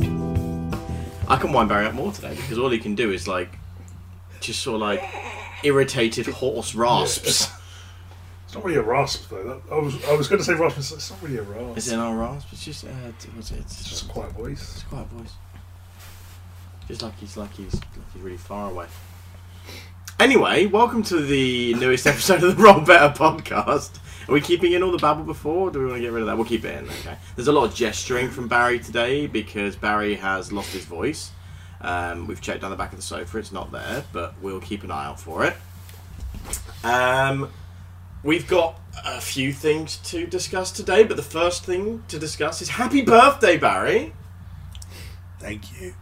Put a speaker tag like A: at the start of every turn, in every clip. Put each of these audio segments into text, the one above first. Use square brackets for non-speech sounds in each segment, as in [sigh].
A: I can wind Barry up more today because all he can do is like just sort of like irritated horse rasps.
B: It's not really a rasp though. That, I was I was going to say rasp. But it's not really a rasp.
A: Is it not a rasp? It's just uh, t- what's it? It's
B: It's
A: just
B: just a quiet voice.
A: it's quite a voice. Just like he's like he's like he's really far away. Anyway, welcome to the newest episode of the Roll Better podcast. Are we keeping in all the babble before? Or do we want to get rid of that? We'll keep it in. Okay. There's a lot of gesturing from Barry today because Barry has lost his voice. Um, we've checked down the back of the sofa; it's not there, but we'll keep an eye out for it. Um, we've got a few things to discuss today, but the first thing to discuss is Happy Birthday, Barry.
C: Thank you.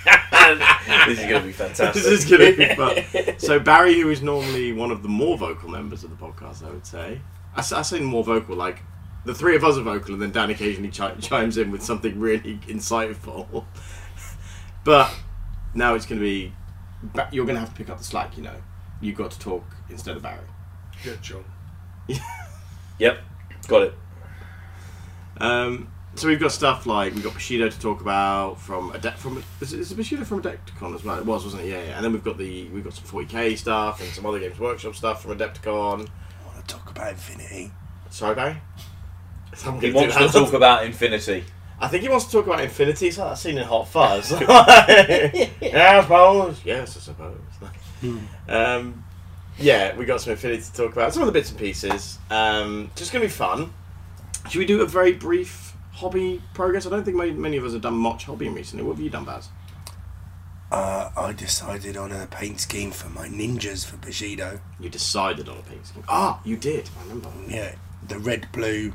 A: [laughs]
D: this is going to be fantastic.
A: this [laughs] is going to be fun. So Barry, who is normally one of the more vocal members of the podcast, I would say. I, s- I say more vocal, like the three of us are vocal, and then Dan occasionally chi- chimes in with something really [laughs] insightful. [laughs] but now it's going to be, ba- you're going to have to pick up the slack. You know, you've got to talk instead of Barry.
B: Yeah, John.
D: Yep, got it.
A: Um, so we've got stuff like we've got Bushido to talk about from a de- from is it, is it Bushido from Adepticon as well? It was, wasn't it? Yeah, yeah. And then we've got the we've got some 40k stuff and some other games workshop stuff from Adepticon.
C: I want to talk about infinity.
A: Sorry, Barry. So I'm gonna
D: He
A: do
D: wants to
A: that.
D: talk about infinity.
A: I think he wants to talk about Infinity. It's like that scene in Hot Fuzz. [laughs] yeah, I suppose. Yes, I suppose. um, yeah, we got some Infinity to talk about. Some of the bits and pieces. Um, just going to be fun. Should we do a very brief hobby progress? I don't think many, many of us have done much hobbying recently. What have you done, Baz?
C: Uh, I decided on a paint scheme for my ninjas for Bushido.
A: You decided on a piece. Ah, you did. I remember.
C: Yeah, the red blue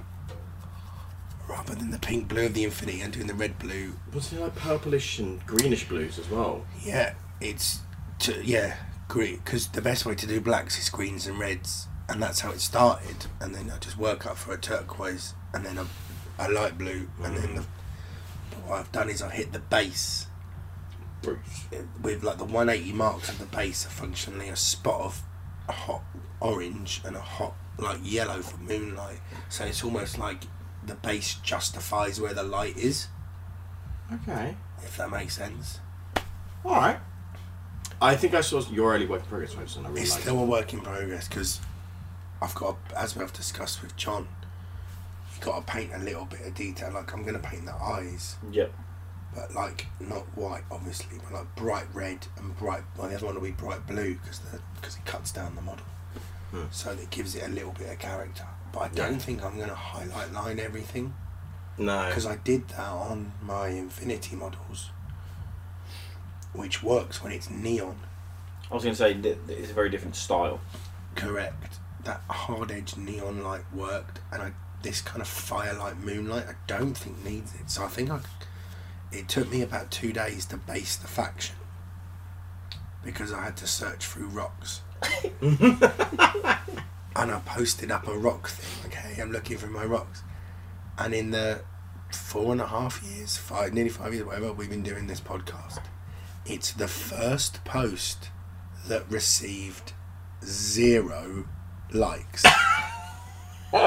C: rather than the pink blue of the infinity. I'm doing the red blue.
A: Was it like purplish and greenish blues as well?
C: Yeah, it's to, yeah green because the best way to do blacks is greens and reds, and that's how it started. And then I just work up for a turquoise, and then a, a light blue, and then the, what I've done is I hit the base
A: Bruce.
C: with like the 180 marks of the base are functionally a spot of a hot orange and a hot like yellow for moonlight. So it's almost like the base justifies where the light is,
A: Okay.
C: if that makes sense.
A: All right. I think I saw your early work in progress website. and I really
C: It's
A: liked
C: still a work in progress because I've got, to- as we've discussed with John, you got to paint a little bit of detail. Like I'm going to paint the eyes,
D: Yep.
C: but like not white, obviously, but like bright red and bright. Well, the other one will be bright blue because because it cuts down the model,
A: Hmm.
C: so that gives it a little bit of character. But I don't
A: Yeah.
C: think I'm going to highlight line everything
A: No.
C: because I did that on my Infinity models, which works when it's neon.
D: I was going to say that it's a very
A: [laughs]
D: different style.
C: Correct. That hard edge neon light worked, and I this kind of firelight moonlight I don't think needs it. So I think I, it took me about two days to base the faction because I had to search through rocks. and I posted up a rock thing. Like, hey, I'm looking for my rocks. And in the four and a half years, five, nearly five years, whatever we've been doing this podcast, it's the first post that received zero likes. no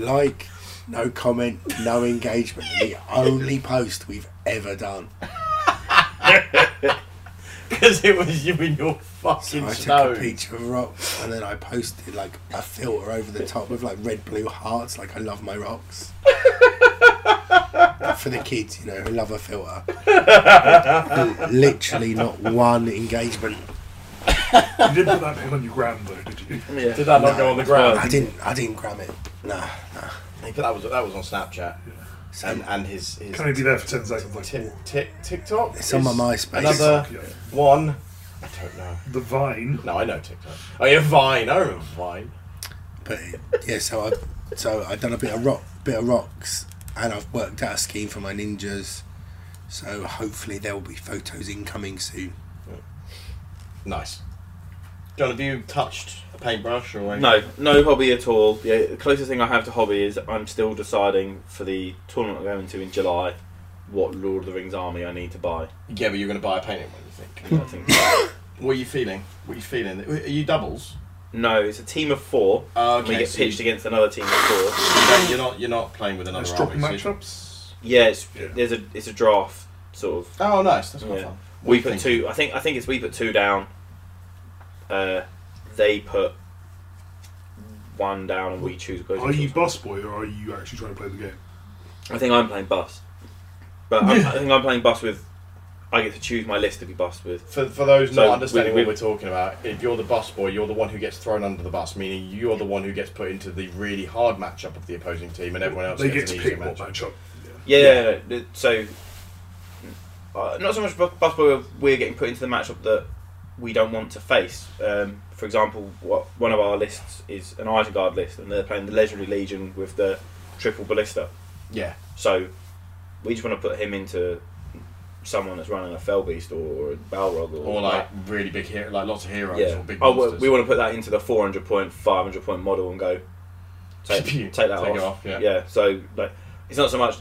C: like, no comment, no engagement. The only post we've ever done.
A: Because it was you in your
C: So
A: fucking
C: I
A: snow.
C: took a picture of rocks and then I posted like a filter over the top with like red blue hearts, like I love my rocks. For the kids, you know, who love a filter. Literally not one engagement.
B: You didn't put that [laughs] thing on your gram though, did you?
D: Yeah.
A: Did that not go on the ground?
C: I didn't I didn't gram it. Nah, nah.
A: But that was that was on Snapchat
C: So
A: and and his his
B: Can only be there for ten seconds. Like,
A: Tik- Tik- TikTok.
C: It's on my
A: is
C: MySpace.
A: Another
B: TikTok, yeah.
A: one. I don't know.
B: the Vine.
A: No, I know TikTok. Oh yeah, Vine. I remember Vine.
C: But yeah, so I so I done a bit of rock, bit of rocks, and I've worked out a scheme for my ninjas. So hopefully there will be photos incoming soon.
A: Nice. John, have you touched a paintbrush or anything?
D: No, no hobby at all. The the closest thing I have to hobby is I'm still deciding for the tournament I'm going to in July what Lord of the Rings army I need to buy.
A: Yeah, but you're going to buy a painting one, you think?
D: I think
A: What are you feeling? What are you feeling? Are you doubles?
D: No, it's a team of four.
A: Uh,
D: and we get pitched
A: so you-
D: against another team of four.
A: you don't- you're not you're not playing with another
B: Let's drop
A: army. so you-
B: matchups.
D: Yeah, it's,
B: Yeah.
D: there's a it's a draft sort of.
A: Oh, nice. That's quite
D: Yeah.
A: fun.
D: We
A: What do you
D: put
A: think?
D: two. I think I think it's we put two down. Uh, they put one down, and we choose. goes
B: Are you boss boy or are you actually trying to play the game?
D: I think I'm playing bus, but I'm, I think I'm playing bus with. I get to choose my list to be bus with.
A: For, for those
D: So
A: not understanding
D: we- we-
A: what we're talking about, if you're the bus boy, you're the one who gets thrown under the bus, meaning you're the one who gets put into the really hard matchup of the opposing team, and everyone else
B: they get
A: gets
B: to
A: an easy
B: pick what
A: matchup.
B: matchup.
D: Yeah, yeah, yeah, yeah. so uh, not so much bu- bus boy. We're getting put into the matchup that we don't want to face. Um, for example, what one of our lists is an Iron Guard list, and they're playing the Legendary Legion with the triple ballista.
A: Yeah,
D: So we just want to put him into someone that's running a Fell Beast or, or a Balrog or,
A: or like really big hero, like lots of heroes
D: yeah.
A: or big
D: oh, we-
A: monsters.
D: we want to put that into the 400 point, 500 point model and go
A: [laughs]
D: take,
A: Pew,
D: take that
A: take
D: off.
A: it off, yeah.
D: So like, it's not so much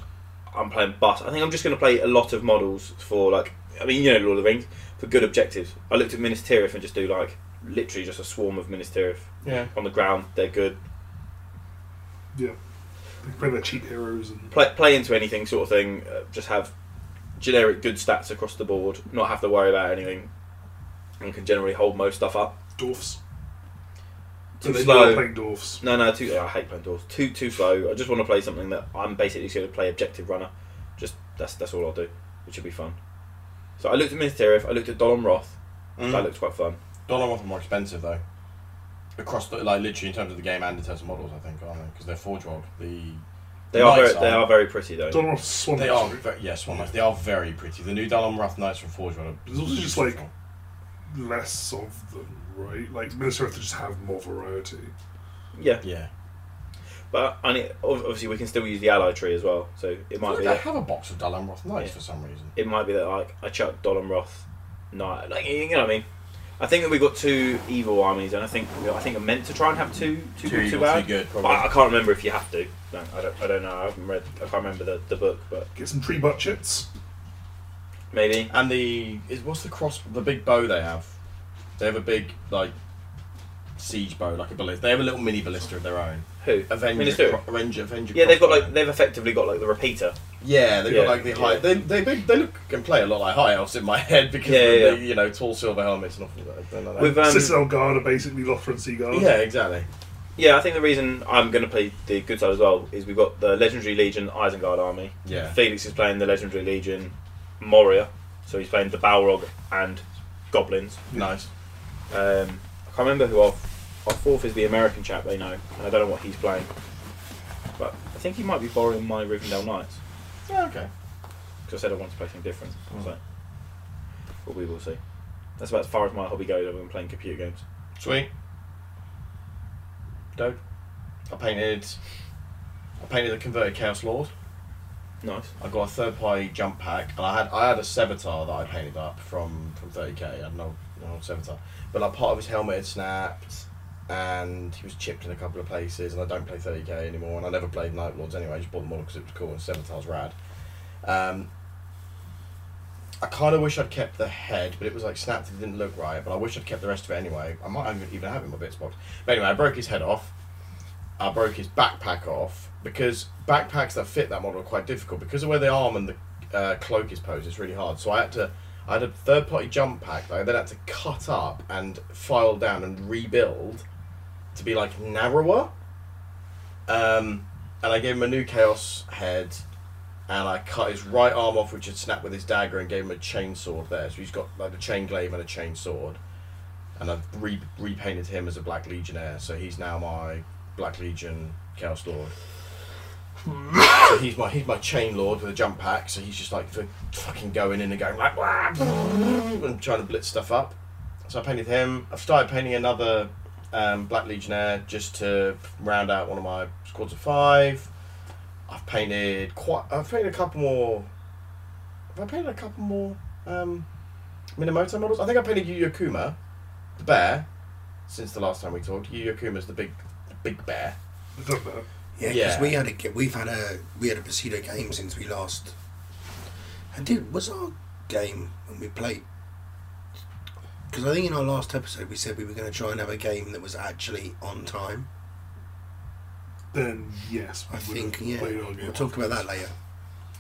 D: I'm playing bus. I think I'm just going to play a lot of models for like. I mean, you know, Lord of the Rings for good objectives. I looked at Minas Tirith and just do like literally just a swarm of Minas Tirith
A: yeah,
D: on the ground. They're good.
B: They play their cheap heroes and
D: Play play into anything sort of thing. Uh, just have generic good stats across the board. Not have to worry about anything. And can generally hold most stuff up.
B: dwarfs.
D: Too
B: So they
D: slow.
B: love playing dwarfs.
D: No, no, too. I hate playing doors. Too, too slow. I just want to play something that I'm basically just going to play objective runner. Just that's that's all I'll do, which should be fun. So I looked at Ministerif, I looked at Dolom Roth. That
A: mm.
D: looked quite fun.
A: dollar off are more expensive though. Across the like literally in terms of the game and in terms of models, I think aren't they? Because they're forge world. The
D: They are
A: Knights
D: very, they
A: are-
D: are very pretty though.
B: Donald Swan.
A: they are
B: sorry.
A: very, yes, one nice. They are very pretty. The new Dalon Wrath Knights from Forge World. are
B: There's also just, like,
A: beautiful.
B: less of them, right? Like Minister Earth just have more variety.
D: Yeah,
A: yeah.
D: but and it, ob- obviously we can still use the ally tree as well. So
A: I
D: it might be
A: don't
D: that,
A: have a box of Dalon Wrath Knights
D: Yeah.
A: for some reason.
D: it might be that like I chucked Dolom Roth, Knight. Like you know what I mean. I think that we got two evil armies, and I think I think I'm meant to try and have two two
A: Too
D: good, two
A: evil,
D: bad.
A: too good,
D: But
A: probably.
D: I I can't remember if you have to. No, I don't. I don't know. I haven't read. I can't remember the, the book, but
B: Get some tree budgets.
D: maybe.
A: And the is what's the cross the big bow they have? They have a big like siege bow, like a ballista. They have a little mini ballista of their own.
D: Who?
A: Avenger,
D: Minister.
A: cro- Avenger, Avenger.
D: Yeah, they've got
A: crossbow.
D: like they've effectively got like the repeater.
A: Yeah, they've
D: Yeah,
A: got like the high.
D: yeah.
A: They they big, they look and play a lot like high elves in my [laughs] head because
D: Yeah,
A: of
D: yeah,
A: the,
D: yeah.
A: you know tall silver helmets and all that. they're Like
D: With
A: that.
D: um,
B: Citadel Guard are basically Lothran Sea Guard.
A: yeah, exactly.
D: yeah, I think the reason I'm going to play the good side as well is we've got the Legendary Legion Isengard army.
A: Yeah,
D: Felix is playing the Legendary Legion Moria, so he's playing the Balrog and goblins.
A: nice.
D: Um, I can't remember who our our fourth is the American chap they know, and I don't know what he's playing. But I think he might be borrowing my Rivendell Knights
A: Yeah, okay.
D: because I said I want to play something different.
A: Mm.
D: So, but we will see. That's about as far as my hobby goes other than playing computer games.
A: Sweet. Dope. I painted. I painted a converted Chaos Lord.
D: Nice.
A: I got a third party jump pack, and I had I had a Sevatar that I painted up from from 30k. I had no no Sevatar, but like part of his helmet had snapped, and he was chipped in a couple of places. And I don't play 30k anymore, and I never played Night Lords anyway. I just bought them all because it was cool, and Sevatar's rad. Um, I kind of wish I'd kept the head, but it was like snapped. and It didn't look right, but I wish I'd kept the rest of it anyway. I might even even have it in my bits box. But anyway, I broke his head off. I broke his backpack off because backpacks that fit that model are quite difficult because of where the arm and the uh, cloak is posed. It's really hard. So I had to, I had a third party jump pack that I then had to cut up and file down and rebuild to be like narrower. Um, and I gave him a new chaos head, and I cut his right arm off, which had snapped with his dagger, and gave him a chainsword there. So he's got like a chain glaive and a chainsword. And I've re- repainted him as a Black Legionnaire, so he's now my Black Legion Chaos Lord. so he's my he's my chain lord with a jump pack, so he's just like f- fucking going in and going like "Wah, brrr," and trying to blitz stuff up. So I painted him. I've started painting another um, Black Legionnaire just to round out one of my squads of five. I've painted quite. I've painted a couple more. Have I painted a couple more um, Minamoto models? I think I painted Yu Yakuma, the bear, since the last time we talked. Yu Yakuma's the big, the big bear.
B: It doesn't matter.
C: Yeah, because
A: Yeah.
C: we had a ge- we've had a we had a Pseudo game since we last. I did was our game when we played Because I think in our last episode we said we were going to try and have a game that was actually on time.
B: Then yes, we
C: I
B: would
C: think
B: have
C: yeah.
B: played our game
C: We'll talk about that later.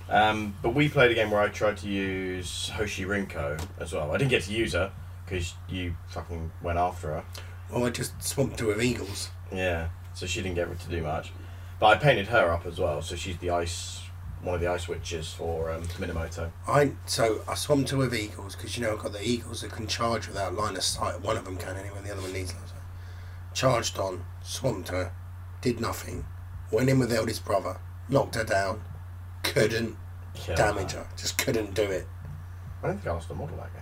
A: Um, but we played a game where I tried to use Hoshi Rinko as well. I didn't get to use her because you fucking went after her.
C: Oh, I just swamped her with eagles.
A: Yeah, so she didn't get to do much. But I painted her up as well, so she's the ice, one of the ice witches for um, Minamoto.
C: I so I swamped her with eagles because you know I've got the eagles that can charge without line of sight. One of them can anyway, the other one needs line of sight. Charged on, swamped her, did nothing. Went in with eldest brother, knocked her down, couldn't
A: Yeah.
C: damage her, just couldn't do it.
A: I don't think I lost the model that game.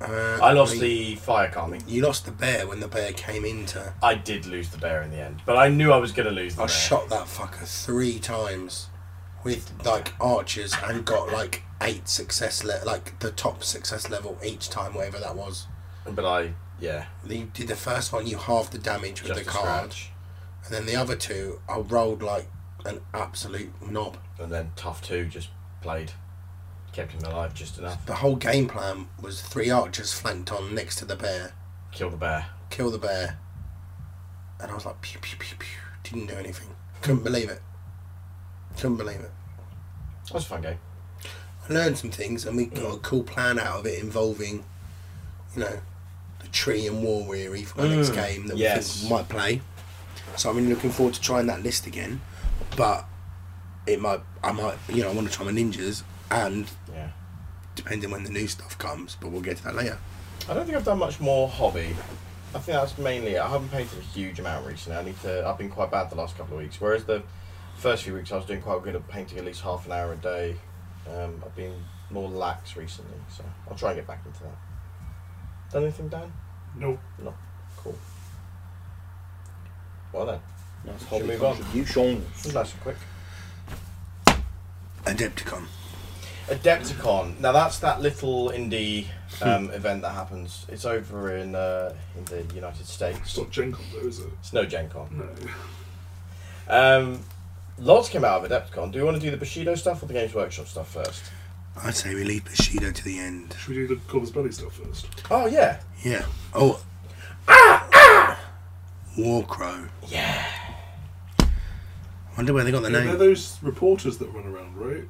C: Uh,
A: I lost
C: mean,
A: the fire calming.
C: You lost the bear when the bear came into.
A: I did lose the bear in the end, but I knew I was going to lose the
C: I
A: bear.
C: shot that fucker three times with like archers and got like eight success le- like the top success level each time, whatever that was.
A: But I, yeah,
C: You did the first one, you halved the damage with
A: just a
C: the card,
A: scratch.
C: and then the other two, I rolled like an absolute knob.
A: And then Tough 2 just played, kept him alive just enough.
C: The whole game plan was three archers flanked on next to the bear,
A: Kill the bear.
C: kill the bear, and I was like pew pew pew pew, didn't do anything. Couldn't believe it. Couldn't believe it.
A: That was a fun game.
C: I learned some things, and we got a cool plan out of it involving, you know, the tree and war weary for my next
A: Mm,
C: game that we
A: yes.
C: think we might play. So I'm really looking forward to trying that list again, but it might I might you know I want to try my ninjas and
A: Yeah.
C: depending when the new stuff comes, but we'll get to that later.
A: I don't think I've done much more hobby. I think that's mainly it. I haven't painted a huge amount recently. I need to. I've been quite bad the last couple of weeks. Whereas the first few weeks I was doing quite good at painting at least half an hour a day. Um, I've been more lax recently, so I'll try and get back into that. Done anything, Dan?
B: Nope.
A: Cool. Well then,
D: Nice
A: Shall we
D: hobby
A: move on? this
D: contributions.
A: was nice and quick.
C: Adepticon.
A: Adepticon. Now that's that little indie um, event that happens. It's over in uh, in the United
B: It's
A: States.
B: not Gen Con though, is it?
A: It's no Gen Con.
B: No.
A: Um, lots came out of Adepticon. Do you want to do the Bushido stuff or the Games Workshop stuff first?
C: I'd say we leave Bushido to the end.
B: Should we do the Corvus Belly stuff first?
A: Oh yeah,
C: Yeah. Oh. Ah, Warcrow.
A: yeah.
C: Wonder where they got the
B: Yeah, they're
C: name.
B: those reporters that run around, right?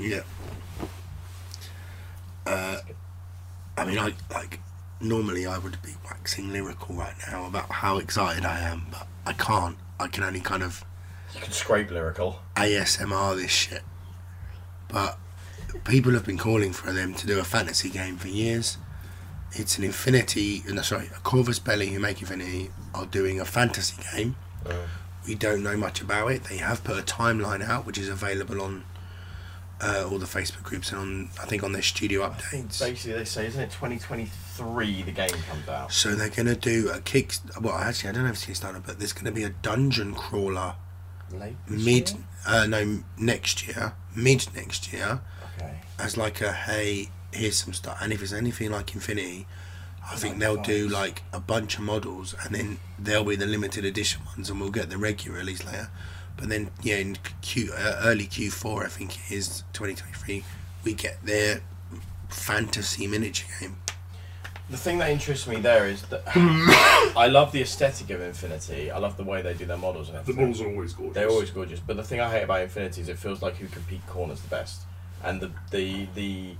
C: Yeah. Uh, I mean, I like normally I would be waxing lyrical right now about how excited I am, but I can't. I can only kind of
A: You can scrape lyrical.
C: ASMR this shit. But people have been calling for them to do a fantasy game for years. It's an Infinity, no, sorry, a Corvus Belly who make Infinity are doing a fantasy game.
A: Mm.
C: We don't know much about it. They have put a timeline out, which is available on uh, all the Facebook groups and on, I think, on their studio updates.
A: Basically, they say, isn't it 2023 the game comes out?
C: So they're going to do a kick. Well, actually, I don't know if it's Kickstarter, but there's going to be a dungeon crawler
A: Late this
C: mid,
A: year?
C: uh, no, next year, mid next year.
A: Okay.
C: as like a hey, here's some stuff. And if it's anything like Infinity, I think
A: Like
C: they'll do
A: fives.
C: like a bunch of models, and then they'll be the limited edition ones, and we'll get the regular release later. But then yeah, in Q uh, early Q4, I think it is 2023, we get their fantasy miniature game.
A: The thing that interests me there is [coughs] that I love the aesthetic of Infinity. I love the way they do their models and
B: The
A: everything.
B: models are always gorgeous.
A: They're always gorgeous, but the thing I hate about Infinity is it feels like who can peak corners the best, and the the the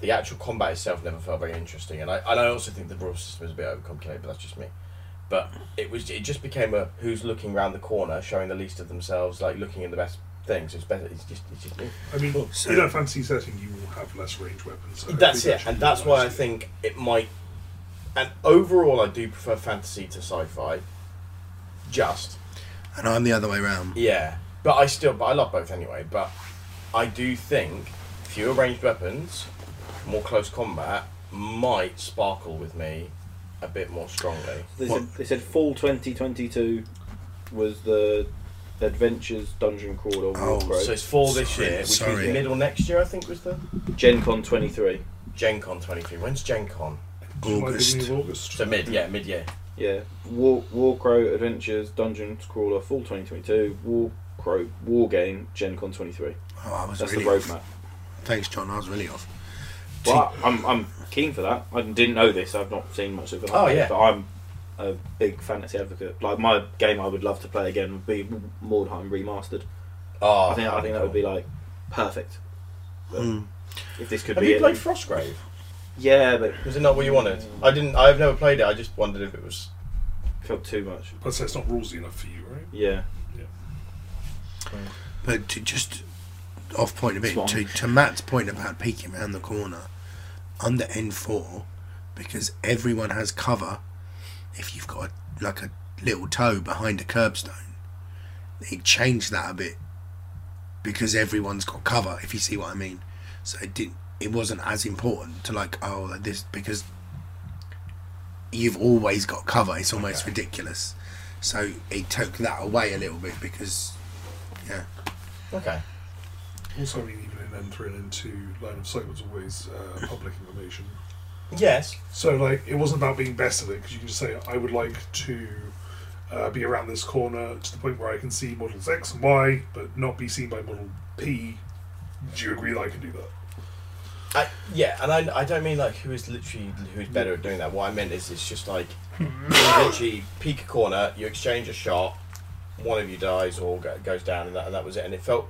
A: the actual combat itself never felt very interesting. And I and I also think the rule system is a bit overcomplicated, but that's just me. But it was it just became a who's looking round the corner, showing the least of themselves, like looking in the best things. It's better. It's just it's just.
B: I mean,
C: So-
B: in a fantasy setting, you will have less range weapons. so I
A: That's
B: think
A: it,
B: that
A: and
B: should
A: that's
B: be
A: why I
B: nice.
A: think it might. And overall, I do prefer fantasy to sci-fi. Just
C: And I'm the other way around.
A: Yeah, but I still, but I love both anyway. But I do think fewer ranged weapons, more close combat might sparkle with me a bit more strongly.
D: They
C: What?
D: said, they said fall 2022 was the Adventures Dungeon Crawler
C: Oh,
D: Warcrow.
A: So it's fall this
C: Sorry,
A: year, which
C: sorry.
A: is middle next year, I think was the
D: Gen Con 23.
A: Gen Con 23. When's Gen Con?
B: July, beginning
C: August.
B: of August.
A: So mid, yeah, mid year.
D: Yeah. War, Warcrow Adventures Dungeon Crawler Fall 2022. Warcrow War Game Gen Con 23.
C: Oh, I was
D: That's
C: really
D: the roadmap.
C: Thanks, John. I was really off.
D: Well, I'm, I'm keen for that. I didn't know this. I've not seen much of it.
E: Oh, yeah.
D: But I'm a big fantasy advocate. Like my game, I would love to play again would be Mordheim remastered.
A: Oh,
D: I think I think that would be like perfect. But If this could
A: Have
D: be,
A: you
D: it,
A: played Frostgrave?
D: yeah, but it
A: Was it not what you wanted? I didn't. I've never played it. I just wondered if it was.
D: felt too much.
B: I'd say it's not rulesy enough for you, right?
D: Yeah,
C: But to just off point a bit,
D: Swan.
C: to, to Matt's point about peeking around the corner, under N4, because everyone has cover, if you've got a, like a little toe behind a curbstone, it changed that a bit because everyone's got cover, if you see what I mean. So it didn't. It wasn't as important to like oh like this because you've always got cover. It's almost ridiculous. So it took that away a little bit because
A: Okay.
B: Also, I mean, even in N3 and N2, line of sight was always uh, public information.
A: Yes.
B: So, like, it wasn't about being best at it because you can just say, I would like to uh, be around this corner to the point where I can see models X and Y, but not be seen by model P. Do you agree that I can do that?
A: I, yeah, and I, I don't mean like who is literally who is better at doing that. What I meant is it's just like you
D: Hmm.
A: literally peek a corner, you exchange a shot, one of you dies or go, goes down, and that, and that was it. And it felt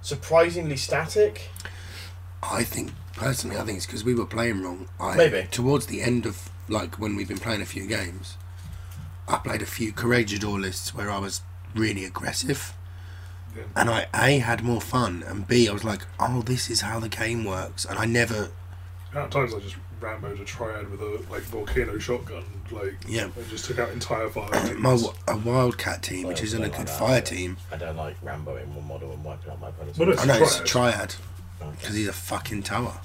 A: surprisingly static.
C: I think personally, I think it's because we were playing wrong. I,
A: Maybe.
C: towards the end of like when we've been playing a few games, I played a few Corregidor lists where I was really aggressive,
B: Yeah.
C: and I a had more fun, and b I was like, oh, this is how the game works, and I never [clears throat]
B: At times, I just ramboed a triad with a like volcano shotgun, like,
C: yeah.
B: I just took out entire fire.
C: My wi- a wildcat team, which
A: Well,
C: isn't a
A: something
C: good
A: like that,
C: fire
A: yeah.
C: team.
A: I don't like Rambo in one model and wiping out my opponent's
B: Well,
C: I
B: It's
C: know
B: a
C: it's a triad because
A: model.
C: he's a fucking tower.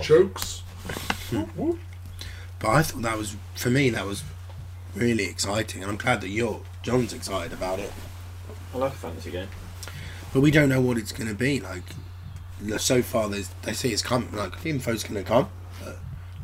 B: Jokes. Whoop, whoop.
C: But I thought that was for me that was really exciting, and I'm glad that you're John's excited about it.
D: I like a fantasy game.
C: but we don't know what it's going to be like look, so far there's, they say it's coming like the info's going to come but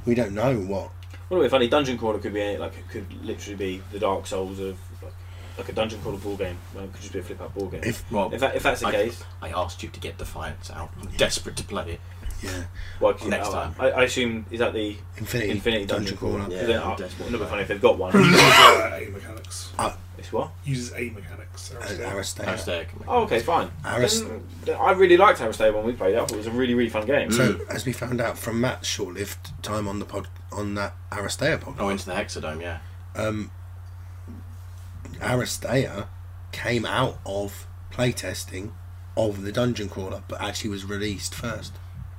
C: we don't know what
D: What would be funny? Dungeon Crawler could be any- like it could literally be the Dark Souls of like, like a Dungeon Crawler board game. Um, it could just be a flip out board game.
C: If-
D: if, that, if that's the
E: I-
D: case,
E: I asked you to get Defiance out. I'm desperate to play it.
C: yeah
D: well, 'cause-
E: next
D: oh,
E: time.
D: I, I assume is that the
C: infinity,
D: Infinity Dungeon, Crawler.
E: Crawler.
D: Yeah,
E: Yeah,
D: yeah,
E: that's what-
D: it'd be funny if they've got one.
B: Uh, A mechanics.
D: it's what?
B: uses A mechanics.
C: Uh,
B: Aristotle.
C: Aristotle.
E: Aristoic.
D: Oh, okay, fine.
C: Aris-
D: Then- then I really liked Aristide when we played it. I thought it was a really, really fun game.
C: so as we found out from Matt's short-lived time on the pod on that Aristea podcast
E: Oh, into the Hexadome, yeah.
C: um, Aristea came out of playtesting of the dungeon crawler but actually was released first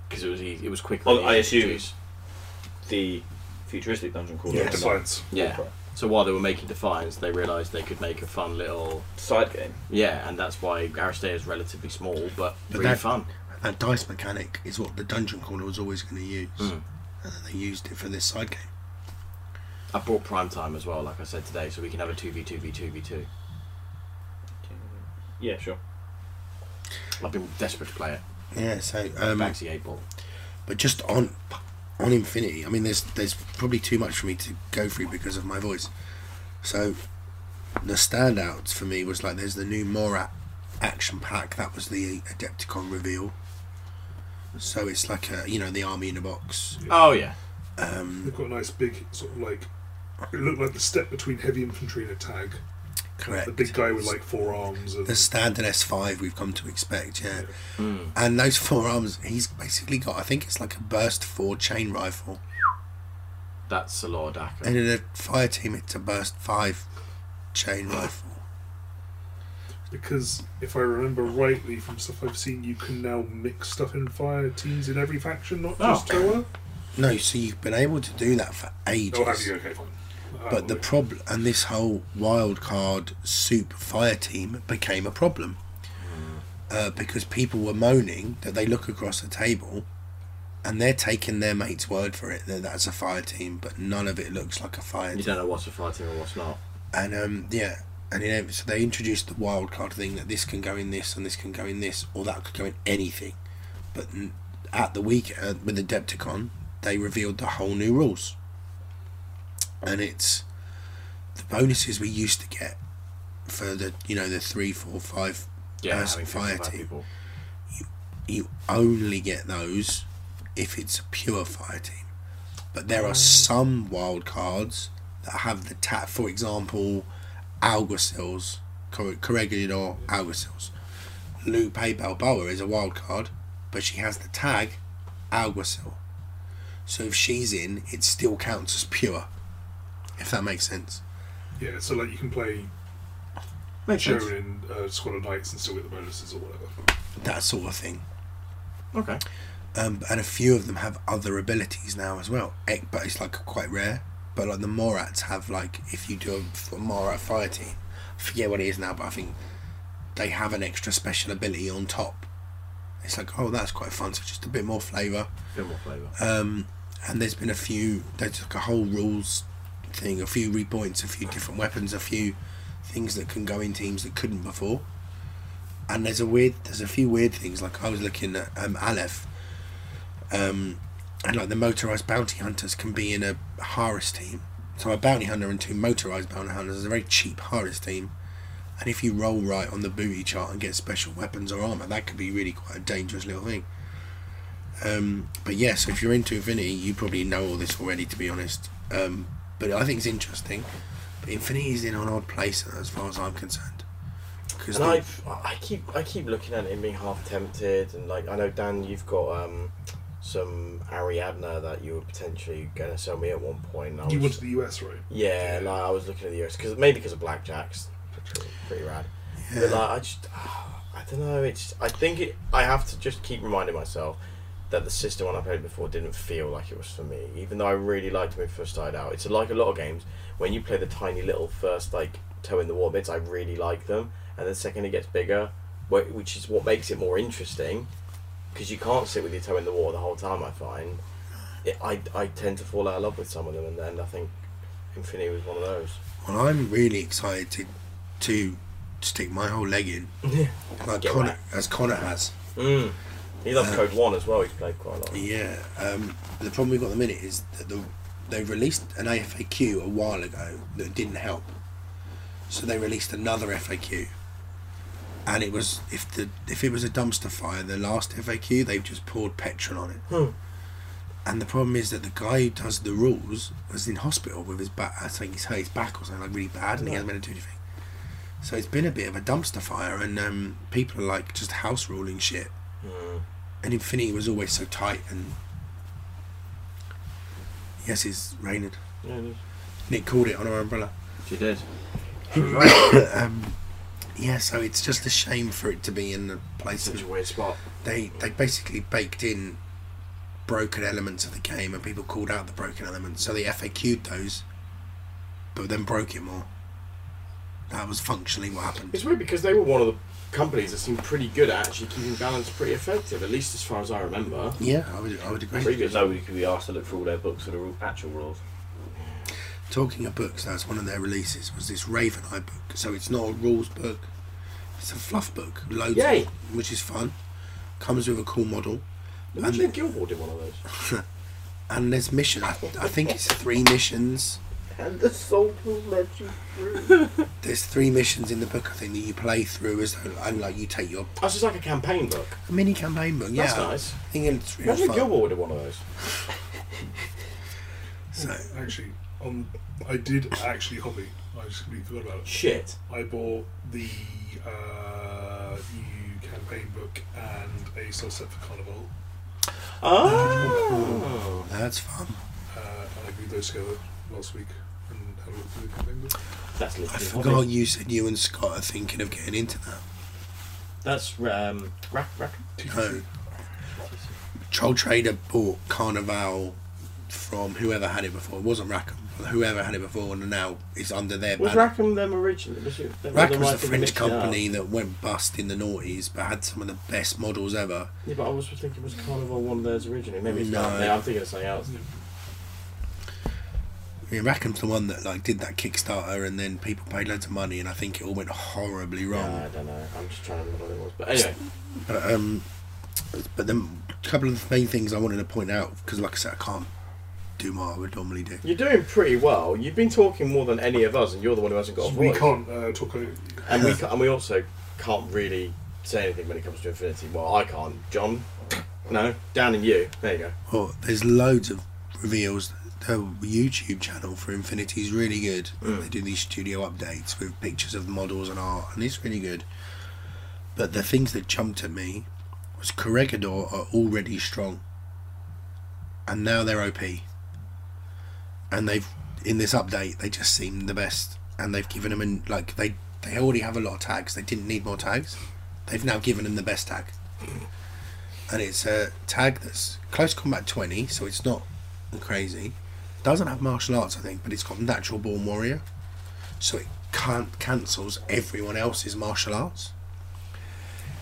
E: Because it was easy, it was quick.
D: Oh, I assume. The futuristic Dungeon Crawler.
B: Yeah,
C: Yes.
B: defiance.
E: Yeah. So while they were making Defiance, they realised they could make a fun little
D: Side game.
E: yeah, and that's why Aristea is relatively small but,
C: But
E: really
C: that-
E: fun.
C: that dice mechanic is what the dungeon crawler was always going to use
E: Mm.
C: and then they used it for this side game
E: I brought prime time as well, like I said today, so we can have a two v two v two v two.
D: Yeah, sure.
E: I've been desperate to play it.
C: yeah so um,
E: Back to the eight ball.
C: But just on on Infinity, I mean, there's there's probably too much for me to go through because of my voice. So the standouts for me was like there's the new Morat action pack that was the Adepticon reveal. So it's like a you know the army in a box.
E: Oh yeah.
C: Um,
B: They've got a nice big sort of like it looked like the step between heavy infantry and a tag.
C: correct.
B: The big guy with like four arms and
C: The standard S five we've come to expect, yeah.
E: Mm.
C: And those four arms, he's basically got. I think it's like a burst four chain rifle,
E: That's Salor Daka.
C: and in a fire team, it's a burst five chain rifle.
B: because if I remember rightly from stuff I've seen, you can now mix stuff in fire teams in every faction, not
E: Oh.
B: just Toa.
C: No, so you've been able to do that for ages.
B: Oh, have you? Okay, fine. Uh,
C: But the
B: wait.
C: problem, and this whole wild card soup fire team became a problem
B: Hmm.
C: uh, because people were moaning that they look across the table and they're taking their mate's word for it that that's a fire team, but none of it looks like a fire
E: You
C: team.
E: don't know what's a fighting and what's not.
C: And um, yeah, and you know, so they introduced the wild card thing that this can go in this and this can go in this or that could go in anything. But n- at the week uh, with the Depticon, they revealed the whole new rules. And it's the bonuses we used to get for the you know the three, four, five
E: Yeah,
C: That's
E: having
C: fire
E: fifty-five
C: team.
E: people.
C: you only get those if it's a pure fire team. But there are some wild cards that have the tap. For example, Alguacils, Cor- Corregidor Alguacils. Lupe Balboa is a wild card, but she has the tag Alguacil. So if she's in, it still counts as pure. If that makes sense.
B: Yeah, so like you can play
E: Makes sense.
B: Shonen, uh, Squad of Knights, and still get the bonuses or whatever.
C: That sort of thing.
E: Okay.
C: um, and a few of them have other abilities now as well. Ek- But it's like quite rare. But like the Morats have like if you do a, f- a Morat fire team, I forget what it is now, but I think they have an extra special ability on top. It's like oh that's quite fun, so just a bit more flavour.
E: Bit more flavour.
C: Um, and there's been a few. There's like a whole rules thing, a few repoints, a few different weapons, a few things that can go in teams that couldn't before. And there's a weird. There's a few weird things. Like I was looking at um, Aleph, um, and like the motorized bounty hunters can be in a Harris team. So a bounty hunter and two motorized bounty hunters is a very cheap Harris team. And if you roll right on the booty chart and get special weapons or armor, that could be really quite a dangerous little thing. Um, but yeah, so if you're into Infinity, you probably know all this already, to be honest. Um, but I think it's interesting. But Infinity is in an odd place as far as I'm concerned. Because
A: And I, I keep, I keep looking at it and being half tempted, and like I know Dan, you've got um, some Ariadna that you were potentially going to sell me at one point. and I
B: You went
A: was,
B: to the US, right?
A: yeah, like I was looking at the US because maybe because of blackjacks, pretty, pretty rad. But like I just, [sighs] I don't know. It's, I think it. I have to just keep reminding myself that the system one I played before didn't feel like it was for me, even though I really liked it when it first started out. It's like a lot of games when you play the tiny little first like toe in the water bits. I really like them, and the second it gets bigger, wh- which is what makes it more interesting, because you can't sit with your toe in the water the whole time. I find, it, I I tend to fall out of love with some of them, and then I think Infinity was one of those.
C: Well, I'm really excited to, to stick my whole leg in, like
A: Get
C: Connor,
A: right.
C: as Connor has.
A: Mm. He loves
C: Uh,
A: Code One as well. He's played quite a lot.
C: Yeah. Um, the problem we've got at the minute is that the, they released an AFAQ a while ago that didn't help. So they released another FAQ. And it was if the if it was a dumpster fire, the last FAQ they've just poured petrol on it.
A: Hmm.
C: And the problem is that the guy who does the rules was in hospital with his back. I think he's hurt his back or something like really bad, and he hasn't been able to do anything. So it's been a bit of a dumpster fire, and um, people are like just house ruling shit
A: Mm.
C: and Infinity was always so tight and yes, it's raining.
A: Yeah, it is.
C: Nick called it on her umbrella.
E: She did.
C: [coughs] um, yeah, so it's just a shame for it to be in the place
A: Such
C: that
A: a weird spot.
C: they they basically baked in broken elements of the game, and people called out the broken elements. So they FAQ'd those, but then broke it more. That was functionally what happened.
E: It's weird because they were one of the companies that seemed pretty good at actually keeping balance pretty effective, at least as far as I remember.
C: Yeah, I would I would agree.
E: Previous.
D: Nobody could be asked to look for all their books for the ru- actual rules.
C: Talking of books, that's one of their releases was this Raven Eye book. So it's not a rules book; it's a fluff book, loads, of-
E: Yay.
C: which is fun. Comes with a cool model,
E: Imagine if Guild War did one of those.
C: and there's missions. I, I think it's three missions.
D: And the soul will let you through.
C: [laughs] There's three missions in the book. I think that you play through as though, and like you take your
E: That's Oh, just like a campaign book.
C: mini campaign book.
E: That's
C: yeah,
E: nice.
C: I think it's real
E: Imagine if
C: fun.
E: Guild War did one of those.
C: So
B: Actually, um, I did actually hobby. I just completely forgot about it.
C: [laughs]
E: Shit.
B: I bought the uh, EU campaign book and a soul set for Carnival,
E: Oh.
C: that's fun.
B: uh, and I glued those together last week and had a look through the campaign book.
E: That's
C: I
E: literally
C: forgot you said you and Scott are thinking of getting into that.
E: That's um, rack, rack.
C: No. Troll Trader bought Carnival from whoever had it before. It wasn't Rackham. but Whoever had it before and now it's under their
E: Was
C: banner.
E: Rackham them originally? Was it- they were the
C: Rackham was
E: right
C: a
E: thing to
C: French
E: mix it up.
C: company that went bust in the noughties but had some of the best models ever.
E: Yeah, but I was thinking it was Carnival one of theirs originally. Maybe it's
C: No.
E: not. Yeah, I'm thinking of something else.
C: I mean, Rackham's the one that like did that Kickstarter and then people paid loads of money and I think it all went horribly wrong.
E: Yeah, I don't know. I'm just trying to remember what it was. But anyway,
C: But, um, but then a couple of the main things I wanted to point out because like I said, I can't do what I would normally do.
E: you're doing pretty well. You've been talking more than any of us, and you're the one who hasn't got a
B: we
E: voice.
B: can't uh, talk over you.
E: and we ca- and we also can't really say anything when it comes to Infinity. Well, I can't. John
A: No, down in you. There you go.
C: Or there's loads of reveals. The YouTube channel for Infinity is really good. They do these studio updates with pictures of models and art, and it's really good. But the things that jumped at me was Corregidor are already strong, and now they're OP. And they've in this update they just seem the best, and they've given them and like they they already have a lot of tags. They didn't need more tags. They've now given them the best tag and it's a tag that's close combat 20, so it's not crazy. Doesn't have martial arts, I think, but it's got natural born warrior, so it can't cancels everyone else's martial arts.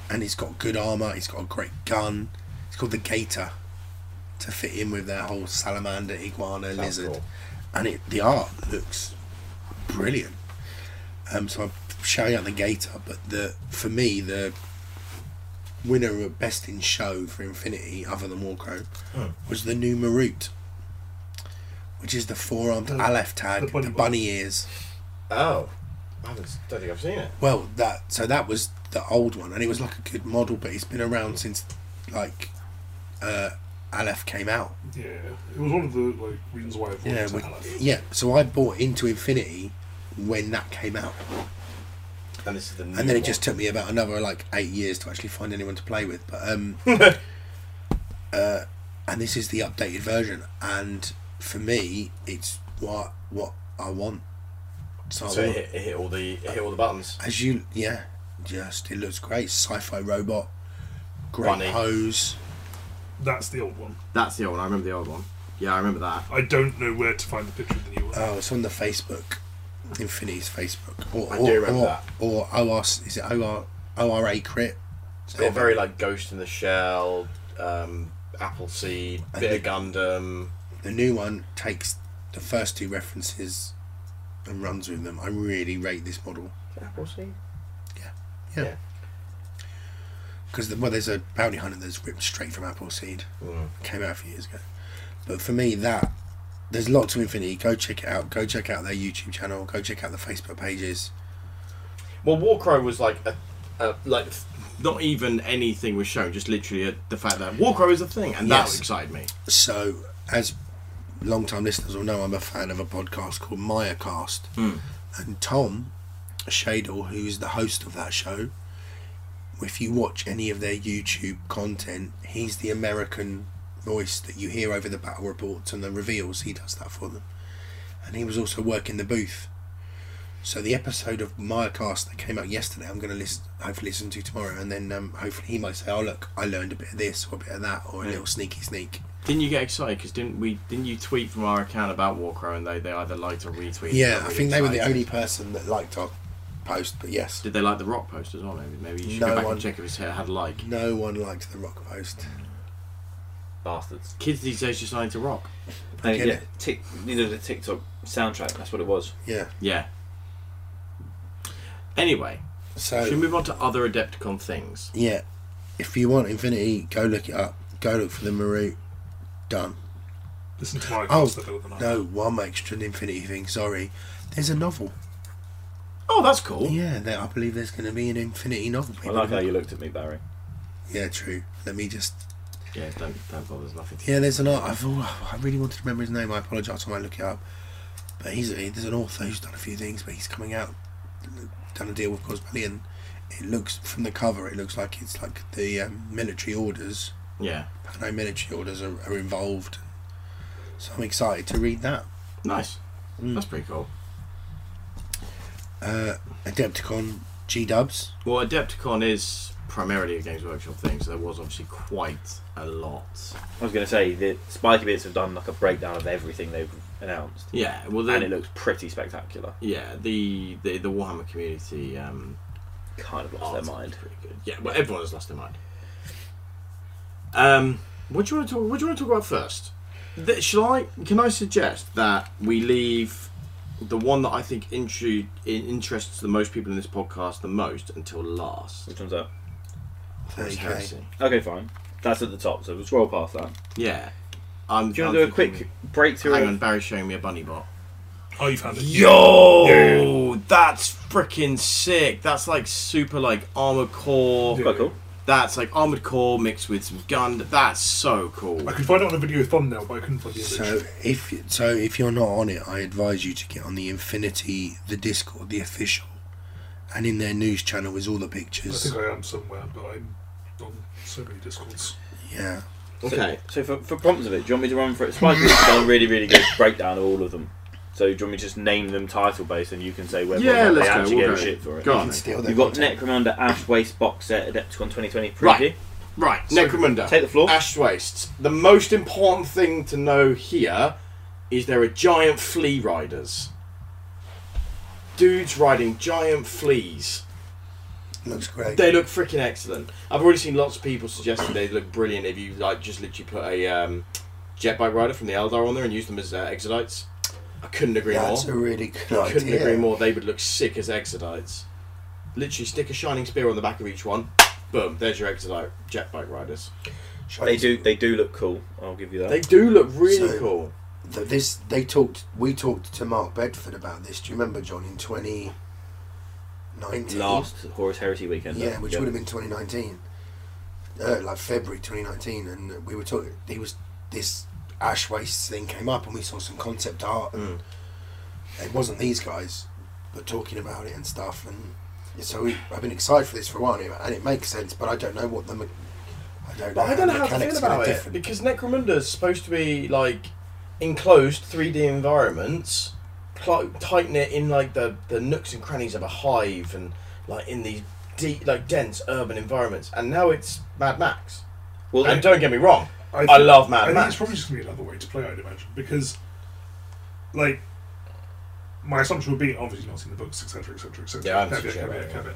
C: And it's got good armor. It's got a great gun. It's called the Gator to fit in with their whole salamander, iguana,
F: Sounds
C: lizard,
F: cool.
C: and it the art looks brilliant. Um, so I'm shouting out the Gator, but the for me the winner of best in show for Infinity, other than Warcrow,
F: Hmm.
B: Oh.
C: was the new Marut, which is the four-armed
B: The-
C: Aleph tag,
B: the bunny
C: the
B: boy.
C: bunny ears.
F: Oh, I haven't, don't think I've seen it.
C: Well, that so that was the old one, and it was like a good model, but it's been around since like uh, Aleph came out.
B: Yeah, it was one of the like reasons why I bought
C: Yeah,
B: it to
C: we-
B: Aleph.
C: yeah. So I bought into Infinity when that came out,
F: And this is the new
C: and then it
F: one.
C: just took me about another like eight years to actually find anyone to play with.
F: [laughs]
C: But um, uh, and this is the updated version, and for me, it's what what I want. So, I
F: so Oh, it
C: want-
F: hit, it hit all the it hit all the buttons.
C: as you yeah, just it looks great. Sci-fi robot, great
F: Bunny.
C: pose.
B: That's the old one.
A: That's the old one. I remember the old one. Yeah, I remember that.
B: I don't know where to find the picture of the new one.
C: Oh, it's on the Facebook, Infinity's Facebook. Or,
F: I
C: or,
F: do remember
C: or,
F: that.
C: Or OR is it OR ORA crit?
F: It's got very like Ghost in the Shell, um, Appleseed,
C: I
F: bit of
C: think-
F: Gundam.
C: The new one takes the first two references and runs with them. I really rate this model
D: Appleseed?
C: because the, well, there's a bounty hunter that's ripped straight from Appleseed.
F: Mm.
C: came out a few years ago. But for me, that there's lots of Infinity. Go check it out. Go check out their YouTube channel. Go check out the Facebook pages.
F: Well, Warcrow was like a, a like
A: Not even anything was shown. Just literally uh, the fact that Warcrow is a thing, and
C: Yes.
A: that excited me.
C: So, as long-time listeners will know, I'm a fan of a podcast called Mayacast,
A: Mm.
C: and Tom Shadle, who is the host of that show. If you watch any of their YouTube content, he's the American voice that you hear over the battle reports and the reveals. He does that for them. And he was also working the booth. So the episode of Myacast that came out yesterday, I'm going to listen, hopefully listen to tomorrow, and then um, hopefully he might say, "Oh look, I learned a bit of this or a bit of that or a
A: Yeah.
C: little sneaky sneak."
A: Didn't you get excited? Because didn't we? Didn't you tweet from our account about Warcrow, and they, they either liked or retweeted? I'm
C: Yeah, I
A: really
C: think they were the
A: excited.
C: only person that liked our post, but yes,
A: Did they like the rock post as well? Maybe maybe you should
C: No
A: go back
C: one-
A: and check if it's had a like.
C: no one liked the rock post.
F: bastards.
A: Kids these days just like to rock.
D: No,
C: get
D: yeah,
C: it.
D: tick, you know, the TikTok soundtrack, that's what it was.
C: Yeah,
A: Yeah. Anyway,
C: so
A: should we move on to other Adepticon things?
C: Yeah. If you want Infinity, go look it up. Go look for the Maru. Done.
B: Listen to my
C: Oh,
B: oh, the other night.
C: No, one extra Infinity thing, sorry. There's a novel.
A: Oh, that's cool.
C: Yeah, there, I believe there's going to be an Infinity novel.
D: I like how you looked at me, Barry.
C: Yeah, true. Let me just.
A: Yeah, don't don't bother. There's nothing.
C: Yeah, there's an. au- I've, oh, I really wanted to remember his name. I apologise when I look it up. But he's he- there's an author who's done a few things, but he's coming out, done a deal with Cosbelly, and it looks from the cover, it looks like it's like the um, military orders
A: Yeah.
C: no military orders are, are involved. So I'm excited to read that.
A: Nice.
C: Mm.
A: That's pretty cool.
C: Uh, Adepticon G Dubs.
A: Well, Adepticon is primarily a Games Workshop thing, so there was obviously quite a lot.
D: I was going to say, the Spiky Bits have done like a breakdown of everything they've announced.
A: Yeah. Well,
D: And it
A: the,
D: looks pretty spectacular.
A: yeah the, the the Warhammer community um,
D: Kind of lost
A: art
D: their mind.
A: is pretty good. Yeah. Well, everyone has lost their mind. Um, what do you want to talk? What do you want to talk about first? Th- shall I? Can I suggest that we leave the one that I think intru- in- interests the most people in this podcast the most until last?
D: Which one's that?
A: Horus
C: Okay.
A: Heresy.
D: Okay, fine. That's at the top, so we'll scroll past that.
A: Yeah. I'm,
D: Do you
A: I'm
D: want to do a
A: thinking-
D: quick breakthrough?
A: Hang
D: of-
A: on, Barry's showing me a bunny bot.
B: Oh, you found it.
A: Yo, that's freaking sick. That's like super like armor core.
D: It's quite cool.
E: That's like armored core mixed with some gun. That's so cool.
B: I could find it on a video thumbnail, but I couldn't find the image.
C: So if so, if you're not on it, I advise you to get on the Infinity, the Discord, the official, and in their news channel is all the
B: I
C: pictures.
B: think I am somewhere, but I'm on so many discords.
C: Yeah,
E: Okay.
D: So, so for, for prompts of it, do you want me to run for it? Spike has done a really,
E: [laughs]
D: really good breakdown of all of them. So do you want me to just name them title based and you can say whether
E: Yeah,
D: or not they
E: let's go.
D: actually
E: We'll
D: gave
E: go.
D: a shit for it?
E: Go
C: you
E: on.
C: can
E: then.
C: steal their
D: You've got
C: content.
D: Necromunda Ash Waste Box Set Adepticon 2020 preview.
E: Right. Right,
B: So-
E: Necromunda.
D: Take the floor.
E: Ash wastes. The most important thing to know here is there are giant flea riders. Dudes riding giant fleas.
C: Looks great.
E: They look freaking excellent. I've already seen lots of people suggesting they look brilliant if you like just literally put a um, jet bike rider from the Eldar on there and use them as uh, exodites. I couldn't agree
C: That's
E: more.
C: a really good
E: I couldn't
C: idea.
E: agree more. They would look sick as exodites. Literally stick a shining spear on the back of each one. Boom, there's your exodite jet bike riders.
C: Shall I
D: They
C: just-
D: do. They do look cool. I'll give you that.
E: They do look really
C: So-
E: cool.
C: th- This they talked. We talked to Mark Bedford about this. Do you remember John in twenty nineteen?
D: last Horus Heresy weekend.
C: Yeah, which would have been 2019, uh, like February 2019, and we were talking. He was this ash waste thing came up, and we saw some concept art, and it wasn't these guys, but talking about it and stuff, and so we, I've been excited for this for a while, and it, and it makes sense, but I don't know what the. me- I don't know.
E: But I don't know how to
C: mechanics
E: feel
C: are
E: about it
C: different.
E: because Necromunda is supposed to be like enclosed 3D environments, cl- tight knit in like the, the nooks and crannies of a hive and like in these deep, like dense urban environments. And now it's Mad Max.
D: Well,
E: and don't get me wrong, I,
B: think-
E: love
B: I
E: Mad
B: think it's
E: Max.
B: probably just gonna be another way to play. I'd imagine because, like, my assumption would be obviously not seen the books, etc., etc., etc.
A: Yeah, I haven't
B: caveat,
A: seen
B: caveat,
A: Shadow,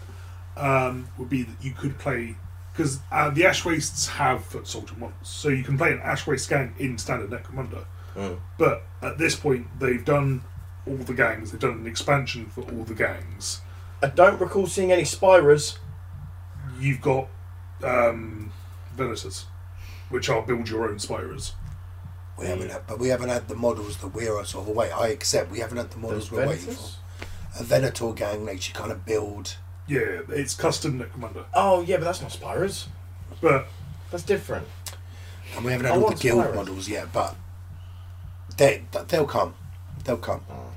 B: caveat. Um, would be that you could play because uh, the Ash Wastes have Foot Soldier models, so you can play an Ash Waste gang in standard Necromunda.
A: Hmm.
E: Mm.
B: But at this point, they've done all the gangs. They've done an expansion for all the gangs.
E: I don't recall seeing any Spyras.
B: You've got um, Venators, which are build your own Spyros.
C: We haven't had, but we haven't had the models that we're sort of away. I accept we haven't had the models
E: Those
C: we're waiting for.
E: Venators?
C: A Venator gang makes you kind of build.
B: Yeah, it's custom Necromunda,
E: Oh, yeah, but that's not Spyras.
B: but
E: That's different.
C: And we haven't
E: I
C: had all the
E: want
C: guild
E: Spyros.
C: models yet, but they th- they'll come, they'll come.
E: Oh.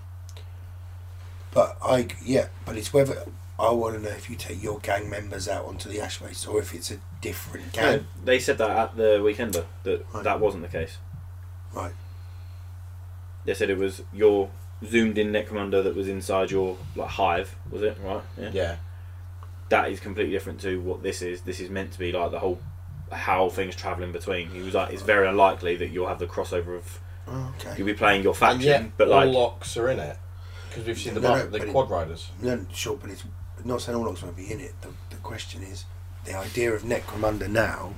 C: But I yeah, but it's whether I want to know if you take your gang members out onto the ash waste or if it's a different gang.
D: They said that at the weekender that
C: Right.
D: that wasn't the case.
C: Right.
D: They said it was your zoomed in Necromunda that was inside your like hive. Was it right? Yeah.
A: Yeah.
D: That is completely different to what this is. This is meant to be like the whole how things travel in between. He was like, it's very unlikely that you'll have the crossover of
C: Oh, okay.
D: you'll be playing your
A: And
D: faction,
A: yet,
D: but like
A: all locks are in it because we've seen the,
C: No,
A: bar-
C: no,
A: the
C: but it-
A: quad riders.
C: No, sure, but it's not saying all locks won't be in it. The, the question is, the idea of Necromunda now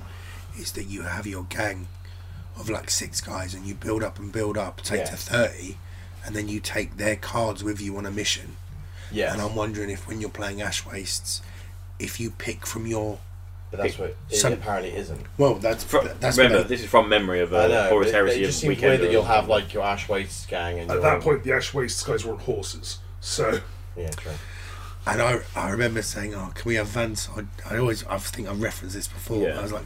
C: is that you have your gang of like six guys and you build up and build up, take
A: Yeah.
C: to thirty, and then you take their cards with you on a mission.
A: Yeah.
C: And I'm wondering if when you're playing Ash Wastes, if you pick from your
A: But that's what it
C: Some-
A: apparently isn't.
C: well, that's
D: Fro-
C: that's
D: remember,
C: what they-
D: this is from memory of
A: I
D: uh,
A: know.
D: Horus
A: but it,
D: Heresy
A: it just
D: of
A: seems
D: weekend.
A: weird that you'll have like your Ash Waste gang and
B: At
A: your,
B: that point, the Ash Wastes guys were on horses, so
A: Yeah, true.
C: and I I remember saying, oh, can we have Van side? I always I think I've referenced this before.
D: Yeah.
C: I was like,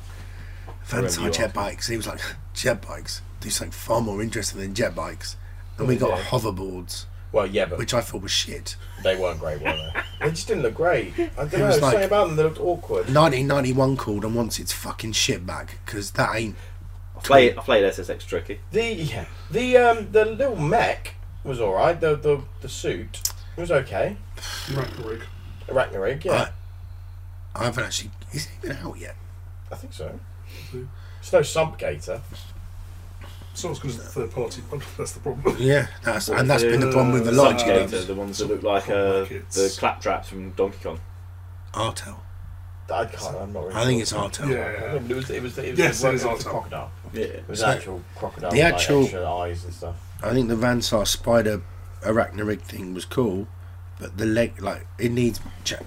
D: I
C: Van
D: remember you
C: side jet bikes. And he was like, [laughs] jet bikes. Do something far more interesting than jet bikes. And we got
A: Yeah.
C: hoverboards,
A: Well, yeah, but
C: which I thought was shit.
A: they weren't great, were
C: [laughs]
A: they? they just didn't look great. I don't know.
C: was
A: Something
C: like-
A: about them that looked awkward.
C: 1991 called and wants its fucking shit back because that ain't.
D: I play I played SSX tricky.
A: The yeah, the um the little mech was all right. The the the suit was okay.
B: Ragnarok.
A: Arachnorig, yeah,
C: Uh, I haven't actually. Is it even out yet?
A: I think so. It's no Sumpgator.
B: It's not as good as the third party [laughs] one. That's the
A: [laughs]
B: problem.
C: Yeah, that's and that's
D: the-
C: been the problem with
B: the
C: a lot of
B: Such
D: Subject,
C: games.
D: uh, the ones that look like uh,
B: Kids.
D: the claptraps from Donkey Kong.
C: Artel.
A: I can't. I'm not really.
C: I think
A: sure.
C: it's Artel.
B: Yeah,
A: It was. It was. It was
B: Yes,
A: the,
B: it
A: it was
B: is
A: the
B: Artel.
A: crocodile.
D: Yeah.
A: It was
C: So,
A: actual crocodile.
C: the
A: with, like,
C: actual-
A: extra eyes and stuff.
C: I think the Vansar spider arachnoid thing was cool, but the leg like it needs. cha-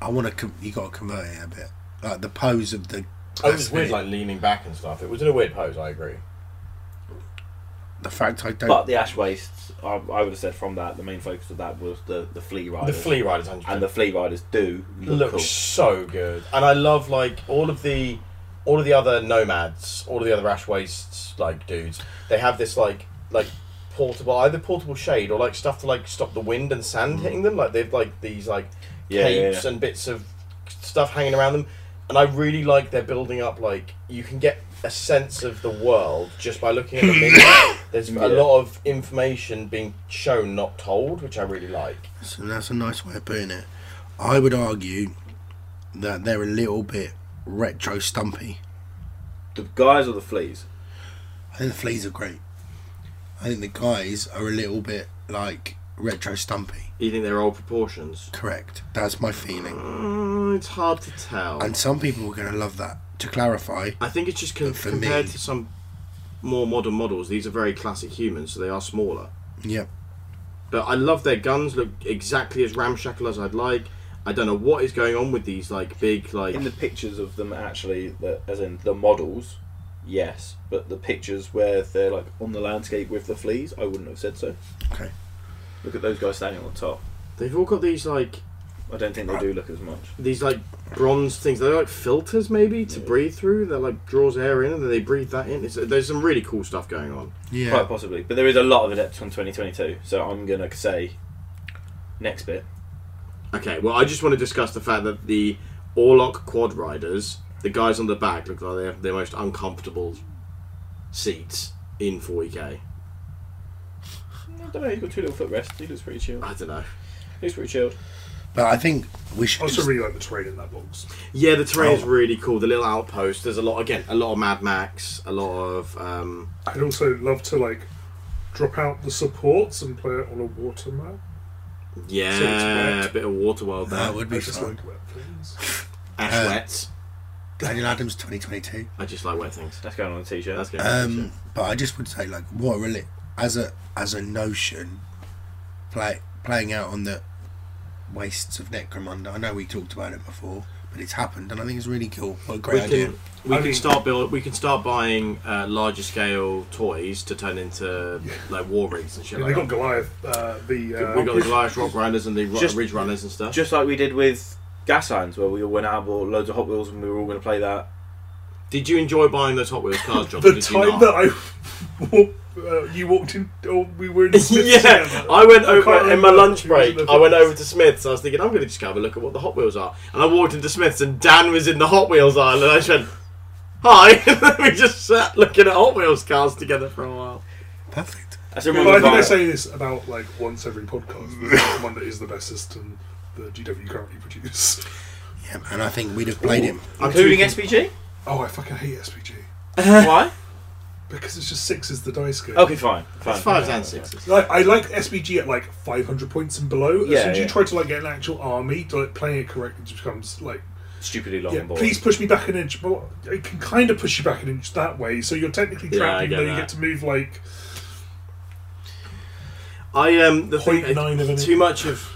C: I want to. Com- you got to convert it a bit. Like the pose of the.
D: Oh,
A: it was weird, like leaning back and stuff. It was in a weird pose. I agree.
C: the fact I don't.
D: But the ash wastes, I, I would have said from that, the main focus of that was the, the flea
G: The
D: riders.
G: flea riders, hundred
D: and the flea riders do
G: looks
D: look cool.
G: so good, and I love like all of the all of the other nomads, all of the other ash wastes like dudes. They have this like like portable either portable shade or like stuff to like stop the wind and sand hitting them. Like they've like these like
D: Yeah, yeah,
G: capes and bits of stuff hanging around them, and I really like they're building up like you can get a sense of the world just by looking at the menu. There's
D: Yeah.
G: a lot of information being shown, not told, which I really like.
C: So that's a nice way of putting it. I would argue that they're a little bit retro stumpy.
D: The guys or the fleas?
C: I think the fleas are great. I think the guys are a little bit like retro stumpy.
A: You think they're old proportions?
C: Correct. That's my feeling.
A: Mm, it's hard to tell.
C: And some people are going to love that. To clarify,
A: I think it's just con-
C: But for
A: compared
C: me-
A: to some more modern models, these are very classic humans, so they are smaller.
C: yeah,
A: But I love their guns. Look exactly as ramshackle as I'd like. I don't know what is going on with these like big like.
D: In the pictures of them, actually, the, as in the models, yes, but the pictures where they're like on the landscape with the fleas, I wouldn't have said so.
C: Okay.
D: Look at those guys standing on top.
A: they've all got these like
D: I don't think they do look as much.
A: these like bronze things. They're like filters maybe to
D: Yeah.
A: breathe through. That like draws air in and then they breathe that in. It's, there's some really cool stuff going on.
D: Quite
C: yeah,
D: possibly. But there is a lot of Adepticon 2022, so I'm going to say next bit.
A: Okay, well I just want to discuss the fact that the Orlok quad riders, the guys on the back, look like they have the most uncomfortable seats in E 40k.
D: I don't know, he's got two little footrests. He looks pretty chilled.
A: I don't know.
D: He looks pretty chilled.
C: but I think we
B: I
C: should.
B: also
C: Just,
B: really like the terrain in that box.
A: Yeah, the terrain's
C: Oh.
A: really cool. The little outpost. There's a lot again, a lot of Mad Max, a lot of um,
B: I'd also love to like drop out the supports and play it on a water map.
A: yeah,
B: wet.
A: a bit of Waterworld there.
C: that would
B: I
C: be
B: just
C: fun.
B: like wet things.
A: Ash
C: Uh,
A: wets.
C: Daniel Adams, twenty twenty two.
A: I just like wet things.
D: That's going on a t shirt.
A: That's good.
C: Um, but I just would say, like, what really as a as a notion, play playing out on the wastes of Necromunda. I know we talked about it before, but it's happened, and I think it's really cool. What a
A: we
C: great idea!
A: can we
B: I
A: can
B: mean-
A: start build. We can start buying uh, larger scale toys to turn into like war rigs and shit.
B: And
A: Like
B: they got
A: that.
B: Goliath, uh, the uh,
A: we got the Goliath Rock Riders and the Ro-
D: Just-
A: Ridge Runners and stuff.
D: Just like we did with Gas Irons, where we all went out and bought loads of Hot Wheels and we were all going to play that.
A: Did you enjoy buying those Hot Wheels cars, John? or
B: [laughs] the
A: did you
B: time
A: not? [laughs]
B: that I [laughs] walked, uh, you walked in, or we were
A: [laughs]
B: in the Smiths
A: yeah,
B: together.
A: I went
B: I can't
A: over in my
B: remember
A: lunch
B: who was
A: break.
B: in the
A: I went
B: first.
A: over to Smith's. I was thinking, I'm going to just go have a look at what the Hot Wheels are. And I walked into Smith's, and Dan was in the Hot Wheels aisle, and I just went, "Hi." [laughs] And we just sat looking at Hot Wheels cars together for a while.
C: Perfect.
D: That's a
B: Well, I
D: real
B: think I
D: vibe.
B: say this about like once every podcast. The one that is the best system the GW currently produce.
C: Yeah, and I think we'd have played him.
A: I'm
D: Including
A: too-
D: SPG?
B: Oh, I fucking hate SPG
D: Why?
B: because it's just sixes the dice game.
D: [laughs] Okay, fine. fine.
A: It's fives and sixes.
B: Like, I like SPG at like 500 points and below. As
D: Yeah,
B: soon as
D: yeah.
B: you try to like get an actual army, to, like playing it correctly just becomes like,
D: Stupidly long
B: yeah,
D: and boring.
B: please push me back an inch. Well, it can kind of push you back an inch that way, so you're technically
A: Yeah, I
B: trapped,
A: get
B: even though you
A: that.
B: get to move like
A: I um the thing
B: 0.9 of an
A: too much of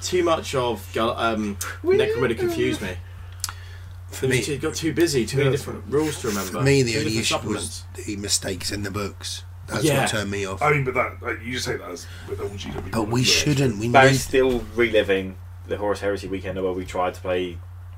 A: too much of Gal- um Necromunda confused me.
C: For
A: It
C: me,
A: was too- it got too busy, too many
B: Yeah.
A: different rules to remember.
C: for me, the
A: Too
C: only
A: different
C: issue was
A: supplements.
C: the mistakes in the books. That's
A: Yeah.
C: what turned me off.
B: I mean, but that like, you just take that as with all GW.
C: But we
B: Yeah.
C: shouldn't. We
D: Barry's
C: need.
D: still reliving the Horus Heresy weekend where we tried to play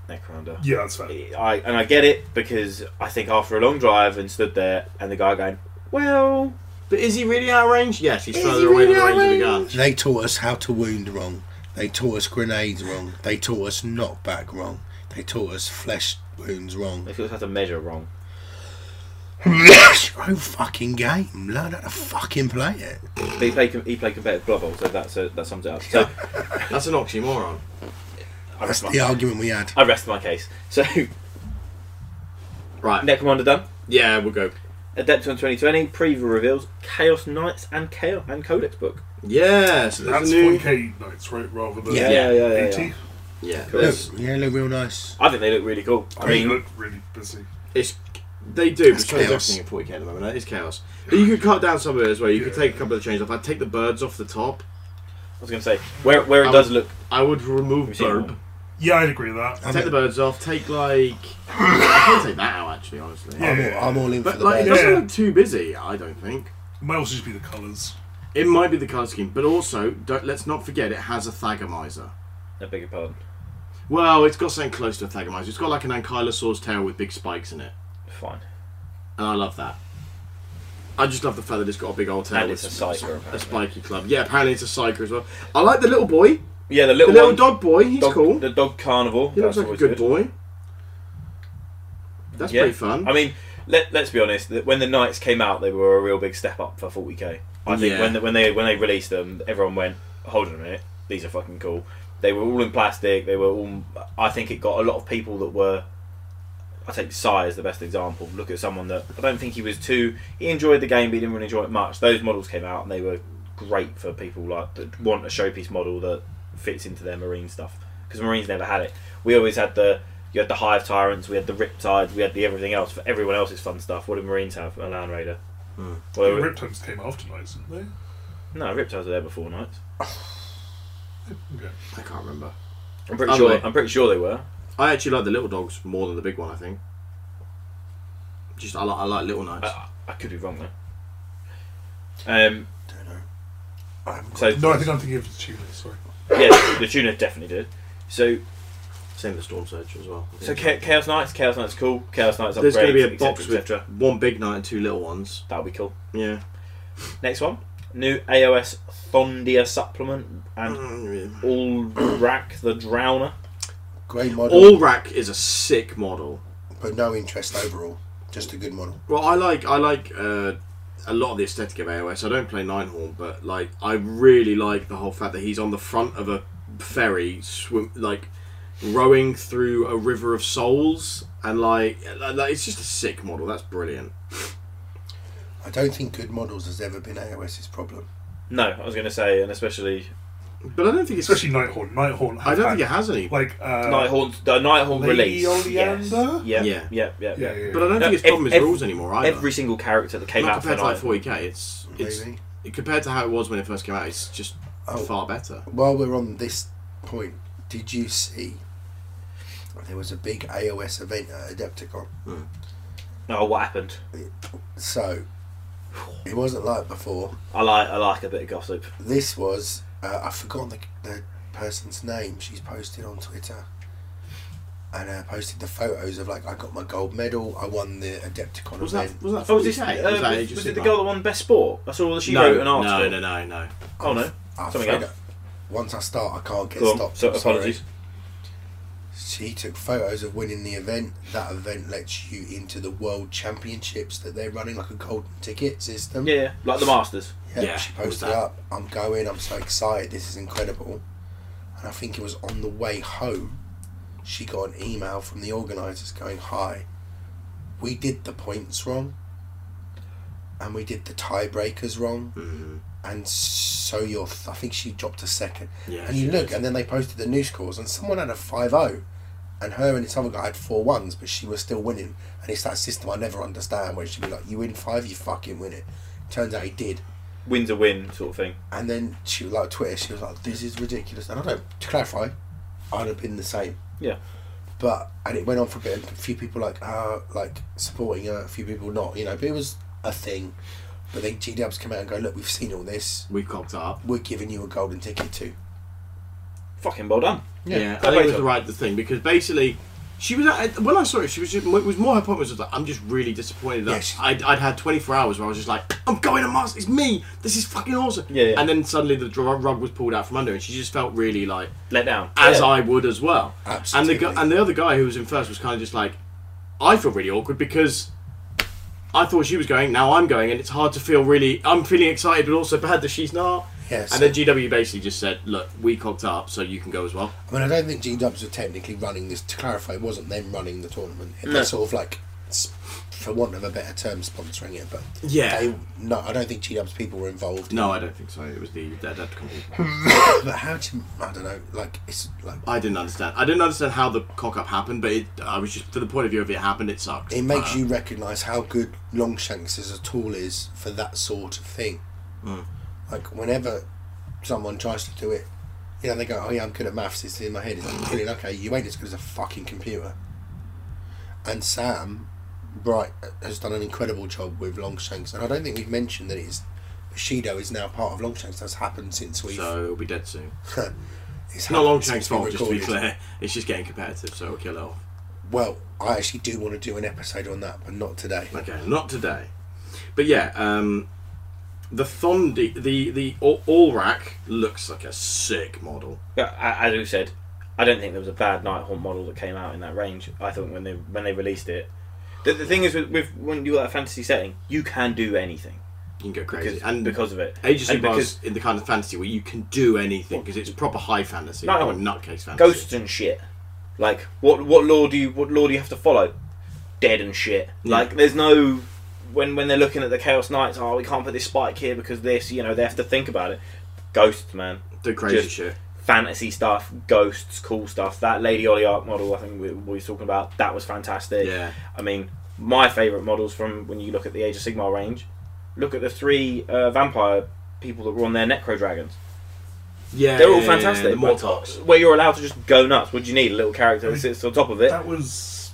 D: Necromunda.
B: Yeah, that's fair.
D: I and I get it because I think after a long drive and stood there and the guy going, well,
A: But is he really out of range? Yes, he's
D: Is
A: further
D: he
A: away than
D: really
A: the
D: out
A: range
D: of
A: of the gun.
C: They taught us how to wound wrong. They taught us grenades wrong. They taught us knockback wrong. They taught us flesh wounds wrong.
A: [coughs]
D: they feel how to measure wrong.
C: It's your own fucking game. Learn how to fucking play it.
D: But he played com- he played competitive Blood Bowl, so that's a, that sums it up. So
A: That's an oxymoron.
D: [laughs] I
C: That's
D: rest,
C: the
D: my,
C: argument we had.
D: I rest my case. So [laughs]
A: Right.
D: Necromunda done.
A: Yeah, we'll go.
D: Adepticon 2020 preview reveals Chaos Knights and Chaos and Codex book.
A: Yeah, so there's
B: That's
A: a new.
B: 4K nights, right? Rather than
C: Yeah.
D: yeah, yeah, yeah,
B: 80.
D: yeah.
A: Yeah,
D: Cool.
C: Look,
A: there's-
C: yeah, look real nice.
D: I think they look really cool.
B: I
D: I
B: mean,
D: mean,
B: look really busy.
A: it's they do. But
C: It's
A: so is
C: chaos.
A: everything in 40k at the moment. It is chaos. But you could cut down some of it as well. You could
B: Yeah.
A: take a couple of the chains off. I'd take the birds off the top.
D: I was going to say where where it
A: Um,
D: does look
A: I would remove
D: We've seen
A: burb.
D: one.
B: Yeah, I'd agree with that.
C: I'm,
A: Take the birds off. Take like I can take that out actually. Honestly,
B: Yeah.
C: I'm all, I'm all in for
A: but
C: the
A: like it
C: birds.
A: doesn't
B: Yeah.
A: look too busy. I don't think.
B: might also just be the colours.
A: It might be the colour scheme, but also don't, let's not forget it has a thagomizer.
D: I beg your pardon.
A: Well, it's got something close to a thagomizer. It's got like an ankylosaur's tail with big spikes in it,
D: Fine.
A: and I love that. I just love the fact that it's got a big old tail.
D: And it's
A: with
D: a psyker,
A: a
D: apparently.
A: spiky club. Yeah, apparently it's a psyker as well. I like the little boy,
D: Yeah,
A: the
D: the little,
A: little
D: one,
A: dog boy. He's
D: dog-
A: cool.
D: The dog carnival.
A: He looks
D: that's
A: like a good,
D: always
A: boy. That's
D: Yeah.
A: pretty fun.
D: I mean, let, let's be honest. that When the Knights came out, they were a real big step up for 40k. I think
A: Yeah.
D: when, the, when they when they released them, everyone went, "Hold on a minute, these are fucking cool." They were all in plastic. They were all. I think it got a lot of people that were. I take Sai as the best example. Look at someone that I don't think he was too. He enjoyed the game, but he didn't really enjoy it much. Those models came out, and they were great for people like that want a showpiece model that fits into their marine stuff because marines never had it. We always had the you had the hive tyrants, we had the riptides, we had the everything else for everyone else's fun stuff. What did marines have? A land raider.
A: Hmm.
D: Well,
B: the Riptides came after Knights, didn't they?
D: no, riptides were there before knights.
B: Okay.
A: I can't remember.
D: I'm pretty
A: Are
D: sure.
A: they?
D: I'm pretty sure they were.
A: I actually like the little dogs more than the big one. I think. Just I like I like little knights.
D: I, I could be wrong though. Um,
C: Don't know. I haven't got
D: so
B: No, I think I'm thinking of the Tudors, sorry.
D: yeah, the tuna definitely did. So
A: Same with storm surge as well.
D: so Cha- chaos knights, chaos knights cool, chaos knights upgrades.
A: There's going to be a
D: et cetera,
A: box
D: et
A: with
D: cetera.
A: one big knight and two little ones.
D: That'll be cool.
A: Yeah.
D: Next one, new AOS Thondia supplement and
A: Mm.
D: All rack the Drowner.
C: great model,
A: All rack is a sick model.
C: but no interest overall. Just a good model.
A: Well, I like I like uh, a lot of the aesthetic of AOS. I don't play Ninehorn, but like I really like the whole fact that he's on the front of a ferry, swim like rowing through a river of souls, and like, like it's just a sick model. That's brilliant.
C: I don't think good models has ever been AOS's problem.
D: No, I was going to say, and especially
A: But I don't think it's.
B: Especially Nighthorn. Nighthorn.
A: I don't think it has any.
B: Like, uh,
D: Nighthorn. The Nighthorn
B: Lady
D: release. Yes.
B: Oleander?
A: Yeah.
D: Yeah, yeah, yeah, yeah.
B: Yeah, yeah, yeah.
A: But I don't
D: No,
A: think its
D: ev-
A: problem is
D: ev-
A: rules anymore either.
D: Every single character that came
A: Not
D: out for
A: compared to like
D: Night.
A: 40k, it's it's
C: Maybe.
A: compared to how it was when it first came out. It's just
C: Oh.
A: far better.
C: While we're on this point, did you see there was a big AOS event at Adepticon?
D: Oh, what happened?
C: So it wasn't like before.
D: I like, I like a bit of gossip.
C: This was uh, I forgot the, the person's name. She's posted on Twitter and uh, posted the photos of like I got my gold medal. I won the Adepticon
A: Was
C: event.
A: that was that
D: Oh,
A: 40k?
D: was, this, uh,
A: was that
D: was,
A: Age of
D: was it the
A: Sigmar?
D: girl that won Best Sport? I saw that she
A: no,
D: wrote an article.
A: no, no, no, no.
D: Oh no.
C: I
D: Something else.
C: forgot- Once I start, I can't get
D: Go on,
C: stopped.
D: So
C: I'm sorry.
D: apologies.
C: She took photos of winning the event. That event lets you into the world championships that they're running like a golden ticket system.
D: Yeah, yeah, like the Masters.
C: Yeah,
A: Yeah,
C: she
A: it was
C: posted
A: that.
C: up. I'm going. I'm so excited. This is incredible. And I think it was on the way home. She got an email from the organisers going, "Hi, we did the points wrong, and we did the tiebreakers wrong,
A: Mhm.
C: and so you're." Th- I think she dropped a second.
A: Yeah,
C: and you
A: she
C: look,
A: did.
C: and then they posted the new scores, and someone had a 5-0, and her and this other guy had four ones, but she was still winning. And it's that system I never understand where she'd be like, "You win five, you fucking win it." Turns out he did.
D: Wins a win, sort of thing.
C: And then she was like Twitter, she was like, This is ridiculous and I don't to clarify, I'd have been the same.
D: Yeah.
C: But and it went on for a bit and a few people like uh like supporting her, a few people not, you know, but it was a thing. But then G Dubs come out and go, Look, we've seen all this,
A: We cocked up.
C: we're giving you a golden ticket too.
D: Fucking well done.
A: Yeah, I think it
D: Fair play
A: was
D: to
A: the
D: her.
A: right thing because basically, she was at, when I saw it, she was just, it was more her point was just like, I'm just really disappointed.
C: Yeah,
A: That
C: she-
A: I'd, I'd had 24 hours where I was just like, I'm going to Mars. It's me. This is fucking awesome.
D: Yeah, yeah.
A: And then suddenly the dr- rug was pulled out from under, her and she just felt really like
D: Let down.
A: as
D: Yeah.
A: I would as well.
C: Absolutely.
A: And the gu- and the other guy who was in first was kind of just like, I feel really awkward because I thought she was going, now I'm going, and it's hard to feel really. I'm feeling excited, but also bad that she's not.
C: Yes.
A: And then GW basically just said, look, we cocked up, so you can go as well.
C: I mean I don't think G Dubs were technically running this to clarify, it wasn't them running the tournament. It
D: No.
C: was sort of like s- for want of a better term, sponsoring it, but
A: Yeah.
C: they, no, I don't think G Dubs people were involved.
A: No, I don't think so. It was the that, that company.
C: But how do you, I don't know, like, it's like,
A: I didn't understand. I didn't understand how the cock up happened, but it, I was just for the point of view of it happened. It sucked.
C: it makes
A: Uh,
C: you recognise how good Longshanks as a tool is for that sort of thing.
E: Mm.
C: Like, whenever someone tries to do it, you know, they go, oh yeah, I'm good at maths, it's in my head, it's brilliant, okay, you ain't as good as a fucking computer. And Sam, right, has done an incredible job with Longshanks, and I don't think we've mentioned that it's Bushido is now part of Longshanks. That's happened since we've.
E: So it'll be dead soon.
C: [laughs] it's
E: It's not
C: happened
E: Longshank's
C: since we
E: fault, just to be
C: recorded.
E: clear. It's just getting competitive, so it'll kill it off.
C: Well, I actually do want to do an episode on that, but not today.
E: Okay, not today. But yeah, um, the Thondi, the the Al- Allrack looks like a sick model.
D: Yeah, a- as we said, I don't think there was a bad Night Haunt model that came out in that range. I thought when they when they released it, the, the thing is with, with when you got that fantasy setting, you can do anything
E: You can go crazy,
D: because
E: and
D: because of it.
E: Agency
D: and
E: was in the kind of fantasy where you can do anything because it's proper high fantasy,
D: No,
E: not
D: no.
E: or nutcase fantasy.
D: ghosts and shit. Like what what law do you what law do you have to follow? Dead and shit.
E: Yeah.
D: Like there's no when when they're looking at the Chaos Knights, oh we can't put this spike here because this, you know, they have to think about it. Ghosts, man.
E: do crazy
D: just-
E: shit.
D: Fantasy stuff, ghosts, cool stuff. That Lady Oliarch model I think we, we were talking about, that was fantastic.
E: Yeah,
D: I mean, my favourite models from when you look at the Age of Sigmar range, look at the three uh, vampire people that were on their Necro Dragons.
E: yeah,
D: They're all
E: yeah, yeah, yeah,
D: fantastic.
E: The Mortox.
D: Where you're allowed to just go nuts. What do you need? A little character that sits on top of it.
B: That was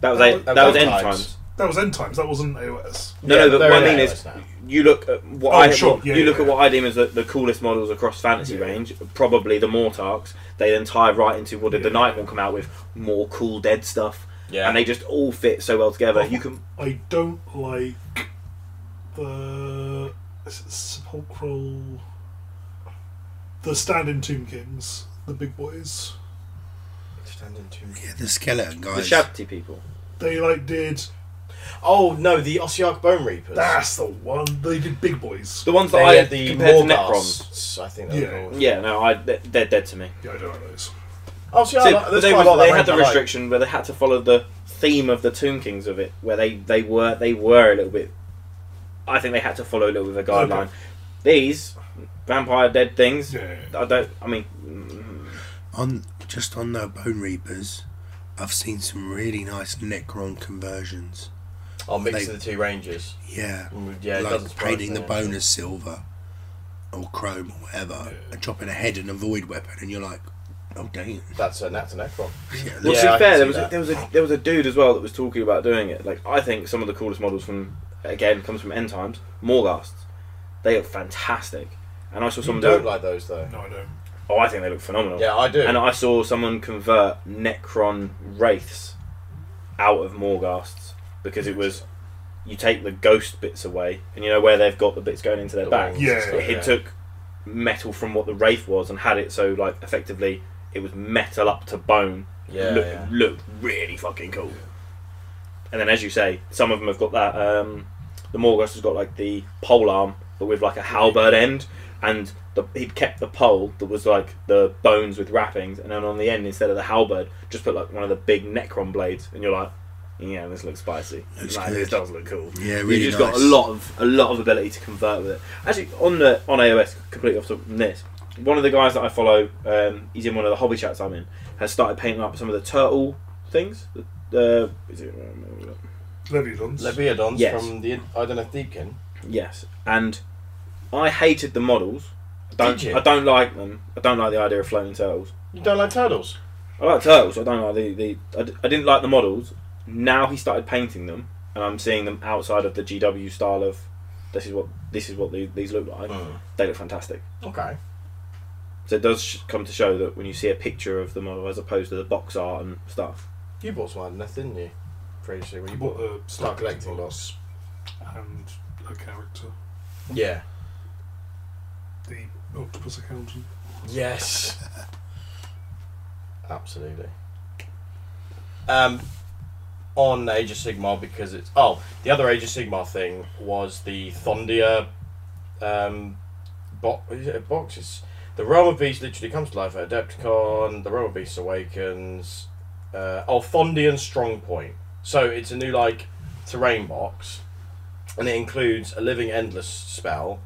D: That was
B: that
D: eight,
B: was-
D: that,
A: that
D: was
A: was
D: end
A: times.
D: times.
B: that was end times. That wasn't AOS.
D: No,
A: Yeah,
D: no, but
A: they're
D: what I
A: in
D: mean
A: AOS
D: is,
A: now.
D: you look at what
B: Oh,
D: I
B: sure.
D: what-
B: Yeah,
D: you
B: yeah,
D: look at
B: yeah.
D: what I deem as the, the coolest models across fantasy
B: Yeah.
D: range. Probably the Mortarks. They then tie right into what did the
B: Yeah.
D: Nighthawk come out with? More cool dead stuff.
A: Yeah.
D: And they just all fit so well together.
B: Oh.
D: You can
B: I don't like the is it sepulchral, the stand-in tomb kings, the big boys.
A: Standing two.
C: Yeah, the skeleton
D: the
C: guys.
D: Shabty people.
B: They like did
A: Oh no, the Ossiarch Bone Reapers.
B: that's the one. They did big boys.
D: The ones that
A: They
D: I
A: had the
D: compared to Necrons.
A: Morgas, I think they were
B: Yeah.
A: called.
D: Yeah, no, I they- they're dead to me.
B: Yeah, I don't like those.
A: Oh, so yeah,
D: So,
A: I like-
D: but
A: there's
D: they,
A: quite a
D: was-
A: lot that
D: they
A: range
D: had the
A: I like.
D: restriction where they had to follow the theme of the Tomb Kings of it, where they, they were they were a little bit. I think they had to follow a little bit of a
B: Okay.
D: guideline. These vampire dead things.
B: Yeah.
D: I don't. I mean,
A: Mm-hmm.
D: mm,
C: On just on the Bone Reapers, I've seen some really nice Necron conversions.
A: I'll mix
C: They-
A: the two ranges.
C: Yeah,
A: Mm, Yeah, it doesn't
C: like
A: surprise
C: painting
A: me,
C: the
A: actually.
C: bone as silver or chrome or whatever, and chopping a head and a void weapon, and you're like, oh damn.
A: That's a that's a Necron.
C: [laughs] Yeah,
D: well,
A: Yeah,
D: to
A: I can
D: be fair,
A: see
D: there was a,
A: that.
D: there was a there was a dude as well that was talking about doing it. Like I think some of the coolest models from again comes from End Times, Morghasts. They look fantastic, and I saw
A: Some
D: someone
A: don't
D: do-
A: like those though.
B: No, I don't.
D: Oh, I think they look phenomenal.
A: Yeah, I do.
D: And I saw someone convert Necron wraiths out of Morghasts because it was you take the ghost bits away, and you know where they've got the bits going into their
A: The
D: back.
A: wings
B: Yeah.
A: and stuff,
D: It, it took metal from what the wraith was and had it so like effectively it was metal up to bone.
A: Yeah,
D: look,
A: yeah.
D: looked really fucking cool. And then, as you say, some of them have got that. Um, the Morgos has got like the pole arm, but with like a halberd end, and the, he'd kept the pole that was like the bones with wrappings, and then on the end instead of the halberd, just put like one of the big Necron blades, and you're like, yeah, this looks spicy.
C: Looks
D: like,
C: good.
D: this does look cool.
C: Yeah,
D: You've
C: really
D: just got a
C: nice.
D: lot of a lot of ability to convert with it. Actually, on the on AOS, completely off topic from this, one of the guys that I follow, um, he's in one of the hobby chats I'm in, has started painting up some of the turtle things. The, uh, is it,
B: Leviadons.
A: Leviadons
D: Yes.
A: from the Idoneth Deepkin.
D: yes, and I hated the models. I don't
A: Did you?
D: I don't like them. I don't like the idea of floating turtles.
A: You don't like turtles?
D: I like turtles. I don't like the, the I, d- I didn't like the models. Now he started painting them, and I'm seeing them outside of the GW style of this is what this is what the, these look like.
A: Mm.
D: They look fantastic.
A: Okay.
D: So it does sh- come to show that when you see a picture of the model as opposed to the box art and stuff.
A: You bought one, Idoneth, didn't you? Previously, when you
B: You
A: bought
B: bought the
A: start
B: Stark
A: collecting
B: Collecting
A: lots.
B: uh, and a character,
A: Yeah.
B: the octopus accountant.
A: Yes. Absolutely. Um, on Age of Sigmar because it's oh the other Age of Sigmar thing was the Thondia, um, bo- is it a box? It's the Realm of Beasts literally comes to life at Adepticon. The Realm of Beasts awakens. Uh, oh, Thondian Strongpoint. So it's a new like terrain box, and it includes a Living Endless spell.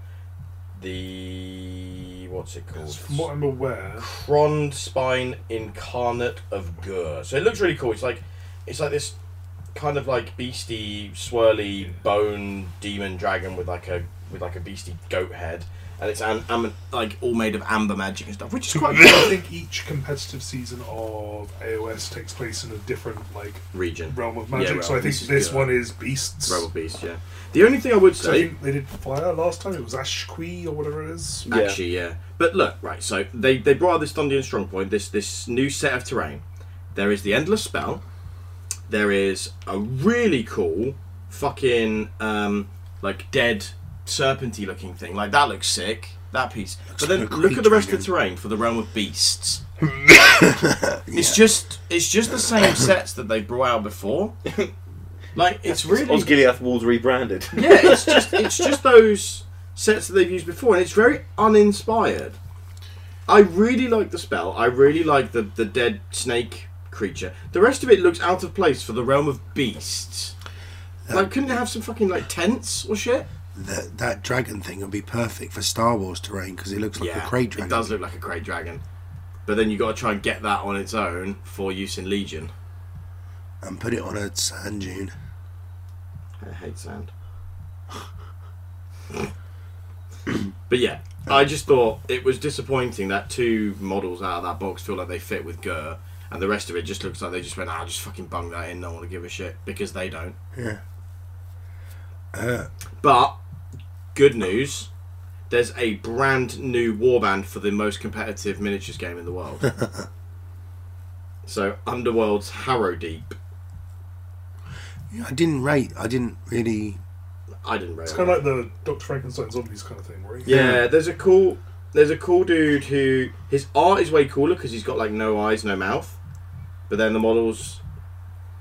A: The what's it called?
B: 'Cause From what I'm aware,
A: Crond Spine Incarnate of Gur. So it looks really cool. It's like it's like this kind of like beastie, swirly bone demon dragon with like a with like a beastie goat head,
H: and it's am- am- like all made of amber magic and stuff, which is
B: I
H: quite cool.
B: think each competitive season of AOS takes place in a different like
A: region.
B: realm of
A: Yeah,
B: magic. so
A: realm.
B: I think
A: This is
B: this,
A: good.
B: one is beasts.
A: Rebel Beast, yeah. The only thing I would
B: So I
A: say,
B: think they did fire last time. It was Ashqui or whatever it is.
D: Yeah.
A: actually, yeah. But look, right. So they they brought out this Dungeon Strong Point, this this new set of terrain. There is the endless spell. There is a really cool fucking um like dead serpenty looking thing. Like that looks sick. That piece. but then
C: like a
A: look at the rest of the
C: creature,
A: terrain for the realm of beasts.
C: [laughs]
A: It's just it's just the same sets that they brought out
C: [laughs]
A: before. Like it's really
D: Osgiliath
A: [laughs]
D: Walls rebranded.
A: yeah, it's just it's just those sets that they've used before, and it's very uninspired. I really like the spell. I really like the the dead snake creature. The rest of it looks out of place for the realm of beasts.
C: Uh,
A: Like, couldn't they have some fucking like tents or shit?
C: That, that dragon thing would be perfect for Star Wars terrain because it looks like a crate dragon.
A: it does look like a great dragon. But then you got to try and get that on its own for use in Legion.
C: And put it on a sand dune.
A: I hate sand. [coughs] but yeah, I just thought it was disappointing that two models out of that box feel like they fit with Gur, and the rest of it just looks like they just went, ah, just fucking bung that in, no one will give a shit, because they don't.
C: Yeah. Uh,
A: But, good news, there's a brand new warband for the most competitive miniatures game in the world. so, Underworld's Harrow Deep.
C: yeah, I didn't rate. I didn't really.
A: I didn't realize.
B: It's kind of like the Doctor Frankenstein zombies kind of thing, right?
C: Hmm.
A: Yeah, there's a cool there's a cool dude who his art is way cooler because he's got like no eyes, no mouth. But then the models,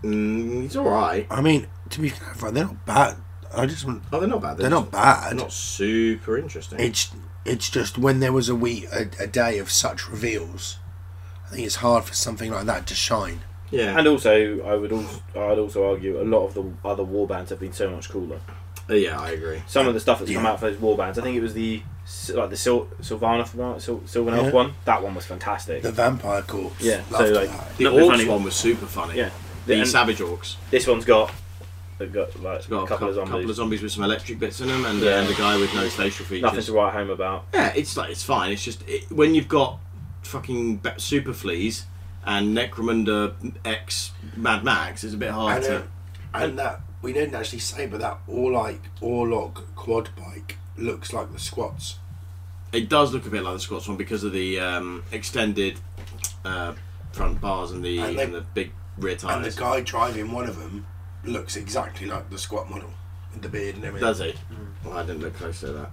A: mm, he's all right.
C: I mean, to be fair, they're not bad. I just want.
A: Oh, they're not bad.
C: They're
A: just-
C: not bad.
A: They're not super interesting.
C: It's it's just when there was a week a, a day of such reveals, I think it's hard for something like that to shine.
A: yeah,
D: And also, I would also, I'd also argue a lot of the other warbands have been so much cooler.
A: Uh, yeah, I agree.
D: Some of the stuff that's come
C: Yeah.
D: out for those warbands, I think it was the Sy- like the Sil- Sylvaneth one, Sil- Sylvaneth
C: Yeah.
D: one. That one was fantastic.
C: The vampire corpse.
D: Yeah, so,
C: loved
D: like-
C: that.
A: The
D: Not
A: orcs
D: funny.
A: one was super funny.
D: yeah,
A: the
D: And
A: savage orcs.
D: this one's got they've got like
A: It's got
D: a couple of zombies.
A: couple of zombies with some electric bits in them, and
D: Yeah.
A: uh, the guy with no facial features.
D: Nothing to write home about.
A: Yeah, it's like it's fine. It's just it, when you've got fucking be- super fleas and Necromunda X Mad Max, it's a bit hard
C: And,
A: to.
C: uh, and that we didn't actually say, but that Orlike Orlog quad bike looks like the squats.
A: It does look a bit like the Scots one because of the um, extended uh, front bars and the
C: And
A: and,
C: they-
A: the big rear
C: And the
A: tires.
C: guy driving one of them looks exactly like the squat model, with the beard and everything.
A: Does he? Well, I didn't look close to that.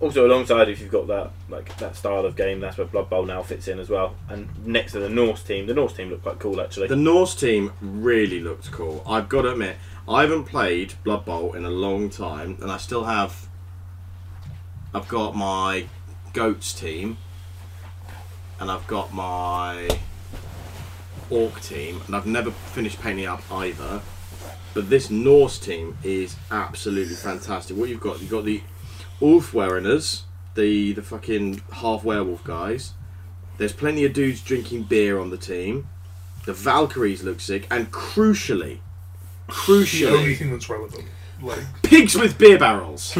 D: Also, alongside if you've got that like that style of game, that's where Blood Bowl now fits in as well. And next to the Norse team, the Norse team looked quite cool actually.
A: The Norse team really looked cool. I've got to admit, I haven't played Blood Bowl in a long time, and I still have. I've got my goats team, and I've got my orc team, and I've never finished painting up either. But this Norse team is absolutely fantastic. What you've got, you've got the Ulf Wererners, the the fucking half werewolf guys. There's plenty of dudes drinking beer on the team. The Valkyries look sick, and crucially,
B: The only
A: crucially,
B: thing that's relevant. Like
A: pigs with beer barrels.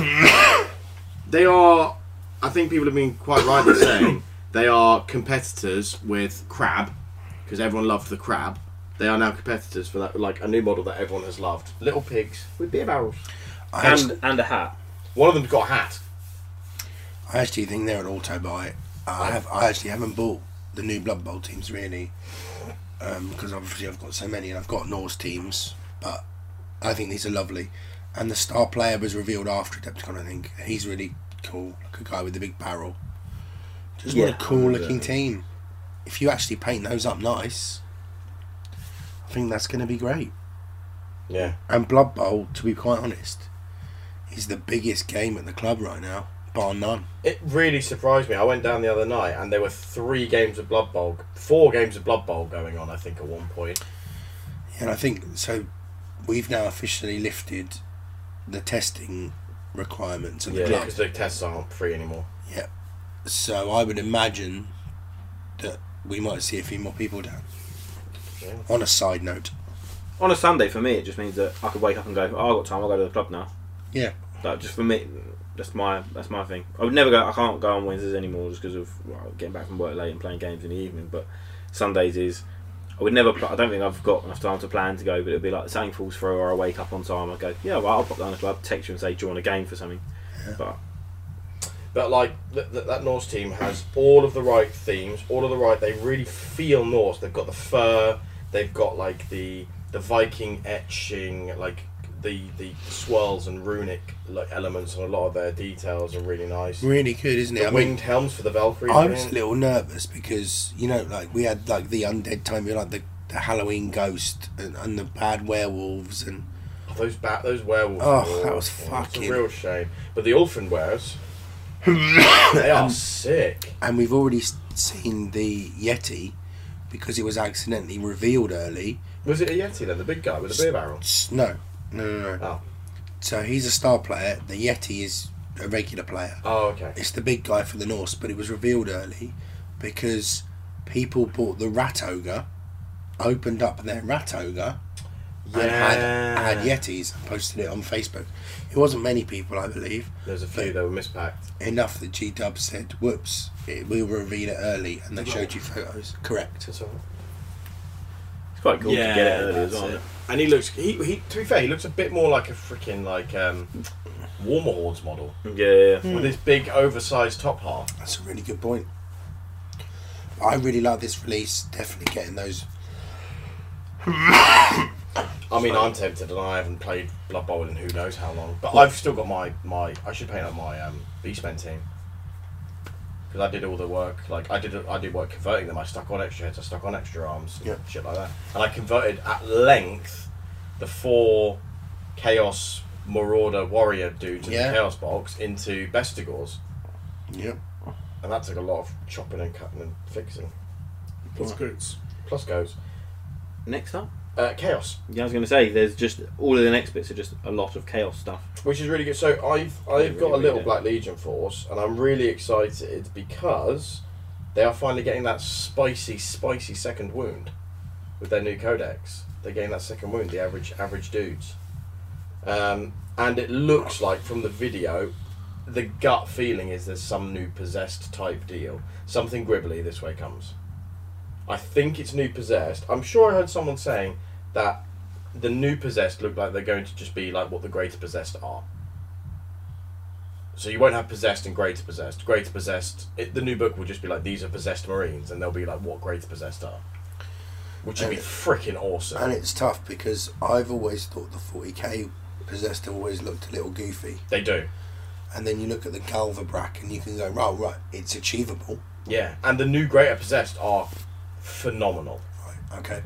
A: [laughs] they are, I think people have been quite right in saying they are competitors with crab, because everyone loved the crab. They are now competitors for that, like a new model that everyone has loved. Little pigs with beer barrels.
C: I, actually,
D: and and a hat.
H: One of them's got a hat.
C: I actually think they're an auto buy. I have. I actually haven't bought the new Blood Bowl teams really, because obviously I've got so many and I've got Norse teams, but I think these are lovely. And the star player was revealed after Adepticon. I think he's really cool, like a guy with the big barrel. Just
D: Yeah.
C: what a cool looking team. If you actually paint those up nice, I think that's going to be great.
H: Yeah.
C: And Blood Bowl, to be quite honest, is the biggest game at the club right now, bar none.
H: It really surprised me. I went down the other night and there were three games of Blood Bowl, four games of Blood Bowl going on, I think, at one point.
C: And I think so. We've now officially lifted the testing requirements of the
H: Yeah,
C: club.
H: because the tests aren't free anymore.
C: So I would imagine that we might see a few more people down.
H: Yeah.
C: On a side note,
D: On a Sunday for me, it just means that I could wake up and go, oh, "I've got time. I'll go to the club now."
C: Yeah.
D: Like just for me, That's my that's my thing. I would never go. I can't go on Wednesdays anymore just because of well, getting back from work late and playing games in the evening. But Sundays is. I would never. Pl- I don't think I've got enough time to plan to go. But it'd be like something falls through, or I wake up on time. I go, yeah, well, I'll pop down the club, text you and say, join a game for something. But
A: But like th- th- that Norse team has all of the right themes, all of the right. They really feel Norse. They've got the fur. They've got like the the Viking etching, like the the swirls and runic like elements, and a lot of their details are really nice.
C: Really good, isn't
A: The
C: it? I mean,
A: winged helms for the Valkyries.
C: I was a
A: yeah.
C: little nervous because you know, like we had like the undead time, we had, like the, the Halloween ghost and, and the bad werewolves, and
A: Those bat, those werewolves.
C: Oh,
A: were-
C: that was
A: yeah, it's
C: fucking-
A: a real shame. But the Ulfin
C: [coughs]
A: werewolves, they are sick.
C: and we've already s- seen the yeti because it was accidentally revealed early.
A: Was it a yeti then? The big guy with the beer barrel.
C: S- No, no, no, no.
A: Oh.
C: So he's a star player. The yeti is a regular player.
A: Oh, okay.
C: It's the big guy for the Norse, but it was revealed early because people bought the rat ogre, opened up their rat ogre, and had,
A: Ah.
C: had yetis and posted it on Facebook. It wasn't many people, I believe.
A: There's a few that were mispacked.
C: Enough that G Dub said, "Whoops, it, we'll reveal it early," and they showed you photos. Correct.
A: That's all right.
D: it's quite cool to get it early as
E: that's
D: well.
E: it. And he looks. He, he
A: To be fair, he looks a bit more like a freaking like um, warmer hordes model
D: Yeah, yeah.
A: with this big oversized top half.
C: That's a really good point. I really like this release. Definitely getting those.
A: I mean, I'm tempted, and I haven't played Blood Bowl in who knows how long. But I've still got my my. I should paint up my um, Beastmen team because I did all the work. Like I did, I did work converting them. I stuck on extra heads. I stuck on extra arms.
C: Yeah.
A: shit like that. And I converted at length the four Chaos Marauder Warrior dudes in
C: Yeah.
A: the Chaos box into Bestigors,
C: Yep.
A: and that took a lot of chopping and cutting and fixing.
B: Plus goats.
A: Plus goes
D: Next up.
A: uh, Chaos.
D: Yeah, I was going to say, there's just all of the next bits are just a lot of chaos stuff.
A: which is really good. So I've I've
D: Yeah,
A: got a
D: really
A: little
D: good.
A: Black Legion force, and I'm really excited because they are finally getting that spicy, spicy second wound with their new codex. They're getting that second wound, the average average dudes, um, and it looks like from the video, the gut feeling is there's some new possessed type deal, something gribbly this way comes. I think it's new possessed. I'm sure I heard someone saying that the new possessed look like they're going to just be like what the greater possessed are. So you won't have possessed and greater possessed. Greater possessed, it, the new book will just be like these are possessed marines, and they'll be like what greater possessed are, which would be
C: And-
A: freaking awesome.
C: And it's tough because I've always thought the 40k possessed have always looked a little goofy.
A: they do,
C: And then you look at the Galvabrack and you can go, right, right, it's achievable.
A: yeah. And the new greater possessed are phenomenal.
C: Right, okay.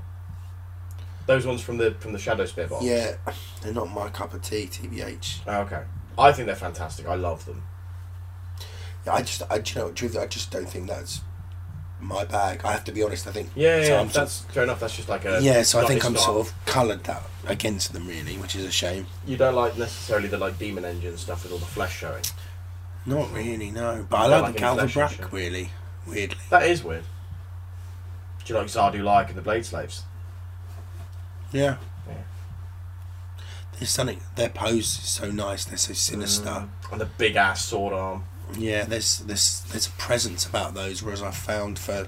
A: Those ones from the from the Shadow Spear box.
C: Yeah, they're not my cup of tea, TBH.
A: Oh, Okay. I think they're fantastic. I love them.
C: Yeah, I just, I, do you know, what, truth, I just don't think that's my bag. I have to be honest, I think.
A: Yeah, yeah.
C: so I'm
A: that's fair enough. That's just like a
C: sort- yeah, so I
A: not-
C: think
A: it's
C: I'm
A: not-
C: sort of coloured that against them, really, which is a shame.
A: You don't like necessarily the like demon engine stuff with all the flesh showing.
C: Not really, no. But I
A: Not
C: like, the
A: like in flesh,
C: Galvabrack,
A: actually.
C: really, weirdly.
A: That is weird. Do you like Zardu like and the Blade Slaves?
C: Yeah.
A: Yeah.
C: There's something, their pose is so nice, they're so sinister.
A: And the big ass sword arm.
C: Yeah, there's there's there's a presence about those, whereas I found for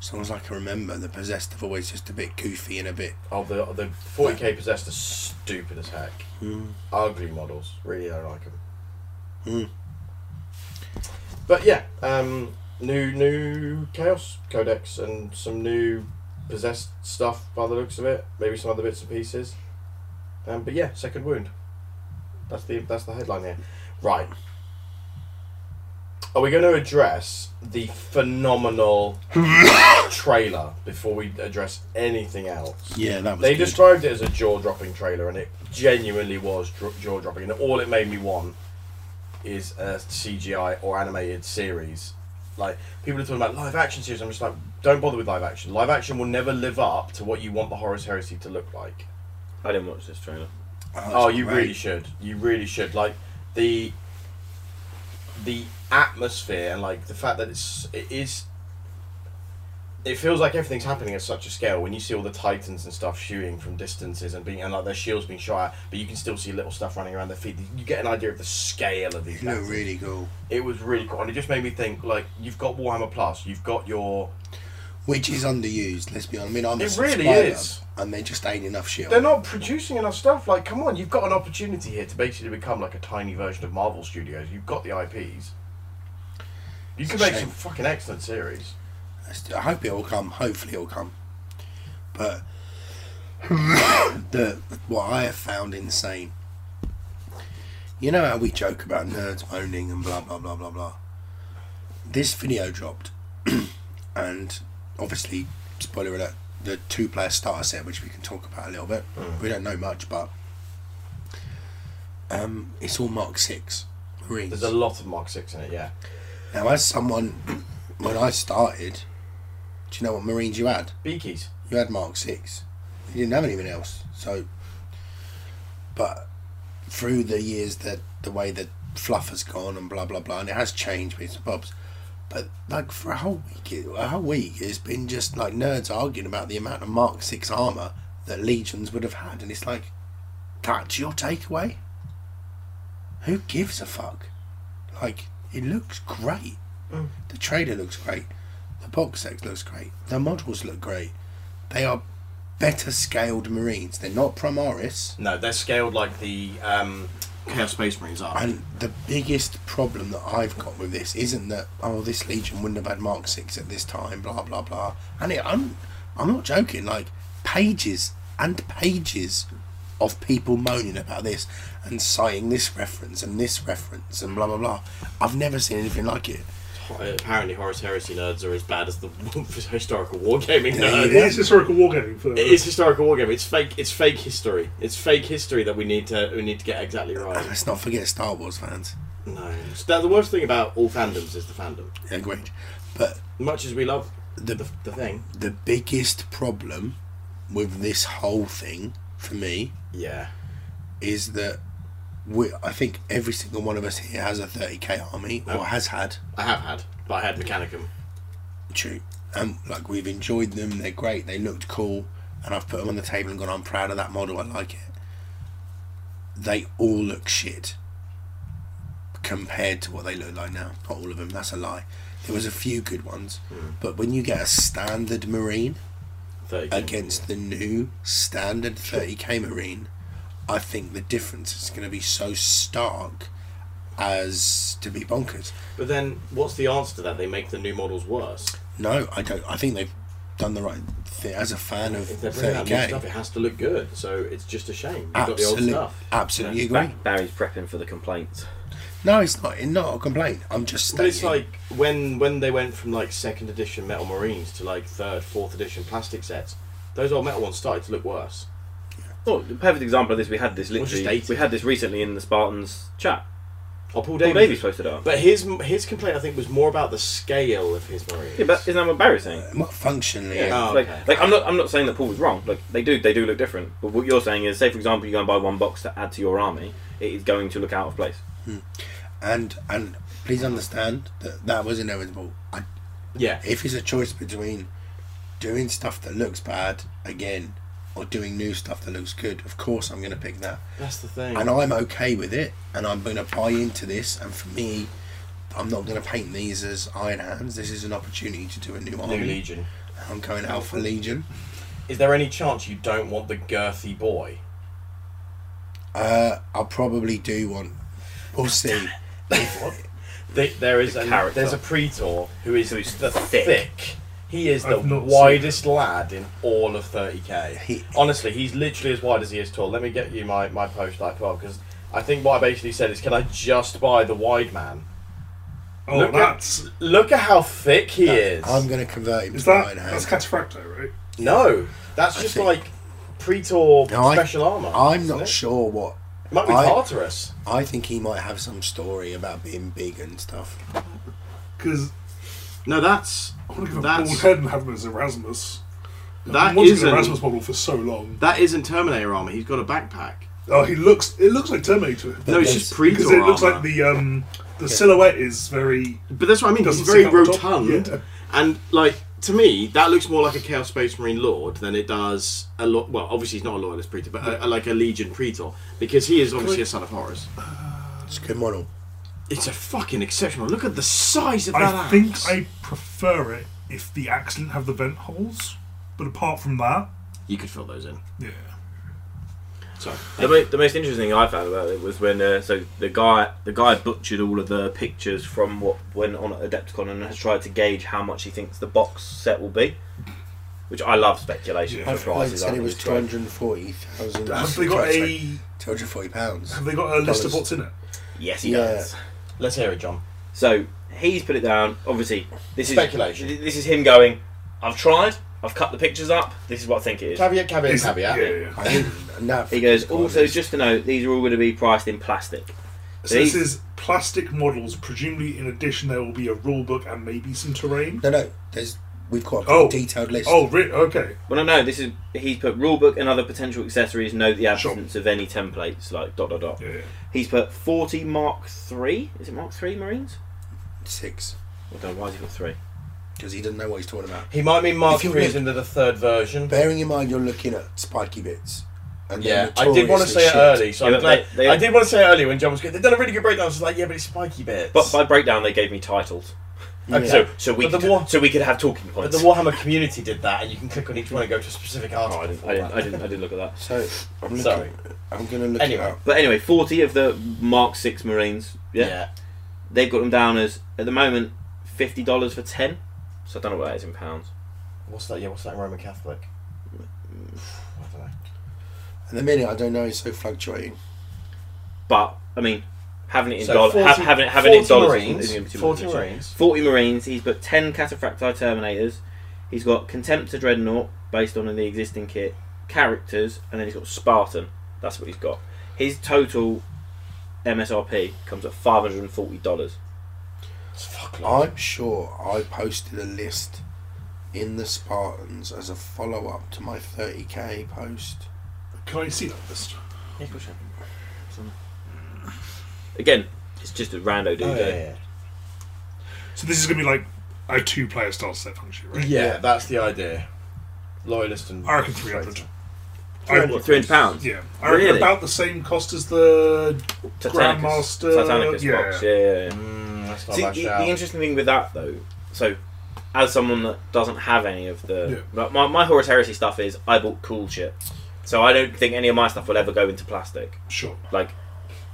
C: as long as I can remember, the possessed have always just a bit goofy and a bit.
A: Oh, the the 40k possessed are stupid as heck. Ugly models. Really don't like them.
C: Mm.
A: But yeah, um, new new Chaos Codex and some new possessed stuff by the looks of it. Maybe some other bits and pieces. Um, but yeah, second wound. That's the that's the headline here. Right. Are we going to address the phenomenal trailer before we address anything else?
C: Yeah, that was.
A: They
C: good.
A: described it as a jaw-dropping trailer, and it genuinely was dro- jaw-dropping. And all it made me want is a CGI or animated series. Like people are talking about live action series, I'm just like, don't bother with live action. Live action will never live up to what you want the Horus Heresy to look like.
D: I didn't watch this trailer.
A: Oh,
C: that's
A: you
C: great.
A: really should. You really should. Like the the atmosphere and like the fact that it's it is it feels like everything's happening at such a scale when you see all the titans and stuff shooting from distances and being and like their shields being shot at, but you can still see little stuff running around their feet. You get an idea of the scale of these.
C: You look
A: battles.
C: really cool.
A: It was really cool, and it just made me think. Like you've got Warhammer Plus, you've got your.
C: Which is underused, let's be honest. I mean, I'm a
A: It really
C: subscriber,
A: is.
C: And there just ain't enough shit.
A: They're
C: on it.
A: not producing enough stuff. Like, come on, you've got an opportunity here to basically become like a tiny version of Marvel Studios. You've got the IPs. You could
C: a
A: make
C: shame.
A: some fucking excellent series.
C: I st- I hope it will come. Hopefully, it will come. But [coughs] the what I have found insane. You know how we joke about nerds moaning and blah blah blah blah blah. This video dropped, [coughs] and obviously, spoiler alert: the two-player starter set, which we can talk about a little bit.
A: Mm.
C: We don't know much, but um, it's all Mark Six rings.
A: There's a lot of Mark Six in it. Yeah.
C: Now, as someone, when I started, do you know what Marines you had?
A: Beakies.
C: You had Mark Six. You didn't have anyone else. So, but through the years, that the way the fluff has gone and blah blah blah, and it has changed bits and bobs. But like for a whole week, it- a whole week, it's been just like nerds arguing about the amount of Mark Six armor that legions would have had, and it's like, that's your takeaway. Who gives a fuck? Like it looks great. The trailer looks great. The box set looks great. The models look great. They are better scaled Marines. They're not Primaris.
A: No, they're scaled like the. Um,
E: Chaos Space Marines are.
C: And the biggest problem that I've got with this isn't that oh this Legion wouldn't have had Mark Six at this time, blah blah blah. And it, I'm I'm not joking. Like pages and pages of people moaning about this and citing this reference and this reference and blah blah blah. I've never seen anything like it.
E: Apparently, Horus Heresy nerds are as bad as the [laughs] historical wargaming
C: Yeah,
E: nerds.
B: It is historical wargaming for
E: It is historical wargaming. It's fake. It's fake history. It's fake history that we need to we need to get exactly
C: [laughs] And
E: right.
C: let's not forget Star Wars fans.
E: No, It's- that- the worst thing about all fandoms is the fandom.
C: Agreed. But
E: Much as we love
C: the
E: the, the thing,
C: the biggest problem with this whole thing for me
E: yeah,
C: is that we, I think every single one of us here has a 30k army or has had
E: I have had, but I had Mechanicum.
C: true and like we've enjoyed them they're great they looked cool and I've put them on the table and gone I'm proud of that model I like it they all look shit compared to what they look like now not all of them that's a lie there was a few good ones but when you get a standard marine
E: 30.
C: against the new standard 30k marine i think the difference is going to be so stark as to be bonkers
E: But then, what's the answer to that? They make the new models worse.
C: no i don't i think they've done the right thing as a fan of
E: If they're bringing out
C: 30k
E: new stuff, it has to look good. So it's just a shame. You've got the old
C: absolutely
E: stuff.
C: absolutely agree
D: Barry's prepping for the complaints.
C: no it's not it's not a complaint i'm just
E: But
C: stating
E: it's like when when they went from like second edition Metal Marines to like third, fourth edition plastic sets. Those old metal ones started to look worse.
D: Well, the perfect example of this, we had this
E: Well, just
D: literally,
E: dated.
D: we had this recently in the Spartans chat.
E: Oh, Paul
D: Paul
E: Davies.
D: Davies
E: [laughs]
D: posted it up.
E: But his his complaint, I think, was more about the scale of his Marines.
D: Yeah, but isn't that what Barry's saying?
C: Well, functionally
E: Yeah.
C: yeah.
E: Oh,
D: like,
E: okay.
D: like I'm not, I'm not saying that Paul was wrong. Like they do, they do look different. But what you're saying is, say for example, you go and buy one box to add to your army, it is going to look out of place.
C: and and please understand that that was inevitable I,
E: yeah,
C: if it's a choice between doing stuff that looks bad again or doing new stuff that looks good of course i'm going to pick that
E: that's the
A: Mm.
E: thing.
C: and I'm okay with it, and I'm going to buy into this. And for me, I'm not going to paint these as Iron Hands. This is an opportunity to do a new
A: New
C: army.
A: Legion.
C: I'm going Alpha Legion.
A: Is there any chance you don't want the girthy boy?
C: Uh, I probably do want.
A: [laughs]
C: We'll see.
A: They, there is
D: The
A: a
D: character.
A: there's a Praetor who is
D: Who is
A: the
D: thick.
A: thick. He is the
B: I've not
A: widest lad in all of 30k.
C: He-
A: Honestly, he's literally as wide as he is tall. Let me get you my, my post I put up because I think what I basically said is, can I just buy the wide man?
B: Oh,
A: Look at-
B: that's
A: Look at how thick he is.
C: I'm going to convert him
B: is
C: to
B: that
C: Iron
B: that's
C: Hands.
B: cataphracto, right?
A: no, that's
C: I
A: just
C: think-
A: like Praetor
C: No, I-
A: special armor.
C: I'm
A: isn't
C: not
A: it?
C: sure what.
A: It might be
C: I-
A: Tartarus.
C: I think he might have some story about being big and stuff.
B: Because
E: no, that's
B: I want to give a bald
E: that's
B: head and have him as Erasmus.
E: that
B: I've wanted an
E: isn't
B: Erasmus model for so long.
E: that isn't Terminator armor. He's got a backpack.
B: Oh, he looks. It looks like Terminator
E: no, it's
C: there's-
E: just
B: because
E: Pretor
B: it looks
E: armor.
B: like the um the silhouette is very
E: but that's what I mean. He's
B: doesn't
E: very
B: stick out the top,
E: rotund
B: yeah.
E: and like to me, that looks more like a Chaos Space Marine Lord than it does a lot. Well, obviously he's not a loyalist Praetor, but a, a- like a Legion Praetor, because he is obviously a son of Horus.
C: It's a good model.
E: It's a fucking exceptional. Look at the size of that.
B: I think
E: axe.
B: I prefer it if the axe didn't have the vent holes. But apart from that,
E: you could fill those in.
B: yeah.
E: Sorry.
D: The, mo- the most interesting thing I found about it was when uh, so the guy the guy butchered all of the pictures from what went on at Adepticon and has tried to gauge how much he thinks the box set will be, which I love speculation.
B: Yeah.
D: for
B: I've
C: Like I
D: prices,
C: said,
D: aren't
C: it
D: they?
C: was
D: It's
C: two
D: great.
C: hundred and forty thousand.
B: Have they got a
C: two hundred forty pounds?
B: Have they got a list
C: Dollars.
B: of what's in it?
D: Yes, he
C: Yeah.
D: does.
A: Let's hear it, John.
D: So he's put it down. Obviously, this is
A: Speculation.
D: th- This is him going. I've tried. I've cut the pictures up. This is what I think it is.
A: Caveat, caveat,
B: Is-
A: caveat.
B: Yeah, yeah.
C: I didn't-
B: [laughs]
C: no,
D: He goes.
C: fucking
D: Also,
C: corners.
D: just to note, these are all going to be priced in plastic.
B: So this
D: These-
B: is plastic models. Presumably, in addition, there will be a rule book and maybe some terrain.
C: no, no. There's we've got a
B: Oh.
C: detailed list.
B: Oh, re- okay.
D: Well, no, no. This is he's put rulebook and other potential accessories. Note the
B: Sure.
D: absence of any templates like dot dot dot.
B: Yeah, yeah.
D: He's put forty Mark three. Is it Mark three Marines?
C: six
D: Well, then why has he put three?
C: because he doesn't know what he's talking about.
A: He might mean Mark
C: If you
A: Three
C: look-
A: is into the third version.
C: Bearing in mind, you're looking at spiky bits. And they're
A: Yeah, I did want to
C: notoriously
A: say it
C: shit.
A: early, so
D: Yeah,
A: I'm
D: but
A: glad.
D: they- they-
A: I did want to say it early when John was good. They've done a really good breakdown. I was like, yeah, but it's spiky bits.
D: But by breakdown, they gave me titles,
C: Yeah.
D: so so we
A: But the
D: could,
A: war-
D: so we could have talking
A: But
D: points.
A: the Warhammer community did that, and you can click on each one and go to a specific
D: Oh, I
A: article.
D: didn't, I didn't, I didn't, I didn't look at that.
C: So I'm looking,
A: Sorry.
C: I'm going to look
A: Anyway.
C: it up.
D: But anyway, forty of the Mark six Marines. Yeah,
A: yeah.
D: they've got them down as at the moment fifty dollars for ten. So I don't know what that is in pounds.
A: What's that? Yeah, what's that in Roman Catholic? I don't know.
C: At the minute, I don't know. It's so fluctuating.
D: But I mean, having it in
A: So
D: dollars,
A: 40
D: have, having it having it in
A: 40
D: dollars,
A: Marines,
D: isn't- isn't gonna be too much
A: 40
D: of an issue.
A: Marines.
D: forty Marines. He's got ten Cataphracti Terminators. He's got Contempt to Dreadnought based on the existing kit characters, and then he's got Spartan. That's what he's got. His total MSRP comes at five hundred and forty dollars.
A: It's fuck lot.
C: I'm sure I posted a list in the Spartans as a follow up to my 30k post.
B: Can I see that list?
A: Oh,
D: Again, it's just a rando dude.
A: Oh, yeah,
D: eh?
A: yeah,
B: So this is going to be like a two-player style set, functionally,
A: yeah.
B: right?
A: Yeah, that's the idea. Loyalist and
B: I reckon 300.
D: What, 300 pounds?
B: Yeah, I reckon
D: Really?
B: about the same cost as the
D: Titanicus-
B: Grandmaster,
D: Titanicus
B: yeah.
D: box. Yeah, yeah, yeah.
A: Mm, that's not
D: See,
A: a
D: the,
A: bad
D: the
A: shout.
D: interesting thing with that though, so as someone that doesn't have any of the
B: Yeah.
D: like, my my Horus Heresy stuff is I bought cool shit, so I don't think any of my stuff will ever go into plastic
B: Sure.
D: like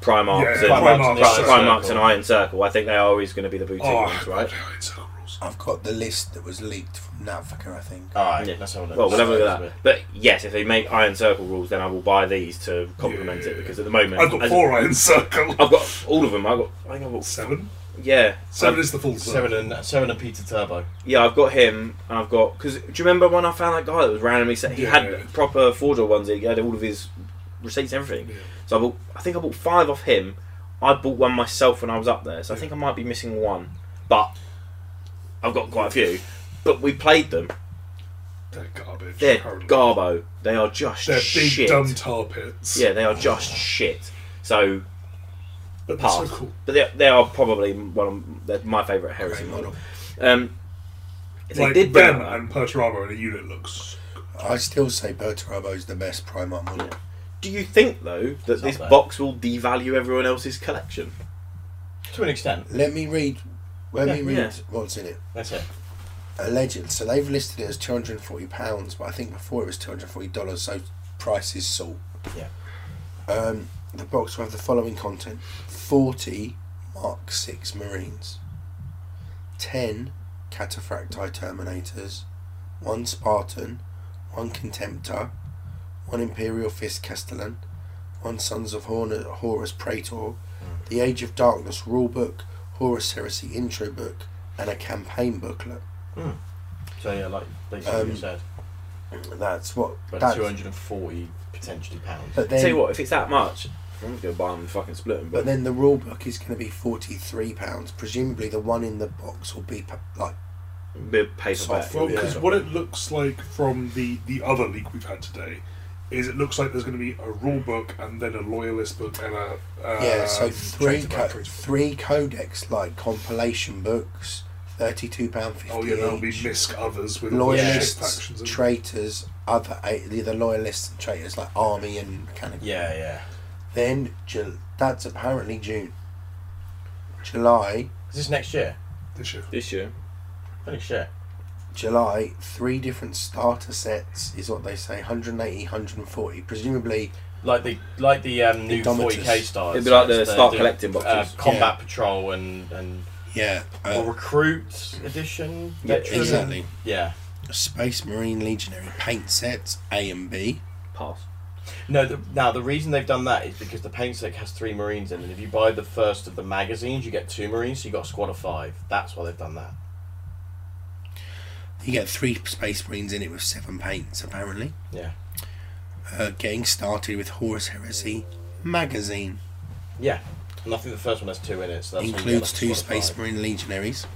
D: Primarchs
B: Yeah,
D: and
B: Primarchs
D: Primarchs,
B: and Iron
D: and Iron Circle. I think they are always going to be the boutique
B: Oh, [laughs]
D: ones, right?
B: God, it's so rules.
C: I've got the list that was leaked from Navfica, I think.
A: All right,
D: Yeah.
A: let's have a look.
D: Well, we'll have a look at that. But yes, if they make Iron Circle rules, then I will buy these to complement
B: Yeah.
D: it because at the moment
B: I've got
D: as-
B: four iron
D: [laughs]
B: circle.
D: I've got all of them. I've got. I think I've got.
B: Seven.
D: Yeah.
B: Seven
D: I've-
B: is the full circle.
A: Seven and seven and Peter Turbo.
D: Yeah, I've got him, and I've got because do you remember when I found that guy that was randomly set? He
B: Yeah,
D: had
B: yeah.
D: proper four door ones. He had all of his receipts, everything.
B: Yeah.
D: So I bought, I think I bought five off him. I bought one myself when I was up there, so I think I might be missing one, but I've got quite a few. But we played them.
B: They're garbage.
D: They're
B: apparently.
D: garbo. They are just
B: They're big
D: shit.
B: dumb tar pits.
D: Yeah, they are just shit. So
B: but they're so
D: pass.
B: cool.
D: But they, they are probably one of they're my favourite heresy
C: Great
D: model.
C: model.
D: Um, if they
B: like
D: did bring
B: them
D: that-
B: and Perturabo in a unit looks.
C: I still say Berturabo is the best Primarch model.
D: Do you think though that
A: It's
D: this
A: not bad.
D: box will devalue everyone else's collection?
A: To an extent,
C: Let me read. Let
D: Yeah,
C: me read
D: yeah.
C: what's in it.
A: that's it.
C: Alleged. So they've listed it as two hundred and forty pounds, but I think before it was two hundred and forty dollars. So price is salt.
A: Yeah.
C: Um, the box will have the following content: forty Mark Six Marines, ten Cataphracti Terminators, one Spartan, one Contemptor, one Imperial Fist Castellan, one Sons of Horn- Horus Praetor, the Age of Darkness rulebook, Horus Heresy intro book, and a campaign booklet.
A: So yeah, like basically
C: Um,
A: you said,
C: That's what.
A: but
C: that's-
A: two hundred and forty potentially pounds.
C: But
D: Tell you
C: then,
D: what, if it's that much, I'm gonna go buy them and fucking split them.
C: but then the rule book is going to be forty three pounds. Presumably, the one in the box will be pa- like
D: Bit paperback.
C: Soft
B: Well,
C: rock
B: because what it looks like from the the other leak we've had today is it looks like there's going to be a rule book and then a loyalist book and a uh,
C: yeah, so
B: um,
C: three
B: traitor
C: co-
B: book.
C: three codex like compilation books thirty-two pound fifty.
B: Oh yeah, there'll be misc others with all the shit
C: loyalists,
B: factions. and-
C: traitors, other either loyalists and traitors like army and mechanical.
A: Yeah, yeah.
C: Then Ju- that's apparently June. July,
A: Is this next year?
B: This year.
D: This year.
A: Holy shit.
C: July, three different starter sets is what they say 180, 140. Presumably,
A: Like the like the um, new
C: Indomitus.
A: 40k stars.
D: It'd be like the
A: It's
D: Stark collecting boxes.
A: Uh, combat patrol and and
C: yeah,
A: or
C: uh,
A: recruit edition.
D: Yeah,
A: veteran.
C: exactly.
A: Yeah.
C: Space Marine Legionary paint sets A and B.
D: Pass.
A: No. The, now the reason they've done that is because the paint set has three marines in, and if you buy the first of the magazines, you get two marines, so you got a squad of five. That's why they've done that.
C: You get three Space Marines in it with seven paints, apparently.
A: Yeah.
C: Uh, getting started with Horus Heresy magazine
A: Yeah. And I think the first one has two in it, so that's why you get
C: includes
A: like a
C: two
A: squad of
C: Space
A: five.
C: Marine Legionaries.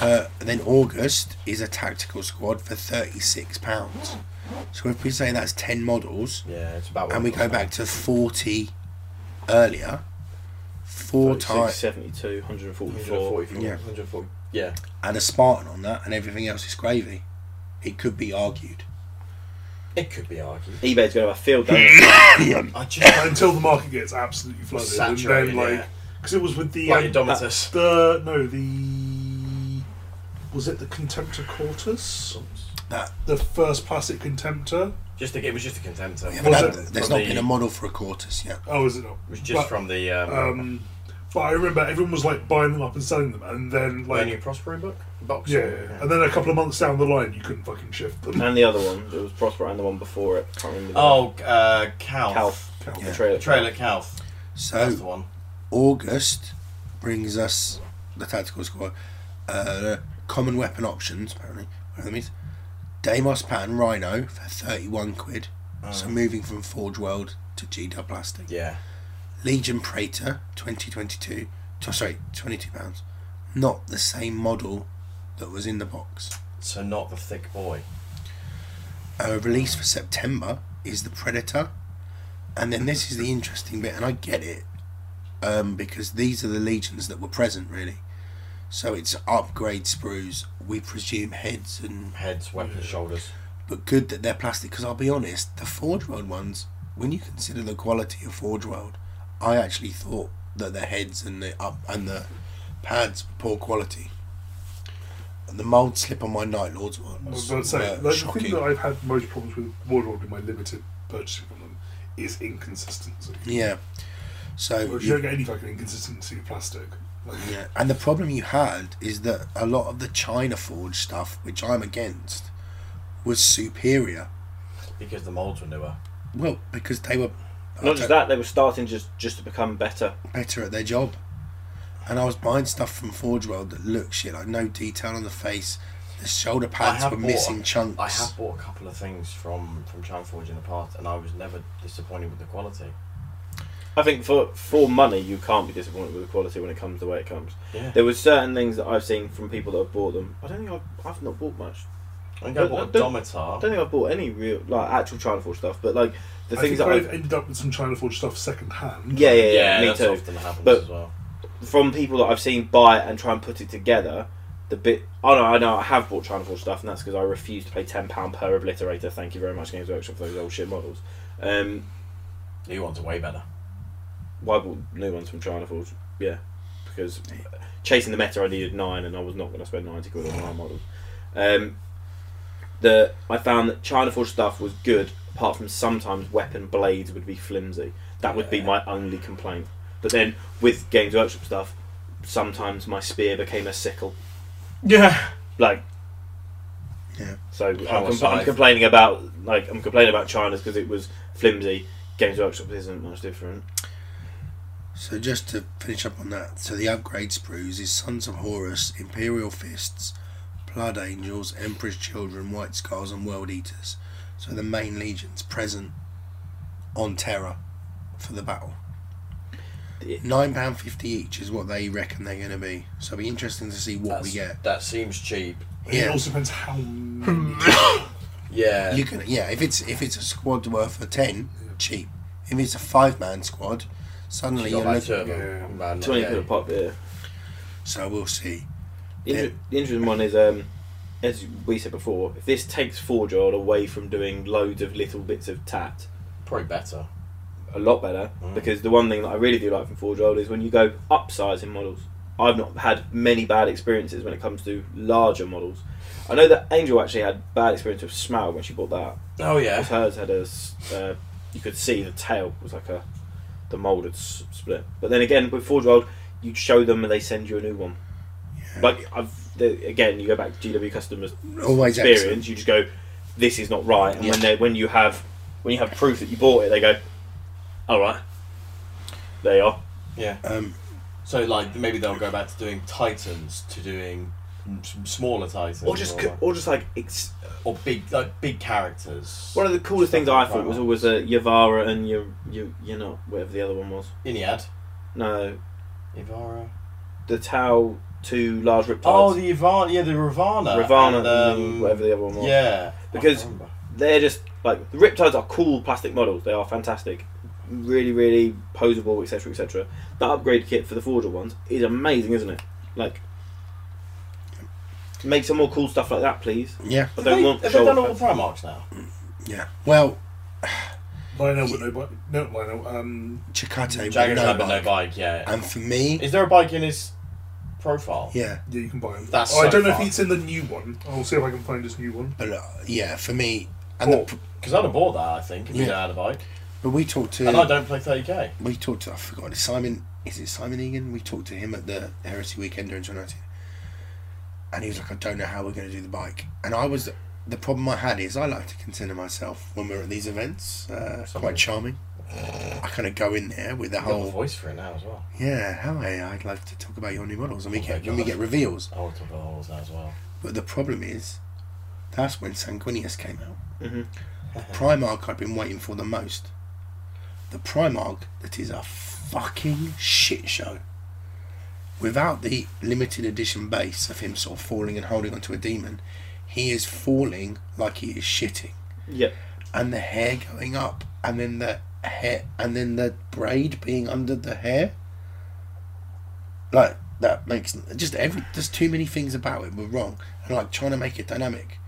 C: Uh, and then August is a tactical squad for thirty-six pounds. So if we say that's ten models,
A: Yeah, it's about. what
C: and we
A: it
C: go
A: costs.
C: back to 40 earlier, four
D: 36,
C: times
D: 72, 144.
A: 144.
C: Yeah.
A: 144. Yeah.
C: and a Spartan on that, and everything else is gravy. It could
A: [coughs]
C: be argued.
A: It could be argued.
D: eBay's going to have a field day.
A: I
C: [laughs]
A: just
B: Until the market gets absolutely flooded,
A: Saturated,
B: and then
A: yeah.
B: like because it was with the
A: Like
B: um,
A: Indomitus.
B: the no the was it the Contemptor Cortus?
C: That-
B: the first plastic Contemptor.
A: just a, it was just a contemptor.
C: Yeah,
A: It
C: but
B: Was
C: that-
B: it
C: there's
A: from
C: not been
A: the-
C: a model for a Quartus yet.
B: Oh, is it not?
A: was just
B: But-
A: from the um,
B: Um, but I remember everyone was like buying them up and selling them, and then like
A: Millennium Prospero book box.
B: yeah, and then a couple of months down the line, you couldn't fucking shift them.
D: and the other one. It was Prospero and the one before it. can't remember. the-
A: Oh, uh, Calf.
D: Calf.
B: Calf.
D: The
C: Yeah.
D: trailer.
A: The trailer Calf. That's the
C: So
A: one.
C: August brings us the tactical squad, uh, common weapon options apparently. Whatever that means. Deimos Pan Rhino for 31 quid.
A: Mm.
C: So moving from Forge World to GW Plastic.
A: Yeah.
C: Legion Praetor 2022, t- sorry, 22 pounds. Not the same model that was in the box.
A: So not the thick boy.
C: A release for September is the Predator. And then this is the interesting bit, and I get it um, because these are the legions that were present, really. So it's upgrade sprues, we presume heads, and
A: Heads, weapons, shoulders.
C: but good that they're plastic. Because I'll be honest, the Forge World ones, when you consider the quality of Forge World, I actually thought that the heads and the up and the pads were poor quality. And the mold slip on my Night Lords
B: I was about
C: ones
B: to
C: were
B: say, like, the
C: uh, shocking.
B: thing that I've had most problems with Warlord in my limited purchasing from them is inconsistency.
C: yeah. So
B: Well, you
C: you-
B: don't get any fucking inconsistency of plastic. Like,
C: Yeah, and the problem you had is that a lot of the China Forge stuff, which I'm against, was superior.
A: Because the molds were newer.
C: Well, because they were
D: Not just that, they were starting just just to become better.
C: better at their job. And I was buying stuff from Forge World that looked shit, like no detail on the face. The shoulder pads
A: have
C: were
A: bought-
C: missing chunks.
A: I have bought a couple of things from from China Forge in the past, and I was never disappointed with the quality.
D: I think for for money, you can't be disappointed with the quality when it comes the way it comes.
A: Yeah.
D: There were certain things that I've seen from people that have bought them. I don't think I've, I've not bought much.
A: I think I bought a
D: Don't- I
A: Domitar.
D: don't think I've bought any real like actual China Forge stuff, but like the
B: I think
D: things that
B: I've
D: I've
B: ended up with some China Forge stuff second hand.
D: yeah yeah yeah,
A: Yeah,
D: me
A: that's
D: too.
A: often happens
D: But-
A: as well.
D: From people that I've seen buy it and try and put it together, the bit oh no I know I have bought China Forge stuff, and that's because I refuse to pay ten pound per obliterator. Thank you very much, Games Workshop, for those old shit models. Um,
A: New ones are way better.
D: Why bought new ones from China Forge? Yeah, because chasing the meta, I needed nine, and I was not going to spend ninety quid on nine models. Um, the I found that China Forge stuff was good, apart from sometimes weapon blades would be flimsy. That would be
A: Yeah.
D: my only complaint. But then with Games Workshop stuff, sometimes my spear became a sickle.
A: Yeah.
D: Like,
C: Yeah.
D: So I'm,
A: Power
D: com- I'm
A: scythe.
D: complaining about like I'm complaining about China's because it was flimsy. Games Workshop isn't much different.
C: So just to finish up on that, so the upgrade sprues is Sons of Horus, Imperial Fists, Blood Angels, Emperor's Children, White Scars, and World Eaters. So the main legions present on Terra for the battle.
D: Yeah.
C: Nine pound fifty each is what they reckon they're going to be. So it'll be interesting to see what we get.
A: That seems cheap.
B: It
C: Yeah.
B: also depends how many.
A: Yeah.
C: You can yeah, if it's if it's a squad worth a ten, cheap. If it's a five man squad, suddenly
A: Got
C: you're
A: like
C: looking
A: two of them. Man,
D: Twenty
A: yeah.
D: quid a pop, yeah.
C: So we'll see.
D: The,
C: Yeah.
D: inter- the interesting one is, um, as we said before, if this takes Forgeold away from doing loads of little bits of tat,
A: Probably better.
D: a lot better.
A: Mm.
D: Because the one thing that I really do like from Forgeold is when you go upsizing models. I've not had many bad experiences when it comes to larger models. I know that Angel actually had bad experience with Smaug when she bought that.
A: Oh yeah.
D: Because hers had a, s- uh, you could see the tail was like a, the mould had s- split. But then again, with Forgeold, you show them and they send you a new one.
C: Yeah.
D: Like I've the, again, you go back to GW customers
C: Always
D: experience.
C: excellent.
D: You just go, this is not right. And
C: Yeah.
D: when they when you have when you have proof that you bought it, they go, all right, there you are.
A: Yeah.
C: Um,
A: So like maybe they'll go back to doing Titans to doing s- smaller Titans
D: Or just co- or just like it's
A: or big like big characters.
D: one of the coolest things I thought was
A: Primarchs.
D: always uh, Yavara and you you you know whatever the other one was.
A: Iliad.
D: No,
A: Ivara.
D: the Tau two large riptides.
A: Oh, the Ivana, yeah, the Ravana.
D: Ravana,
A: and,
D: and
A: um,
D: whatever the other one was.
A: Yeah,
D: Because-
A: I can't remember.
D: they're just like the Riptides are cool plastic models. They are fantastic, really, really posable, etc., etc. That upgrade kit for the Forger ones is amazing, isn't it? Like, make some more cool stuff like that, please. I
C: yeah,
A: have
D: don't
A: they,
D: want
A: have they
D: shoulder
A: done all the
D: pads.
A: Primarchs now?
C: yeah. Well,
B: Lionel, but no, but no, Lionel. Um,
C: Chicate,
A: Jaguar
C: no
A: no, no
C: bike.
A: bike, yeah.
C: And for me,
A: Is there a bike in his profile?
C: yeah,
B: yeah, you can buy him.
A: That's
B: oh, I
A: so
B: don't know
A: far.
B: if it's in the new one. I'll see if I can find his new one.
C: but uh, yeah, for me, and the
B: Cool.
C: pr-
A: Because I'd have bought that, I think, if
C: Yeah.
A: you had a bike.
C: but we talked to
A: And I don't play 30k.
C: we talked to I forgot Simon is it Simon Egan? We talked to him at the Heresy Weekender in 2019, and he was like, I don't know how we're going to do the bike, and I was. The problem I had is I like to consider myself when we're at these events uh, quite charming. I kind of go in there with the
A: I've got the
C: whole
A: voice for it now as well.
C: yeah, hi, I'd like to talk about your new models, and we
A: Oh my
C: get when we
A: God.
C: get reveals.
A: I want to talk about holes now as well.
C: But the problem is, that's when Sanguinius came out.
D: Mhm.
C: Primarch I've been waiting for the most. The Primarch that is a fucking shit show. Without the limited edition base of him sort of falling and holding onto a demon, he is falling like he is shitting,
D: Yep.
C: and the hair going up, and then the hair, and then the braid being under the hair. Like that makes just every there's too many things about it were wrong, and like trying to make it dynamic.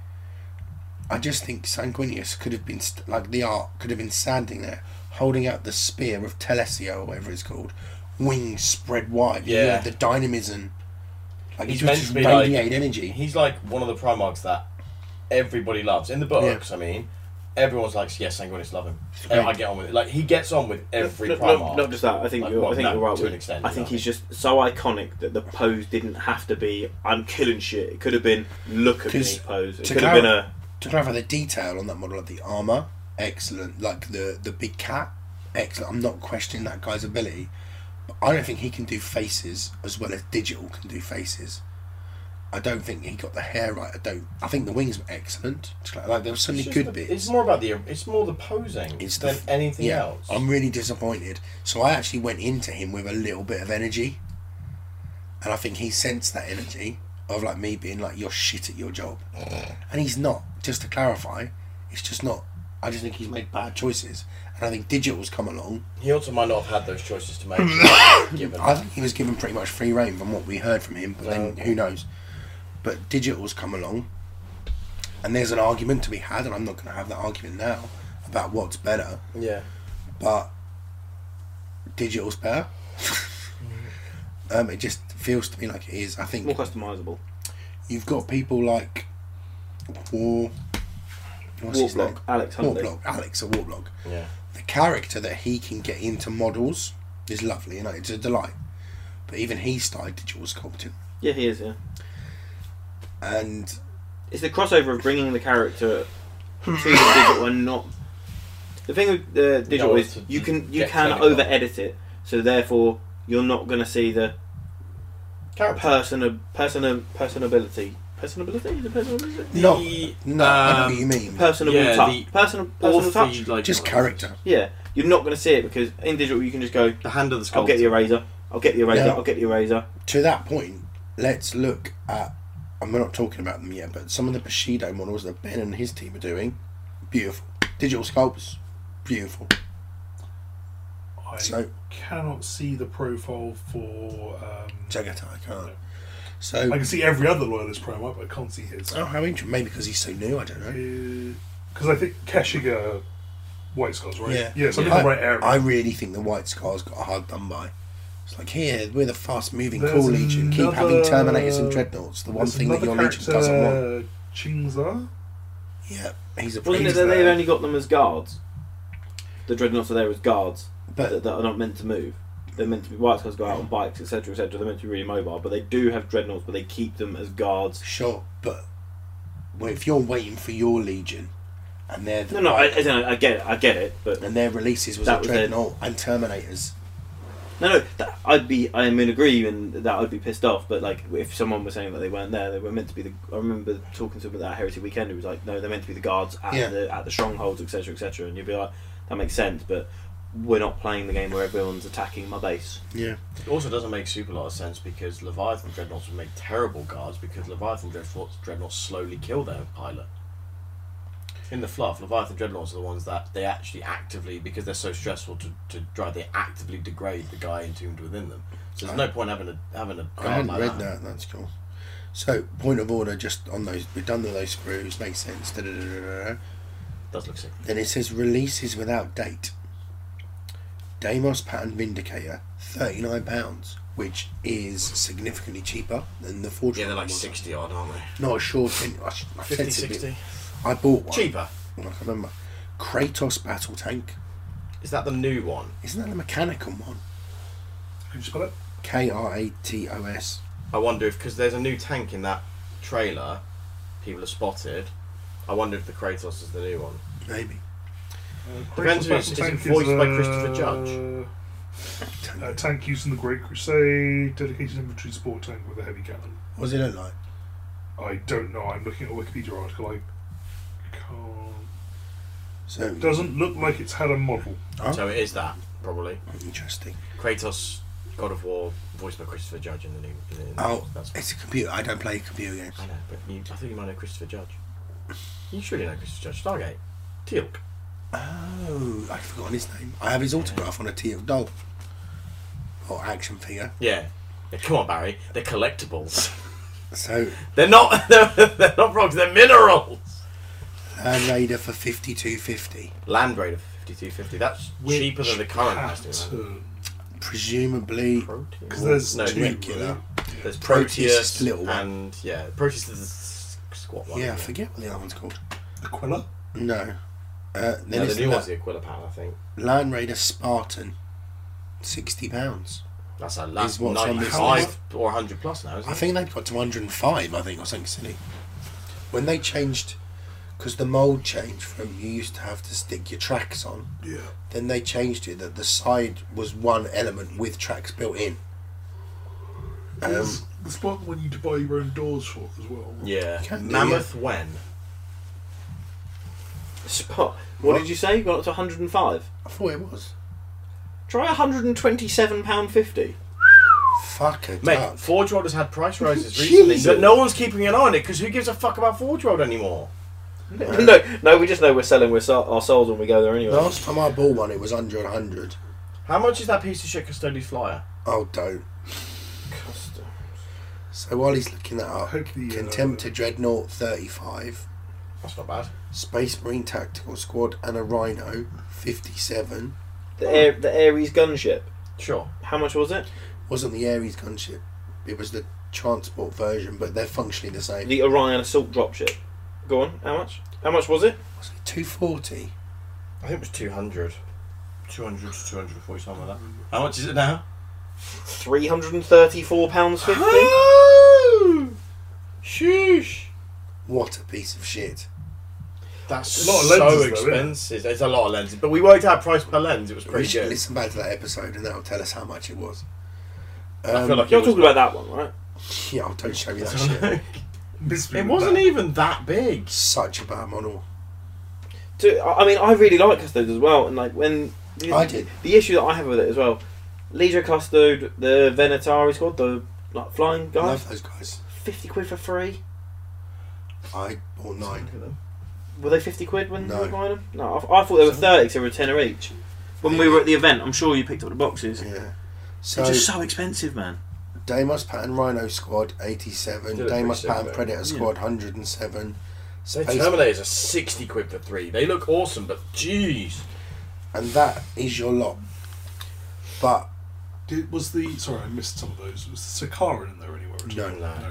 C: I just think Sanguinius could have been st- like the art could have been standing there holding out the spear of Telesio or whatever it's called, wings spread wide. You
A: Yeah.
C: know, the dynamism. Like
A: He's
C: he
A: meant
C: just
A: to be like-
C: radiate energy.
A: He's like one of the Primarchs that everybody loves. In the books, I mean, everyone's like, yes, Sanguinis love him.
C: great.
A: I get on with it. Like, he gets on with every
D: No, no,
A: Primarch.
D: Not, just that. I think
A: Like,
D: you're,
A: well,
D: I think
A: no,
D: you're right.
A: to
D: with-
A: an extent,
D: I think
A: yeah.
D: he's just so iconic that the pose didn't have to be "I'm killing shit." It could have been "Look at me"
C: 'Cause
D: pose. It
C: to
D: could have been a
C: to clarify the detail on that model of the armor, excellent. Like the the big cat, excellent. I'm not questioning that guy's ability, but I don't think he can do faces as well as digital can do faces. I don't think he got the hair right. I don't. I think the wings were excellent. It's Like, like there were so many
A: It's just
C: good
A: the-
C: bits.
A: It's more about the. It's more the posing
C: It's the
A: than
C: f-
A: anything else.
C: I'm really disappointed. So I actually went into him with a little bit of energy, and I think he sensed that energy of like me being like you're shit at your job, and he's not. Just to clarify, it's just not. I just think he's made bad choices, and I think digital's come along.
A: He also might not have had those choices to
C: [laughs]
A: make. given
C: I think he was given pretty much free reign from what we heard from him, but then
A: Okay.
C: who knows? But digital's come along, and there's an argument to be had, and I'm not going to have that argument now about what's better.
A: yeah.
C: but digital's better. um, it just feels to me like it is. I
D: more
C: think
D: customizable.
C: you've got people like War. What's his name?
D: Warlock, Alex Huntley.
C: Warblock, Alex or Warblock.
A: Yeah.
C: The character that he can get into models is lovely, and it's a delight. But even he started digital sculpting,
D: Yeah, he is. Yeah.
C: and
D: it's the crossover of bringing the character to the digital and not the thing with the digital
A: No,
D: is
A: to-
D: you can you
A: get
D: can
A: technical.
D: over edit it so therefore you're not going to see the
A: Character.
D: person personal personability personability the personability
C: No,
E: The,
C: no, I know
E: um,
C: what you mean.
D: personable
E: Yeah,
D: touch
E: the
D: personal
E: all
D: personal touch
E: the, like,
C: Just character.
D: yeah you're not going to see it because in digital you can just go
E: The hand of the sculptor.
D: I'll get the eraser I'll get the eraser
C: Yeah.
D: I'll get the eraser
C: to that point, let's look at. And we're not talking about them yet, but some of the Bushido models that Ben and his team are doing, beautiful. Digital sculpts, beautiful.
B: I
C: So
B: cannot see the profile for. Um,
C: Jagatai, I can't. So,
B: I can see every other loyalist promo, but I can't see his.
C: oh, how interesting. Maybe because he's so new, I don't know.
B: Because I think Keshiga, White Scars, right?
C: Yeah.
B: yeah so I'm in
C: I,
B: the right area.
C: I really think the White Scars got hard done by. It's like, here, we're the fast moving,
B: There's
C: cool Legion. Keep having
B: another-
C: Terminators and Dreadnoughts, the one
B: There's
C: thing that
B: another
C: your Legion
B: character,
C: doesn't want.
B: Chingza?
C: Yeah, he's
D: Wasn't
C: a
D: it
C: priest.
D: that they
B: there.
D: only got them as guards? The dreadnoughts are there as guards that,
C: But
D: that are not meant to move. They're meant to be white guys go out on bikes, etc., etc. They're meant to be really mobile, but they do have dreadnoughts, but they keep them as guards.
C: sure, but well, if you're waiting for your Legion and they're the
D: No, no, I, I, don't know, I get it, I get it, but
C: and their releases was
D: That
C: a
D: was it.
C: Dreadnought and Terminators.
D: no, no, that, I'd be, I am in agreement that I'd be pissed off, but like if someone was saying that they weren't there, they were meant to be the. I remember talking to him at that Heritage Weekend, who was like, no, they're meant to be the guards at
C: Yeah.
D: the at the strongholds, etc., etc. And you'd be like, that makes sense, but we're not playing the game where everyone's attacking my base. [laughs]
C: Yeah.
A: It also doesn't make super lot of sense because Leviathan Dreadnoughts would make terrible guards because Leviathan Dreadnoughts, Dreadnoughts slowly kill their pilot. In the fluff, Leviathan Dreadnoughts are the ones that they actually actively, because they're so stressful to, to drive, they actively degrade the guy entombed within them. So there's no point having a having a
D: Oh,
C: I
A: guard
C: hadn't
A: like that.
C: read that. That's cool. So, point of order, just on those, we've done with those screws, makes sense. Da, da, da, da, da, da.
A: Does look sick.
C: Then it says releases without date. Deimos Pattern Vindicator, £39, which is significantly cheaper than the Forge.
A: Yeah, they're like
C: one.
A: sixty odd, aren't they?
C: Not a short thing. I, should- I,
A: 50,
C: sensibly-
A: 60.
C: I bought one.
A: Cheaper.
C: I can't remember. Kratos Battle Tank.
A: Is that the new one?
C: Isn't that a mechanical one?
B: Can you spell it?
C: K R A T O S.
A: I wonder if because there's a new tank in that trailer, people have spotted. I wonder if the Kratos is the new one.
C: Maybe.
A: Depends who-
B: Crystal
A: is it
B: Uh, Tank
A: voiced by
B: uh,
A: Christopher Judge?
B: A tank used in the Great Crusade, dedicated infantry support tank with a heavy cannon.
C: What does it look like?
B: I don't know. I'm looking at a Wikipedia article. I can't.
C: So,
B: Doesn't look like it's had a model.
C: Huh?
A: So it is that probably.
C: interesting.
A: Kratos, God of War, voiced by Christopher Judge in the new. In the, in the-
C: Oh,
A: that's,
C: it's a computer. I don't play computer games.
A: I know, but you, I think you might know Christopher Judge. You surely know Christopher Judge. Stargate, Teal'c.
C: Oh, I've forgotten his name. I have his autograph on a teal doll. Or action figure.
A: Yeah. Yeah, Come on, Barry. They're collectibles. [laughs]
C: So,
A: They're not. [laughs] They're, they're not rocks. They're minerals.
C: Land Raider for fifty two fifty.
A: Land Raider fifty-two fifty. That's cheaper than the current Aston.
C: Presumably,
A: Proteus.
B: Because there's
A: No,
B: two,
C: regular.
B: right?
A: There's
C: Proteus
A: Proteus,
C: is the little one.
A: and yeah, Proteus is the s- squat one.
C: yeah, I forget what the other one's called.
B: Aquila.
C: No. Uh,
A: No,
C: then
A: the
C: it's
A: new one's
C: La-
A: the Aquila Pan, I think.
C: Land Raider Spartan, sixty pounds.
A: That's a last
C: Is what's on this
A: ninety-five or hundred plus now, isn't
C: I think they've got to one hundred and five. I think or something silly. When they changed, because the mold changed from you used to have to stick your tracks on.
B: Yeah.
C: Then they changed it that the side was one element with tracks built in. Um,
B: There's the spot when you to buy your own doors for as well.
A: it? Yeah.
C: Can do,
A: Mammoth when?
D: Spot. What,
C: What?
D: did you say? You got up to 105.
C: I thought it was.
D: Try 127 pound 50.
C: Fuck a
A: Mate,
C: duck.
A: Forge World has had price rises recently,
D: Jesus.
A: but no one's keeping an eye on it because who gives a fuck about Forge World anymore?
D: [laughs] no, no, we just know we're selling our sou- our souls when we go there anyway.
C: Last time I bought one, it was under 100.
A: How much is that piece of shit Custodi's flyer?
C: Oh, don't. So while he's looking that up,
B: Hope the, uh,
C: Contempt to Dreadnought 35,
A: That's not bad.
C: Space Marine Tactical Squad, and a Rhino 57.
D: The, Air, the Ares gunship.
A: Sure.
D: How much was it?
C: Wasn't the Ares gunship, it was the transport version, but they're functionally the same.
D: The Orion assault dropship. Go on. How much? How much was it?
C: Was it 240?
A: I think it was 200. 200 to 240, something like that. How much is it now?
D: Three hundred and thirty-four pounds fifty.
A: [gasps] Sheesh.
C: What a piece of shit.
A: That's
B: A lot of
A: so
B: lenses, though, isn't it?
A: expensive. It's a lot of lenses, but we worked out price per lens. It was
C: We
A: pretty
C: should
A: good.
C: listen back to that episode and that'll tell us how much it was. Um,
A: I feel like
D: You're
A: it was
D: talking about that one, right?
C: Yeah, oh, don't show me
A: [laughs]
C: that shit.
A: It wasn't
B: even.
A: even that big.
C: Such a bad model.
D: To, I I mean, I really like Custode as well, and like when the,
C: I did.
D: the issue that I have with it as well, Leisure Custode, the Venatari squad, the like flying
C: I
D: guys,
C: love those guys.
D: fifty quid for free.
C: I bought nine.
D: Look at them. Were they 50 quid when
C: No.
D: you were buying them? No, I, I thought they were 30 because they were 10 each. When we were at the event, I'm sure you picked up the boxes.
C: Yeah.
D: They're
C: So
D: just so expensive, man.
C: Deimos Pattern Rhino Squad 87,
A: Still a pretty
C: Deimos
A: similar,
C: Pattern Predator
E: yeah.
C: Squad 107,
A: So
C: Space-
A: Terminators are 60 quid for three. They look awesome, but jeez.
C: and that is your lot. But
A: e-
B: Did, was the sorry, I missed some of those. Was the Sakaran in there anywhere? at all?
C: No.
A: No.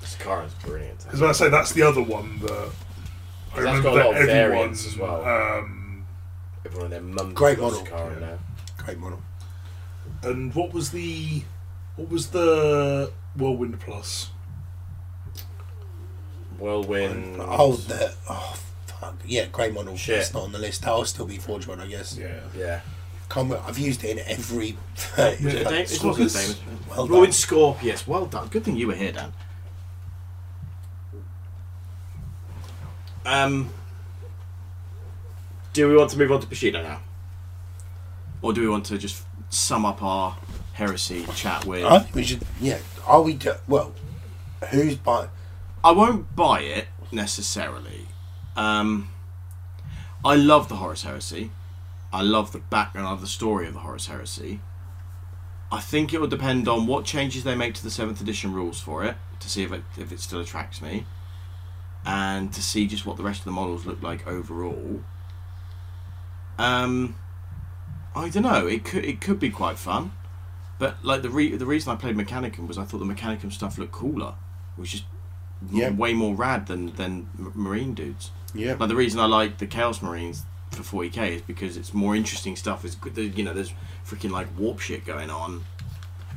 A: This car is brilliant.
B: Because when I say that's the other one that I
A: That's
B: remember
A: got a lot
B: that
A: of
B: everyone
A: variants as well.
B: Um,
A: Everyone and their mum
C: Great
A: loves
C: model.
A: Sakara
B: Yeah.
A: now.
C: great model.
B: and what was the what was the Whirlwind Plus?
A: Whirlwind.
C: Oh, the oh fuck yeah, great model.
A: Shit.
C: It's not on the list. That'll still be Forge one, I guess.
B: Yeah,
A: Yeah.
C: Combat. I've used it in every. [laughs]
B: Yeah.
E: Da-
C: Like,
E: It wasn't Damon.
C: Well
E: Robin
C: done.
E: Scorpius. Well done. Good thing you were here, Dan. Um, do we want to move on to Bushido now, or do we want to just sum up our heresy chat with?
C: I think we should. Yeah. Are we? Do, well, who's by?
E: I won't buy it necessarily. Um, I love the Horus Heresy. I love the background of the story of the Horus Heresy. I think it will depend on what changes they make to the seventh edition rules for it to see if it, if it still attracts me, and to see just what the rest of the models look like overall. Um, I don't know. It could it could be quite fun, but like the re- the reason I played Mechanicum was I thought the Mechanicum stuff looked cooler, which is
C: Yeah.
E: way more rad than than m- marine dudes.
C: Yeah.
E: Like the reason I like the Chaos Marines for 40k is because it's more interesting stuff. It's good. You know, there's freaking like warp shit going on,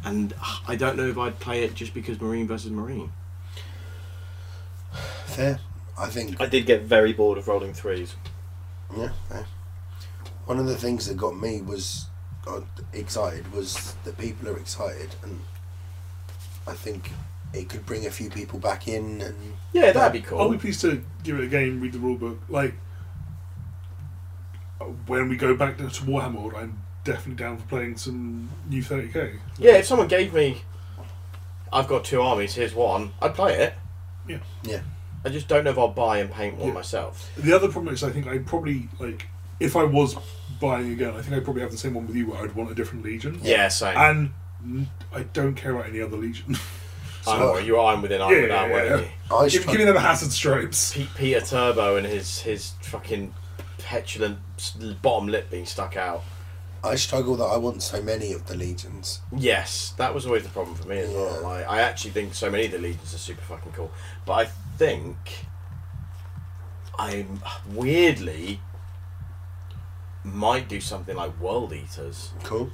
E: and ah, I don't know if I'd play it just because Marine versus Marine.
C: Fair. I think.
D: I did get very bored of rolling threes.
C: Yeah. Fair. One of the things that got me was uh, excited was that people are excited, and I think it could bring a few people back in. And
A: Yeah, oh, that'd be
B: I'll be
A: cool.
B: pleased to give it a game, read the rulebook. Like uh, when we go back to Warhammer, World, I'm definitely down for playing some new 30k.
A: Yeah, if someone gave me, I've got two armies, here's one, I'd play it.
B: Yeah.
C: Yeah.
A: I just don't know if I'll buy and paint one
B: Yeah.
A: myself.
B: The other problem is, I think I probably like if I was buying again, I think I probably have the same one with you. Where I'd want a different legion,
A: Yeah, same.
B: and n- I don't care about any other legion.
A: I'm, well, you are, I'm within, I'm
B: Yeah,
A: without,
B: yeah,
A: weren't
B: yeah.
A: you?
B: [laughs]
C: I
B: give,
C: struggle-
B: give me them Hassad stripes.
A: Pe- Peter Turbo and his his fucking petulant s- bottom lip being stuck out.
C: I struggle that I want so many of the legions.
A: Yes, that was always the problem for me as well.
C: Yeah.
A: Like, I actually think so many of the legions are super fucking cool, but I think I'm weirdly might do something like World Eaters
C: Cool.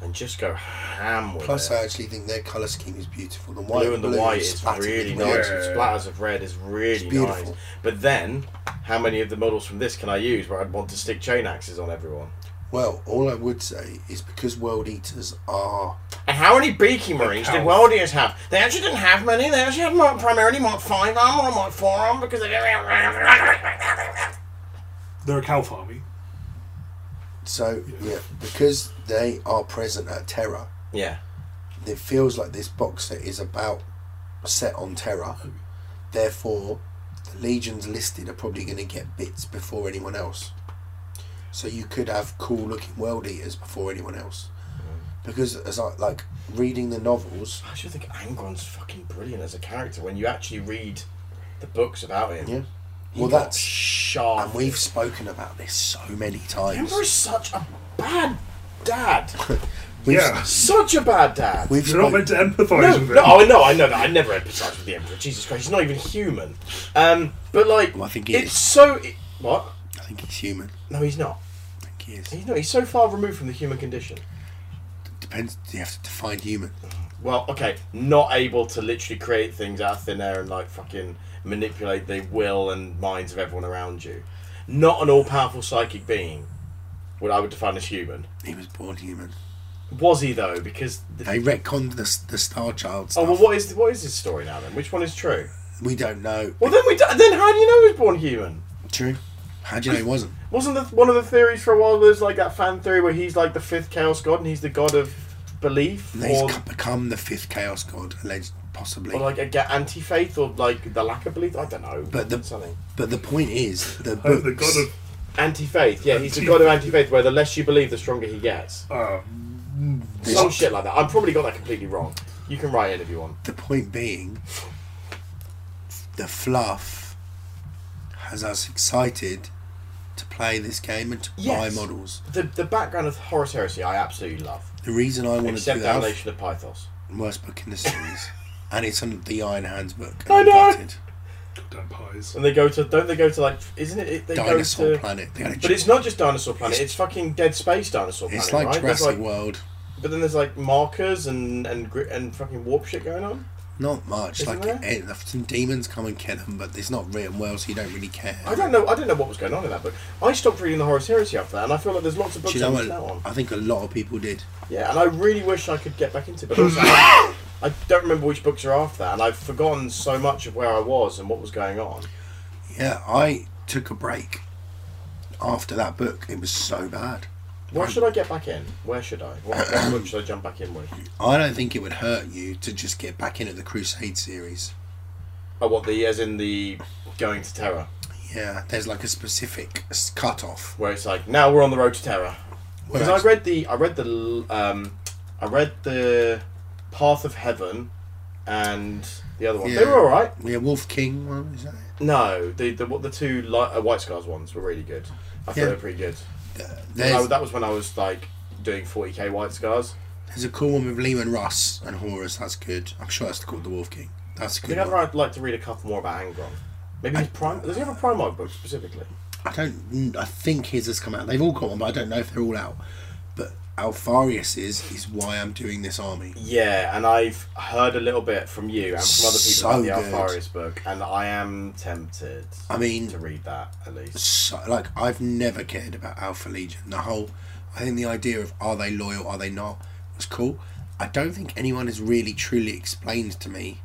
A: and just go ham with
C: Plus,
A: it.
C: I actually think their colour scheme is beautiful. The white,
A: blue and the
C: blue
A: white is
C: splattered
A: really
C: with
A: nice.
C: red.
A: and
B: Yeah.
A: Splatters of red is really
C: It's beautiful.
A: nice. But then, how many of the models from this can I use where I'd want to stick chain axes on everyone?
C: Well, all I would say is because World Eaters are
A: And how many Beaky Marines did
B: count.
A: World Eaters have? They actually didn't have many. They actually had Mark, primarily Mark 5 armor or Mark 4 armor because they
B: They're a Calf army.
C: so yeah, because they are present at Terra.
A: Yeah.
C: It feels like this box set is about set on Terra. Therefore, the legions listed are probably going to get bits before anyone else. So you could have cool looking World Eaters before anyone else. Because as I like reading the novels,
A: I actually think Angron's fucking brilliant as a character when you actually read the books about him.
C: Yeah.
A: He
C: well,
A: got
C: that's
A: sharp.
C: And we've spoken about this so many
A: The
C: times.
A: Emperor is such a bad dad.
C: [laughs] We've,
B: Yeah.
A: such a bad dad.
C: We've
B: You're not
C: spoken,
B: meant to empathise
A: No,
B: with
A: no,
B: them.
A: I know, I know that. I never empathise with the Emperor. Jesus Christ, he's not even human. Um, but like,
C: Well, I think he
A: it's
C: is.
A: so. It, what?
C: I think he's human.
A: No, he's not.
C: I think he is.
A: He's not. He's so far removed from the human condition.
C: Depends. You have to define human.
A: Well, okay, not able to literally create things out of thin air and like fucking manipulate the will and minds of everyone around you. Not an all-powerful psychic being. What I would define as human.
C: He was born human.
A: Was he though? Because the,
C: They retconned the the Star Child
A: oh
C: stuff.
A: well, what is what is his story now then? Which one is true?
C: We don't know.
A: Well, then we do, then how do you know he was born human?
C: True. How do you know
A: [laughs]
C: he wasn't?
A: Wasn't the, one of the theories for a while there's like that fan theory where he's like the fifth chaos god and he's the god of belief
C: And He's
A: or,
C: co- become the fifth Chaos God, alleged possibly.
A: or like a ga- anti-faith or like the lack of belief. I don't know.
C: But the-
A: something
C: but the point is, the
B: Oh,
C: books.
B: the god of
A: anti-faith. Yeah, he's the god of anti-faith where the less you believe, the stronger he gets.
B: um,
A: some shit like that. I've probably got that completely wrong. You can write it if you want.
C: The point being, the fluff has us excited to play this game and to
A: Yes.
C: buy models.
A: The the background of Horus Heresy I absolutely love.
C: The reason I wanted to do
A: Except
C: that
A: Damnation of Pythos.
C: worst book in
A: [laughs]
C: the series, and it's under the Iron Hands book. and
A: I
C: I'm
A: know.
C: gutted.
B: Goddamn pies.
A: And they go to don't they go to like isn't it, it they
C: Dinosaur
A: go to
C: Planet. They had a
A: But it's not just Dinosaur Planet, it's, fucking Dead Space Dinosaur Planet,
C: It's like
A: right? There's, like-
C: Jurassic World.
A: but then there's like markers and and gri- and fucking warp shit going on.
C: Not much.
A: Isn't there?
C: Like eh, some demons come and kill them, but it's not written well, so you don't really care.
A: I don't know. I don't know what was going on in that book. I stopped reading the Horus Heresy after that, and I feel like there's lots of
C: Do
A: books
C: you know
A: on
C: what?
A: that one.
C: I think a lot of people did.
A: Yeah, and I really wish I could get back into it, but also,
C: [coughs]
A: I don't remember which books are after that, and I've forgotten so much of where I was and what was going on.
C: Yeah, I took a break after that book. It was so bad.
A: Why should I get back in? Where should I? What, what book should I jump back in with?
C: I don't think it would hurt you to just get back into the Crusade series.
A: Oh, what the as in the going to terror,
C: Yeah, there's like a specific s- cut-off.
A: where it's like now we're on the road to terror. Because I
C: Whereas-
A: read the I read the l- um, I read the Path of Heaven, and the other one. They
C: Yeah.
A: were all right.
C: yeah, Wolf King one, is that it?
A: No, the the what the two light, uh, White Scars ones were really good. I thought
C: Yeah.
A: they were pretty good.
C: Uh,
A: I,
C: There's,
A: that was when I was like doing 40k White Scars.
C: there's a cool one with Lehman Russ and Horus. That's good. I'm sure that's called The Wolf King. That's a
A: I
C: good
A: think
C: one.
A: I'd ri- like to read a couple more about Angron. Maybe his prime. Does he have a Primarch book specifically?
C: I don't. I think his has come out. They've all got one, but I don't know if they're all out. But Alfarius is is why I'm doing this army.
A: Yeah, and I've heard a little bit from you and from other people
C: So
A: about the
C: good.
A: Alfarius book, and I am tempted
C: I mean,
A: to read that at least.
C: so, like I've never cared about Alpha Legion. The whole, I think the idea of are they loyal, are they not, was cool. I don't think anyone has really truly explained to me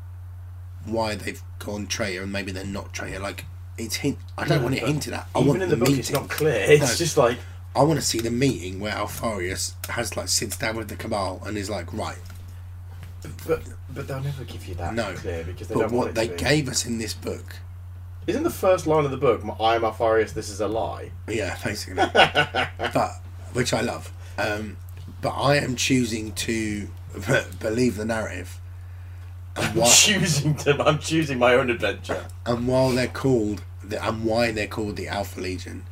C: why they've gone traitor and maybe they're not traitor. Like it's hint. I don't
A: No,
C: want it
A: but
C: hinted at. I
A: Even
C: want
A: in
C: the,
A: the book,
C: meeting.
A: it's not clear. It's
C: No.
A: just like
C: I want to see the meeting where Alfarius has like sits down with the Cabal and is like, right,
A: But but they'll never give you that
C: No,
A: clear because they
C: but
A: don't want
C: what
A: it
C: they
A: to be.
C: gave us in this book.
A: Isn't the first line of the book "I am Alfarius, this is a lie"?
C: Yeah, [laughs] basically. but which I love. Um, but I am choosing to believe the narrative. And
A: [laughs]
C: why,
A: choosing to, I'm choosing my own adventure.
C: and while they're called, the, and why they're called the Alpha Legion,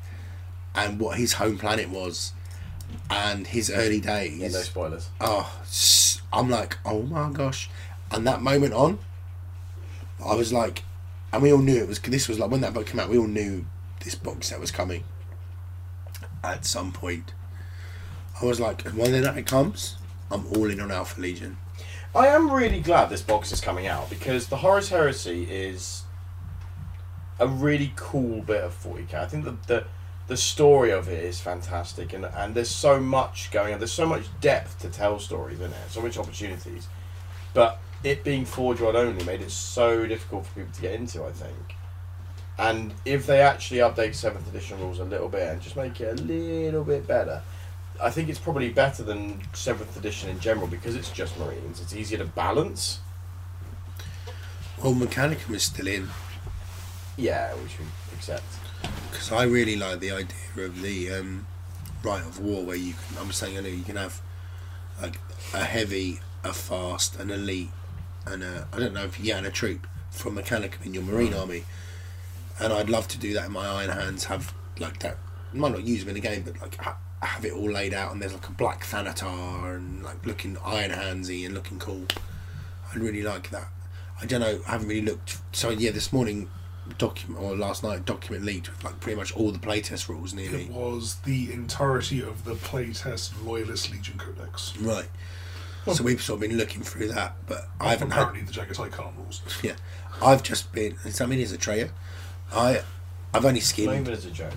C: and what his home planet was, and his early days.
A: Yeah, no spoilers.
C: oh, s- I'm like, oh my gosh. And that moment on, I was like, and we all knew it was, this was like, when that book came out, we all knew this box set was coming at some point. I was like, when the night comes, I'm all in on Alpha Legion.
A: I am really glad this box is coming out because the Horus Heresy is a really cool bit of 40k. I think the the, the story of it is fantastic, and and there's so much going on. There's so much depth to tell stories in it, so much opportunities. But it being forge rod only made it so difficult for people to get into. I think. And if they actually update seventh edition rules a little bit and just make it a little bit better, I think it's probably better than seventh edition in general because it's just Marines. It's easier to balance.
C: Well, Mechanicum is still in,
A: Yeah, which we accept.
C: because I really like the idea of the um, Right of War, where you can, I'm saying, I know you can have like a heavy, a fast, an elite, and a, I don't know if, yeah, and a troop from Mechanicum in your Marine army. And I'd love to do that in my Iron Hands, have like that, might not use them in the game, but like ha- have it all laid out, and there's like a black Thanatar and like looking Iron Handsy and looking cool. I'd really like that. I don't know, I haven't really looked. So, yeah, this morning document or last night document leaked with like pretty much all the playtest rules nearly.
B: It was the entirety of the playtest Loyalist Legion Codex.
C: Right. So we've sort of been looking through that, but I haven't had.
B: Apparently, the Jagatai Khan rules.
C: Yeah, I've just been. Does that mean he's a traitor? I, I've only
A: Not even
C: skimmed.
A: as a joke.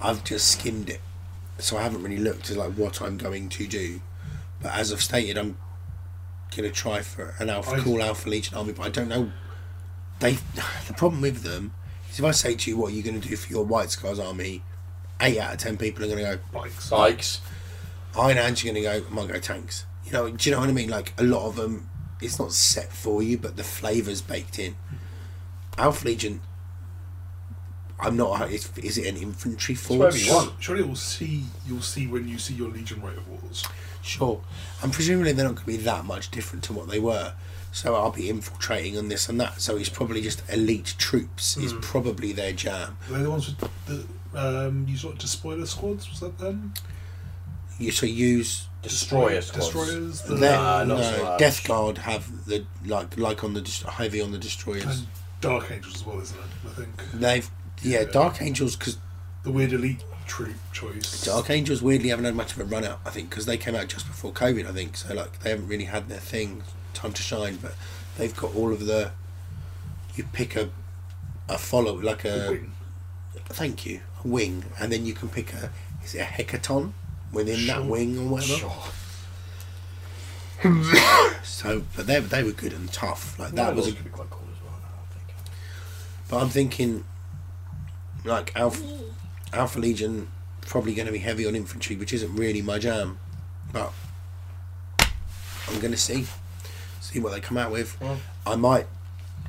C: I've just skimmed it, so I haven't really looked at like what I'm going to do. But as I've stated, I'm gonna try for an alpha,
B: I-
C: cool alpha legion army. But I don't know. They. [sighs] The problem with them is if I say to you, "What are you gonna do for your white scars army?" Eight out of ten people are gonna go.
B: Bikes.
A: Bikes.
C: Iron Hands, you're going to go, I might go tanks. You know, do you know what I mean? Like, a lot of them, it's not set for you, but the flavour's baked in. Alpha Legion, I'm not. Is, is it an infantry
A: whatever
C: force?
A: you want.
B: Surely you'll see you'll see when you see your Legion Rate of Wars.
C: Sure. And presumably they're not going to be that much different to what they were. So I'll be infiltrating on this and that. So it's probably just elite troops is
A: Hmm.
C: probably their jam.
B: They're the ones with the um, you sort of despoiler squads. Was that them?
C: You so use
A: Destroyer squads.
B: Destroyers. The,
C: their,
A: Nah,
C: no,
A: not so much.
C: Death Guard have the like like on the dest- heavy on the destroyers.
B: and Dark Angels as well, isn't it? I think
C: They've yeah,
B: Yeah.
C: Dark Angels because
B: the weird elite troop choice.
C: Dark Angels weirdly haven't had much of a run out. I think because they came out just before COVID. I think so. Like they haven't really had their thing time to shine, but they've got all of the. You pick a, a follow like
B: The
C: a
B: wing.
C: thank you a wing, and then you can pick a is it a hecaton within
B: Sure.
C: that wing or whatever.
A: Sure.
C: [coughs] So, but they they were good and tough. Like that
A: That
C: was a
A: was could be quite cool as well. I
C: But I'm thinking, like Alpha, Alpha Legion, probably going to be heavy on infantry, which isn't really my jam. But I'm going to see, see what they come out with.
A: Mm.
C: I might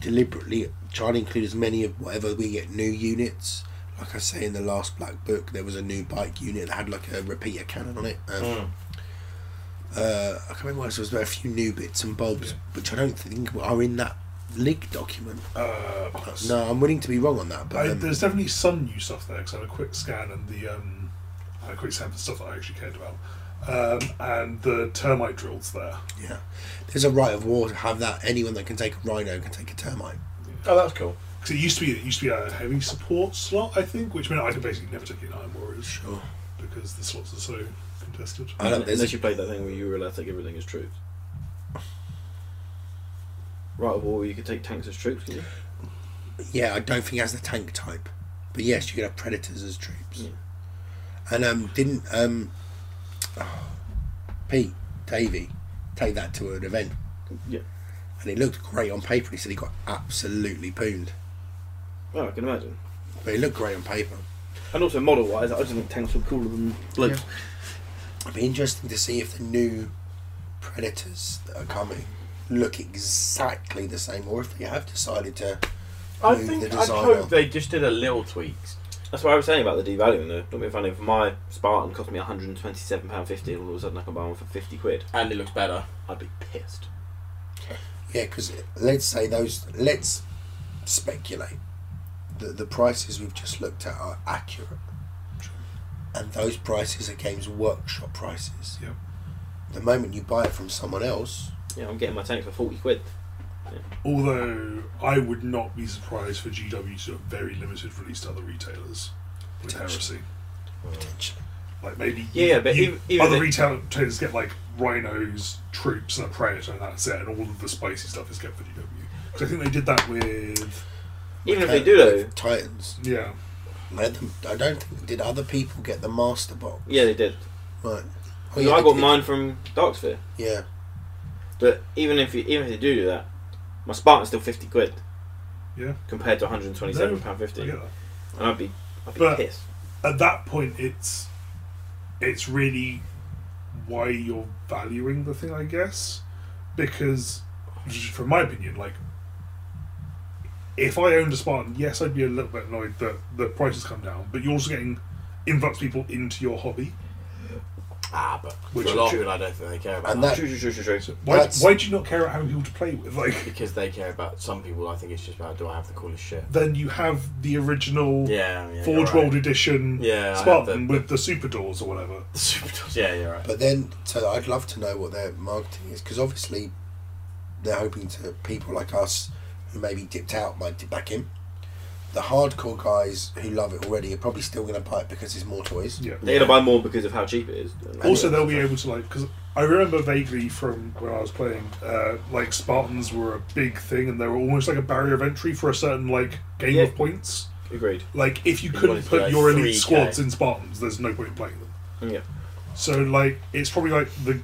C: deliberately try and include as many of whatever we get new units. Like I say in the last Black Book, there was a new bike unit that had like a repeater cannon on it. Um,
A: Mm.
C: uh, I can't remember what else there was, but a few new bits and bobs, which I don't think are in that leak document.
B: Uh,
C: No, I'm willing to be wrong on that, but
B: I,
C: um,
B: there's definitely some new stuff there because I had a quick scan and the um, I had a quick scan for stuff that I actually cared about, um, and the termite drills there.
C: yeah, there's a right of war to have that. Anyone that can take a rhino can take a termite.
A: think. Oh, that's cool.
B: Because it used to be it used to be a heavy support slot, I think, which meant I could basically never take in Iron Warriors
C: Sure.
B: because the slots are so contested.
C: I don't.
D: Unless
C: There's
D: you played that thing where you were allowed to take everything as troops. Right of war, you could take tanks as troops, could you?
C: yeah, I don't think it has the tank type, but yes, you could have predators as troops.
D: Yeah.
C: And um, didn't um, [sighs] oh, Pete Davy take that to an event?
D: Yeah.
C: And it looked great on paper. He said he got absolutely pooned,
D: Oh, I can imagine.
C: but it looked great on paper.
D: And also model wise, I just think tanks were cooler than blokes.
C: It'd be interesting to see if the new predators that are coming look exactly the same, or if they have decided to.
A: I
C: Move
A: think
C: the
A: I
C: design
A: hope
C: on.
A: they just did a little tweaks.
D: That's what I was saying about the devaluing though. Don't be funny. If my Spartan cost me £127.50 and all of a sudden I can buy one for 50 quid,
A: And it looks better.
D: I'd be pissed.
C: Yeah, because let's say those. Let's speculate that the prices we've just looked at are accurate, and those prices are Games Workshop prices.
B: Yep.
C: The moment you buy it from someone else,
D: Yeah, I'm getting my tanks for 40 quid.
B: Although I would not be surprised for GW to have very limited release to other retailers with
C: Potentially.
B: heresy.
C: potentially.
B: Like maybe
D: Yeah, yeah, but ev- even
B: other
D: the-
B: retailers get like rhinos, troops, and a predator, and that's it. And all of the spicy stuff is kept for GW. Because I think they did that with
D: Even if
C: Okay,
D: they do though,
C: with Titans.
B: yeah.
C: Let them- I don't think did other people get the master box
D: yeah, they did.
C: right. Oh,
D: Because
C: yeah,
D: I
C: they
D: got
C: did.
D: mine from Darksphere.
C: Yeah,
D: But even if you, even if they do do that, my Spartan's still 50 quid.
B: Yeah.
D: Compared to £127.50.
B: I get that.
D: And I'd be, I'd be
B: But-
D: pissed.
B: at that point it's it's really why you're valuing the thing i guess because from my opinion like if i owned a spartan yes i'd be a little bit annoyed that the price has come down but you're also getting influx people into your hobby
A: Ah, but
B: Which-
A: for a lot of people, I don't think they care about
C: and
A: that.
D: True,
C: that
D: true, true, true,
B: so
D: true.
B: why,
C: That's-
B: why do you not care about having people to play with like
A: because they care about some people. I think it's just about do I have the coolest shit?
B: then you have the original
A: Yeah, yeah
B: forge
A: you're
B: world
A: right.
B: edition
A: Yeah, I have
B: spartan with the super doors or whatever
A: The [laughs] Superdolls. Yeah, you're right.
C: But then, so I'd love to know what their marketing is because obviously they're hoping to people like us who maybe dipped out might dip back in. The hardcore guys who love it already are probably still going to buy it because there's more toys.
B: yeah
D: They're going to buy more because of how cheap it is.
B: Also, they'll be able to like because I remember vaguely from when I was playing, uh, like Spartans were a big thing, and they were almost like a barrier of entry for a certain like game
D: Yeah.
B: of points.
D: Agreed.
B: Like if you
A: You
B: couldn't
A: wanted to
B: put
A: go
B: your elite
A: 3K.
B: squads in Spartans, there's no point in playing them.
D: Yeah.
B: So like it's probably like the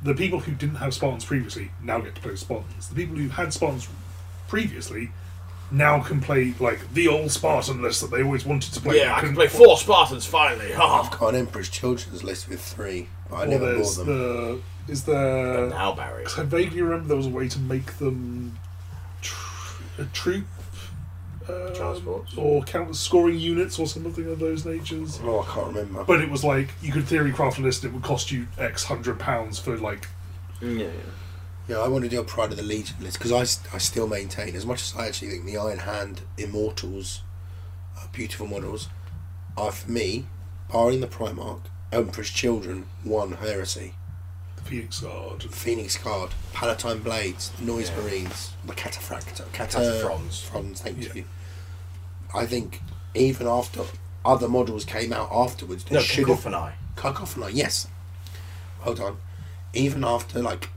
B: the people who didn't have Spartans previously now get to play Spartans. The people who had Spartans previously now can play like the old Spartan list that they always wanted to play.
A: yeah, I can
B: couldn't
A: play
B: afford.
A: four Spartans finally. [laughs] Ha!
C: I've got an Emperor's Children's list with three, but I
B: Or
C: never bought
B: there's
C: them.
B: the is there
A: now Barry.
B: 'Cause I vaguely remember there was a way to make them tr- a troop um,
A: Transports.
B: or countless scoring units or something of those natures.
C: Oh, I can't remember.
B: But it was like you could theory craft a list. and It would cost you X hundred pounds for like
D: Mm, Yeah,
C: Yeah, I want to do a Pride of the Legion list because I, s- I still maintain, as much as I actually think the Iron Hand Immortals are beautiful models, are for me, barring the Primarch, Emperor's Children, One Heresy,
B: the Phoenix Guard.
C: Phoenix Guard, Palatine Blades, the Noise Marines, the Cataphractor,
A: Cataphrons.
C: Cataphrons, thank
B: Yeah.
C: you. I think even after other models came out afterwards, they
A: No,
C: should have
A: Cacophony.
C: Cacophony, yes. Hold on. Even after like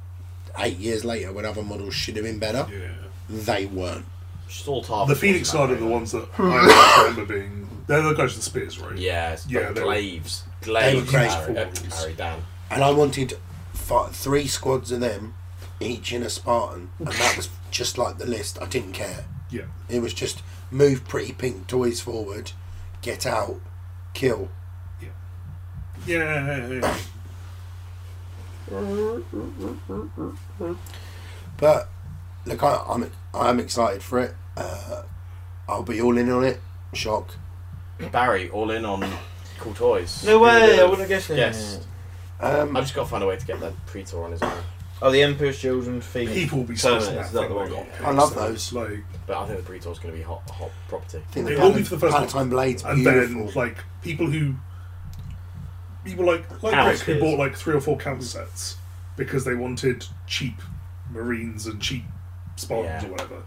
C: eight years later, when other models should have been better,
B: Yeah.
C: they weren't.
A: Just all targets
B: The
A: wasn't
B: Phoenix
A: that
B: Guard are
A: great,
B: the
A: though.
B: ones
C: [laughs]
B: that I remember being. They're the guys with the spears, right?
A: Yeah, it's
B: Yeah,
A: yeah,
B: they were-
A: glaives.
C: were
A: Glaives.
C: great
A: Harry, uh,
B: forwards.
A: Harry Dan.
C: And I wanted fi three squads of them, each in a Spartan, and
B: [laughs]
C: that was just like the list. I didn't care.
B: Yeah.
C: It was just move pretty pink toys forward, get out, kill.
B: Yeah. yeah.
C: But look, I, I'm I'm excited for it. Uh, I'll be all in on it. Shock.
A: Barry, all in on cool toys.
D: No way! I
A: Who
D: wouldn't have guessed it.
A: Yes.
C: Um,
A: I've just got to find a way to get that Praetor on his own.
D: Oh, the Emperor's Children Phoenix.
B: People will be
D: Terminators,
B: splitting that
D: is that
B: thing
D: the
B: like
D: one?
B: hotcakes.
C: I love
B: though.
C: those.
B: Like
A: But I think the Praetor's going to be hot, hot property.
C: I think
B: It
C: the
B: will be for the first one.
C: Palatine Blades
B: and
C: beautiful.
B: then like people who people like like
D: Counts
B: Rick who
D: is-
B: bought like three or four count sets because they wanted cheap Marines and cheap Spartans
A: Yeah.
B: or whatever.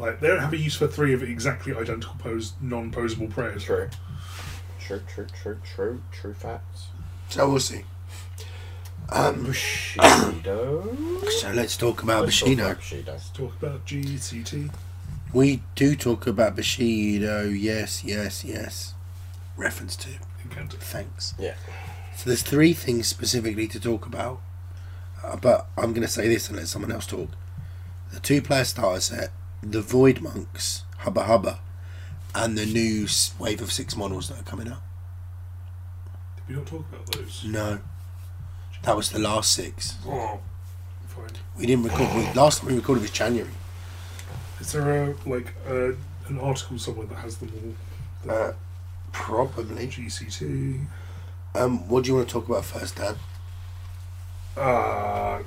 B: Like they don't have a use for three of exactly identical posed, non-posable prayers.
A: True. True, true, true, true, true facts.
C: so we'll see. Um,
A: Bushido.
C: So let's talk
B: Uh,
C: about Bushido.
A: Bushido.
B: Talk about GCT.
C: We do talk about Bushido, yes, yes, yes. Reference to,
B: Encounter.
C: thanks.
A: Yeah.
C: So there's three things specifically to talk about, uh, but I'm going to say this and let someone else talk. The two player starter set, the Void Monks, Hubba Hubba, and the new s- wave of six models that are coming up.
B: Did we not talk about those?
C: No. That was the last six.
B: Oh, fine.
C: We didn't record, we, last time we recorded was January.
B: Is there a like uh, an article somewhere that has them all? The
C: Uh, Probably.
B: GCT.
C: Um, what do you want to talk about first, Dan?
B: Uh,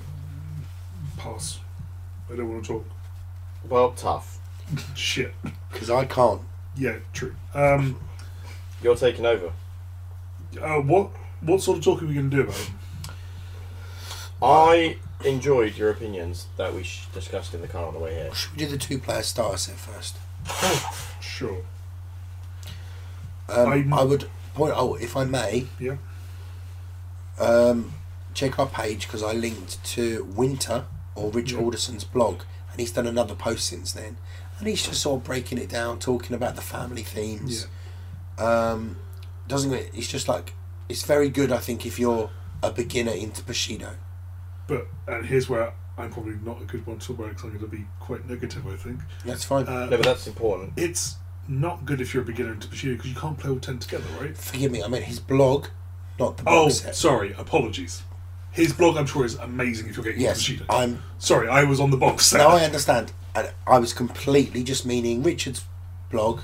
B: pass. I don't want to talk
A: Well, tough.
B: shit.
C: Because I can't.
B: Yeah, true. Um,
A: You're taking over.
B: uh, what what sort of talk are we going to do about it?
A: I enjoyed your opinions that we sh- discussed in the car on the way here.
C: Should we do the two player starter set first?
B: Sure.
C: Um,
A: Um,
B: I'm-
C: I would point out, if I may,
B: Yeah.
C: um, check our page because I linked to Winter or Rich
B: Yeah.
C: Alderson's blog, and he's done another post since then. And he's just sort of breaking it down, talking about the family themes. Um, doesn't it? It's just like it's very good. I think if you're a beginner into Bushido,
B: But and here's where I'm probably not a good one to talk about because I'm going to be quite negative. I think.
C: that's fine.
B: Uh,
A: No, but that's important.
B: it's not good if you're a beginner into Bushido because you can't play all ten together, right?
C: Forgive me, I meant his blog, not the
B: Oh,
C: box set.
B: sorry. Apologies. His blog, I'm sure, is amazing if you're getting
C: Yes,
B: into Bushido.
C: I'm
B: sorry, I was on the box set.
C: Now I understand, and I was completely just meaning Richard's blog.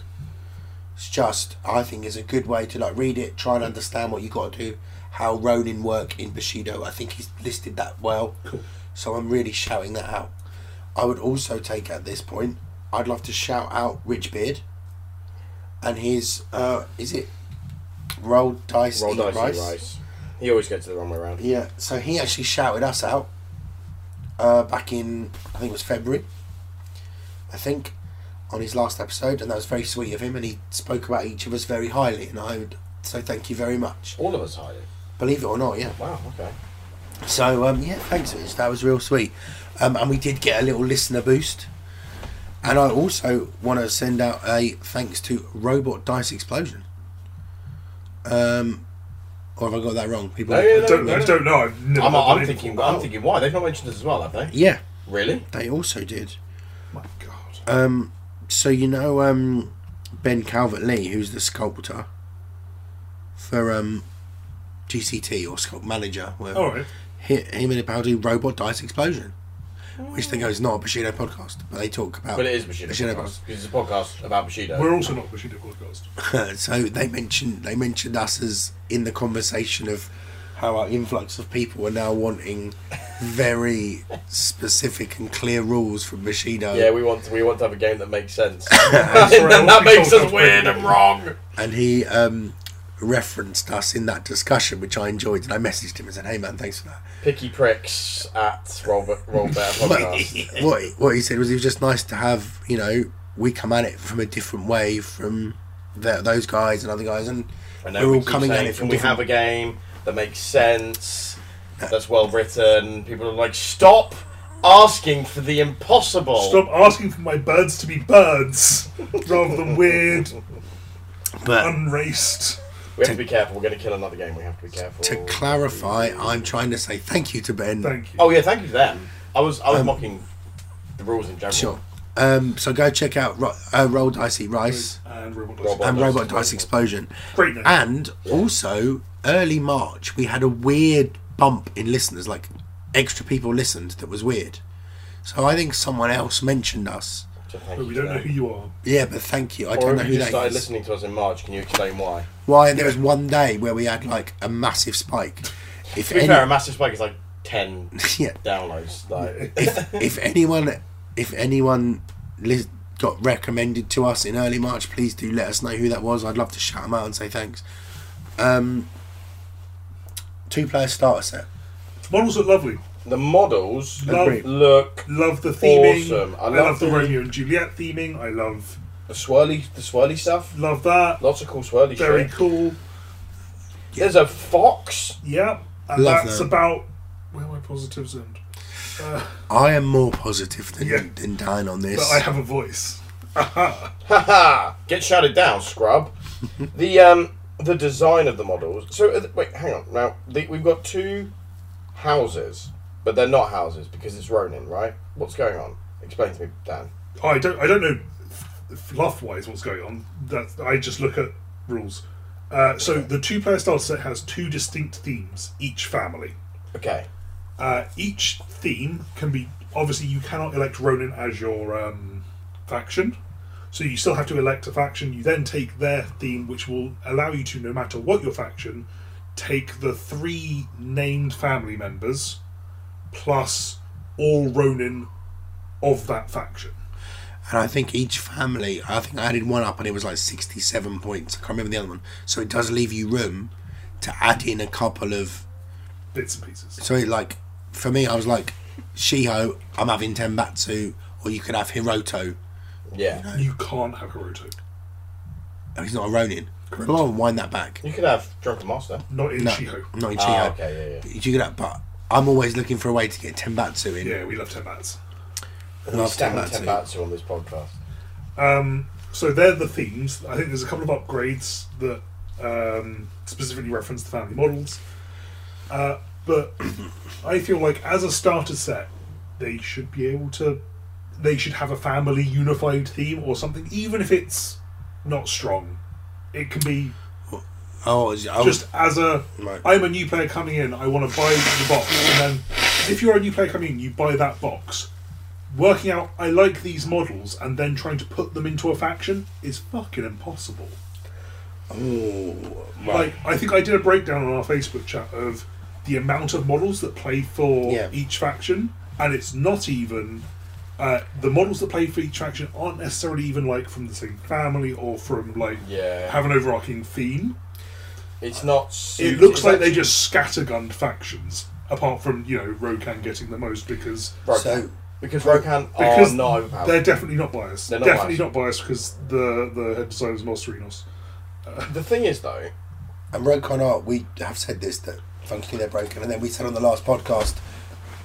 C: It's just I think is a good way to like read it, try and understand what you got to do, how Ronin work in Bushido. I think he's listed that well,
B: Cool.
C: so I'm really shouting that out. I would also take at this point. I'd love to shout out Rich Beard and his uh, is it roll dice
A: Roll
C: Eat
A: dice, rice. rice. He always gets it the wrong way around.
C: yeah, so he actually shouted us out uh, back in, I think it was February, I think, on his last episode, and that was very sweet of him, and he spoke about each of us very highly, and I would so thank you very much.
A: All of us hide it.
C: Believe it or not, yeah.
A: Wow, okay.
C: So, um, yeah, thanks, Rich. That was real sweet. Um, and we did get a little listener boost. And I also want to send out a thanks to Robot Dice Explosion. Um, or have I got that wrong? People,
A: No, yeah,
B: I [laughs] don't, I don't know. I've never
A: I'm,
B: heard the
A: I'm
B: name
A: thinking.
B: before.
A: I'm thinking. Why they've not mentioned us as well, have they?
C: yeah,
A: Really?
C: they also did.
B: Oh My God.
C: Um, so you know um, Ben Calvert Lee, who's the sculptor for um, GCT or sculpt manager. Where
A: Oh.
B: All right.
C: hi- him and Abel do robot dice explosion, which they go is not a Bushido podcast, but they talk about.
A: But it is Bushido.
C: Bushido
A: podcast, Because it's a podcast about Bushido.
B: We're also not Bushido
A: [laughs]
B: podcast.
C: [laughs] so they mentioned they mentioned us as in the conversation of how our influx of people are now wanting very specific and clear rules from Bushido.
A: yeah, we want to, we want to have a game that makes
C: [laughs]
A: sense. [laughs]
B: sorry, I
A: and that
B: won't be
A: makes
B: called
A: us
B: that
A: weird
B: pretty.
A: and wrong.
C: and he um, referenced us in that discussion, which I enjoyed, and I messaged him and said, "Hey man, thanks for that."
A: Picky pricks at Roll, Be- Roll
C: [laughs]
A: Better Podcast.
C: But what what he said was it was just nice to have you know we come at it from a different way from th those guys and other guys, and
A: And
C: We're
A: we
C: all
A: keep
C: coming at
A: saying,
C: it
A: Can
C: from
A: we
C: different- Uh,
A: have a game that makes sense, that's well written? People are like, stop asking for the impossible.
B: Stop asking for my birds to be birds rather than weird,
C: but.
B: unraced.
A: We have to be careful. We're going to kill another game. We have to be careful.
C: To clarify, I'm trying to say thank you to Ben.
B: Thank you.
A: Oh yeah, thank you to them. I was I was
C: Um,
A: mocking the rules in general.
C: Sure. Um, so go check out Ro- uh, Roll Dicey Rice
B: And robot
A: Robot.
B: Dice.
C: and
A: Dice
C: Robot Dice
A: Explosion.
C: Explosion.
B: Great name.
C: And also, early March, we had a weird bump in listeners, like extra people listened that was weird. So I think someone else mentioned us.
A: So thank
B: But
A: you
B: we
A: to
B: don't know
A: them.
B: who you are.
C: Yeah, but thank you. I
A: Or
C: don't know
A: if
C: who
A: you just
C: that
A: started
C: is.
A: listening to us in March, can you explain why?
C: Why there was one day where we had like a massive spike. If
A: To be
C: any-
A: fair, a massive spike is like ten
C: [laughs] yeah,
A: downloads. Like,
C: if if anyone if anyone lis- got recommended to us in early March, please do let us know who that was. I'd love to shout them out and say thanks. Um, two player starter set.
B: Models look lovely.
A: the models
B: Agreed.
A: look
B: Love the theming.
A: Awesome. I
B: I love,
A: love
B: the
A: the-
B: Romeo and Juliet theming. I love
A: the swirly, the swirly stuff.
B: love that.
A: Lots of cool swirly
B: Very
A: shit.
B: cool.
A: There's a fox.
B: Yeah. And
C: Love
B: that's
C: that.
B: about where my positives end. Uh,
C: I am more positive than
B: Yeah.
C: than Dan on this.
B: but I have a voice.
A: Haha! Get shouted down, scrub. the um, the design of the models. So uh, th- wait, hang on. Now the, we've got two houses, but they're not houses because it's Ronin, right? What's going on? Explain to me, Dan.
B: I don't. I don't know fluff wise what's going on. That I just look at rules. Uh, so the two-player starter set has two distinct themes each family.
A: Okay.
B: Uh, each theme can be obviously you cannot elect Ronin as your um, faction, so you still have to elect a faction. You then take their theme, which will allow you to, no matter what your faction, take the three named family members plus all Ronin of that faction.
C: and I think each family. I think I added one up, and it was like sixty-seven points. I can't remember the other one. So it does leave you room to add in a couple of.
B: Bits and pieces.
C: So it like for me, I was like, Shiho, I'm having Tenbatsu, or you could have Hiroto.
A: Yeah.
B: You can't have Hiroto.
C: Oh, he's not a Ronin. Well, I'll wind that back.
A: You could have drunken master.
B: Not in
C: No,
B: Shiho.
C: not in
A: Ah,
C: Chiho.
A: okay. Yeah, yeah.
C: You could have, but I'm always looking for a way to get Tenbatsu in.
B: Yeah, we love Tenbats.
A: We
C: Love
A: stand
C: Tenbatsu.
A: Tenbatsu on this podcast.
B: Um, so they're the themes. I think there's a couple of upgrades that um, specifically reference the family models. Uh, but I feel like as a starter set, they should be able to. They should have a family unified theme or something, even if it's not strong. It can be
C: Oh, is- oh,
B: just as a
C: Right.
B: I'm a new player coming in, I want to buy the box, and then if you're a new player coming in, you buy that box. Working out I like these models and then trying to put them into a faction is fucking impossible.
C: oh,
B: Like I think I did a breakdown on our Facebook chat of the amount of models that play for
C: Yeah.
B: each faction, and it's not even uh, the models that play for each faction aren't necessarily even like from the same family or from like
A: Yeah.
B: have an overarching theme.
A: It's not. Suited.
B: It looks like they just scattergunned factions, apart from you know Rokan getting the most because
A: Rokan.
C: So-
A: because Rokan
B: because
A: are not overpowered.
B: they're definitely not biased.
A: Oh, They're not
B: definitely
A: biased.
B: not biased because the the head designer is Nostrinos.
A: The thing is though,
C: and Rokon Art, we have said this that functionally they're broken, and then we said on the last podcast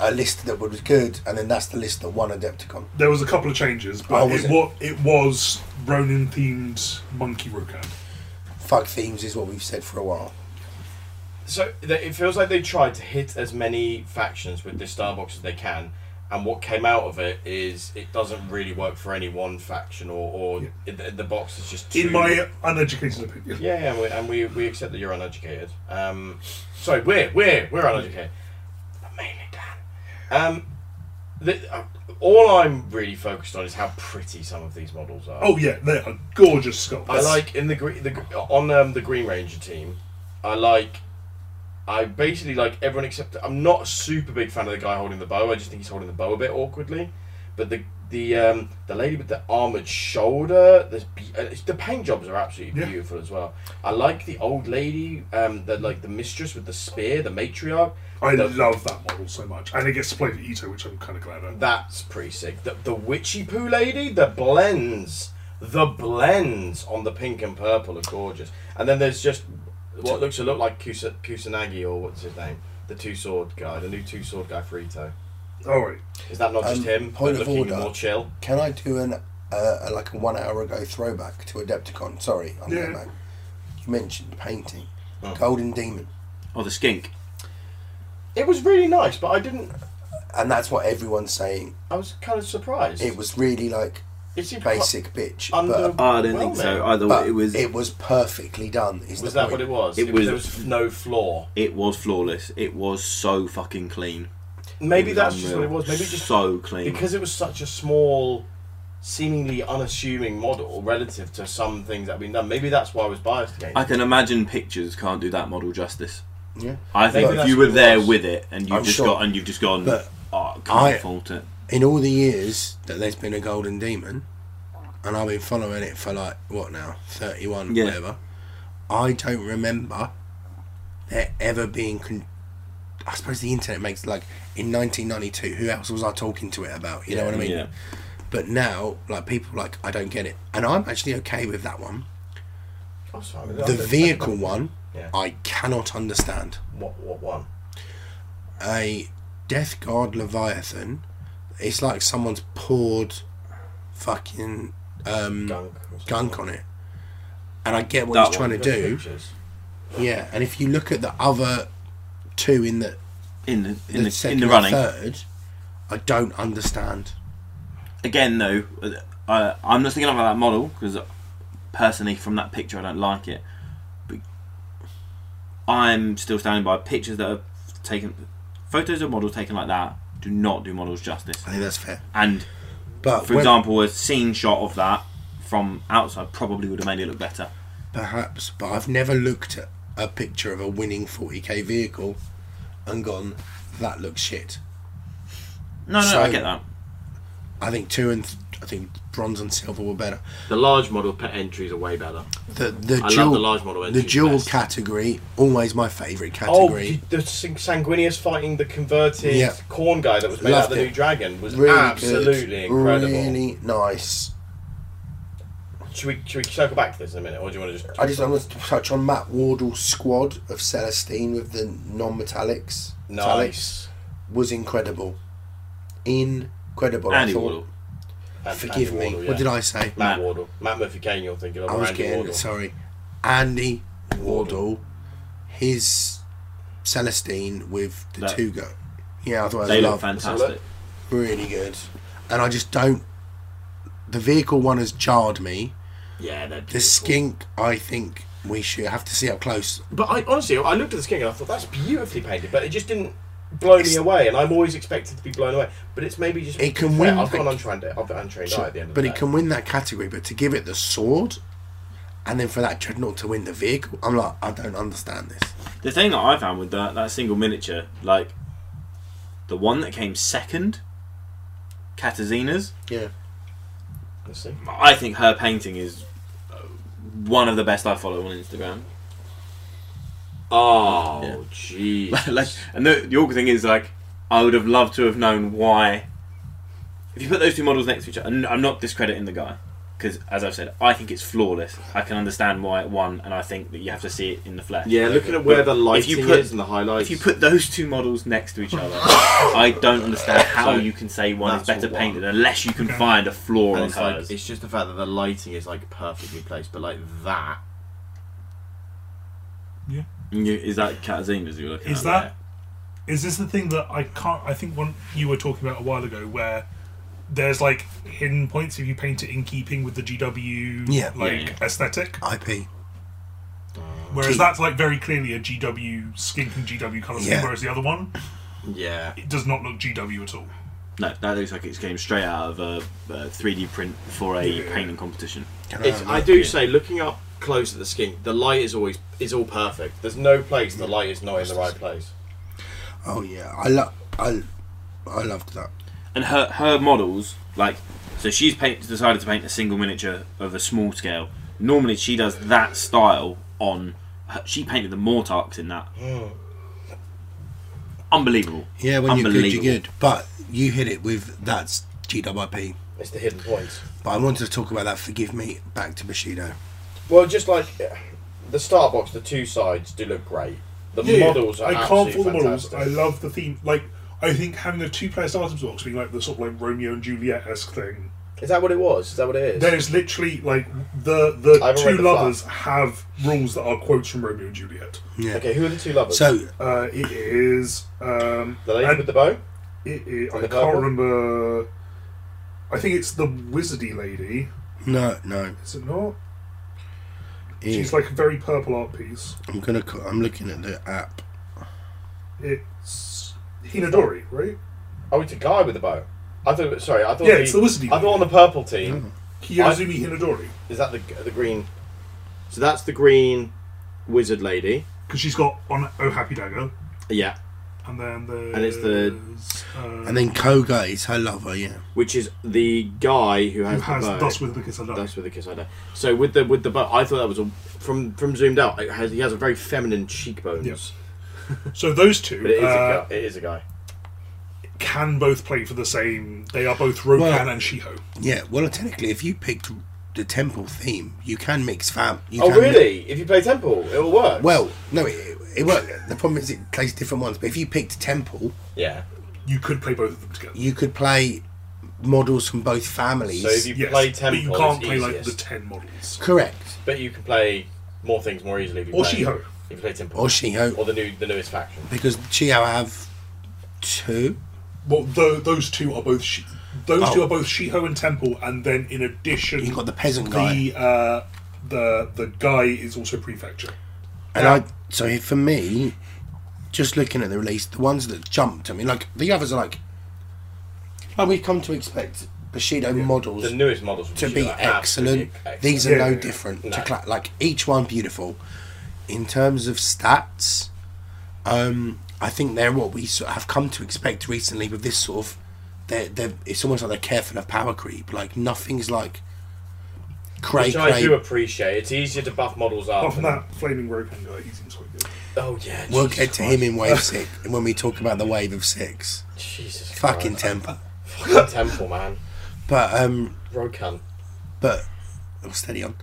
C: a list that was good, and then that's the list that won Adepticon.
B: There was a couple of changes, but
C: Oh,
B: it,
C: was it?
B: wa- it was Ronin themed monkey Rokan.
C: Fuck themes is what we've said for a while.
A: So th- it feels like they tried to hit as many factions with this Starbucks as they can, and what came out of it is it doesn't really work for any one faction, or, or
B: Yeah.
A: i- the, the box is just too.
B: In my uneducated opinion,
A: yeah, yeah, and we, and we, we accept that you're uneducated. Um, sorry, we're we're we're uneducated, but mainly Dan. Um, the, uh, all I'm really focused on is how pretty some of these models are.
B: Oh yeah, they are gorgeous
A: I
B: sculpts.
A: like in the green the, gr- on um, the Green Ranger team. I like. I basically like everyone except I'm not a super big fan of the guy holding the bow. I just think he's holding the bow a bit awkwardly. But the the um, the lady with the armored shoulder, this be- uh, it's- the paint jobs are absolutely
B: Yeah.
A: beautiful as well. I like the old lady, um, the like the mistress with the spear, the matriarch.
B: I
A: the-
B: love that model so much, and it gets to play for Ito, which I'm kind of glad. I
A: That's pretty sick. The, the witchy poo lady, the blends, the blends on the pink and purple are gorgeous. And then there's just what looks to look like Kusa, Kusanagi or what's his name, the two sword guy, the new two sword guy for Ito.
B: All right,
A: Is that not just
C: Um,
A: him?
C: point
A: but
C: of
A: looking
C: order.
A: more chill.
C: Can I do an uh, a- like a one hour ago throwback to Adepticon? Sorry, I'm
B: Yeah.
C: going back. You mentioned painting.
A: Oh.
C: Golden Demon.
D: Oh, the skink.
A: It was really nice, but I didn't.
C: And that's what everyone's saying.
A: I was kind of surprised.
C: It was really like
A: It seemed quite
C: basic bitch.
A: Under.
C: But,
D: Ah, I don't think
A: Well,
D: so.
A: man.
D: Either
C: but
D: it was it,
C: perfectly done. Is
A: Was
C: the
A: that
C: point.
A: what it was?
D: It
A: There
D: was-
A: was no flaw.
D: was flawless. It was so fucking clean.
A: Maybe
D: It was
A: that's just what it
D: unreal.
A: was. Maybe just
D: so clean.
A: because it was such a small, seemingly unassuming model relative to some things that have been done. Maybe that's why I was biased against.
D: I
A: it.
D: can imagine pictures can't do that model justice.
C: Yeah.
D: I think
A: Maybe
D: if
A: that's
D: you
A: what
D: were
A: it
D: there
A: was.
D: with it and you've
C: I'm
D: just
C: sure.
D: got and you've just gone,
C: But
D: oh, can't
C: I-
D: fault it.
C: in all the years that there's been a golden demon, and I've been following it for like what now, thirty-one,
D: Yeah.
C: whatever. I don't remember there ever being. Con- I suppose the internet makes like in 1992. Who else was I talking to it about? You know what I mean.
D: Yeah.
C: But now, like people, are like I don't get it, and I'm actually okay with that one.
A: Oh, sorry,
C: The vehicle one,
A: Yeah.
C: I cannot understand.
A: What, what one?
C: a Death Guard Leviathan. It's like someone's poured fucking um,
A: Gunk.
C: gunk on it. And I get what
D: That
C: he's
D: one.
C: trying to do.
A: Pictures.
C: Yeah, and if you look at the other two in the
D: In the in the, in
C: second
D: the
C: and
D: running
C: third, I don't understand.
D: again though, uh, I'm not thinking about that model because personally, from that picture, I don't like it. But I'm still standing by pictures that are taken, photos of models taken like that do not do models justice.
C: I think that's fair.
D: And
C: But
D: for
C: when-
D: example, a scene shot of that from outside probably would have made it look better.
C: perhaps, but I've never looked at a picture of a winning 40k vehicle and gone, that looks shit.
D: No, no, I
C: So-
D: get that.
C: I think two and th- I think bronze and silver were better.
D: The large model pet entries are way better.
C: The the
D: I
C: dual
D: love the large model
C: The
D: entries.
C: dual
D: best.
C: category, always my favourite
A: Oh,
C: category.
A: the sang- Sanguinius fighting the converted
C: Yeah.
A: corn guy that was made out
C: Loved
A: of the
C: it.
A: new dragon was
C: really
A: absolutely
C: good,
A: incredible.
C: Really nice.
A: Should, we, should we circle back to this in a minute, or do you want to just?
C: I just I want to touch on Matt Wardle's squad of Celestine with the non-metallics. Metallics
A: nice.
C: was incredible, incredible. I
D: Andy
C: thought-
D: Wardle.
A: And-
C: Forgive
A: Andy
C: me.
A: Wardle,
C: What
A: yeah.
C: did I say?
A: Matt
D: Matt.
A: Wardle, Matt Murphy Kane. You're thinking of
C: I was
A: Randy
C: getting
A: Wardle.
C: sorry. Andy
A: Wardle.
C: Wardle, his Celestine with the
D: That-
C: two go. Yeah, otherwise
D: They
C: I
D: look
C: love
D: fantastic.
C: really good, and I just don't. The vehicle one has jarred me.
D: Yeah, they're
C: The
D: beautiful.
C: skink, I think we should have to see up close.
A: But I honestly, I looked at the skin and I thought that's beautifully painted, but it just didn't blow me away. And I'm always expected to be blown away, but it's maybe just
C: It can win
A: I've
C: the-
A: got an untrained, I've got an untrained eye at the end of
C: But
A: the
C: it
A: day.
C: can win that category. But to give it the sword, and then for that dreadnought to win the vehicle, I'm like, I don't understand this.
D: The thing that I found with that that single miniature, like the one that came second, Katazina's,
C: Yeah,
A: Let's see.
D: I think her painting is uh, one of the best I follow on Instagram. Oh,
A: Oh,
D: Yeah.
A: jeez.
D: [laughs] like, and the, the awkward thing is, like, I would have loved to have known why. If you put those two models next to each other, and I'm not discrediting the guy because, as I've said, I think it's flawless. I can understand why it won, and I think that you have to see it in the flesh.
A: yeah, looking at where the
D: If
A: lighting
D: you put-
A: is and the highlights.
D: If you put those two models next [laughs] to each other, I don't understand how
A: So,
D: you can say one is
A: that's
D: better
A: what-
D: painted unless you can find a flaw
A: and
D: on
A: it's like
D: hers.
A: it's just the fact that the lighting is like perfectly placed, but like that.
D: You- is that Katazina's you're looking
B: is
D: at?
B: that is this the thing that I can't? I think one you were talking about a while ago where there's like hidden points if you paint it in keeping with the GW
C: Yeah.
B: like
D: Yeah,
B: aesthetic.
C: IP.
B: Whereas
C: Key.
B: that's like very clearly a GW skink and GW colour scheme,
C: Yeah.
B: whereas the other one
A: Yeah.
B: it does not look GW at all.
I: No, that looks like it's came straight out of a, a 3D print for a
B: Yeah.
I: painting competition.
C: Can
E: It's,
C: have
E: I
C: a
E: do
I: yeah.
E: say, looking up close at the skin, the light is always is all perfect.
A: There's no place the light is not in the right place.
C: look? Oh yeah, I love I I loved that.
I: And her her models, like, so she's paint, decided to paint a single miniature of a small scale. Normally, she does that style on. her- She painted the Mortarks in that.
A: Oh.
I: Unbelievable.
C: Yeah, when you're good, you're
I: Unbelievable.
C: good. But you hit it with that's GWP.
A: It's the hidden points.
C: But I wanted to talk about that. Forgive me. Back to Bushido.
A: Well, just like yeah, the star box, the two sides do look great. The
B: Yeah, yeah.
A: models are
B: I can't
A: absolutely
B: fool the models.
A: fantastic.
B: I love the theme. Like, I think having the two-player starter box being like the sort of like Romeo and Juliet esque thing.
A: Is that what it was? Is that what it is?
B: There's literally like the the
A: haven't
B: two
A: read the
B: lovers have rules that are quotes from Romeo and Juliet.
C: Yeah.
A: Okay, who are the two lovers?
C: So
B: Uh, it is um,
A: the lady
B: and
A: with the bow.
B: it, it, I
A: the
B: can't
A: purple?
B: remember. I think it's the wizardy lady.
C: no, no.
B: Is it not?
C: Ian,
B: She's like a very purple art piece.
C: I'm gonna. co- I'm looking at the app.
B: It's Hinadori, right?
A: Oh, it's a guy with a bow. I thought. it was- Sorry, I thought.
B: Yeah,
A: the,
B: it's the wizardy
A: I thought on
B: lady.
A: the purple team.
B: Kiyozumi Hinadori.
A: Is that the the green?
E: So that's the green wizard lady.
B: Because she's got on Oh Happy Dagger.
E: Yeah,
B: And then the.
E: And it's the-
B: Uh,
C: And then Koga is her lover. Yeah.
E: which is the guy who
B: who
E: has,
B: has
E: the bow.
B: Thus With the Kiss I Love.
E: That's with the kiss I know. So with the with the bow, I thought that was a from from zoomed out. It has, he has a very feminine cheekbones.
B: Yep. So those two
A: But it is
B: uh,
A: a guy. It is a guy.
B: can both play for the same. They are both Rokan
C: Well-
B: and Shiho.
C: Yeah. Well, technically, if you picked the temple theme, you can mix fam. You
A: Oh
C: can
A: really? If you play temple, it will work.
C: Well, no, it, it worked. The problem is it plays different ones. But if you picked Temple,
A: yeah.
B: You could play both of them together.
C: you could play models from both families.
A: So if you
B: Yes,
A: play
B: but
A: temple,
B: you can't
A: it's
B: play like
A: easiest.
B: the ten models
C: Correct.
A: But you can play more things more easily. If you
B: or
A: play,
B: Shiho.
A: If you play temple,
C: Or Shio,
A: or the new the newest faction.
C: because Shio have two.
B: Well, tho- those two are both. Shi- those
C: Oh.
B: two are both Shiho and Temple, and then in addition,
C: You've got the peasant guy.
B: the uh, the the guy is also prefecture.
C: And I so he- for me, just looking at the release, the ones that jumped. I mean, like the others are like, like we've come to expect Bushido models
A: The newest models
C: to
A: which
C: be
A: are absolutely
C: excellent. These are
B: Yeah,
C: no
B: yeah, yeah.
C: different.
A: No.
C: To cla- like each one beautiful. In terms of stats, um, I think they're what we sort of have come to expect recently with this sort of. They're, they're, it's almost like they're careful of power creep. Like nothing's like. Cray
A: which I do
C: cray.
A: appreciate. It's easier to buff models
B: Apart
A: up.
B: from
A: and-
B: that, flaming Rokan guy, he seems quite good.
A: Oh yeah.
C: Oh, We'll
A: Jesus
C: get to him in
A: [laughs]
C: wave six when we talk about the wave of six.
A: Christ. Jesus.
C: Fucking
A: Christ.
C: temper.
A: Fucking [laughs] temple, man.
C: But um,
A: Rokan.
C: but oh, steady on.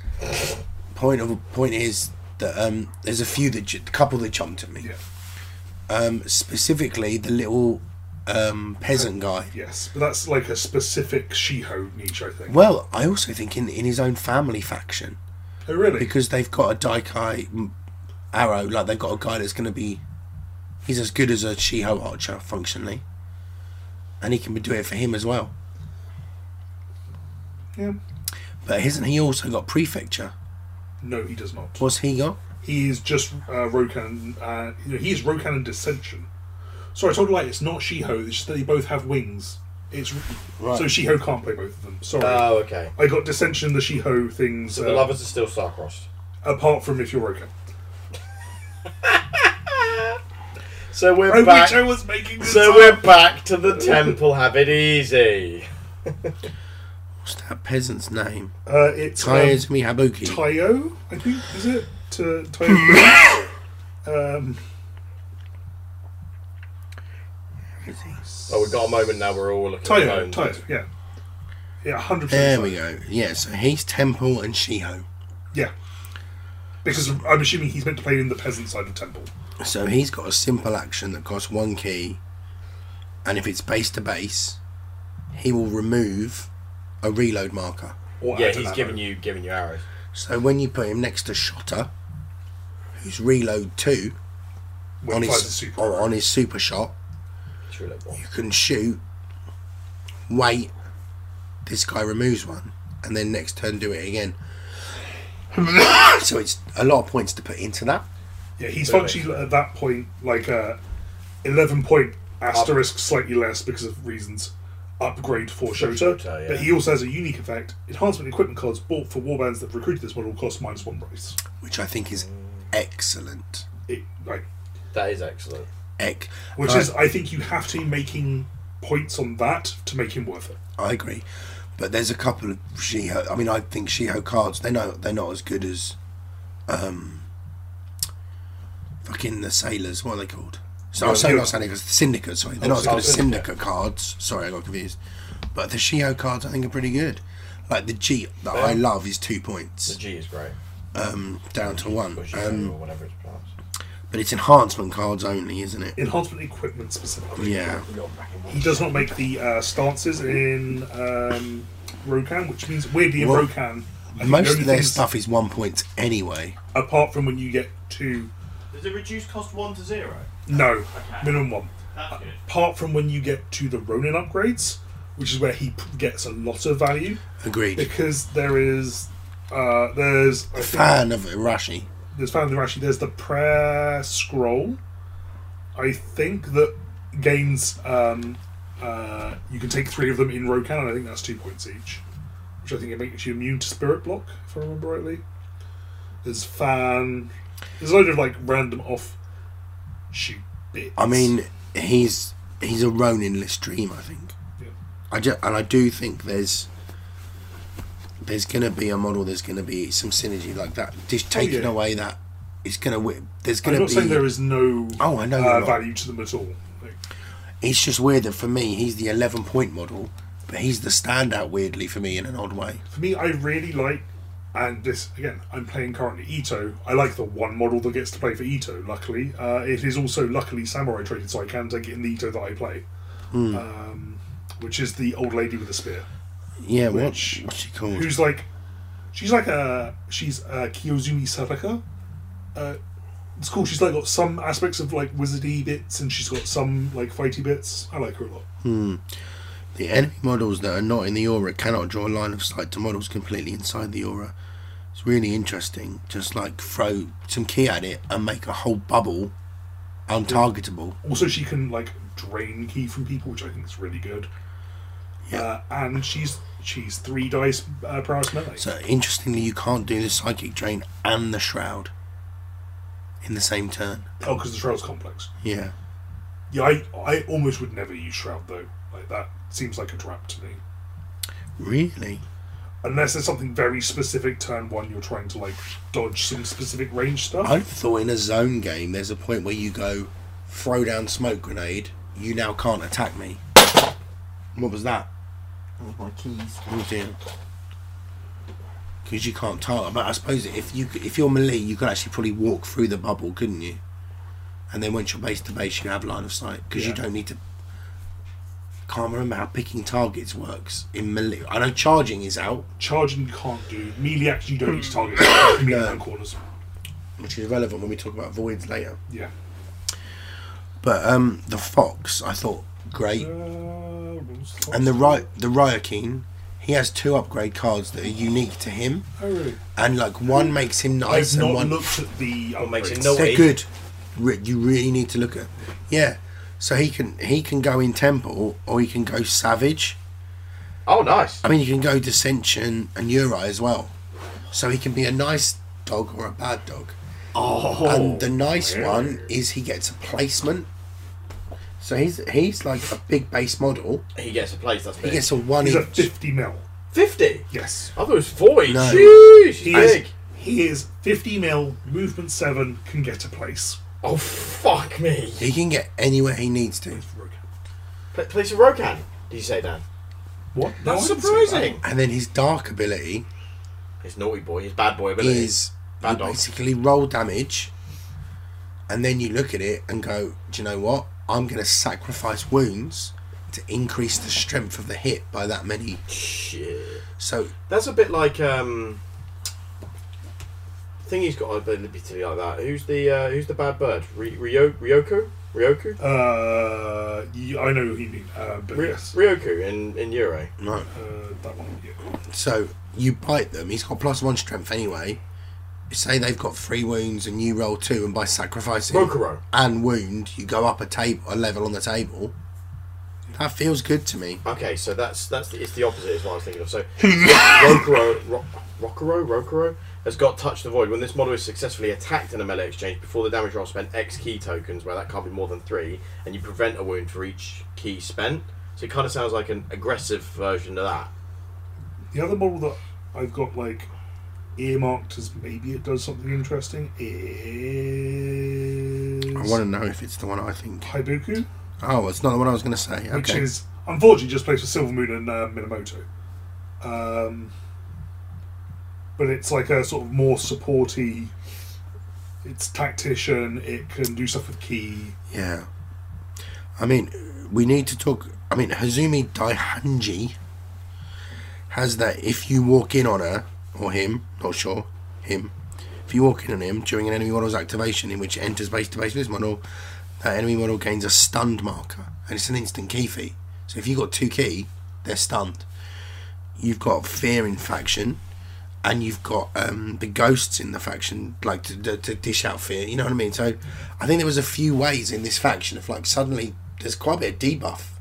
C: Point of point is that um, there's a few that ju- a couple that jumped at me.
B: Yeah.
C: um, specifically the little um, peasant guy.
B: Yes, but that's like a specific Shiho niche, I think.
C: Well, I also think in, in his own family faction
B: oh, really?
C: because they've got a Daikai m- arrow, like they've got a guy that's going to be. He's as good as a Shiho archer functionally, and he can do it for him as well.
B: Yeah.
C: But isn't he also got prefecture?
B: No, he does not.
C: What's he got?
B: He is just uh, Rokan. Uh, you know, he is Rokan and Dissension. Sorry, I told you, like it's not Shiho. It's just that they both have wings. It's
C: Right. Uh,
B: so Shiho can't play both of them. Sorry,
A: Oh okay.
B: I got Dissension the Shiho things.
A: So
B: uh,
A: the lovers are still star-crossed.
B: apart from if you're Rokan.
A: So we're
C: Oh,
B: I
A: back.
B: wish I was making this.
A: So
B: up.
A: we're back to the temple. Have it easy.
C: What's that peasant's name?
B: Uh, it's um,
C: Taizumi Habuki.
B: Tayo, I think is it to
A: [laughs]
B: Tayo. um,
A: Oh, we've got a moment now. We're all looking at
B: Tayo,
A: phones.
B: Tayo, yeah, yeah, hundred
C: there
B: percent.
C: we go. Yeah, so he's Temple and Shiho.
B: Yeah, because I'm assuming he's meant to play in the peasant side of temple.
C: So he's got a simple action that costs one key, and if it's base to base, he will remove a reload marker.
B: Or
A: Yeah,
B: add an
A: he's
B: arrow.
A: giving you giving you arrows.
C: So when you put him next to Shotter, who's reload two
B: When
C: on
B: he
C: his
B: fires a super
C: or on his super shot,
A: True love one.
C: you can shoot. Wait, this guy removes one, and then next turn do it again. [coughs] so it's a lot of points to put into that.
B: Yeah, he's
A: Wait,
B: functionally at that uh, point like a eleven point asterisk, slightly less because of reasons. upgrade for Shota,
A: Shota, yeah.
B: but he also has a unique effect. Enhancement equipment cards bought for warbands that have recruited this model cost minus one price.
C: which I think is excellent.
B: It, like,
A: That is excellent.
C: Ec-
B: which
C: I-
B: is, I think you have to be making points on that to make him worth it.
C: I agree, but there's a couple of Shiho. I mean, I think Shiho cards. They're not. They're not as good as, um, fucking the sailors. What are they called? So I'm
B: Yeah,
C: saying
B: yeah.
C: not sailors. The syndicate. Sorry, they're
B: Oh,
C: not as good as
B: syndicate.
C: syndicate cards. Sorry, I got confused. But the Shiho cards, I think, are pretty good. Like the G that I love is two
A: The
C: points
A: G is great.
C: um, down to one,
A: Or G or
C: um,
A: whatever it's pronounced.
C: but it's enhancement cards only, isn't it?
B: Enhancement equipment specifically.
C: Yeah.
B: He does not make the uh, stances in um, Rokan, which means weirdly in
C: Well,
B: Rokan, I think the
C: Most
B: only
C: of their
B: things-
C: stuff is one point anyway.
B: apart from when you get to
J: Does it reduce cost one to zero?
B: no
J: Okay.
B: minimum one. Uh,
J: That's good.
B: Apart from when you get to the Ronin upgrades, which is where he p- gets a lot of value
C: Agreed.
B: because there is uh, there's I think
C: Fan of Rashi.
B: there's family actually there's the prayer scroll i think that gains um uh you can take three of them in rokan and i think that's two points each which i think it makes you immune to spirit block if i remember rightly there's fan there's a load of like random off shoot bits
C: I mean, he's he's a Ronin list dream, I think.
B: Yeah.
C: I ju- and I do think there's there's gonna be a model. There's gonna be some synergy like that. Just taking
B: Oh, yeah.
C: away that it's gonna wi- there's
B: i'm
C: gonna
B: not
C: be.
B: saying there is no
C: Oh, I know you're
B: uh,
C: not.
B: value to them at all Like,
C: It's just weird that for me he's the eleven point model, but he's the standout weirdly for me in an odd way.
B: for me i really like and this again i'm playing currently ito i like the one model that gets to play for ito luckily uh, it is also luckily samurai traded so i can take it in the ito that i play um, which is the old lady with the spear
C: Yeah, what-
B: Which-
C: what's she called?
B: who's like she's like a she's a kiyozumi sadaka uh, it's cool she's like got some aspects of like wizardy bits and she's got some like fighty bits i like her a lot
C: The enemy models that are not in the aura cannot draw a line of sight to models completely inside the aura. It's really interesting. Just like throw some key at it and make a whole bubble untargetable.
B: Also, she can like drain key from people, which I think is really good.
C: Yeah.
B: Uh, and she's she's three dice uh, prior to melee.
C: So interestingly, you can't do the psychic drain and the shroud in the same turn.
B: oh, because the shroud's complex.
C: Yeah,
B: Yeah, I I almost would never use shroud though. Like that seems like a trap to me.
C: really.
B: Unless there's something very specific turn one you're trying to like dodge some specific range stuff.
C: I thought in a zone game, there's a point where you go throw down smoke grenade. You now can't attack me. What was that?
E: My keys.
C: Oh Because you can't target. But I suppose if you if you're melee, you could actually probably walk through the bubble, couldn't you? And then once you're base to base, you have line of sight because you
B: Yeah.
C: don't need to. Can't remember how picking targets works in melee. I know charging is out,
B: Charging you can't do melee action. You don't need to target [coughs]
C: Hmm.
B: melee down corners.
C: which is relevant when we talk about voids later.
B: Yeah.
C: But um, the fox, I thought great,
B: Uh,
C: and the right the Ryokeen, he has two upgrade cards that are unique to him,
B: Oh, really?
C: and like one makes him nice
B: I've
C: and
B: not
C: one
B: looked at the. Oh,
A: makes it
B: upgrades.
A: no-
C: They're
A: way.
C: good. Re- You really need to look at. Yeah. So he can he can go in temple or he can go savage.
A: Oh, nice.
C: I mean, you can go dissension and Uri as well. So he can be a nice dog or a bad dog.
E: Oh,
C: and the nice one is he gets a placement. So he's he's like a big base model.
A: He gets a place. That's
C: He
A: big.
C: gets a one
B: He's a
C: inch.
B: fifty mil.
A: fifty.
B: Yes.
A: I thought it was forty.
C: No.
A: Jeez, he's
B: He is-
A: big.
B: He is 50 mil, movement 7, can get a place.
A: Oh fuck me.
C: He can get anywhere he needs to.
A: Pl- Place of Rokan. Did you say Dan?
B: What?
A: That's
B: No, I didn't say
A: surprising.
C: And then his dark ability
A: His naughty boy. His bad boy ability.
C: is
A: Bad
C: you
A: dog.
C: basically roll damage, and then you look at it and go, "Do you know what? I'm going to sacrifice wounds to increase the strength of the hit by that many."
A: Shit.
C: So
A: That's a bit like um. I think he's got ability like that. Who's the uh, Who's the bad bird? Ry- Ryo- Ryoko. Ryoku.
B: that. Uh, you, I know who you mean, uh, but
A: Ry-
B: yes.
A: Ryoku in in Euro.
C: no,
B: Uh, that one, yeah.
C: so you bite them. He's got plus one strength anyway. Say they've got three wounds and you roll two, and by sacrificing
A: Rokuro.
C: and wound, you go up a table, a level on the table. That feels good to me.
A: Okay, so that's that's the, it's the opposite is what I was thinking of.
C: [laughs]
A: So Rokuro, Ro- Rokuro, Rokuro has got touch the void. When this model is successfully attacked in a melee exchange, before the damage roll, spend X key tokens, where that can't be more than three, and you prevent a wound for each key spent. So it kind of sounds like an aggressive version of that.
B: The other model that I've got like earmarked as maybe it does something interesting is
C: I want to know if it's the one I think.
B: Haibuku,
C: Oh, it's not the one I was going to say.
B: which
C: Okay.
B: is unfortunately just plays for Silver Moon and uh, Minamoto. Um, but it's like a sort of more supporty. It's tactician. It can do stuff with key.
C: Yeah. I mean, we need to talk. I mean, Hazumi Daihanji has that if you walk in on her, or him, not sure, him, if you walk in on him during an enemy model's activation in which it enters base to base with this model, that enemy model gains a stunned marker, and it's an instant key feat. So if you've got two key, they're stunned. You've got fear in faction, and you've got um, the ghosts in the faction, like to, to, to dish out fear. You know what I mean? So I think there was a few ways in this faction of like suddenly there's quite a bit of debuff,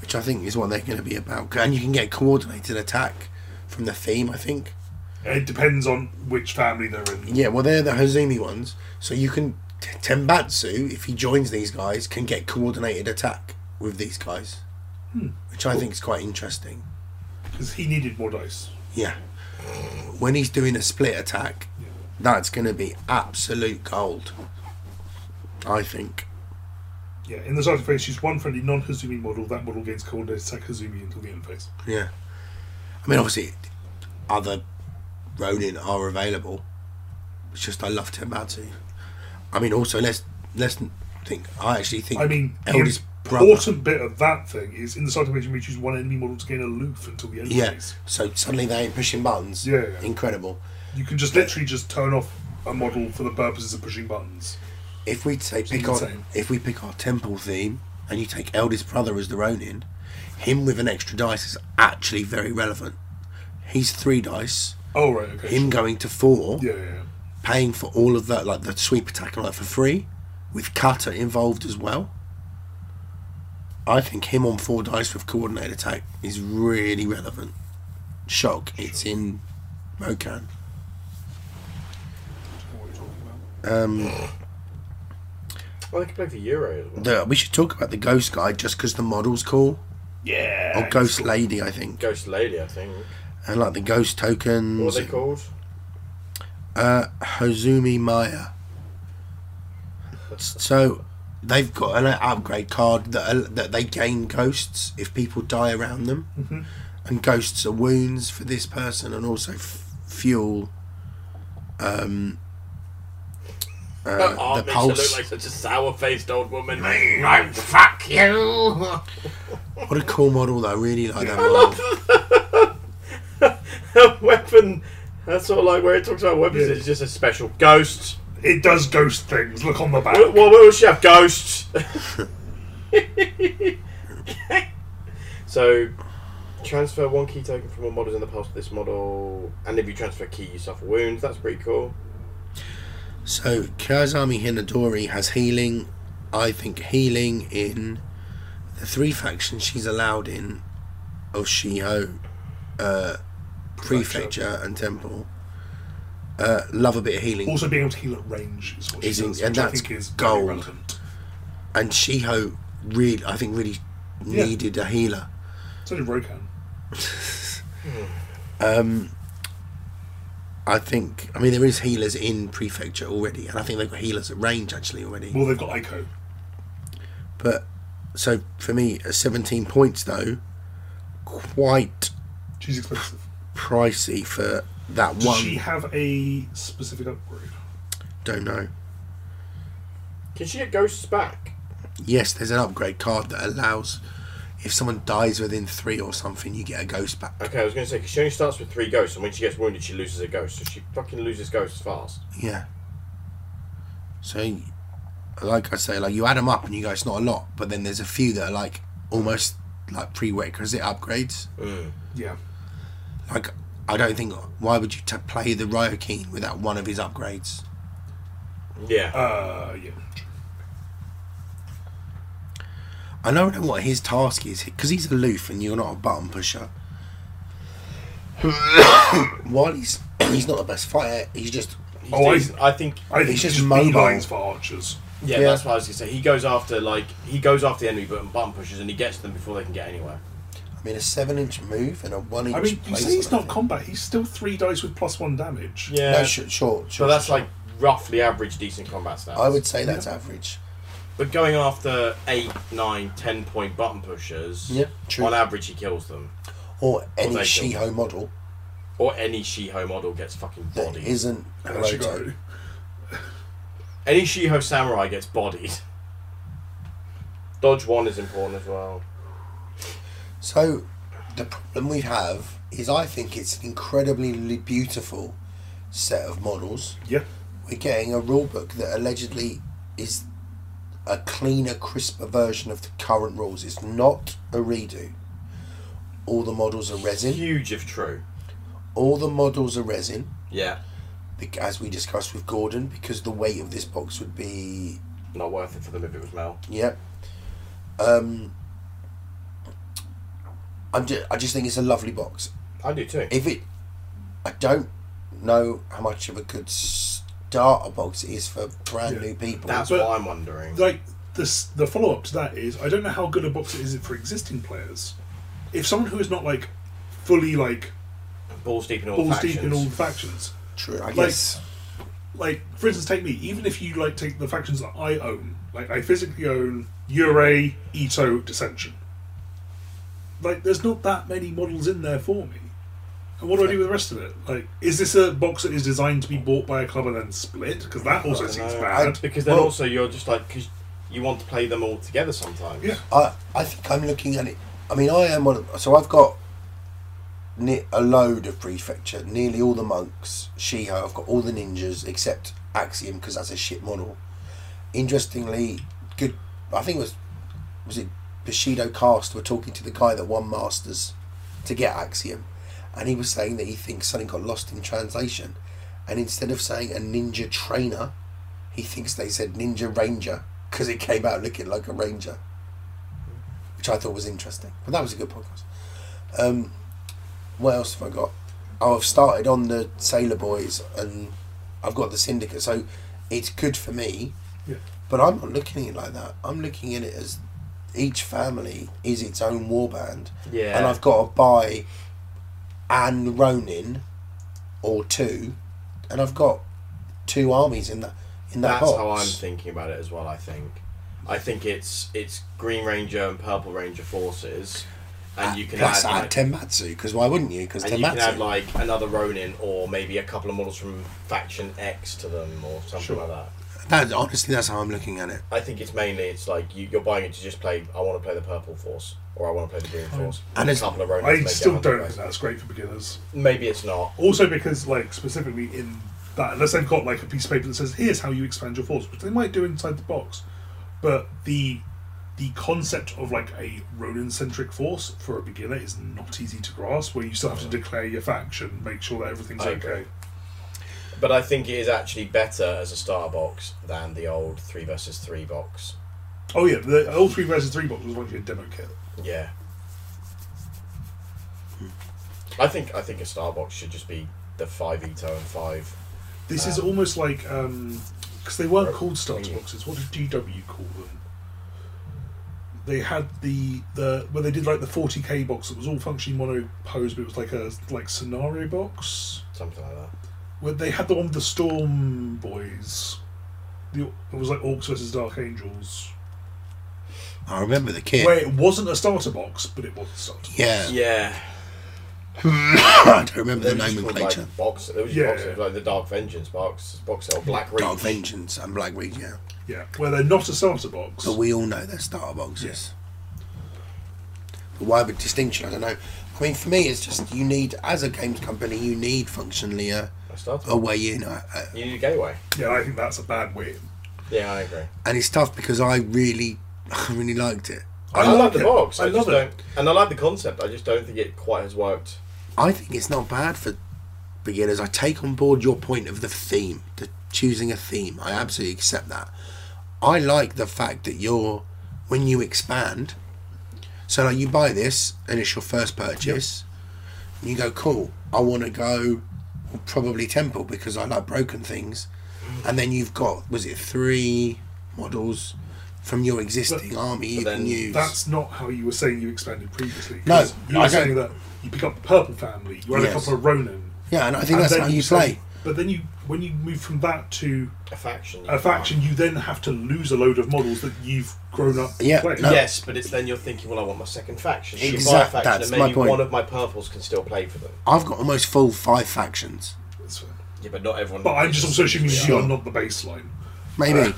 C: which I think is what they're going to be about. And you can get coordinated attack from the theme, I think.
B: It depends on which family they're in.
C: Yeah, well, they're the Hozumi ones. So you can. T- Tenbatsu, if he joins these guys, can get coordinated attack with these guys, which I think is quite interesting.
B: because he needed more dice.
C: Yeah. When he's doing a split attack, that's going to be absolute gold. I think.
B: Yeah, in the starting phase, use one friendly non-Hazumi model. That model gains coordinated attack Hazumi until the end phase.
C: Yeah. I mean, obviously, other Ronin are available. It's just I love Tenbatsu. I mean, also let's let's think. I actually think.
B: I mean,
C: eldest
B: the
C: brother.
B: important bit of that thing is in the starting phase, you may choose one enemy model to gain aloof until the end
C: Yeah.
B: phase.
C: So suddenly they ain't pushing buttons.
B: Yeah, yeah.
C: Incredible.
B: You can just literally just turn off a model for the purposes of pushing buttons.
C: If we say pick our
B: insane.
C: if we pick our temple theme and you take eldest brother as the Ronin, him with an extra dice is actually very relevant. He's three dice.
B: Oh right, okay.
C: Him going to four,
B: Yeah, yeah, yeah.
C: paying for all of that, like the sweep attack and all that for free, with cutter involved as well. I think him on four dice with coordinated attack is really relevant. Shock, it's in Rokan.
B: What are you talking about?
C: Um,
A: Well, they could play for Euro as well.
C: the, we should talk about the ghost guy just because the model's cool.
B: Yeah.
C: Or ghost lady, I think.
A: Ghost Lady, I think.
C: And like the ghost tokens.
A: What are they called?
C: Uh, Hozumi Maya. So they've got an upgrade card that uh, that they gain ghosts if people die around them,
A: Mm-hmm.
B: Mhm.
C: and ghosts are wounds for this person, and also f- fuel. Um, uh, the pulse.
A: such a sour-faced old woman. [laughs]
C: what a cool model! Though. I really like that model.
A: weapon. That's sort of like where it talks about weapons.
B: Yeah.
A: It's just a special ghosts.
B: [laughs] It does ghost things. Look on the back.
A: Well, well, we'll have ghosts. so, transfer one key token from all models in the past to this model, and if you transfer a key, you suffer wounds. That's pretty cool.
C: So Kazami Hinadori has healing. I think healing in the three factions she's allowed in Oshiho, uh, Prefecture and Temple. Uh, love a bit of healing.
B: Also, being able to heal at range is what she
C: Is in-
B: does,
C: and
B: which I
C: that's
B: think is
C: gold.
B: very relevant.
C: And Shiho really I think really
B: Yeah.
C: needed a healer.
B: So did Rokan.
C: Um I think I mean there is healers in prefecture already and I think they've got healers at range actually already.
B: Well, they've got Ico.
C: But so for me, at 17 points though, quite
B: She's expensive.
C: pricey for that
B: Does
C: one.
B: she have a specific upgrade?
C: Don't know.
A: Can she get ghosts back?
C: Yes, there's an upgrade card that allows if someone dies within three or something, you get a ghost back.
A: Okay, I was going to say 'cause she only starts with three ghosts, and when she gets wounded, she loses a ghost. So she fucking loses ghosts fast.
C: Yeah. So, like I say, like you add them up and you go, it's not a lot, but then there's a few that are like almost like prerequisite upgrades.
B: Yeah.
C: Like, I don't think why would you t- play the Ryokeen without one of his upgrades?
A: Yeah.
B: Uh, yeah.
C: I don't know what his task is because he's aloof and you're not a button pusher. [coughs] While he's [coughs] he's not the best fighter, he's just
A: He's
B: Oh, I-
A: decent. I think
B: I think
C: It's
B: it's
C: just
B: just
C: mobile.
B: beelines for archers.
A: Yeah,
C: Yeah.
A: that's what I was gonna say. He goes after like he goes after the enemy, but and button pushes, and he gets them before they can get anywhere.
C: I mean a seven inch move and a one inch.
B: I mean, you
C: place
B: say he's
C: on it.
B: not combat. He's still three dice with plus one damage.
A: Yeah,
C: No, short, short.
A: so
C: short
A: that's like roughly average, decent combat stats.
C: I would say that's average.
A: but going after eight, nine, ten point button pushers.
C: Yeah, true.
A: On average, he kills them,
C: Or
A: they
C: any
A: kill.
C: Shiho model
A: or any Shiho model gets fucking
C: that
A: bodied.
C: isn't a
B: Unless you
C: roto.
B: go-
A: Any Shiho samurai gets bodied. Dodge one is important as well.
C: So the problem we have is I think it's an incredibly li- beautiful set of models.
B: Yeah.
C: We're getting a rule book that allegedly is a cleaner, crisper version of the current rules. It's not a redo. All the models are resin.
A: Huge if true.
C: All the models are resin,
A: Yeah,
C: bec- as we discussed with Gordon, because the weight of this box would be
A: not worth it for them if it was Mel.
C: Yep. Um, I'm just, I just think it's a lovely box.
A: I do too.
C: If it, I don't know how much of a good starter box it is for brand
B: Yeah.
C: new people.
A: That's
B: But-
A: what I'm wondering.
B: Like this, the follow up to that is I don't know how good a box it is for existing players. If someone who is not like fully like
A: Balls deep in all
B: balls
A: factions.
B: deep in all the factions,
C: True, I
B: like-
C: guess.
B: like for instance, take me. Even if you like take the factions that I own, like I physically own Yurei, Ito, Dissension. Like, there's not that many models in there for me. And what do I do with the rest of it? Like, is this a box that is designed to be bought by a club and then split? Because that also
A: I
B: seems
A: know.
B: bad.
A: Because then
C: Well-
A: also you're just like, because you want to play them all together sometimes.
B: Yeah.
C: I, I think I'm looking at it. I mean, I am one. Of, so I've got ne- a load of prefecture, nearly all the monks, Shiho. I've got all the ninjas except Axiom because that's a shit model. Interestingly, good. I think it was was it Bushido Cast were talking to the guy that won Masters to get Axiom, and he was saying that he thinks something got lost in translation, and instead of saying a ninja trainer, he thinks they said ninja ranger because it came out looking like a ranger which I thought was interesting. But that was a good podcast. Um, what else have I got? Oh, I've started on the Sailor Boys, and I've got the Syndicate, so it's good for me.
B: Yeah.
C: But I'm not looking at it like that. I'm looking at it as each family is its own warband,
A: Yeah.
C: and I've got to buy an Ronin or two, and I've got two armies in that in that
A: That's
C: box.
A: how I'm thinking about it as well. I think, I think it's it's Green Ranger and Purple Ranger forces,
B: Ah,
A: and you can
C: Plus,
A: add,
C: add
A: like,
C: Tenmatsu because why wouldn't you? Because
A: and you can
C: Tenmatsu.
A: add like another Ronin or maybe a couple of models from faction X to them or something
B: Sure.
A: like that.
C: That, honestly, that's how I'm looking at it.
A: I think it's mainly it's like you, you're buying it to just play. I want to play the Purple Force or I want to play the Green Force.
C: And
A: a
C: it's-
A: couple of Ronins.
B: I
A: maybe
B: still
A: 100
B: don't think
A: guys.
B: that's great for beginners.
A: Maybe it's not.
B: Also, because like specifically in that, unless they've got like a piece of paper that says here's how you expand your force, which they might do inside the box, but the the concept of like a Ronin centric force for a beginner is not easy to grasp. Where you still have to declare your faction, make sure that everything's
A: I agree.
B: okay.
A: But I think it is actually better as a star box than the old three versus three box.
B: Oh yeah, the all three versus three box was like a demo kit.
A: Yeah. I think I think a star box should just be the five Ito and five.
B: This is
A: Um, Mm.
B: almost like because they weren't called starter
A: Yeah.
B: boxes. What did GW call them? They had the the where they did like the forty k box that was all functionally mono pose, but it was like a like scenario box.
A: Something like that.
B: Where they had the one with the Storm Boys. The, it was like Orcs versus Dark Angels,
C: I remember the kid.
B: where it wasn't a starter box, but it was a starter.
C: Yeah,
A: Yeah.
C: I don't remember
A: They
C: the
A: were just called,
C: nomenclature.
A: Like, box. There was
B: Yeah.
A: box, it was like the Dark Vengeance box, box set, or Black Reach.
C: Dark Vengeance and Black Reach, yeah.
B: Yeah, where they're not a starter box.
C: But we all know they're starter boxes. But why the distinction? I don't know. I mean, for me, it's just you need, as a games company, you need functionally a,
A: I started.
C: a way in. I, I,
A: You need a gateway.
B: Yeah, I think that's a bad win.
A: Yeah, I agree.
C: and it's tough because I really, [laughs] I really liked it.
A: I,
B: like
A: love the
B: it.
A: box. I,
B: I
A: just
B: love it.
A: don't, and I like the concept. I just don't think it quite has worked.
C: I think it's not bad for beginners. I take on board your point of the theme, the choosing a theme. I absolutely accept that. I like the fact that you're when you expand. So like you buy this and it's your first purchase. And you go, cool. I want to go probably temple because I like broken things. And then you've got was it three models from your existing army you
A: but
C: can
A: then
C: use.
B: That's not how you were saying you expanded previously.
C: No,
B: 'cause you
C: I
B: were
C: don't-
B: saying that you pick up the purple family, you add
C: Yes.
B: a couple of Ronin.
C: yeah, and I think
B: and
C: that's
B: then
C: how you
B: say-
C: play.
B: But then you, when you move from that to
A: A faction. you
B: a faction, you then have to lose a load of models that you've grown up.
C: Yeah,
B: playing.
C: no.
A: Yes, but it's then you're thinking, well, I want my second faction. So you buy a
C: Exact-
A: faction,
C: that's
A: and
C: my
A: maybe
C: point.
A: one of my purples can still play for them.
C: I've got almost full five factions.
B: That's fair.
A: Yeah, but not everyone.
B: But I'm just also assuming
A: Yeah.
B: you're not the baseline.
C: Maybe.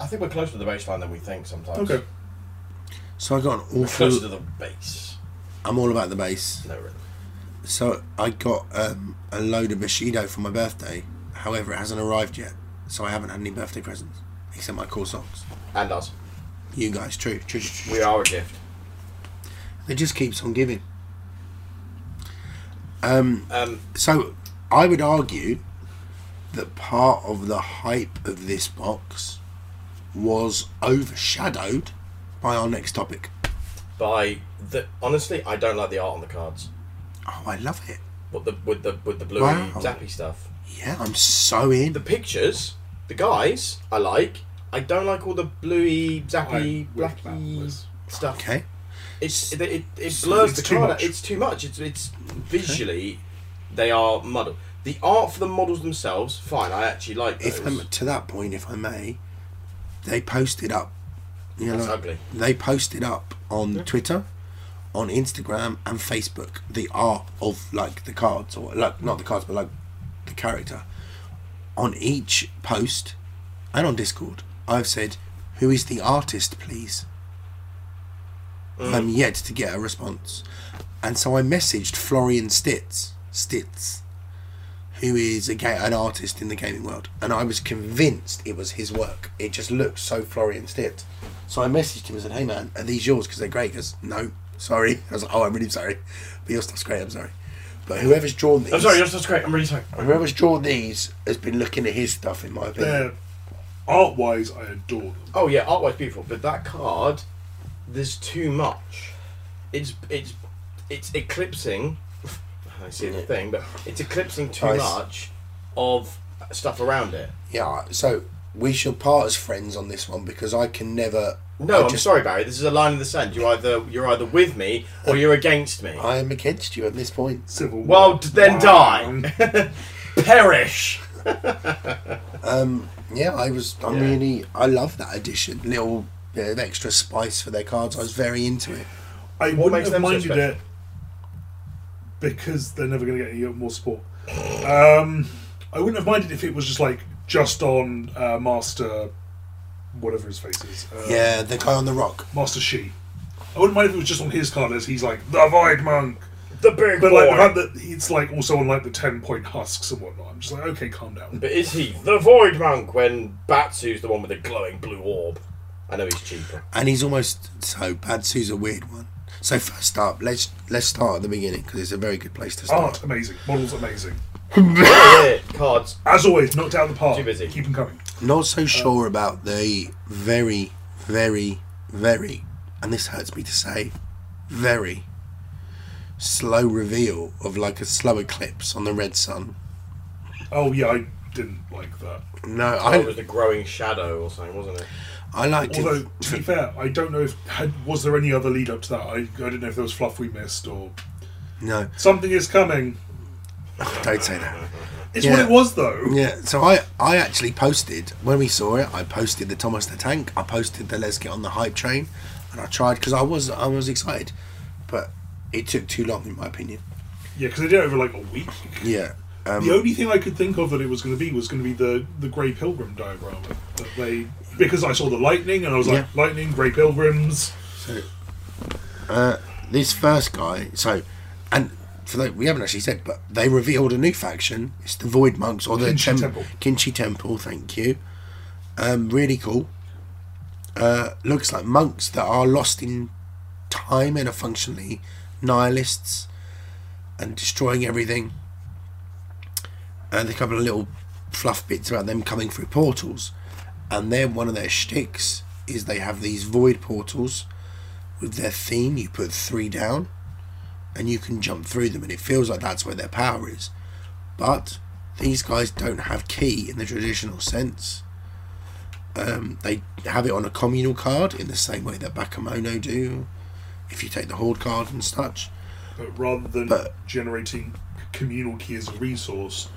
A: I think we're closer to the baseline than we think sometimes.
B: Okay.
C: so I got an
A: We're closer to
C: awful.
A: the base.
C: I'm all about the base.
A: No, really.
C: So I got um, a load of Bushido for my birthday. However, it hasn't arrived yet, so I haven't had any birthday presents except my cool socks.
A: And us.
C: You guys, true, true, true, true.
A: We are a gift.
C: It just keeps on giving. Um,
A: Um,
C: so I would argue that part of the hype of this box was overshadowed by our next topic.
A: by the honestly, I don't like the art on the cards.
C: Oh, I love it.
A: But the with the with the bluey
C: Wow.
A: zappy stuff.
C: Yeah, I'm so in.
A: The pictures, the guys, I like. I don't like all the bluey zappy
B: I'm with that
A: blacky
B: list.
A: stuff.
C: Okay.
A: It's it, it, it
B: So
A: blurs
B: it's
A: the
B: too
A: card.
B: much.
A: It's too much. It's it's visually they are muddled. The art for the models themselves, fine. I actually like those.
C: If I'm to that point, if I may, they posted up. You
A: That's
C: know,
A: ugly.
C: they posted up on Twitter, on Instagram and Facebook the art of like the cards or like not the cards but like the character on each post and on Discord. I've said, "Who is the artist, please?" I'm yet to get a response, and so I messaged Florian Stitz, Stitz, who is a ga- an artist in the gaming world, and I was convinced it was his work. It just looked so Florian Stitz. So I messaged him and said, "Hey man, are these yours? Because they're great." He goes, "No, sorry." [laughs] I was like, "Oh, I'm really sorry, but your stuff's great. I'm sorry." But whoever's drawn these,
J: I'm sorry, that's, that's great. I'm really sorry.
C: whoever's drawn these has been looking at his stuff, in my opinion.
B: They're art wise, I adore them.
A: Oh yeah, art wise beautiful, but that card, there's too much. It's it's it's eclipsing. [laughs] I see the thing, but it's eclipsing too
C: Nice.
A: much of stuff around it.
C: Yeah, so we shall part as friends on this one because I can never.
A: No,
C: I
A: I'm sorry, Barry. This is a line in the sand. You either you're either with me or you're against me.
C: I am against you at this point.
B: Civil
A: Well,
B: War.
A: d- then
B: [laughs]
A: die. Perish.
C: Um, yeah, I was. I
A: Yeah.
C: really. I love that addition. Little bit of extra spice for their cards. I was very into it.
B: I
A: What
B: wouldn't
A: makes
B: have
A: them so
B: minded
A: special?
B: it because they're never going to get any more support. Um, I wouldn't have minded if it was just like just on uh, Master, whatever his face is. Uh,
C: Yeah, the guy on the rock.
B: Master Shi. I wouldn't mind if it was just on his card as he's like the Void Monk.
A: The big
B: But
A: boy.
B: like the fact that it's like also on like the ten point husks and whatnot. I'm just like, okay, calm down.
A: but is he the Void Monk when Batsu's the one with the glowing blue orb? I know he's cheaper.
C: and he's almost so bad. Sue's a weird one. So first up, let's let's start at the beginning because it's a very good
A: Oh.
C: place to start.
B: Art amazing, models amazing.
C: Ah!
A: Yeah, cards.
B: As always, knocked out of the park.
A: Too busy.
B: Keep them coming.
C: Not so sure about the very, very, very, and this hurts me to say, very slow reveal of like a slow eclipse on the red sun.
B: Oh yeah, I didn't like that.
C: No,
A: Oh, it was
C: I
A: the growing shadow or something, wasn't it?
C: I liked
B: Although,
C: it.
B: to be fair, I don't know if had, was there any other lead up to that. I, I don't know if there was fluff we missed or
C: No,
B: something is coming.
C: don't say that.
B: It's
C: Yeah.
B: what it was though.
C: Yeah, so I I actually posted when we saw it. I posted the Thomas the Tank. I posted the Let's Get on the Hype Train, and I tried because I was I was excited, but it took too long in my opinion.
B: Yeah, because they did it over like a week.
C: Yeah. Um,
B: The only thing I could think of that it was going to be was going to be the the Grey Pilgrim diorama that they because I saw the lightning and I was like lightning Grey Pilgrims.
C: this first guy, so, and for those we haven't actually said, but they revealed a new faction. It's the Void Monks or the
B: Kinshi
C: Tem-
B: Temple.
C: Kinshi Temple. Thank you. Um, really cool. Uh, looks like monks that are lost in time and are functionally nihilists and destroying everything. And a couple of little fluff bits about them coming through portals, and then one of their shticks is they have these void portals with their theme. You put three down, and you can jump through them, and it feels like that's where their power is. But these guys don't have key in the traditional sense. Um, they have it on a communal card in the same way that Bakemono do. If you take the horde card and such,
B: But rather than
C: But-
B: generating communal key as a resource,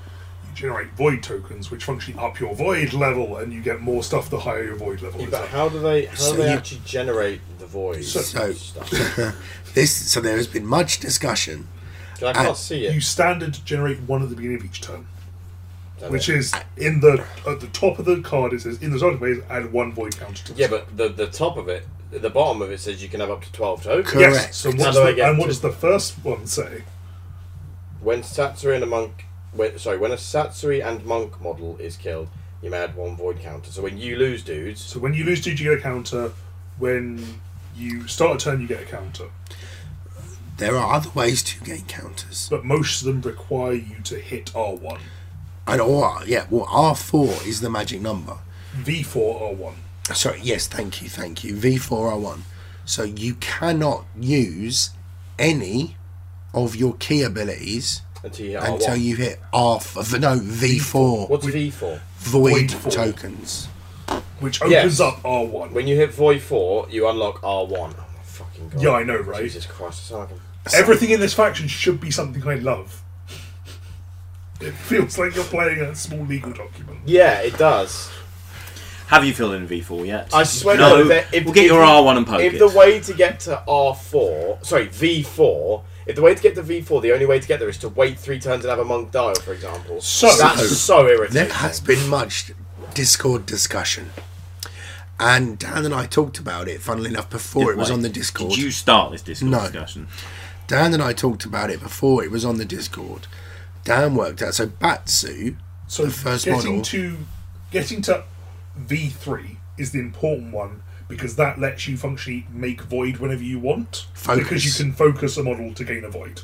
B: you generate void tokens, which functionally up your void level, and you get more stuff the higher your void level
A: Yeah,
B: is.
A: but how do they how
C: So
A: do they
C: you-
A: actually generate the void?
C: So- so-
A: stuff?
C: this so there has been much discussion
A: 'Cause I can't
C: I-
A: see
B: Uh, You
A: it.
B: standard generate one at the beginning of each turn,
A: Damn it.
B: which is in the at the top of the card. It says in the zone phase, add one void counter. To the
A: yeah, but the the top of it, the bottom of it says you can have up to twelve tokens.
C: Correct.
B: Yes. So
A: How
B: what's
A: do I
B: the,
A: get
B: and what
A: to-
B: does the first one say?
A: When Satsuri and a monk, when, sorry, when a Satsuri and monk model is killed, you may add one void counter. So when you lose dudes,
B: So when you lose, did you get a counter? When you start a turn, you get a counter.
C: there are other ways to gain counters.
B: But most of them require you to hit R1.
C: And or yeah, well R four is the magic number.
B: V4 R1.
C: Sorry, yes, thank you, thank you. V four R one. So you cannot use any of your key abilities
A: until you hit
C: until
A: R1.
C: you hit R f- no V four
A: What's V for?
B: Void
C: void
B: four.
C: tokens.
B: Which opens
A: Yes.
B: up R1.
A: When you hit void four, you unlock R1. Oh my fucking god.
B: Yeah, I know, right?
A: Jesus Christ, I sound like a-
B: Everything in this faction should be something I love. It feels like you're playing a small legal document.
A: Yeah, it does.
I: Have you filled in V4 yet?
A: I swear
I: no.
A: to God, if, if,
I: we'll get
A: if-
I: your R1 and poke
A: If
I: it.
A: the way to get to R4, sorry, V4, if the way to get to V4, the only way to get there is to wait three turns and have a monk dial, for example.
B: So-
A: that's so
C: There
A: irritating.
C: has been much Discord discussion. And Dan and I talked about it, funnily enough, before it was
I: Wait,
C: on the Discord.
I: Did you start this Discord
C: No.
I: discussion?
C: Dan and I talked about it before it was on the Discord. Dan worked out so Batsu
B: So
C: The first
B: getting
C: model.
B: to getting to V three is the important one because that lets you functionally make void whenever you want.
C: Focus.
B: Because you can focus a model to gain a void.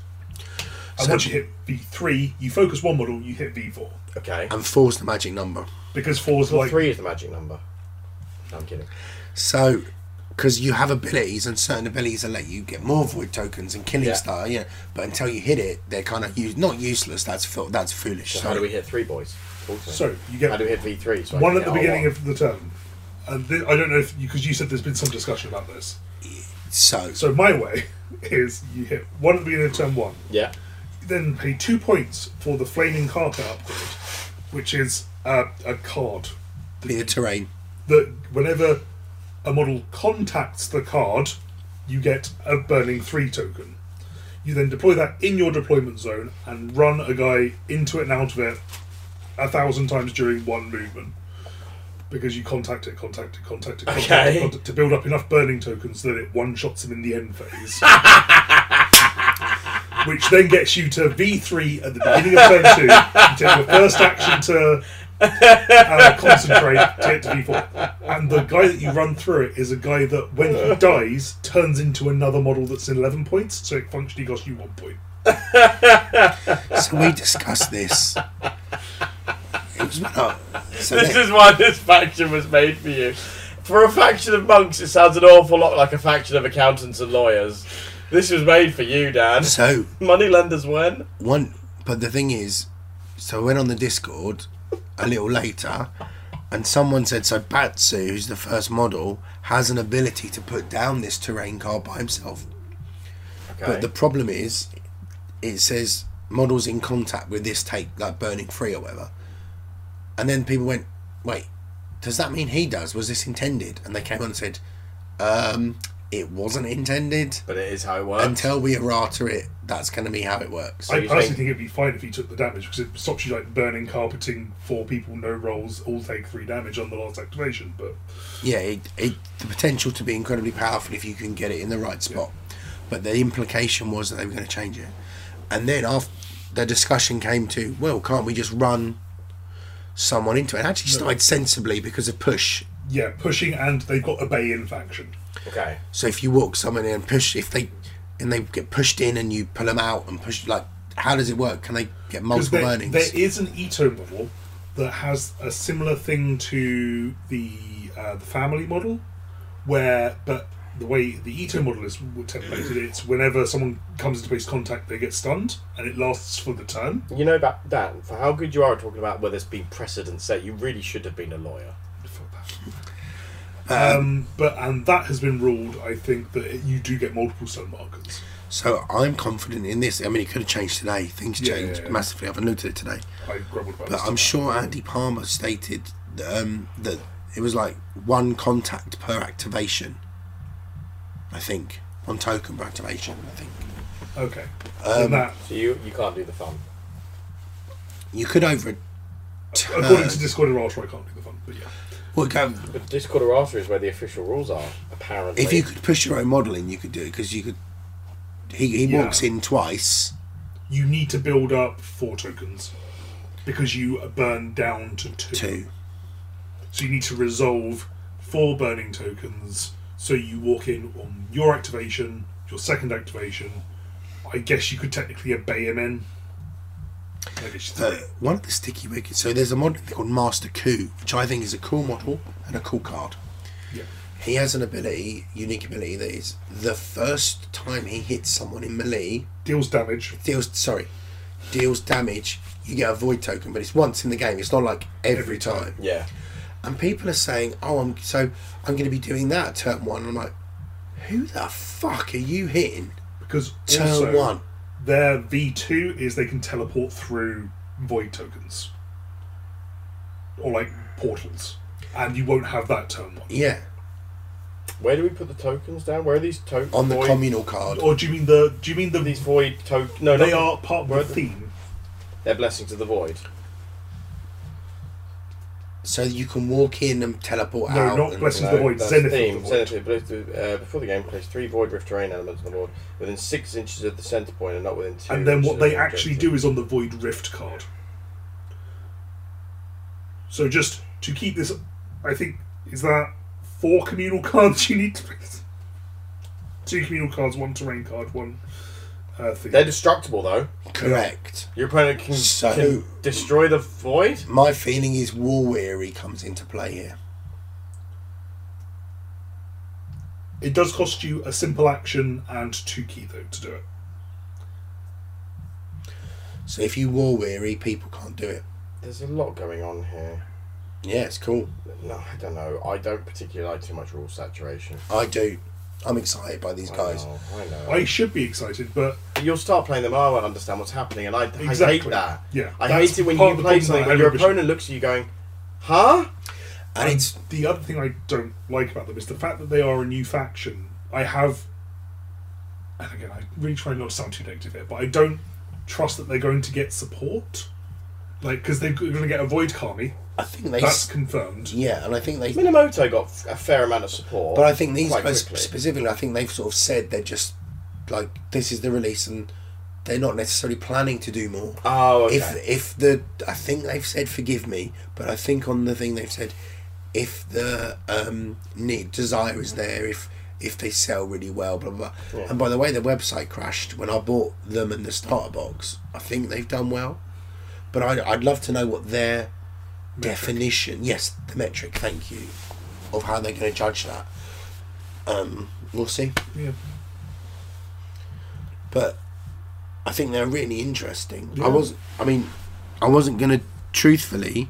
B: And
C: So-
B: once you hit V three, you focus one model, you hit V four.
A: Okay.
C: and forced the magic number.
B: Because four's
A: Well,
B: like
A: three is the magic number. No, I'm kidding.
C: So, because you have abilities, and certain abilities that let you get more void tokens and killing
A: Yeah.
C: star, yeah. But until you hit it, they're kind of use not useless. That's fool- that's foolish.
A: So
C: So
A: how do we hit three, boys? Talk to me.
B: so you
A: how
B: get
A: do we hit V3? So I
B: one
A: can
B: at the
A: hit
B: beginning
A: R1?
B: of the turn. And th- I don't know if because you said there's been some discussion about this.
C: so,
B: So my way [laughs] is you hit one at the beginning of turn one.
A: Yeah.
B: then pay two points for the Flaming Carter upgrade, which is uh, a card
C: be the terrain.
B: that whenever a model contacts the card, you get a Burning 3 token. You then deploy that in your deployment zone and run a guy into it and out of it a thousand times during one movement. Because you contact it, contact it, contact it, contact
A: Okay.
B: it, contact it to build up enough burning tokens that it one shots him in the end phase. Which then gets you to V3 at the beginning of turn two. You take your first action to uh, concentrate to get to V4. And the guy that you run through it is a guy that, when he dies, turns into another model that's in 11 points, so it functionally costs you one point.
C: So we discussed
A: [laughs]
C: this. It was not- so
A: This
C: then-
A: is why this faction was made for you. For a faction of monks, it sounds an awful lot like a faction of accountants and lawyers. This was made for you, Dan.
C: so
A: Moneylenders when?
C: one, but the thing is, so I went on the Discord a little later, and someone said so Batsu, who's the first model, has an ability to put down this terrain card by himself. But the problem is, it says models in contact with this take, like burning free or whatever. And then people went, wait, does that mean he does? Was this intended? And they came on and said, um, it wasn't intended.
A: But it is how it works.
C: Until we errata it, that's going to be how it works.
B: I
A: you
B: personally
A: think-
B: think it'd be fine if he took the damage because it stops you like burning, carpeting, four people, no rolls, all take three damage on the last activation. But
C: Yeah, it, it, the potential to be incredibly powerful if you can get it in the right spot. But the implication was that they were going to change it. And then after the discussion came to, well, can't we just run someone into it? And actually started sensibly because of push.
B: yeah, pushing and they've got obey in faction.
A: okay.
C: So if you walk someone in and push, if they and they get pushed in and you pull them out and push, like how does it work? Can they get
B: Because
C: multiple
B: there,
C: earnings?
B: there is an Ito model that has a similar thing to the uh, the family model, where but the way the Ito model is templated, it's whenever someone comes into base contact, they get stunned, and it lasts for the turn.
A: You know about Dan for how good you are at talking about whether it's been precedent set. You really should have been a lawyer.
C: Oh.
B: Um, but and that has been ruled. I think that it, you do get multiple stun markers.
C: So I'm confident in this. I mean, it could have changed today. Things
B: Yeah,
C: changed
B: yeah, yeah.
C: massively. I haven't looked at it today.
B: I grumbled about.
C: But
B: this.
C: I'm sure Andy Palmer stated um, that it was like one contact per activation. I think. One token per activation, I think.
B: Okay.
C: Um,
B: and that,
A: So you you can't do the fun.
C: You could over a
B: according
C: turn.
B: to Discord and Ultra, I can't do the fun. But yeah,
C: Well, go-
A: But Discord or after is where the official rules are. Apparently,
C: if you could push your own model in, you could do it because you could. He, he
B: Yeah.
C: walks in twice.
B: you need to build up four tokens because you burn down to two.
C: Two.
B: So you need to resolve four burning tokens. So you walk in on your activation, your second activation. I guess you could technically obey him in. Maybe it's
C: Uh,
B: three.
C: one of the sticky wickets. So there's a model called Master Coup, which I think is a cool model and a cool card.
B: Yeah.
C: He has an ability, unique ability, that is the first time he hits someone in melee,
B: Deals damage.
C: deals sorry, deals damage. You get a void token, but it's once in the game. It's not like every,
B: Every
C: time.
B: time.
A: yeah,
C: And people are saying, "Oh, I'm so I'm going to be doing that at turn one." I'm like, "Who the fuck are you hitting
B: Because
C: turn
B: also,
C: one?"
B: their V2 is they can teleport through void tokens. Or like portals. And you won't have that turn one.
C: Yeah,
A: where do we put the tokens down? Where are these tokens?
C: on the
A: void,
C: communal card.
B: Or do you mean the do you mean the
A: These void tokens. No,
B: they
A: not-
B: are part
A: Where
B: of the theme?
A: They're blessings of the void.
C: so you can walk in and teleport
B: No,
C: out.
B: not
C: and-
B: blessings
A: No,
B: of the void,
A: that's
B: zenith
A: theme.
B: of the void.
A: Zenith of the Void. Uh, before the game, place three void rift terrain elements on the board within six inches of the center point and not within two.
B: And then
A: inches
B: what
A: of
B: they
A: the
B: actually
A: objective.
B: do is on the void rift card. So just to keep this I think is that four communal [laughs] cards you need to Two communal cards, one terrain card, one uh, theme.
A: They're destructible though.
C: Correct.
A: Your opponent can,
C: So-
A: can destroy the void.
C: My feeling is War Weary comes into play here.
B: It does cost you a simple action and two key though to do it.
C: So if you War Weary, people can't do it.
A: There's a lot going on here.
C: Yeah, it's cool.
A: No, I don't know. I don't particularly like too much rule saturation.
C: I do. I'm excited by these guys.
A: I know. I know.
B: I should be excited, but
A: But You'll start playing them. I won't understand what's happening, and I, I hate
B: Exactly.
A: that.
B: yeah,
A: I
B: that's
A: hate it when
B: part
A: you
B: of the
A: play
B: problem
A: something
B: that
A: and your
B: everybody-
A: opponent looks at you going, "Huh?
C: And it's
B: the other thing I don't like about them is the fact that they are a new faction. I have, and again, I really try not to sound too negative here, but I don't trust that they're going to get support. Like, because they're going to get a Void Kami,
C: I think they
B: that's confirmed.
C: yeah, and I think they
A: Minamoto got f- a fair amount of support."
C: but I think these
A: quite
C: guys
A: quickly.
C: specifically I think they've sort of said they're just like this is the release and they're not necessarily planning to do more.
A: Oh, okay.
C: If if the I think they've said forgive me, but I think on the thing they've said if the um, need desire is there, if if they sell really well, blah blah. blah.
A: Yeah.
C: And by the way, their website crashed when I bought them and the starter box. I think they've done well, but I'd, I'd love to know what their definition, yes, the metric. Thank you, of how they're going to judge that. Um, we'll see,
B: Yeah.
C: but I think they're really interesting.
B: Yeah.
C: I was, I mean, I wasn't going to truthfully.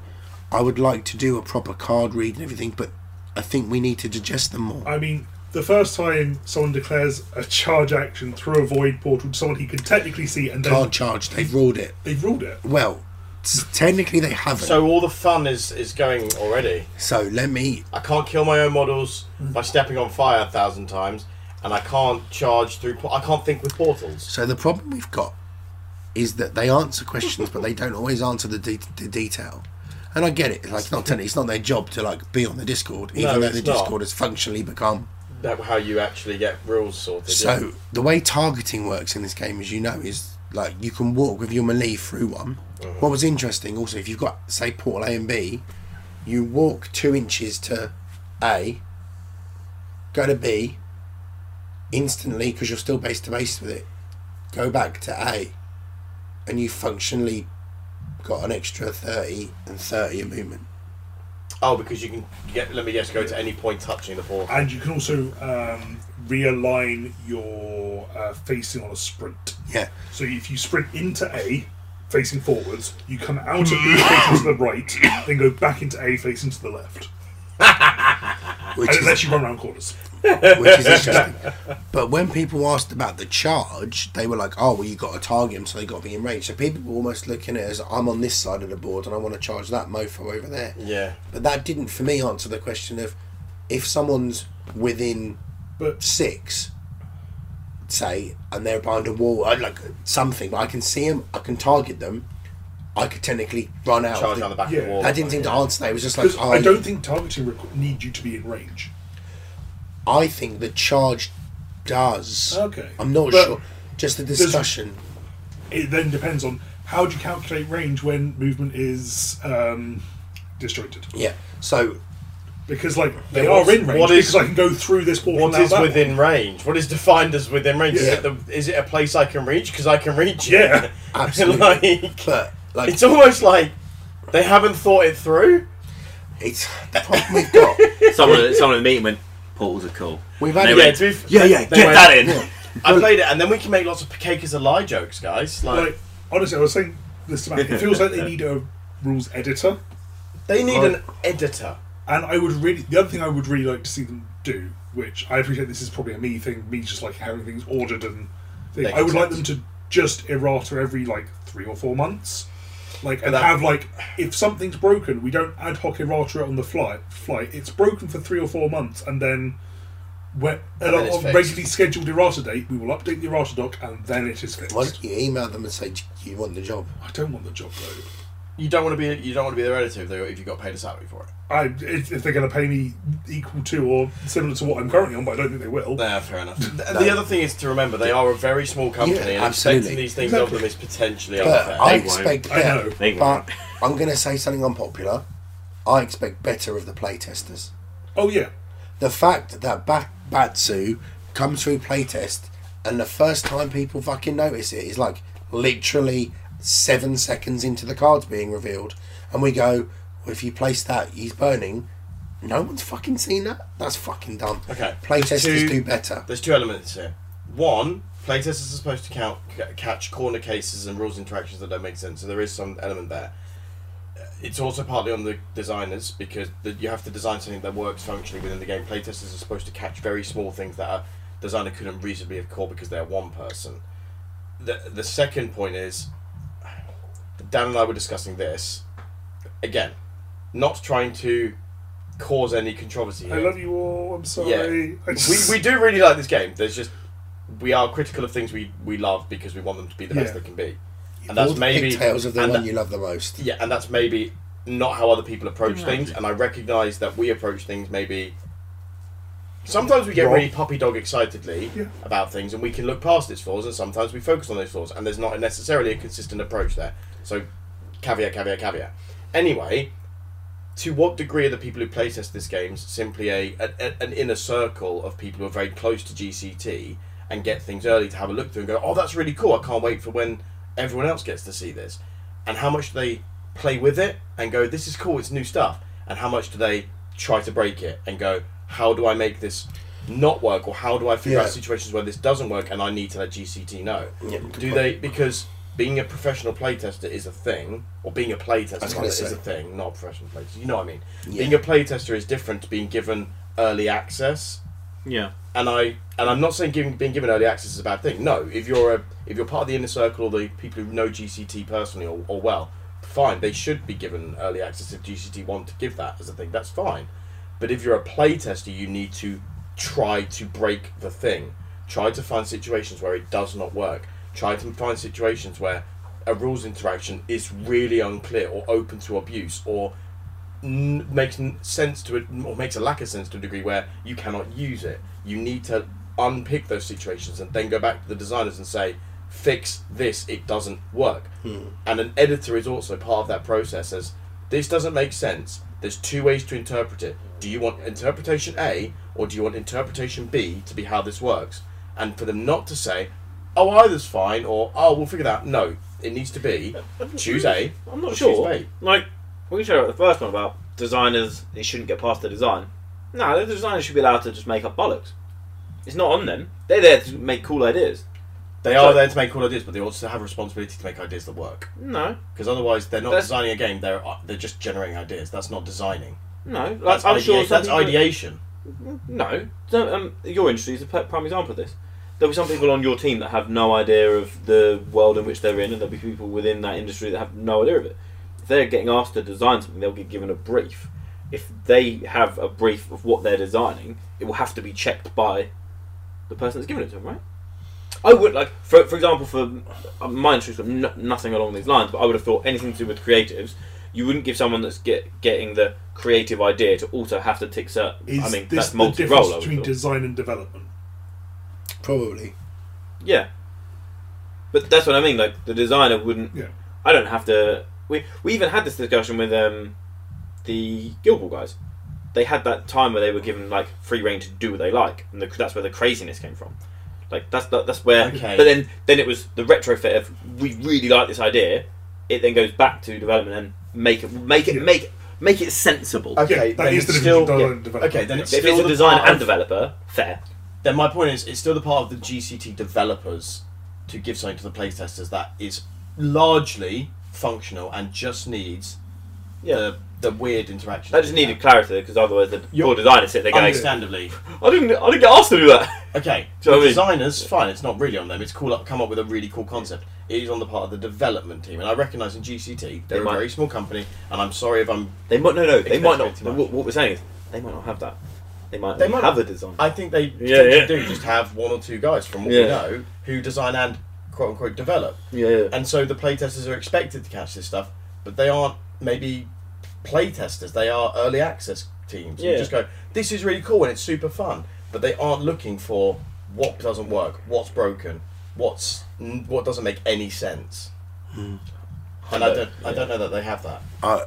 C: I would like to do a proper card read and everything, but I think we need to digest them more.
B: I mean, the first time someone declares a charge action through a Void portal to someone he can technically see, and then
C: card charge. They've ruled it.
B: they've ruled it.
C: Well, s- technically they haven't. So,
A: so all the fun is is going already.
C: let me.
A: I can't kill my own models
C: Mm.
A: by stepping on fire a thousand times, and I can't charge through. por- I can't think with portals.
C: So the problem we've got is that they answer questions, but they don't always answer the, de- the detail. And I get it. Like it's not technically- it's not their job to like be on the Discord, even though
A: it's
C: the
A: not.
C: Discord has functionally become.
A: That how you actually get rules sorted. yeah.
C: So the way targeting works in this game, as you know, is like you can walk with your melee through one. What was interesting also, if you've got say portal A and B, you walk two inches to A, go to B, instantly because you're still base to base with it, go back to A, and you functionally got an extra thirty and thirty in movement.
A: Oh, because you can get, let me guess, go to any point touching the portal.
B: And you can also um, realign your uh, facing on a sprint.
C: Yeah.
B: So if you sprint into A, facing forwards, you come out of B
A: Mm.
B: facing to the right, then go back into A facing to the left.
C: Which
B: And it
C: is
B: lets you run around corners.
C: which is interesting. But when people asked about the charge, they were like, "Oh, well, you got to target him, so they got to be in range." So people were almost looking at it as, "I'm on this side of the board, and I want to charge that mofo over there."
A: Yeah.
C: But that didn't, for me, answer the question of if someone's within
B: But-
C: six, say, and they're behind a wall, I like something. But I can see them, I can target them. I could technically run out.
A: Charge
C: of the-
A: down the back of
B: Yeah.
A: the wall.
C: That didn't seem to answer that. It was just like,
B: Because
C: oh,
B: I don't think targeting requ- need you to be in range.
C: I think the charge does.
B: Okay.
C: I'm not
B: But
C: sure. Just the discussion.
B: It then depends on how do you calculate range when movement is um, disjointed.
C: Yeah. So
B: Because like they
A: Yeah,
B: are
A: what's-
B: in range
A: what
B: because
A: is-
B: I can go through this portal.
A: What
B: now
A: is
B: that
A: within range? What is defined as within range?
B: Yeah.
A: Is, it the, is it a place I can reach? Because I can reach it. [laughs]
B: Yeah.
C: absolutely.
A: like,
C: but like
A: it's almost like they haven't thought it through.
C: it's the problem we've got.
I: someone, someone in the meeting went, portals are cool.
C: We've had
I: They
C: it.
A: Yeah,
I: went,
A: to be f-
E: Yeah, yeah,
A: they
E: get
A: went,
I: that in.
A: I played it, and then we can make lots of cake is a lie jokes, guys.
B: one.
A: Like,
B: Like honestly, I was saying this to Matt. It feels like they need a rules editor,
A: they need
B: Right.
A: an editor.
B: and I would really the other thing I would really like to see them do, which I appreciate this is probably a me thing, me just like having things ordered and thing.
A: Make
B: I would like them
A: sense.
B: to just errata every like three or four months. Like and
A: that-
B: have like if something's broken, we don't ad hoc errata it on the fly. Fly it's broken for three or four months, and then when at
A: then
B: a
A: it's
B: on
A: fixed.
B: regularly scheduled errata date, we will update the errata doc, and then it is fixed.
C: Why don't you email them and say "Do you want the job?
B: I don't want the job though.
A: You don't want to be. You don't want to be their editor if, they, if you got paid a salary for it.
B: I if, if they're going to pay me equal to or similar to what I'm currently on, but I don't think they will.
A: Nah, fair enough. The, the other thing is to remember they are a very small company, and
C: absolutely.
A: expecting these things of them is potentially
C: But
A: unfair.
C: I
E: They won't.
C: expect
B: I know.
C: better.
I: They
C: But
I: won't.
C: I'm going to say something unpopular. I expect better of the playtesters.
B: Oh yeah,
C: The fact that Bat- Batsu comes through playtest and the first time people fucking notice it is like literally seven seconds into the cards being revealed, and we go, well, if you place that, he's burning. No one's fucking seen that. That's fucking dumb.
A: Okay.
C: Playtesters
A: Two-
C: do better.
A: There's two elements here. One, playtesters are supposed to count, c- catch corner cases and rules interactions that don't make sense, so there is some element there. Uh, It's also partly on the designers because the, you have to design something that works functionally within the game. Playtesters are supposed to catch very small things that a designer couldn't reasonably have caught because they're one person. The, the second point is Dan and I were discussing this. Again, not trying to cause any controversy here
B: I love you all. I'm sorry. I
A: we,
B: just- [laughs]
A: we do really like this game. There's just we are critical of things we, we love because we want them to be the
B: Yeah.
A: best they can be, and that's
C: All the
A: maybe
C: pigtails of the
A: and
C: one
A: that-
C: you love the most.
A: yeah, and that's maybe not how other people approach things. And I recognise that we approach things maybe. Sometimes we get
B: Wrong.
A: really puppy dog excitedly
B: Yeah.
A: about things, and we can look past its flaws. And sometimes we focus on those flaws, and there's not necessarily a consistent approach there. So, caveat, caveat, caveat. Anyway, to what degree are the people who playtest this game simply a, a, a- an inner circle of people who are very close to GCT and get things early to have a look through and go, oh, that's really cool. I can't wait for when everyone else gets to see this. And how much do they play with it and go, this is cool, it's new stuff. And how much do they try to break it and go, how do I make this not work or how do I figure out
C: Yeah.
A: situations where this doesn't work and I need to let GCT know?
C: Yeah,
A: do they because being a professional playtester is a thing, or being a playtester rather,
C: was gonna
A: is
C: say.
A: a thing, not a professional playtester. You know what I mean?
C: Yeah.
A: Being a playtester is different to being given early access.
I: Yeah.
A: And I and I'm not saying giving, being given early access is a bad thing. No, if you're a if you're part of the inner circle or the people who know GCT personally or, or well, fine. They should be given early access if GCT want to give that as a thing. That's fine. But if you're a playtester, you need to try to break the thing. Try to find situations where it does not work. Try to find situations where a rules interaction is really unclear or open to abuse or n- makes n- sense to it or makes a lack of sense to a degree where you cannot use it. You need to unpick those situations and then go back to the designers and say, fix this, it doesn't work. And an editor is also part of that process as this doesn't make sense. There's two ways to interpret it. Do you want interpretation A or do you want interpretation B to be how this works? And for them not to say, oh, either's fine or oh, we'll figure that out. No, it needs to be choose A.
I: I'm not
A: or choose
I: sure.
A: B.
I: Like, we showed about the first one about
D: designers it shouldn't get past the design. No, the designers should be allowed to just make up bollocks. It's not on them. They're there to make cool ideas.
A: They are there to make cool ideas, but they also have a responsibility to make ideas that work.
D: No,
A: Because otherwise, they're not
D: That's-
A: designing a game. They're uh, they're just generating ideas. That's not designing.
D: no. Like,
A: That's,
D: I'm
A: idea-
D: sure some
A: that's
D: people-
A: ideation.
D: No, So, um, your industry is a p- prime example of this. There'll be some people on your team that have no idea of the world in which they're in, and there'll be people within that industry that have no idea of it. If they're getting asked to design something, they'll get given a brief. If they have a brief of what they're designing, it will have to be checked by the person that's given it to them, right? I would like, for, for example, for uh, my industry's got no, nothing along these lines, but I would have thought anything to do with creatives, you wouldn't give someone that's get, getting the creative idea to also have to tick certain.
B: Is
D: I mean,
B: this
D: that's
B: the difference
D: multi-role. I would
B: between
D: thought.
B: design and development?
C: Probably.
D: Yeah. But that's what I mean. Like the designer wouldn't.
B: Yeah.
D: I don't have to. We we even had this discussion with um, the Guild Ball guys. They had that time where they were given like free reign to do what they like, and the, that's where the craziness came from. Like that's that, that's where.
A: Okay.
D: But then then it was the retrofit of we really like this idea. It then goes back to development and make it make it
B: Yeah.
D: make make it sensible.
A: Okay,
B: that
A: then
B: is the
A: it's still.
B: difference between
A: yeah,
B: design and development.
A: Okay, then it's
D: if
A: still
D: it's a
A: the
D: designer
A: part
D: and
A: of-
D: developer, fair.
A: Then my point is, it's still the part of the GCT developers to give something to the playtesters that is largely functional and just needs the the weird interaction.
D: I just
A: they
D: [laughs] needed clarity because otherwise the poor designers sit there
A: have.
D: going,
A: Understandably,
D: "I didn't I didn't get asked to do that."
A: okay.
D: Do
A: the
D: you know what I mean?
A: designers, fine. It's not really on them. It's cool. Up, come up with a really cool concept. It is on the part of the development team, and I recognise in GCT they're
D: They
A: a
D: might-
A: very small company, and I'm sorry if I'm.
D: They might no no. They
A: Expect
D: might
A: way
D: not.
A: too much.
D: What, what we're saying is they might not have that. They might.
A: They
D: They
A: might
D: have
A: not.
D: a design.
A: I think they
D: Yeah, yeah.
A: potentially do just have one or two guys from what
D: Yeah.
A: we know who design and quote unquote develop.
D: yeah, yeah.
A: and so the playtesters are expected to catch this stuff, but they aren't maybe playtesters. They are early access teams.
D: Yeah.
A: You just go, this is really cool and it's super fun, but they aren't looking for what doesn't work, what's broken, what's n- what doesn't make any sense. And I don't, I don't know that they have that.
C: I,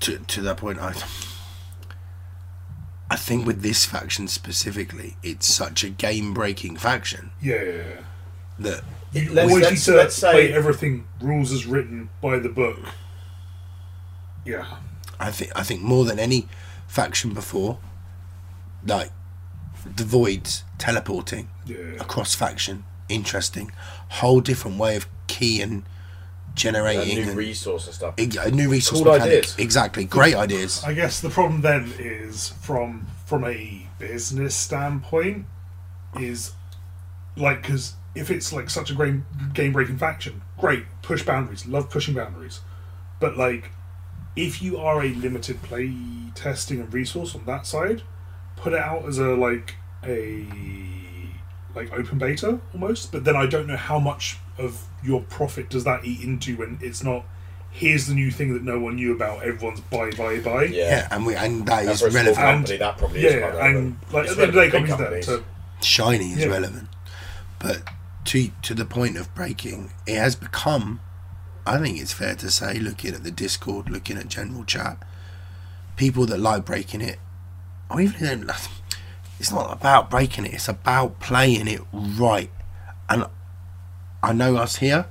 C: to, to that point, I, I think with this faction specifically, it's such a game breaking faction
B: Yeah, yeah, yeah.
C: that
B: You
A: Let's-
B: always
A: let's-
B: need to
A: let's say-
B: play everything rules as written by the book. Yeah.
C: I think I think more than any faction before, like the voids teleporting
B: Yeah.
C: across faction, interesting, whole different way of key and
A: A
C: generating
A: new
C: and-
A: resource and stuff.
C: a new resource
A: Cool
C: mechanic.
A: ideas.
C: Exactly, great ideas.
B: I guess the problem then is from from a business standpoint is like because if it's like such a great game breaking faction, great push boundaries, love pushing boundaries, but like if you are a limited play testing and resource on that side, put it out as a like a like open beta almost. But then I don't know how much of your profit does that eat into when it's not. Here's the new thing that no one knew about. Everyone's buy buy buy.
A: Yeah.
C: Yeah, and we and that
A: And
C: is
A: for a small
C: relevant.
A: company, that probably is quite
B: Yeah,
A: relevant.
B: and like
A: It's
B: at the end of the
A: relevant
B: day,
A: to big
B: companies there to
C: shiny is
B: Yeah.
C: relevant, but to to the point of breaking, it has become. I think it's fair to say, looking at the Discord, looking at general chat, people that like breaking it, or even if they don't, like- [laughs] it's not about breaking it. It's about playing it right, and I know us here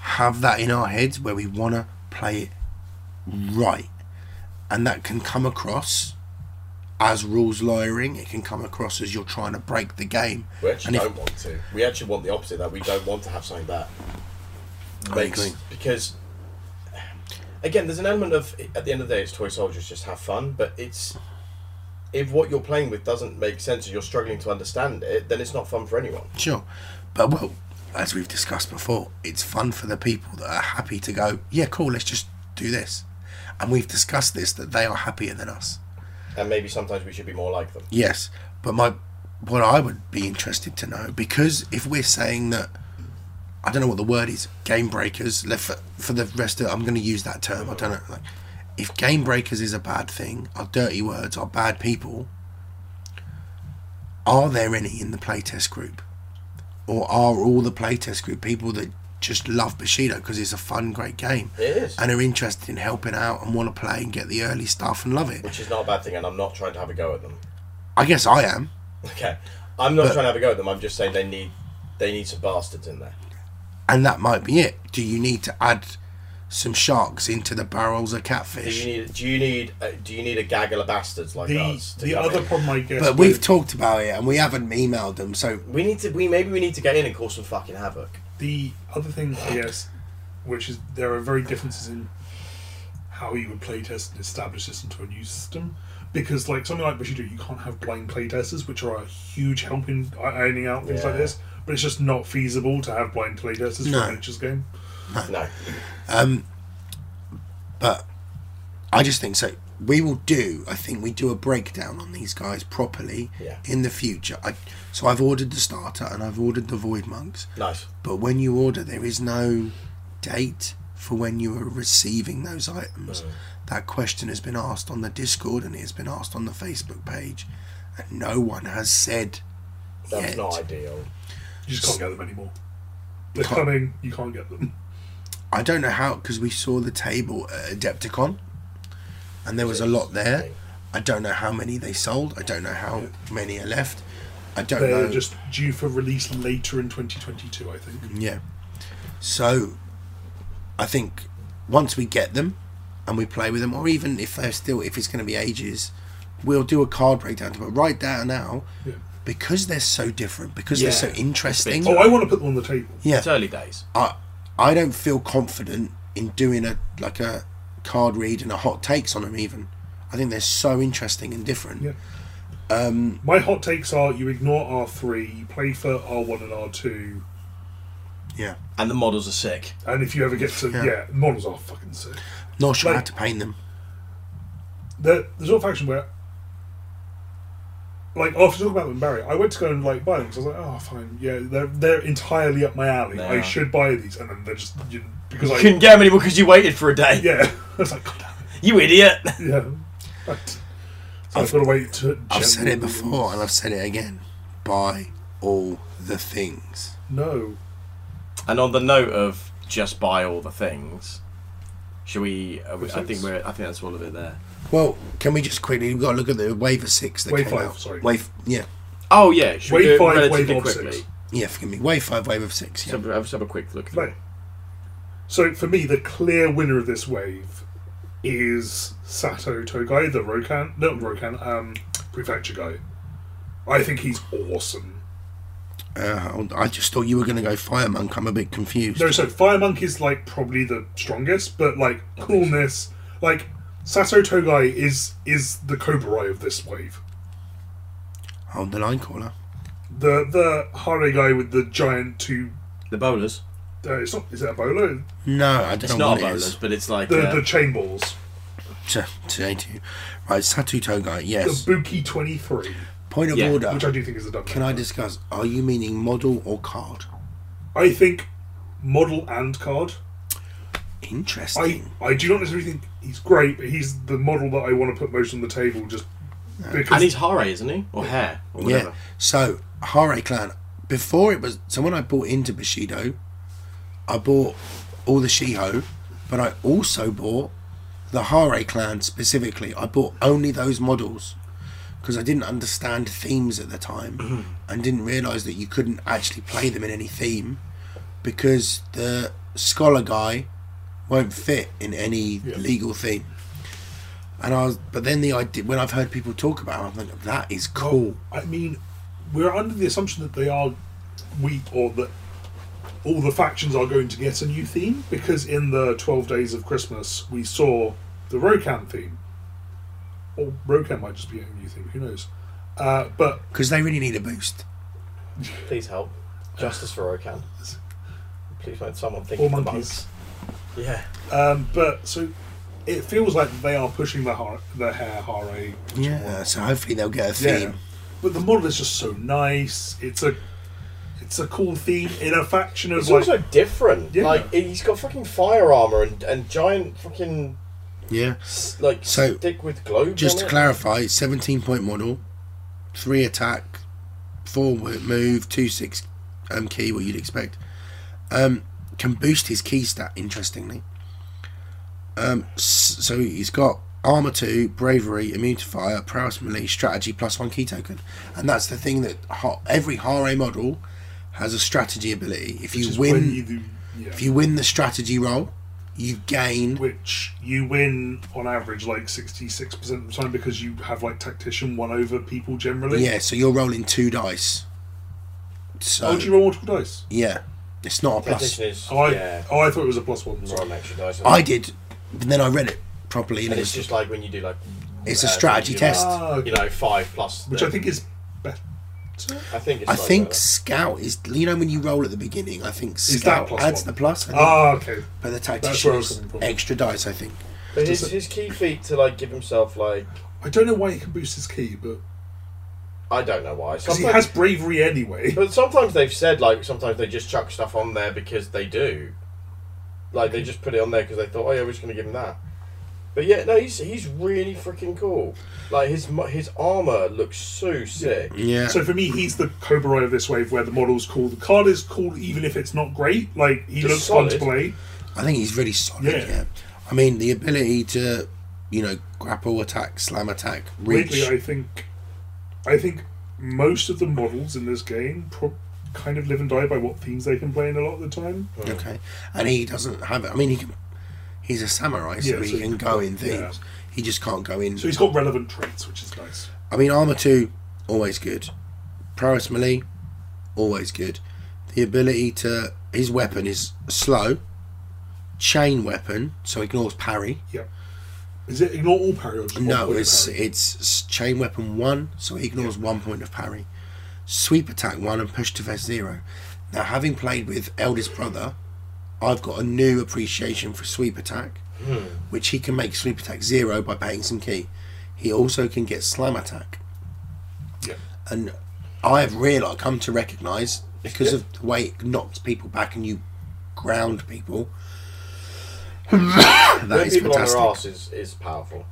C: have that in our heads where we want to play it right, and that can come across as rules lawyering. It can come across as you're trying to break the game.
A: We actually
C: And if-
A: don't want to. We actually want the opposite of that. We don't want to have something that makes
C: agree.
A: because again, there's an element of at the end of the day, it's toy soldiers just have fun. But it's if what you're playing with doesn't make sense, or you're struggling to understand it, then it's not fun for anyone.
C: Sure. But well, as we've discussed before, it's fun for the people that are happy to go, yeah, cool, let's just do this. And we've discussed this that they are happier than us.
A: And maybe sometimes we should be more like them.
C: Yes. But my what I would be interested to know because if we're saying that I don't know what the word is, game breakers, le- for, for the rest of I'm going to use that term. I don't know like if game breakers is a bad thing, are dirty words, are bad people, are there any in the playtest group? Or are all the playtest group people that just love Bushido because it's a fun, great game
A: It is,
C: and are interested in helping out and want to play and get the early stuff and love it?
A: which is not a bad thing. And I'm not trying to have a go at them. [laughs]
C: I guess I am.
A: Okay, I'm not
C: But-
A: trying to have a go at them. I'm just saying they need they need some bastards in there.
C: and that might be it. Do you need to add some sharks into the barrels of
A: Do you
C: catfish.
A: need? Do you need? Uh, do you need a gaggle of bastards like us?
B: The,
A: to
B: the
A: come
B: other
A: in?
B: problem I guess
C: But
B: with-
C: we've talked about it and we haven't emailed them, so
A: We need to. We maybe we need to get in and cause some
E: [laughs]
A: fucking havoc.
B: The other thing, yes, which is there are very differences in how you would playtest an established system to a new system. Because like something like Bushido, you can't have blind playtesters, which are a huge help in uh, ironing out things like
A: Yeah.
B: this. But it's just not feasible to have blind playtesters
C: No.
B: for a miniatures game.
A: No.
C: but I just think so. We will do. I think we do a breakdown on these guys properly
A: Yeah.
C: in the future. I, so I've ordered the starter and I've ordered the void monks.
A: Nice.
C: But when you order, there is no date for when you are receiving those items.
A: Mm.
C: That question has been asked on the Discord and it has been asked on the Facebook page, and no one has said.
A: That's
C: yet.
A: not ideal.
B: You just can't get them anymore. They're
C: Can't-
B: coming. You can't get
C: [laughs]
B: them.
C: I don't know how because we saw the table at Adepticon, and there was a lot there. I don't know how many they sold. I don't know how many are left. I don't
B: They're
C: know.
B: just due for release later in 2022, I think.
C: Yeah. So, I think once we get them and we play with them, or even if they're still, if it's going to be ages, we'll do a card breakdown. But right there and now,
B: Yeah.
C: because they're so different, because
E: Yeah.
C: they're so interesting,
B: Oh, I want to put them on the table.
C: yeah,
E: It's early days.
C: I I don't feel confident in doing a like a card read and a hot takes on them. Even I think they're so interesting and different.
B: Yeah. My hot takes are: you ignore R three, you play for R one and R two.
C: Yeah.
E: And the models are sick.
B: And if you ever get to
C: Yeah.
B: yeah, models are fucking sick.
C: Not sure how
B: Like-
C: to paint them.
B: There, there's no faction where, like after talking about them, Barry, I went to go and like buy them because I was like, oh fine, yeah, they're they're entirely up my alley.
E: They
B: I
E: are.
B: should buy these, and then they're just you know, because
E: You
B: I
E: couldn't get them anymore because you waited for a day.
B: yeah, [laughs] I was like, God damn
E: You idiot. [laughs]
B: it, yeah. But, so I've got to wait to.
C: I've said it
B: generally-
C: before and I've said it again. Buy all the things.
B: No,
E: And on the note of just buy all the things, should we? Are we I think we're. I think that's all of it there.
C: Well, can we just quickly? We've got to look at the wave of six that
B: Wave
C: came
B: five,
C: out.
B: sorry.
C: Wave, yeah,
E: Oh yeah, should we
B: Wave
E: do it
B: five, wave
E: relatively
B: of
E: quickly?
B: six.
C: yeah. Forgive me. Wave five, wave of six.
E: Let's
C: Yeah.
E: have, a- let's have a quick look.
B: no. So for me, the clear winner of this wave is Sato Togai, the Rokan, not Rokan, um, Prefecture guy. I think he's awesome.
C: Uh, hold- I just thought you were going to go fire monk. I'm a bit confused.
B: No, so Fire Monk is like probably the strongest, but like coolness, like Sato Togai is is the Cobra Rai of this wave.
C: Hold the line caller.
B: The the Hare guy with the giant two.
E: The bowlers.
B: Uh, it's not. Is it a bolo?
C: No, I don't
E: It's
C: know
E: not
C: what
E: a
C: it
E: bowlers,
C: is.
E: but it's like
B: The
E: uh,
B: the chain balls.
C: To, to, to, right, Satu Togai.
B: The
C: Yes.
B: Buki twenty three,
C: Point of
E: Yeah.
C: order.
B: which I do think is a double.
C: Can I discuss? Are you meaning model or card?
B: I think model and card. I,
C: Interesting.
B: I do not necessarily think he's great, but he's the model that I want to put most on the table just
E: and
B: because
E: he's Hare, isn't he? Or hair, or whatever.
C: yeah. So Hare Clan. Before it was so when I bought into Bushido, I bought all the Shiho, but I also bought the Hare Clan specifically. I bought only those models because I didn't understand themes at the
E: Mm-hmm.
C: time and didn't realise that you couldn't actually play them in any theme because the scholar guy won't fit in any legal theme. And I was, but then the idea when I've heard people talk about, it, I'm thinking that is cool.
B: I mean we're under the assumption that they are weak or that all the factions are going to get a new theme because in the Twelve Days of Christmas we saw the Rokan theme, or Rokan might just be a new theme. Who knows? Uh, but
C: because they really need a boost.
A: Please help. Justice for
E: [laughs]
A: Okan. Please make someone think
B: all
A: of the monks.
B: monkeys.
A: Yeah.
B: Um, but so it feels like they are pushing the har- the hair Hare
C: Yeah, Uh, so hopefully they'll get a
B: Yeah.
C: theme.
B: But the model is just so nice. It's a it's a cool theme in a faction of
A: It's
B: like
A: also different.
B: Yeah.
A: Like he's got fucking fire armor and, and giant fucking
C: Yeah.
A: s- like
C: So,
A: stick with globe.
C: Just
A: on
C: to
A: it.
C: clarify, seventeen point model, three attack, four wo- move, two six um, key. What you'd expect. Um, can boost his key stat. Interestingly, um, s- so he's got armor two, bravery, immune to fire, prowess melee, strategy plus one key token, and that's the thing that ha- every Hare model has a strategy ability. If you
B: just
C: win,
B: when you do- yeah.
C: if you win the strategy roll, You've gained.
B: which you win on average like 66% of the time because you have like tactician won over people generally.
C: Yeah, so you're rolling two dice. So
B: Oh, do you roll multiple dice?
C: yeah, it's not a plus.
A: Tactician is
B: Oh, I,
A: yeah,
B: oh, I thought it was a plus one.
A: roll
B: Sorry.
A: an extra dice.
C: I did, but then I read it properly, and,
A: and
C: it
A: it's
C: was
A: just like when you do like
C: it's a
A: uh,
C: strategy
A: you do,
C: test.
B: Ah,
A: like, You know, five plus.
B: which
A: the-
B: I think is better.
A: I think it's
C: I
A: like
C: think
A: that.
C: scout is you know when you roll at the beginning. I think
B: that
C: scout
B: plus
C: adds
B: one?
C: the plus. I think,
B: Ah, okay.
C: but the
B: that's where
C: tactician
B: I was
C: is
B: coming from.
C: extra dice. I think.
A: But his, his key feat to like give himself like
B: I don't know why he can boost his key, but
A: I don't know why.
B: because he
A: Sometimes-
B: has bravery anyway.
A: But sometimes they've said like sometimes they just chuck stuff on there because they do, like they just put it on there because they thought, oh yeah, we're just gonna give him that. But yeah, no, he's he's really freaking cool. Like his mu- his armor looks so sick.
C: Yeah.
B: So for me, he's the Cobra Rai of this wave, where the model's cool. The card is cool, even if it's not great. Like he
A: Just
B: looks fun
A: solid.
B: to play.
C: I think he's really solid.
B: Yeah.
C: Yeah. I mean, the ability to, you know, grapple attack, slam attack, reach.
B: Weirdly, I think, I think most of the models in this game pro- kind of live and die by what themes they can play in a lot of the time.
C: okay. And he doesn't have it. I mean, he can. He's a samurai, so
B: Yeah,
C: he
B: so
C: can
B: he-
C: go in
B: yeah.
C: themes. He just can't go in.
B: So he's got relevant traits, which is nice.
C: I mean, armor two, always good. Prowess melee, always good. The ability to his weapon is slow, chain weapon, so ignores parry.
B: Is it ignore all parry? Or just one
C: No,
B: point of
C: it's
B: parry?
C: it's s- chain weapon one, so he ignores one point of parry. Sweep attack one and push to vest zero. Now, having played with eldest brother, I've got a new appreciation for sweep attack,
B: Hmm.
C: which he can make sweep attack zero by paying some key. He also can get slam attack.
B: Yeah.
C: And I have realised, come to recognise, because of the way it knocks people back and you ground people. [coughs] that
A: Putting
C: is
A: people
C: fantastic.
A: on their ass is, is powerful.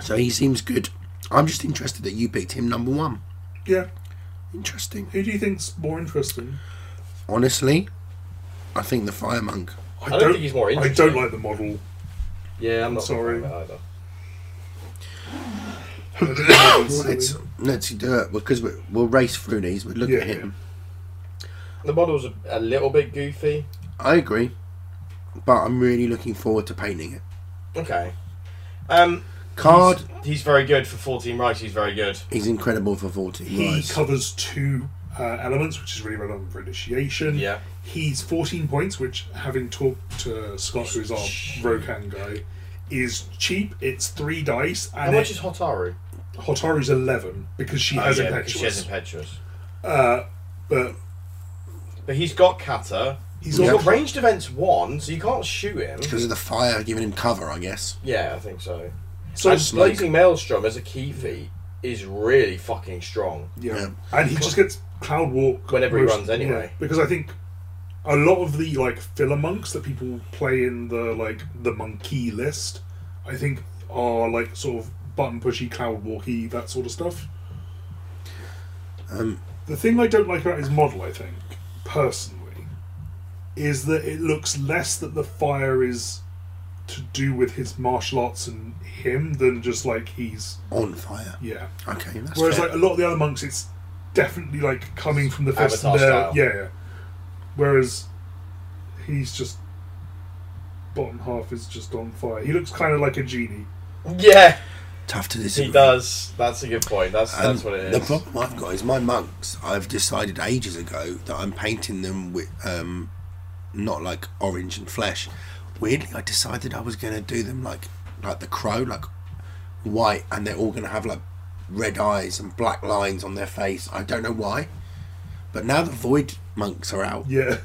C: So he seems good. I'm just interested that you picked him number one.
B: yeah.
C: Interesting.
B: Who do you think's more interesting?
C: Honestly, I think the fire monk.
A: I don't think he's more
B: I
A: interesting.
B: don't like the
C: [coughs]
B: model.
A: Yeah, I'm not
B: Sorry.
A: sorry either.
B: [coughs] I think the model's
C: Let's
B: silly.
C: let's do it because we we'll race through these. We look
B: Yeah,
C: at him.
A: The model's a, a little bit goofy.
C: I agree, but I'm really looking forward to painting it.
A: Okay. Um,
C: Card.
A: he's, he's very good for 14 rights. He's very good.
C: He's incredible for 14
B: he
C: rides.
B: covers two uh, elements, which is really relevant for initiation.
A: Yeah.
B: He's 14 points, which, having talked to Scott, who is our Rokan guy, is cheap. It's three dice,
A: How
B: and
A: much
B: it,
A: is Hotaru?
B: Hotaru's 11 because she has
A: oh, yeah, because
B: impetuous.
A: she has impetuous.
B: uh, but
A: But he's got kata.
B: he's
A: He's
B: also
A: got ranged events one, so you can't shoot him.
C: Because of the fire giving him cover, I guess.
A: Yeah, I think so.
B: so
A: and Blazing Maelstrom as a key feat is really fucking strong.
B: yeah.
C: Yeah.
B: and he just gets cloud walk
A: Whenever he runs anyway.
B: because I think a lot of the like filler monks that people play in the like the monkey list, I think are like sort of button pushy, cloud walky, that sort of stuff.
C: Um,
B: The thing I don't like about his model, I think personally, is that it looks less that the fire is to do with his martial arts and him than just like he's
C: on fire.
B: yeah.
C: Okay, that's
B: Whereas
C: fair.
B: like a lot of the other monks, it's definitely like coming from the fist.
A: Avatar
B: and they're-
A: style.
B: Yeah, yeah. Whereas he's just bottom half is just on fire. He looks kind of like a genie.
A: [laughs] Yeah,
C: Tough to disagree.
A: he does. That's a good point. That's
C: Um,
A: that's what it
C: The
A: is.
C: problem I've got is my monks. I've decided ages ago that I'm painting them with um, not like orange and flesh. Weirdly, I decided I was going to do them like like the crow, like white, and they're all going to have like red eyes and black lines on their face. I don't know why, but now the void monks are out,
B: Yeah,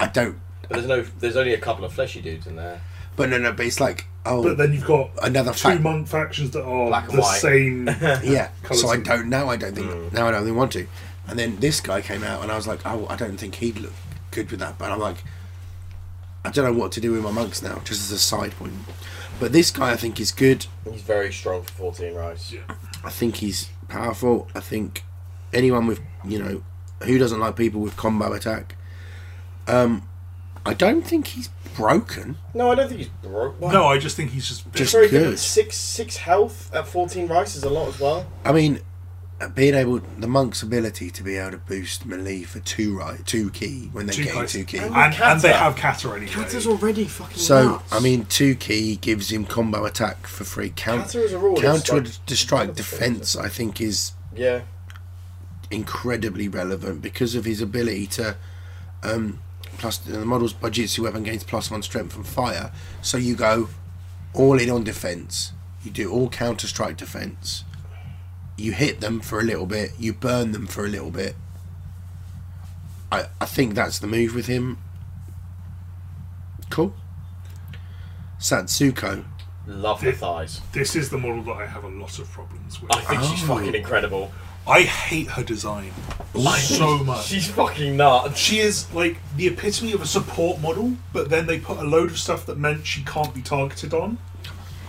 C: I don't.
A: but there's no. There's only a couple of fleshy dudes in there.
C: But no, no. But it's like oh,
B: but then you've got
C: another
B: two
C: fact.
B: monk factions that are
A: Black and
B: the
A: white.
C: [laughs]
B: same.
C: yeah.
B: colours
C: So I
B: and-
C: don't now. I don't think now. I don't think want to. And then this guy came out, and I was like, oh, I don't think he'd look good with that. But I'm like, I don't know what to do with my monks now. Just as a side point. But this guy, I think, is good.
A: He's very strong for 14 rights.
B: Yeah.
C: I think he's powerful. I think anyone with you know who doesn't like people with combo attack. Um, I don't think he's broken.
A: No, I don't think he's broke. Well,
B: no, I just think he's just.
C: Just
A: very good.
C: good.
A: Six six health at 14 rice is a lot as well.
C: I mean, uh, being able the monk's ability to be able to boost melee for two right two key when they
B: Two
C: gain
B: guys.
C: two key.
B: And, and they have Kata anyway.
E: Kata's already fucking
C: So
E: nuts.
C: I mean, two key gives him combo attack for free. Count,
A: Kata as a rule is
C: counter
A: like-
C: to strike defense, I think, is
A: Yeah.
C: incredibly relevant because of his ability to um, plus the model's budget's weapon gains plus one strength from fire. So you go all in on defense. You do all counter strike defense. You hit them for a little bit. You burn them for a little bit. I I think that's the move with him. Cool. Satsuko.
A: Love the thighs.
B: This is the model that I have a lot of problems with.
A: I think she's
I: Oh.
A: fucking incredible.
B: I hate her design so much.
A: She's fucking nuts.
B: She is like the epitome of a support model, but then they put a load of stuff that meant she can't be targeted on,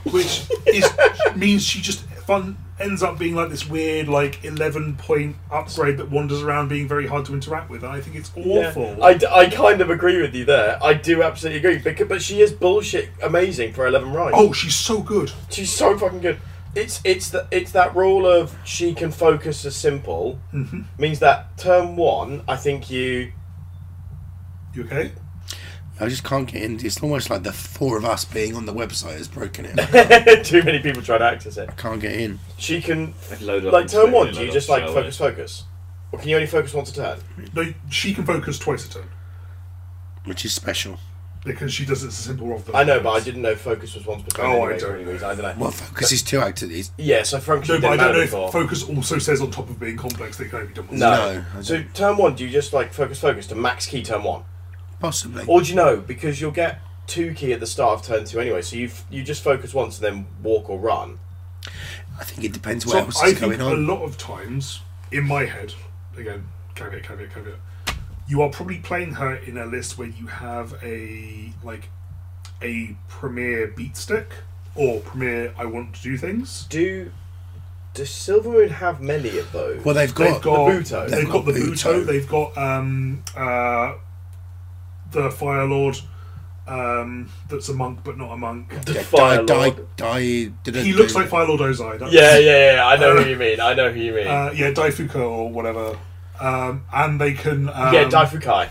B: which
A: [laughs]
B: is means she just fun ends up being like this weird like eleven point upgrade that wanders around being very hard to interact with, and I think it's awful.
A: Yeah. I, d- I kind of agree with you there. I do absolutely agree. Because, but she is bullshit amazing for 11 rides.
B: oh, she's so good.
A: She's so fucking good. It's it's the, it's that rule of she can focus as simple
B: Mm-hmm.
A: means that turn one. I think you [laughs]
B: You okay?
C: I just can't get in. It's almost like the four of us being on the website has broken it. [laughs] I
A: too many people try to access it.
C: can't get in.
A: She can
I: They've loaded up
A: like
I: on
A: turn
I: Twitter,
A: one.
I: they
A: Do you
I: load
A: just
I: up
A: like
I: Shell,
A: focus, focus, or can you only focus once a turn?
B: No, she can focus twice a turn
C: which is special.
B: because she does it as a simple of
A: I know, but I didn't know focus was once per turn.
B: Oh, I
A: anyway, for
B: don't
A: any reason. I don't know.
C: Well, because he's two acted. He's
A: Yeah, so function
B: No, but I
A: didn't
B: don't know
A: matter
B: if
A: before.
B: focus also says on top of being complex that it can only be done once.
A: no.
C: No, I
A: so turn one, do you just like focus, focus to max key turn one?
C: possibly.
A: Or do you know because you'll get two key at the start of turn two anyway? So you f- you just focus once and then walk or run.
C: I think it depends what
B: So
C: else
B: I
C: is
B: think
C: going
B: a
C: on.
B: lot of times in my head, again, caveat, caveat, caveat, you are probably playing her in a list where you have a like a premier beat stick or premier I want to do things.
A: Do does Silvermoon have many of those?
C: Well, they've
B: They've
C: got,
B: got
A: the Buto.
B: They've,
C: They've
B: got,
C: got
B: the
C: Buto.
B: Buto. They've got um uh the Fire Lord um that's a monk but not a monk.
A: The
C: yeah,
A: Fire
C: die,
A: Lord.
C: die, die,
B: He looks like Fire Lord Ozai. that's-
A: Yeah, yeah, yeah. I know who you mean. I know who you mean.
B: Uh, yeah, Daifuka or whatever. Um, and they can um,
A: yeah, Daifukai.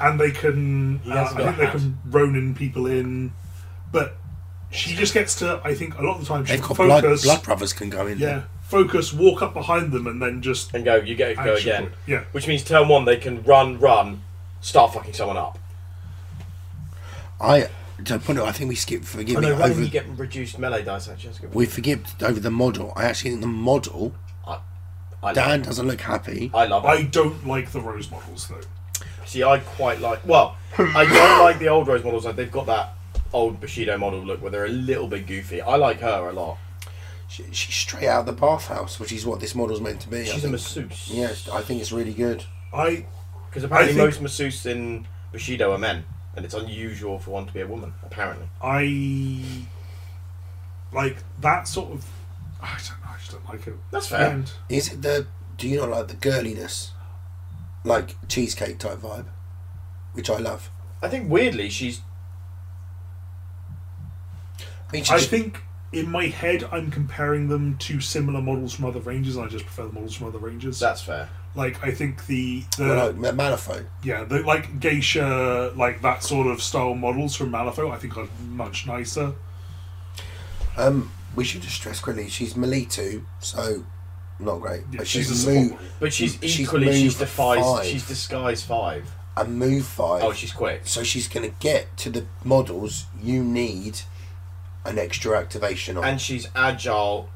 B: and they can.
A: He
B: Uh,
A: hasn't
B: I
A: got
B: think they
A: a hat.
B: can Ronin people in, but she just gets to. I think a lot of the time she
C: They've got blood,
B: focus.
C: blood brothers can go in.
B: Yeah, focus. Walk up behind them and then just
A: And go. You get to go
B: action
A: again.
B: point. Yeah,
A: Which means turn one they can run, run, start fucking someone up.
C: I to put it, I think we skip. Forgive
A: Oh
C: me.
A: no, running
C: over,
A: you get reduced melee dice actually. That's a good.
C: we forget over the model. I actually think the model.
A: I love
C: Dan
A: it.
C: doesn't look happy.
A: I love
B: I
A: it.
B: don't like the rose models though.
A: See, I quite like. Well, I don't like the old Rose models. Like they've got that old Bushido model look where they're a little bit goofy. I like her a lot.
C: She, she's straight out of the bathhouse, which is what this model's meant to be.
A: She's
C: I
A: a
C: think.
A: masseuse.
C: Yeah, it's- I think it's really good.
B: I
A: Because apparently
B: I
A: most
B: think-
A: masseuse in Bushido are men, and it's unusual for one to be a woman. Apparently.
B: I like that sort of. I don't know. I just don't like it.
A: That's fair.
B: And-
C: Is it the? Do you not like the girliness, like cheesecake type vibe, which I love.
A: I think weirdly she's
C: I mean, she
B: I
C: just-
B: think in my head I'm comparing them to similar models from other ranges, and I just prefer the models from other ranges.
A: that's fair.
B: like I think the the
C: well, no, Malifaux.
B: yeah the like geisha like that sort of style models from Malifaux I think are much nicer.
C: Um, we should just stress quickly. She's melee two, so not great.
B: Yeah,
C: but
B: she's
C: she's,
B: a
C: she's
B: support
C: move
B: model.
A: But she's
C: She's
A: equally she's,
C: move
A: defies
C: five.
A: she's disguise five.
C: a move five.
A: Oh, she's quick.
C: so she's going to get to the models. You need an extra activation on.
A: and she's agile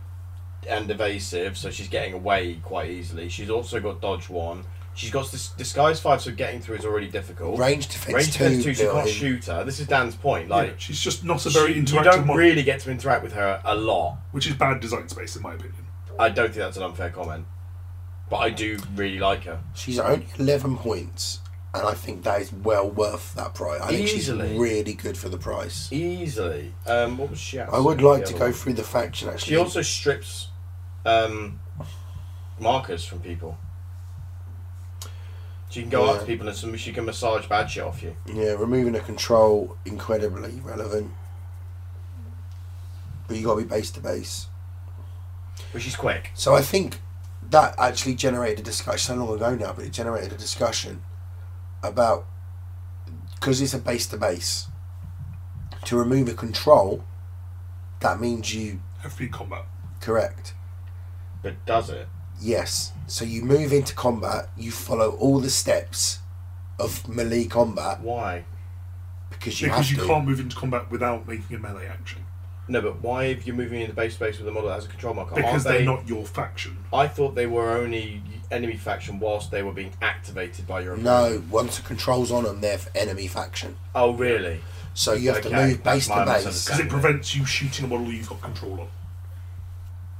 A: and evasive, so she's getting away quite easily. She's also got dodge one. She's got this disguise five, so getting through is already difficult.
C: range defense
A: Range
C: two.
A: defense two, she
C: built
A: can't
C: in.
A: shoot her. This is Dan's point.
B: Yeah,
A: Like,
B: she's just not a very
A: she- you
B: interactive
A: don't
B: model,
A: really get to interact with her a lot.
B: which is bad design space in my opinion.
A: I don't think that's an unfair comment, but I do really like her.
C: She's only eleven points, and I think that is well worth that price. I think she's
A: Easily.
C: really good for the price.
A: Easily. Um, what was she? at?
C: I would like
A: The
C: to
A: other
C: go
A: one.
C: through the faction
A: She
C: actually.
A: also strips um, markers from people. She can go
C: Yeah.
A: up to people and some, she can massage bad shit off you.
C: Yeah, removing a control incredibly relevant. But you got to be base to base.
A: But she's quick.
C: So I think that actually generated a discussion so long ago now, but it generated a discussion about because it's a base to base. To remove a control, that means you
B: Have to be combat.
C: correct.
A: But does it?
C: Yes. So you move into combat. You follow all the steps of melee combat
A: Why?
C: because you
B: because
C: have
B: you
C: to.
B: can't move into combat without making a melee action.
A: No, but why if you're moving into base space with a model that has a control marker?
B: Because
A: Aren't
B: they're
A: they,
B: not your faction.
A: I thought they were only enemy faction whilst they were being activated by your.
C: No, once the controls on them, they're for enemy faction.
A: Oh really?
C: So you have to
A: Okay,
C: move
A: that's
C: base to
A: my
C: base.
A: misunderstanding.
B: Because it prevents you shooting a model you've got control of.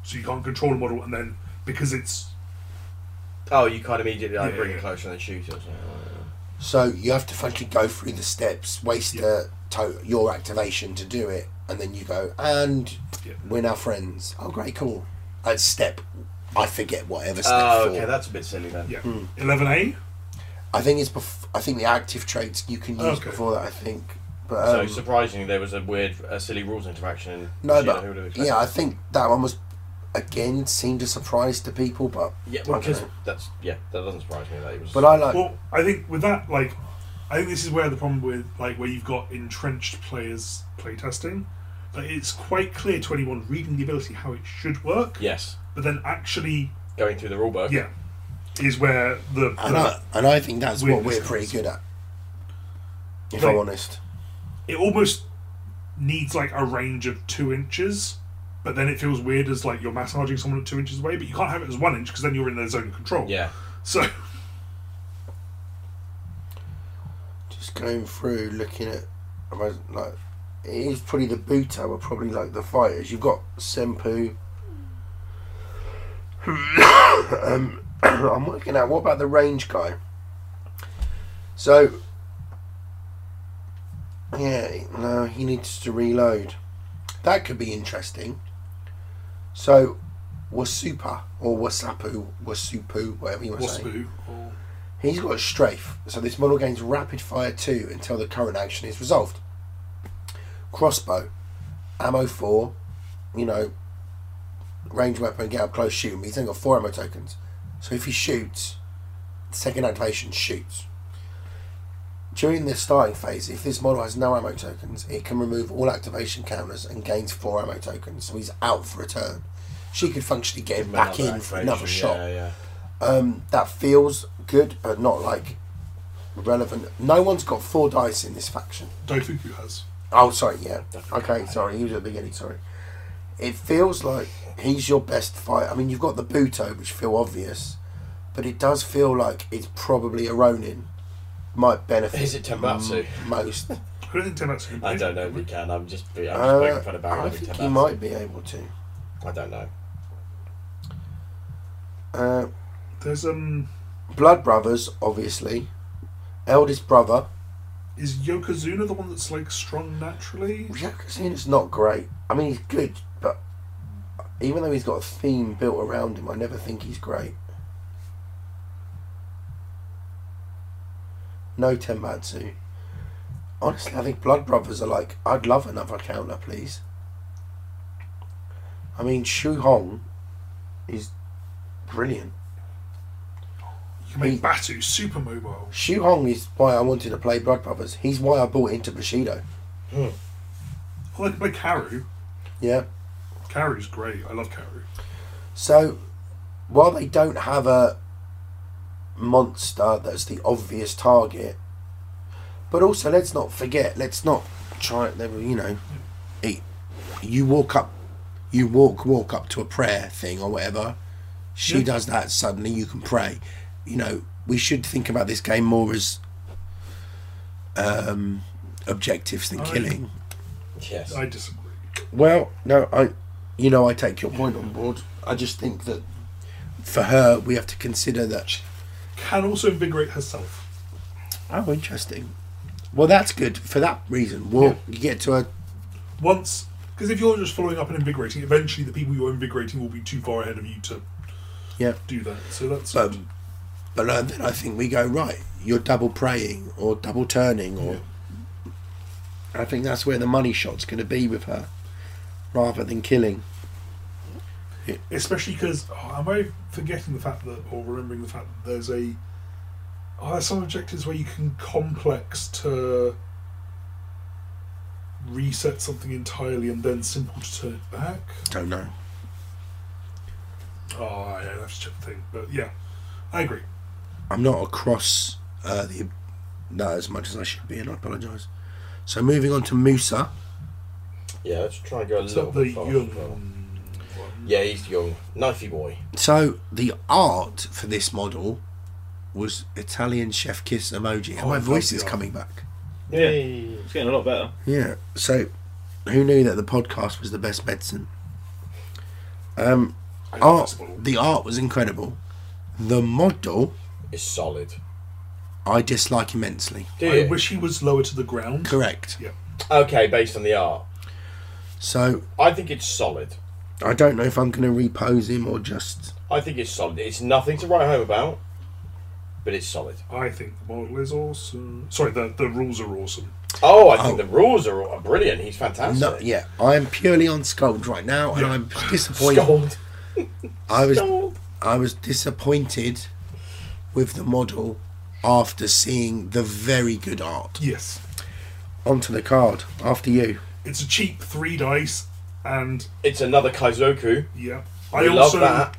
B: So you can't control a model and then because it's
A: Oh, you can't immediately like,
B: Yeah,
A: bring
B: yeah.
A: it closer and then shoot it. or something.
C: So you have to frankly go through the steps, waste the to- your activation to do it, and then you go and
B: Yeah.
C: win our friends. Oh, great, cool. At step, I forget whatever step
A: Oh,
C: four.
A: okay, that's a bit silly then.
B: yeah. Eleven A?
C: I think it's bef- I think the active traits you can use
B: Okay.
C: before that. I think, but
A: So
C: um,
A: surprisingly, there was a weird, a silly rules interaction. In
C: no,
A: Sheila,
C: but
A: who would have expected?
C: yeah, I think that one was again seemed a surprise to people, but
A: yeah, well,
C: Okay.
A: because that's yeah, that doesn't surprise me. That it was.
C: but I like
B: Well, I think with that, like I think this is where the problem with like where you've got entrenched players playtesting. But it's quite clear to anyone reading the ability how it should work.
A: yes,
B: But then actually
A: going through the rule book.
B: yeah. Is where the,
C: and I,
B: the
C: and I think that's what
B: Weird
C: we're
B: disguise.
C: pretty good at. If
B: Right.
C: I'm honest,
B: it almost needs like a range of two inches, but then it feels weird as like you're massaging someone at two inches away, but you can't have it as one inch because then you're in their zone of control.
A: Yeah.
B: So
C: just going through looking at am I- like it is probably the Buto are probably like the fighters. You've got Senpu. [coughs] um, [coughs] I'm working out what about the range guy? So yeah, no, he needs to reload. That could be interesting. So Wasupa or Wasapu, Wasupu, whatever you want to say.
B: Waspu or
C: He's got a strafe, so this model gains rapid fire 2 until the current action is resolved. Crossbow, ammo 4, you know, range weapon, get up close, shoot him. He's only got 4 ammo tokens. So if he shoots, second activation shoots. During the starting phase, if this model has no ammo tokens, it can remove all activation counters and gains 4 ammo tokens, so he's out for a turn. She could functionally get
A: Give
C: him
A: them
C: back
A: another
C: in for
A: activation,
C: another shot
A: Yeah, yeah.
C: um, that feels good, but not like relevant. No one's got four dice in this faction.
B: Dofuku has.
C: Oh, sorry, yeah. Okay, sorry, he was at the beginning, sorry. It feels like he's your best fight. I mean, you've got the Buto, which feel obvious, but it does feel like it's probably a Ronin. Might benefit
A: Is it Tenbatsu? [laughs]
C: most.
B: I don't think Tenmatsu can
A: I
B: do
A: don't know if we can. I'm just, I'm just
C: Uh,
A: making fun of Barry.
C: I
A: every
C: think
A: time
C: he
A: that's-
C: might be able to.
A: I don't know.
C: Uh,
B: There's um
C: Blood Brothers, obviously. Eldest brother.
B: is Yokozuna the one that's like strong naturally?
C: Yokozuna not great. I mean, he's good, but even though he's got a theme built around him, I never think he's great. No Tenmatsu. Honestly, I think Blood Brothers are like, I'd love another counter, please. I mean, Shu Hong is brilliant.
B: You can make
C: He-
B: Batu super mobile.
C: Shu Hong is why I wanted to play Blood Brothers. He's why I bought into Bushido.
B: I like to play Karu.
C: Yeah.
B: Karu's great. I love Karu.
C: So, while they don't have a monster that's the obvious target, but also let's not forget, let's not try it. You know, it, you walk up, you walk walk up to a prayer thing or whatever. She
B: Yeah.
C: does that suddenly. You can pray. You know, we should think about this game more as um, objectives than
B: I-
C: killing.
A: Yes.
B: I disagree.
C: Well, no, I, you know, I take your point on board. I just think that for her, we have to consider that.
B: Can also invigorate herself.
C: Oh, interesting. Well, that's good for that reason. Well, you get to a
B: Once because if you're just following up and invigorating, eventually the people you're invigorating will be too far ahead of you to
C: yeah,
B: do that. So that's
C: but but uh, then I think we go right. You're double praying or double turning, or I think that's where the money shot's going to be with her, rather than killing. Yeah.
B: Especially because oh, am I forgetting the fact that, or remembering the fact that there's a are there some objectives where you can complex to reset something entirely and then simple to turn it back?
C: Don't know.
B: Oh, I have to check the thing, but yeah, I agree.
C: I'm not across uh, the that as much as I should be, and I apologise. So moving on to Musa.
A: Yeah, let's try and go a
B: Is
A: little
B: that the
A: bit faster.
B: young
A: Yeah, he's young. Knifey boy.
C: So the art for this model was Italian chef kiss emoji, and
B: Oh,
C: my
B: I love
C: voice
B: the
C: is
B: art.
C: coming back.
A: Yay.
I: It's getting a lot better.
C: Yeah. So who knew that the podcast was the best medicine? Um,
B: I love
C: art,
B: this model.
C: the art was incredible. The model
A: It's solid.
C: I dislike immensely.
A: Do
B: I
A: you?
B: wish he was lower to the ground.
C: Correct.
A: okay, based on the art.
C: So
A: I think it's solid.
C: I don't know if I'm going to repose him or just.
A: I think it's solid. It's nothing to write home about, but it's solid.
B: I think the model is awesome. Sorry, the, the rules are awesome.
A: Oh, I think
C: Oh.
A: the rules are, are brilliant. He's fantastic.
C: No, yeah, I am purely on scold right now, and
B: Yeah.
C: I'm disappointed.
A: Scold.
C: I was
A: Scold.
C: I was disappointed with the model after seeing the very good art.
B: Yes.
C: Onto the card after you.
B: It's a cheap three dice, and
A: It's another Kaizoku.
B: yeah.
A: We love that.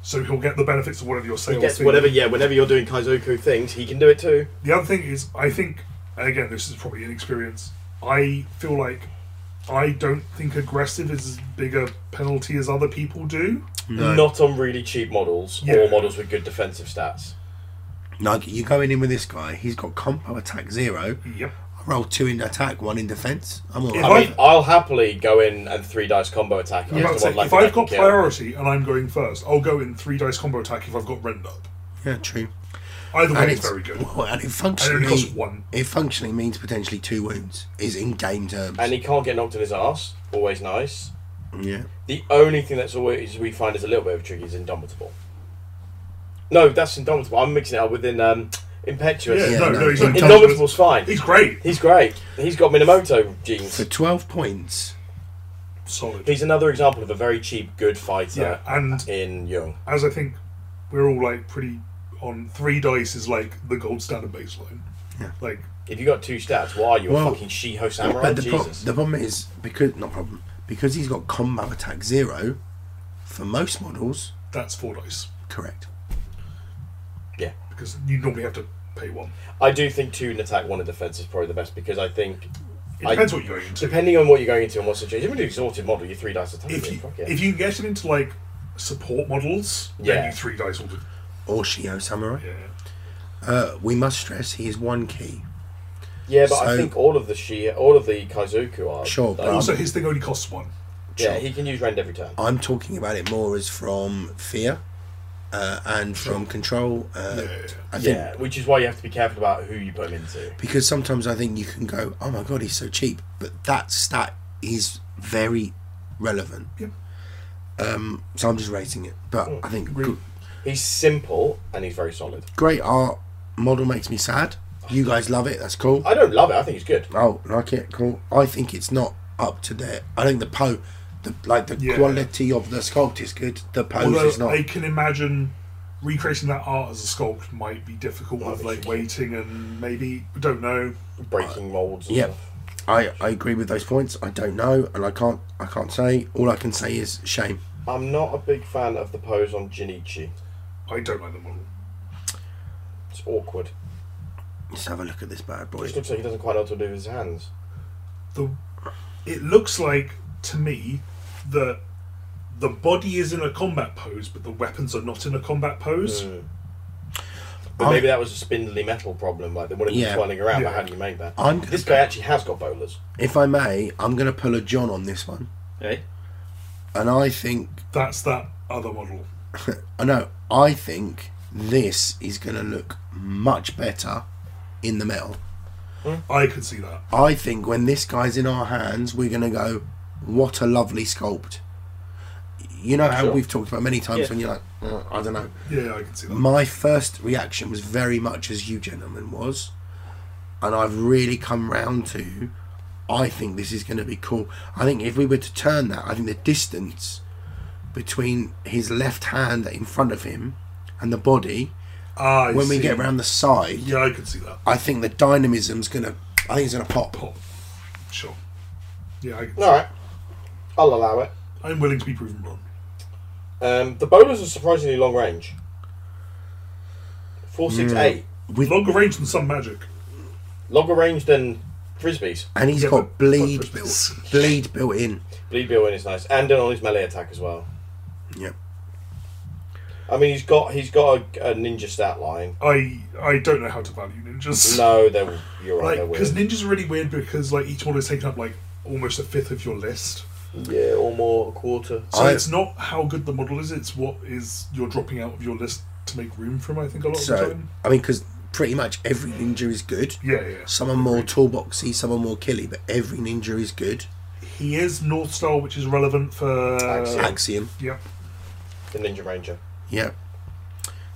B: So he'll get the benefits of whatever your sales.
A: He gets
B: thing-
A: whatever. Yeah, whenever you're doing Kaizoku things, he can do it too.
B: The other thing is, I think, and again, this is probably inexperience. I feel like I don't think aggressive is as big a penalty as other people do.
A: Not on really cheap models
B: Yeah.
A: or models with good defensive stats.
C: Like you're going in with this guy. He's got combo attack zero.
B: Yep.
C: I roll two in attack, one in defense. I'm all
B: If
C: right.
A: I mean, I'll happily go in and three dice combo attack.
B: I'm about to
A: against the
B: say,
A: one like
B: if I've got
A: that can kill.
B: priority and I'm going first, I'll go in three dice combo attack if I've got rend up.
C: Yeah, true.
B: Either way,
C: And
B: it's
C: it's
B: very
C: [laughs]
B: good.
C: Well, and it
B: And it only costs
C: functionally
B: one.
C: it functionally means potentially two wounds. Is in game terms.
A: and he can't get knocked in his ass, always nice.
C: yeah.
A: The only thing that's always we find is a little bit of a tricky is indomitable. No, that's indomitable. I'm mixing it up with in, um, impetuous.
B: Yeah,
C: Yeah,
B: no,
C: no,
B: no, he's not.
A: Indomitable's fine.
B: He's great.
A: He's great. He's got Minamoto
C: For
A: genes.
C: twelve points.
B: Solid.
A: He's another example of a very cheap, good fighter
B: yeah, and
A: in Young.
B: as I think we're all like pretty on three dice is like the gold standard baseline.
C: Yeah.
B: Like
A: If you got two stats, why are you
C: Well,
A: a fucking Shiho samurai?
C: But the, pro-
A: Jesus.
C: the problem is because not problem because he's got combo attack zero. For most models,
B: that's four dice
C: correct.
B: because you normally have to pay one.
A: I do think two in attack, one in defense is probably the best because I think
B: It
A: I-
B: depends what you're going into.
A: depending on what you're going into and what situation, even an exalted model, you three dice attack.
B: If
A: yeah,
B: you
A: fuck yeah.
B: if you can get him into like support models, then
A: Yeah.
B: you three dice will do.
C: Or Shio Samurai.
B: Yeah.
C: Uh, we must stress he is one key.
A: yeah, but I
C: so-
A: think all of the Shi, all of the Kaizoku are
C: Sure, but
A: like,
B: Also, his thing only costs one.
A: yeah, he can use rend every turn.
C: I'm talking about it more as from fear uh, and from control. Uh, I think
A: Yeah, which is why you have to be careful about who you put him into.
C: because sometimes I think you can go, oh my god, he's so cheap, but that stat is very relevant.
B: Yep.
C: Um, so I'm just rating it, but I think
B: agreed.
C: gr-
A: He's simple and he's very solid.
C: great art model makes me sad. You guys love it. That's cool.
A: I don't love it. I think he's good.
C: Oh, like it, cool. I think it's not up to there. I think the po, the like the
B: Yeah.
C: quality of the sculpt is good. The pose is
B: Although
C: not.
B: I can imagine recreating that art as a sculpt might be difficult
A: Might
B: with
A: be
B: like
A: tricky.
B: waiting and maybe don't know.
A: Breaking molds. And
C: yeah.
A: stuff.
C: I, I agree with those points. I don't know, and I can't I can't say. All I can say is shame.
A: I'm not a big fan of the pose on Jinichi.
B: I don't like the model.
A: It's awkward.
C: Let's have a look at this bad boy.
A: Just looks like he doesn't quite know what to do with his hands.
B: the it looks like to me that the body is in a combat pose, but the weapons are not in a combat pose.
A: But
C: I'm-
A: maybe that was a spindly metal problem. Like they wanted to be
C: Yeah. Oh,
A: twirling around.
B: Yeah.
A: But how do you make that?
C: I'm gonna,
A: This guy actually has got bowlers.
C: if I may, I'm gonna pull a John on this one,
I: Hey,
C: and I think
B: That's that other model.
C: I know. I think this is gonna look much better in the metal.
B: I could see that.
C: I think when this guy's in our hands, we're gonna go, what a lovely sculpt. You know how
I: Sure.
C: we've talked about many times
I: Yeah.
C: when you're like, "Uh, I don't know.
B: Yeah, I can see that.
C: my first reaction was very much as you gentlemen was, and I've really come round to. I think this is going to be cool. I think if we were to turn that, I think the distance between his left hand in front of him and the body
B: Ah, I
C: when we
B: see.
C: get round the side.
B: Yeah, I can see that.
C: I think the dynamism's gonna. I think it's gonna pop.
B: Pop. Sure. Yeah, I,
A: All right, I'll allow it.
B: I'm willing to be proven wrong.
A: Um, the bowlers are surprisingly long range. Four
C: Hmm.
A: six eight
C: With
B: Longer range than some magic.
A: longer range than frisbees.
C: and he's
B: Yeah,
C: got
B: but-
C: bleed
B: but-
C: built, bleed built in.
A: Bleed bill in is nice, and then on his melee attack as well.
C: Yep.
A: I mean, he's got he's got a, a ninja stat line.
B: I I don't know how to value ninjas.
A: No, they're you're right.
B: Like,
A: They're
B: because
A: weird.
B: ninjas are really weird because like each one is taking up like almost a fifth of your list.
A: Yeah, or more a quarter.
B: So
C: I-
B: it's not how good the model is; it's what is you're dropping out of your list to make room for him. I think a lot of the
C: So
B: time.
C: I mean, because pretty much every ninja is good.
B: Yeah, yeah.
C: Some are more toolboxy, some are more killy, but every ninja is good.
B: He is North Star, which is relevant for.
A: Axiom.
C: Axiom.
B: Yep.
A: The ninja ranger
C: Yep.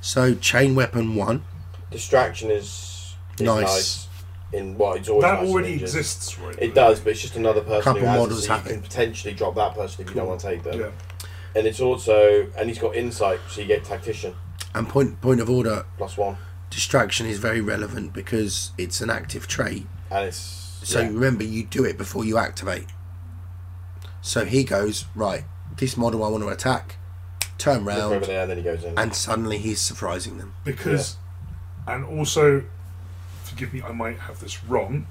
C: So chain weapon one.
A: distraction is, is nice.
C: Nice.
A: In what it's always
B: That
A: nice in
B: already
A: ninjas.
B: exists, right?
A: It does, but it's just another person
C: Couple
A: who has
C: models
A: it, so you
C: have
A: can
C: it.
A: potentially drop that person if you don't want to take them.
B: Yeah.
A: And it's also and he's got insight, so you get tactician
C: And point point of order,
A: plus one,
C: distraction is very relevant because it's an active trait.
A: and it's
C: So
A: yeah.
C: remember, you do it before you activate. So he goes right. This model I want to attack. Turn
A: look over
C: round,
A: there, and then he goes in.
C: and suddenly he's surprising them.
B: because, and also, forgive me, I might have this wrong,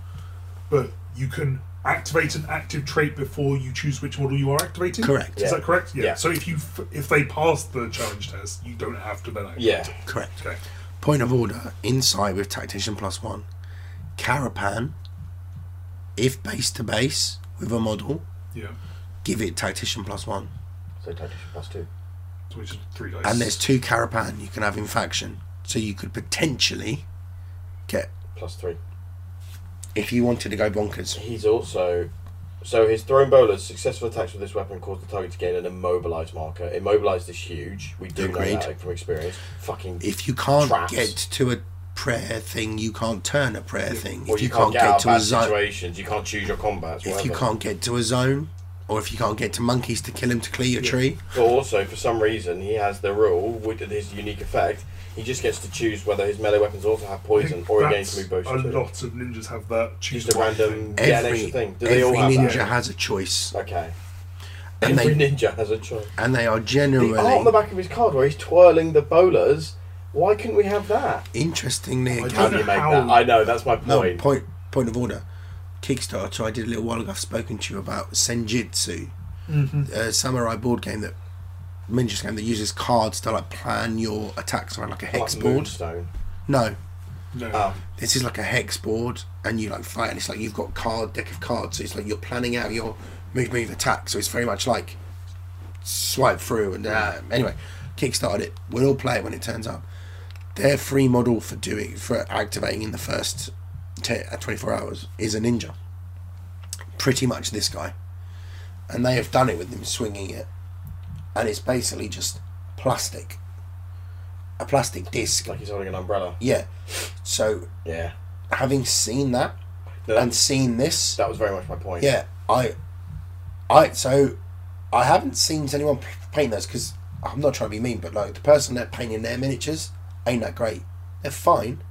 B: but you can activate an active trait before you choose which model you are activating.
C: Correct.
B: Is
A: Yeah.
B: that correct?
A: Yeah.
B: So if you f- if they pass the challenge test, you don't have to then activate.
A: yeah,
C: Correct.
B: Okay.
C: Point of order, inside with tactician plus one. Carapan, if base to base with a model,
B: Yeah.
C: give it tactician plus one.
A: so tactician plus two.
B: So Which is three dice.
C: And there's two carapan you can have in faction. So you could potentially get
A: plus three.
C: if you wanted to go bonkers.
A: He's also so his thrown bowlers successful attacks with this weapon cause the target to gain an immobilized marker. Immobilized is huge. We do know
C: Agreed.
A: that from experience. Fucking
C: If you can't
A: Traps.
C: get to a prayer thing, you can't turn a prayer thing.
A: well,
C: if you, can't,
A: out
C: get,
A: of
C: to a
A: bad
C: zone,
A: situations, you can't choose your combats.
C: if
A: whatever.
C: you can't get to a zone, or if you can't get to monkeys to kill him to clear your tree,
A: But also, for some reason, he has the rule with his unique effect. He just gets to choose whether his melee weapons also have
B: I
A: poison
B: think
A: or he
B: that's
A: gains move
B: a
A: bonus. too.
B: lot of ninjas have that. Choose
A: Just a
B: one
A: random yeah, an
C: every
A: extra thing. Do they
C: every
A: all have
C: ninja
A: that?
C: has a choice,
A: Okay.
C: And
A: every ninja has a choice.
C: and they
A: The art
C: are
A: on the
C: generally
A: back of his card where he's twirling the bowlers. Why couldn't we have that?
C: interestingly
B: I
A: How do
C: again.
A: you
B: know
A: make
B: how-
A: that? I know that's my
C: No
A: point.
C: point point of order. Kickstarter I did a little while ago. I've spoken to you about Senjutsu,
B: Mm-hmm.
C: a samurai board game that ninja game that uses cards to like plan your attacks around like a hex
A: like
C: board.
A: Moonstone.
C: No,
B: No.
A: Oh.
C: this is like a hex board, and you like fight, and it's like you've got card deck of cards. So it's like you're planning out your move, move, attack. So it's very much like swipe through. And uh, anyway, kickstarted it. We'll all play it when it turns up. Their free model for doing for activating in the first t- uh, 24 hours is a ninja. Pretty much this guy, and they have done it with him swinging it, and it's basically just plastic, a plastic disc.
A: Like he's holding an umbrella.
C: Yeah. So
A: Yeah.
C: having seen that
A: No,
C: and seen this,
A: that was very much my point.
C: yeah, I, I so, I haven't seen anyone p- paint those because I'm not trying to be mean, but like the person that painting their miniatures ain't that great. They're fine,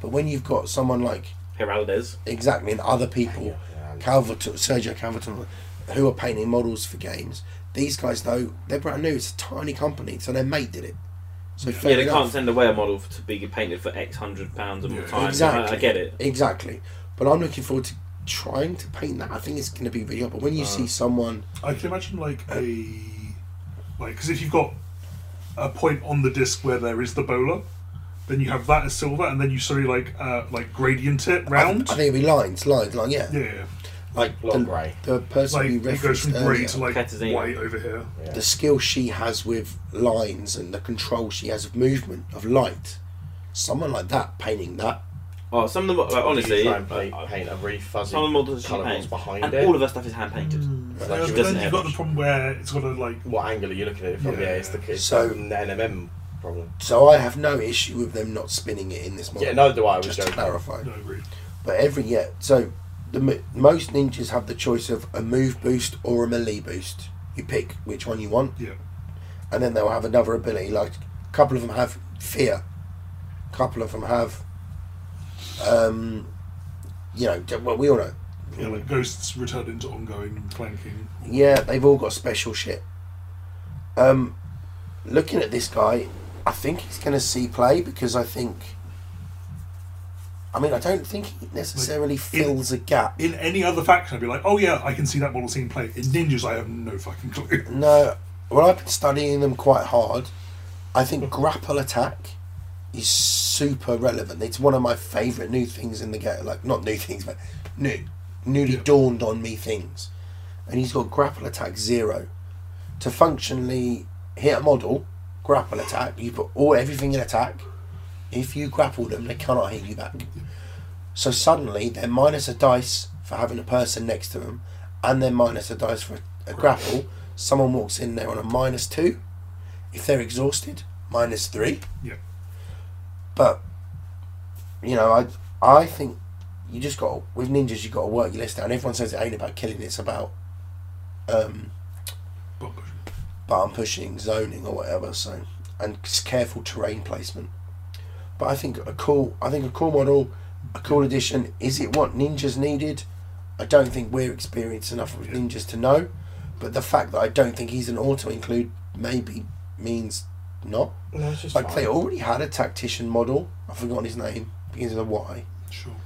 C: but when you've got someone like
D: Heraldez.
C: exactly and other people,
A: Yeah.
C: Calverton, Sergio Calverton, who are painting models for games, these guys though they're brand new. It's a tiny company, so their mate did it. So fair
I: yeah, they
C: enough.
I: can't send away a model f- to be painted for X hundred pounds at a
B: Yeah.
I: time.
C: Exactly.
I: I, I get it.
C: Exactly. But I'm looking forward to trying to paint that. I think it's going to be really hard. But when you see someone,
B: I can imagine like a like because if you've got a point on the disc where there is the bowler, then you have that as silver, and then you suddenly like uh, like gradient it
C: I,
B: round.
C: I think it'll be lines, lines, like yeah,
B: yeah, yeah,
C: like
A: Lot
C: the,
A: of grey.
C: the person
B: like
C: we
B: it goes
C: referenced
B: from grey
C: earlier,
B: to like
I: Catazina.
B: white over here.
C: the skill she has with lines and the control she has of movement of light. Someone like that painting that.
I: Oh, some of the like, honestly,
A: You try and paint,
I: uh,
A: paint a really fuzzy
I: some of the models she
A: colour what's
I: paints
A: behind
I: and
A: it.
I: all of her stuff is hand painted.
C: Mm.
A: like
B: Yeah,
A: she
B: but
I: doesn't
B: then you've got the
I: have-
B: problem where it's got to like
A: What angle are you looking at it from? Yeah,
B: Yeah.
A: it's the it's
C: So-
A: the NMM problem.
C: So I have no issue with them not spinning it in this model.
A: Yeah, neither do I. I was
C: just to
A: joking.
C: clarify.
B: no agreed.
C: But every yeah, so the mo- most ninjas have the choice of a move boost or a melee boost. You pick which one you want.
B: Yeah.
C: And then they'll have another ability. Like a couple of them have fear. A couple of them have, um, you know, d- well we all know.
B: Yeah, like ghosts return into ongoing flanking.
C: Yeah, they've all got special shit. Um, looking at this guy, I think he's going to see play because I think. I mean, I don't think he necessarily fills a gap.
B: In any other faction, I'd be like, oh yeah, I can see that model scene play. In ninjas, I have no fucking clue. [laughs]
C: No, well, I've been studying them quite hard. I think grapple attack is super relevant. It's one of my favourite new things in the game. Like, not new things, but new, newly
B: Yeah.
C: dawned on me things. And he's got grapple attack zero. To functionally hit a model, grapple attack, you put all everything in attack. If you grapple them, they cannot hit you back. So suddenly they're minus a dice for having a person next to them, and they're minus a dice for a, a grapple. Someone walks in there on a minus two. If they're exhausted, minus three.
B: Yeah.
C: But you know, I I think you just got with ninjas you got to work your list down. Everyone says it ain't about killing; it's about um,
B: But
C: button pushing, zoning, or whatever. So and s- careful terrain placement. But I think a cool, I think a cool model, a cool addition. Is it what ninjas needed? I don't think we're experienced enough with
B: Yeah.
C: ninjas to know. But the fact that I don't think he's an auto include maybe means not.
A: No, it's just
C: Like
A: fine.
C: they already had a tactician model. I've forgotten his name. Begins with a Y.
B: sure,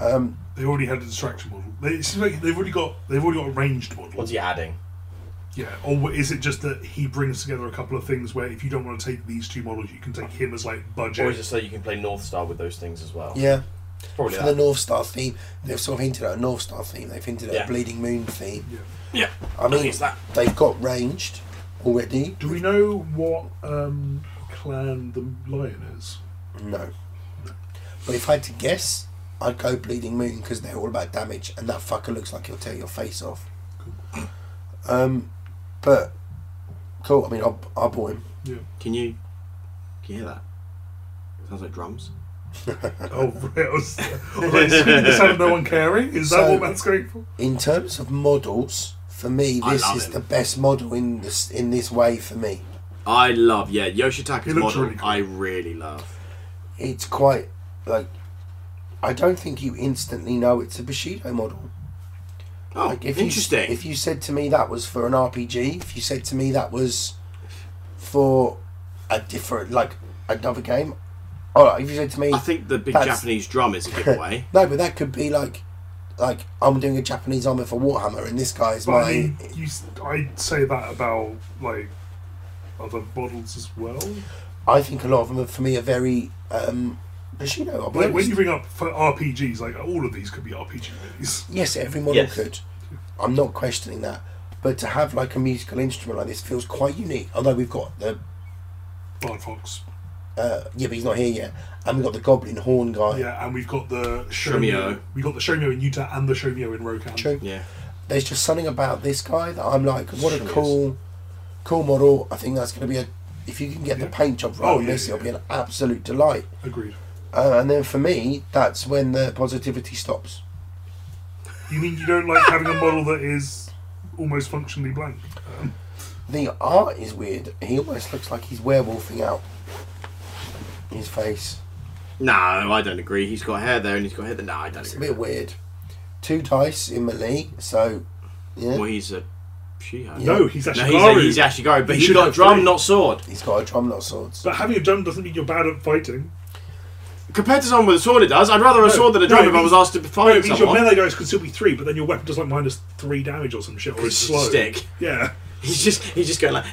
C: Um,
B: they already had a distraction model. They, it seems like they've already got they've already got a ranged model.
A: What's he adding?
B: Yeah, or is it just that he brings together a couple of things where if you don't want to take these two models, you can take him as like budget.
A: Or is it so you can play North Star with those things as well?
C: yeah,
A: It's Oh, probably
C: for
A: that.
C: the North Star theme, they've sort of hinted at a North Star theme. They've hinted at
A: Yeah.
C: a Bleeding Moon theme.
B: Yeah.
I: Yeah.
C: I mean,
I: it's that.
C: they've got ranged already.
B: Do we know what um, clan the lion is?
C: No. But if I had to guess, I'd go Bleeding Moon because they're all about damage, and that fucker looks like he'll tear your face off. Um, but cool. I mean, I, I bought him.
E: Can you, can you hear that? Sounds like drums.
C: Uh-uh.
B: Oh, [laughs] right. I was, I was like, screaming the sound of no one caring. Is that
C: So-
B: what that's going for?
C: In terms of models, for me,
E: I
C: this
E: love
C: is
E: him.
C: the best model in this in this way for me.
E: I love yeah
B: He
E: Yoshitaka's
B: looks
E: model.
B: really cool.
E: I really love.
C: It's quite like I don't think you instantly know it's a Bushido model.
E: Oh,
C: Like if
E: interesting.
C: You, if you said to me that was for an RPG, if you said to me that was for a different, like another game, all right. If you said to me,
E: I think the big
C: That's-
E: Japanese drum is a giveaway.
C: [laughs] no, but that could be like, like I'm doing a Japanese armor for Warhammer, and this guy is
B: But
C: my.
B: I mean, you, s- I'd say that about like other models as well.
C: I think a lot of them are, for me are very um, Bushido. I'll be
B: Like when
C: honest.
B: you bring up for RPGs, like all of these could be RPG movies.
C: Yes, every model
D: Yes.
C: could. I'm not questioning that. But to have like a musical instrument like this feels quite unique. Although we've got the
B: Bard Fox.
C: uh, yeah, but he's not here yet, and we've got the goblin horn guy.
B: Yeah, and we've got the Shomyo.
E: Shomyo.
B: We got the Shomyo in Utah and the Shomyo in Rokan.
C: True.
E: yeah,
C: there's just something about this guy that I'm like, what a
E: Sure
C: cool, cool model. I think that's going to be a. If you can get the
B: Yeah.
C: paint job right
B: Oh,
C: on
B: yeah,
C: this,
B: yeah,
C: it'll be an absolute delight.
B: Agreed.
C: Uh, and then for me, that's when the positivity stops.
B: You mean you don't like having a model that is almost functionally blank?
C: The art is weird. He almost looks like he's werewolfing out his face.
E: no, I don't agree. He's got hair there and he's got hair there. No, I don't
C: It's a
E: agree.
C: bit weird. Two dice in melee, so yeah,
E: Well, he's a she. No,
C: Yeah.
B: No, he's
E: no,
B: actually
E: he's, a, he's Ashigaru, but
B: He
E: he's
B: should
E: got
B: have
E: drum,
B: three.
E: not sword.
C: he's got a drum, not swords.
B: But having a drum doesn't mean you're bad at fighting.
E: Compared to someone with a sword, it does. I'd rather a sword than a
B: no,
E: drum
B: it
E: if I was asked to
B: No, it
E: fight
B: means your
E: someone.
B: melee dice could still be three, but then your weapon does like minus three damage or some shit, or it's
E: It's a
B: slow.
E: stick. [laughs]
B: Yeah.
E: He's just he's just going like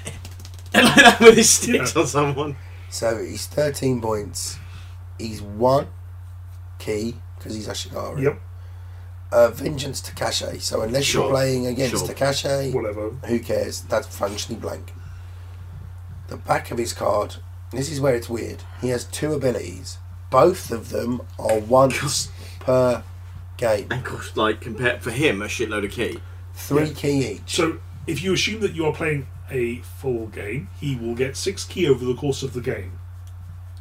E: [laughs] like that with his sticks
B: Yeah.
E: on someone.
C: So he's thirteen points. He's one key because he's a Shigaru.
B: Yep.
C: uh, Vengeance Takashi. So unless
E: Sure.
C: you're playing against
E: Sure.
C: Takashi,
B: Whatever.
C: who cares? That's functionally blank. The back of his card. This is where it's weird. He has two abilities. Both of them are once per game.
E: And of course, like compared for him, a shitload of key.
C: Three key each.
B: So if you assume that you are playing a full game, he will get six key over the course of the game.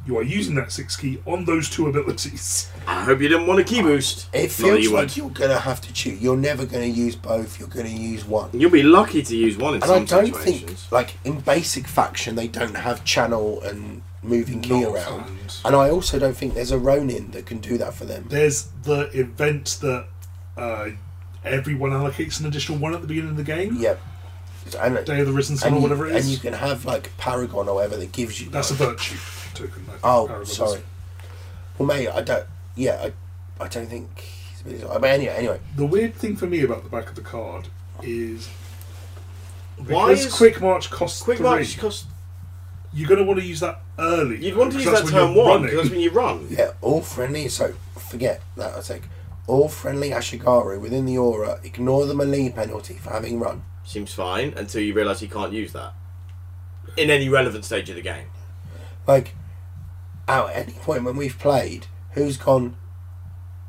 B: you are using that six key on those two abilities.
A: I hope you didn't want a key boost. Not
C: It
A: that
C: feels
A: you
C: like
A: would.
C: you're gonna have to choose. You're never gonna use both. You're gonna use one.
A: You'll be lucky to use one in
C: And I
A: some
C: don't
A: situations.
C: think, like in basic faction, they don't have channel and
B: [laughs]
C: moving key
B: Not
C: around.
B: found.
C: And I also don't think there's a Ronin that can do that for them.
B: There's the event that uh, everyone allocates an additional one at the beginning of the game.
C: Yep. And,
B: Day of the Risen Sun
C: and
B: or
C: you,
B: whatever it
C: and
B: is.
C: you can have like Paragon or whatever that gives you.
B: That's a
C: both.
B: virtue token. I think.
C: Oh,
B: Paragon is-
C: sorry. Well, mate, I don't. Yeah, I, I don't think. he's really- But anyway, anyway,
B: The weird thing for me about the back of the card is
A: Why
B: because
A: is
B: Quick March costs
A: quick
B: three,
A: march cost?
B: you're going to want to use that early.
A: You'd want to use
B: because
A: that
B: that's when
A: turn
B: you're
A: one
B: running.
A: because that's when you run.
C: yeah, all friendly. So forget that. I take all friendly Ashigaru within the aura. Ignore the melee penalty for having run.
A: Seems fine until you realise you can't use that in any relevant stage of the game.
C: Like, at any point when we've played, who's gone?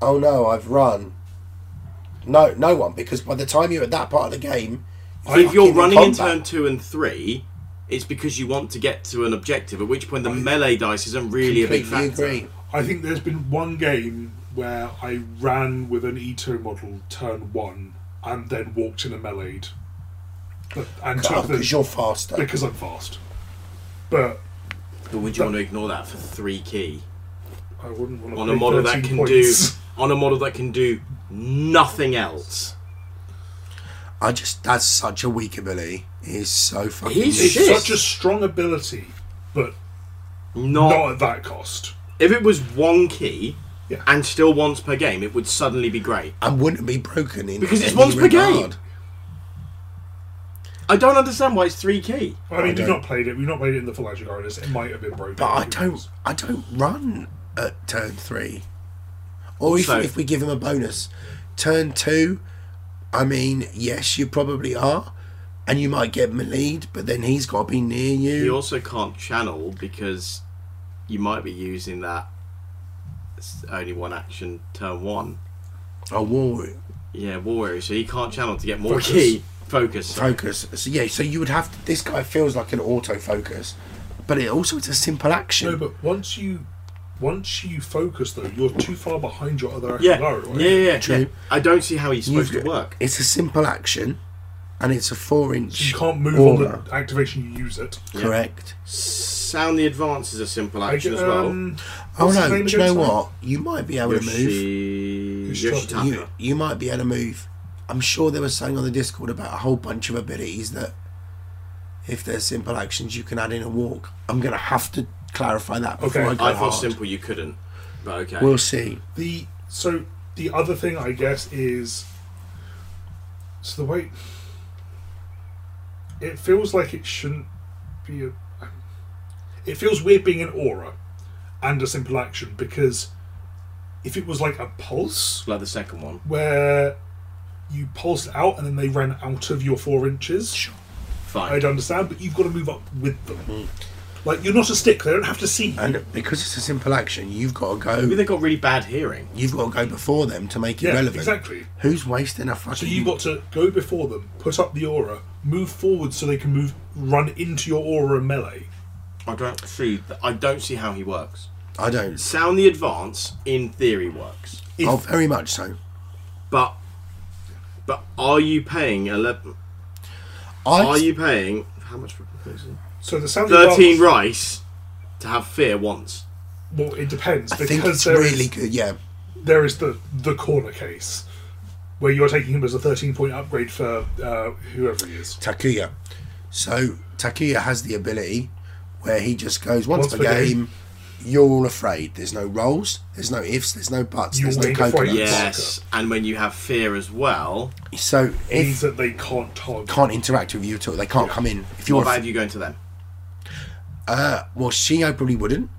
C: Oh no, I've run. No, no one, because by the time you're at that part of the game,
A: So if you're
C: fucking
A: running in
C: combat.
A: turn two and three, it's because you want to get to an objective. At which point the melee dice isn't really a big
C: completely
A: factor.
C: agree.
B: I think there's been one game where I ran with an Ito model turn one and then walked in a melee, but and took the
C: Because you're faster.
B: because I'm fast. But
A: But would you want to ignore that for three key
B: I wouldn't want to
A: on
B: pay
A: a model that
B: 13
A: can
B: points.
A: do [laughs] on a model that can do nothing else?
C: I just that's such a weak ability. He's so fucking.
A: He's
B: [laughs]
C: weak.
B: It's
A: shit.
B: such a strong ability, but
A: Not,
B: not at that cost.
A: if it was one key
B: Yeah.
A: and still once per game, it would suddenly be great.
C: and wouldn't be broken in
A: Because it's
C: any
A: once per game.
C: regard.
A: I don't understand why it's three key.
B: I mean, we've
C: don't-
B: not played it. We've not played it in the full Agile Gardens. It might have been broken.
C: But I
B: Who
C: don't.
B: knows?
C: I don't run at turn three. Or if,
A: So-
C: if we give him a bonus, turn two. I mean, yes, you probably are, and you might get Malid, but then he's got to be near
A: You
C: you.
A: also can't channel because you might be using that s- only one action turn one.
C: A war
A: Yeah, war area, so you can't channel to get more
C: Focus.
A: key focus.
C: focus. So yeah, so you would have. To, this guy feels like an auto focus, but it also it's a simple action.
B: No, but once you once you focus though, you're too far behind your other
A: yeah.
B: Agile Gardens, right?
A: yeah, yeah, yeah,
C: True.
A: yeah. I don't see how he's supposed
C: You've
A: to
C: got-
A: work.
C: It's a simple action, and it's a four-inch.
B: You can't move on
C: aura.
B: the activation you use it.
C: Correct.
A: Sound the advance is a simple action as well.
B: um,
C: Oh
B: what's his
C: no!
B: name
C: Do you know
B: again, sorry?
C: what? You might be able to move.
A: Yoshi...
B: Yoshi-
A: Yoshitaka.
C: you, you might be able to move. I'm sure there was something on the Discord about a whole bunch of abilities that, if they're simple actions, you can add in a walk. I'm going to have to clarify that before
B: Okay.
C: I go
A: I thought
C: hard.
A: simple you couldn't, but okay.
C: We'll see.
B: The so the other thing I guess is so the way it feels like it shouldn't be a it feels weird being an aura and a simple action because if it was like a pulse
A: like the second one.
B: where you pulsed out and then they ran out of your four inches
A: Fine.
B: I'd understand but you've got to move up with them like you're not a stick they don't have to see you
C: And because it's a simple action, you've got to
A: Maybe
C: go.
A: they got really bad hearing.
C: You've got to go before them to make it
B: yeah
C: relevant.
B: exactly
C: Who's wasting a fucking?
B: So you've got to go before them, put up the aura, move forward so they can move, run into your aura melee.
A: I don't see. th- I don't see how he works.
C: I don't.
A: Sound the advance in theory works,
B: If
C: oh, very much so.
A: but but are you paying eleven?
C: I
A: Are you paying how much? for- is it?
B: so, the sound
A: Thirteen
B: advance-
A: rice to have fear once.
B: Well, it depends
C: I think
B: because
C: it's
B: there is
C: really good. Yeah.
B: there is the the corner case where you're taking him as a 13 point upgrade for uh, whoever he is.
C: Takuya. So Takuya has the ability where he just goes once,
B: Once
C: per
B: per
C: game,
B: game.
C: You're all afraid. There's no rolls. There's no ifs. There's no buts.
B: You
C: there's no
B: ain't afraid.
C: coconuts.
A: Yes, and when you have fear as well,
C: So
B: It means that
C: if
B: they can't target.
C: can't interact with you at all, they can't come in. If
A: what
C: you're
A: about if you go into them?
C: uh, well, Shio probably wouldn't,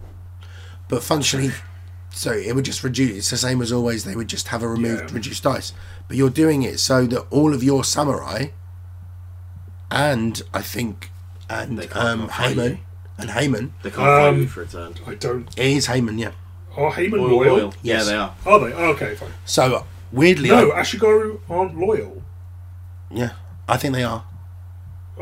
C: but functionally, so it would just reduce. It's the same as always. They would just have a removed
B: Yeah.
C: reduced dice. But you're doing it so that all of your samurai, and I think, and
A: They can't
C: um,
A: fight you.
C: Haman, and Haman
A: They can't fight
B: Um,
A: you for a turn.
B: I don't.
C: it is Haman, yeah.
B: Are Haman
A: Loyal,
B: loyal?
A: loyal. Yeah,
C: Yes.
A: they are.
B: Are they? Oh, okay, fine.
C: So uh, weirdly,
B: No,
C: I-
B: Ashigaru aren't loyal.
C: yeah, I think they are.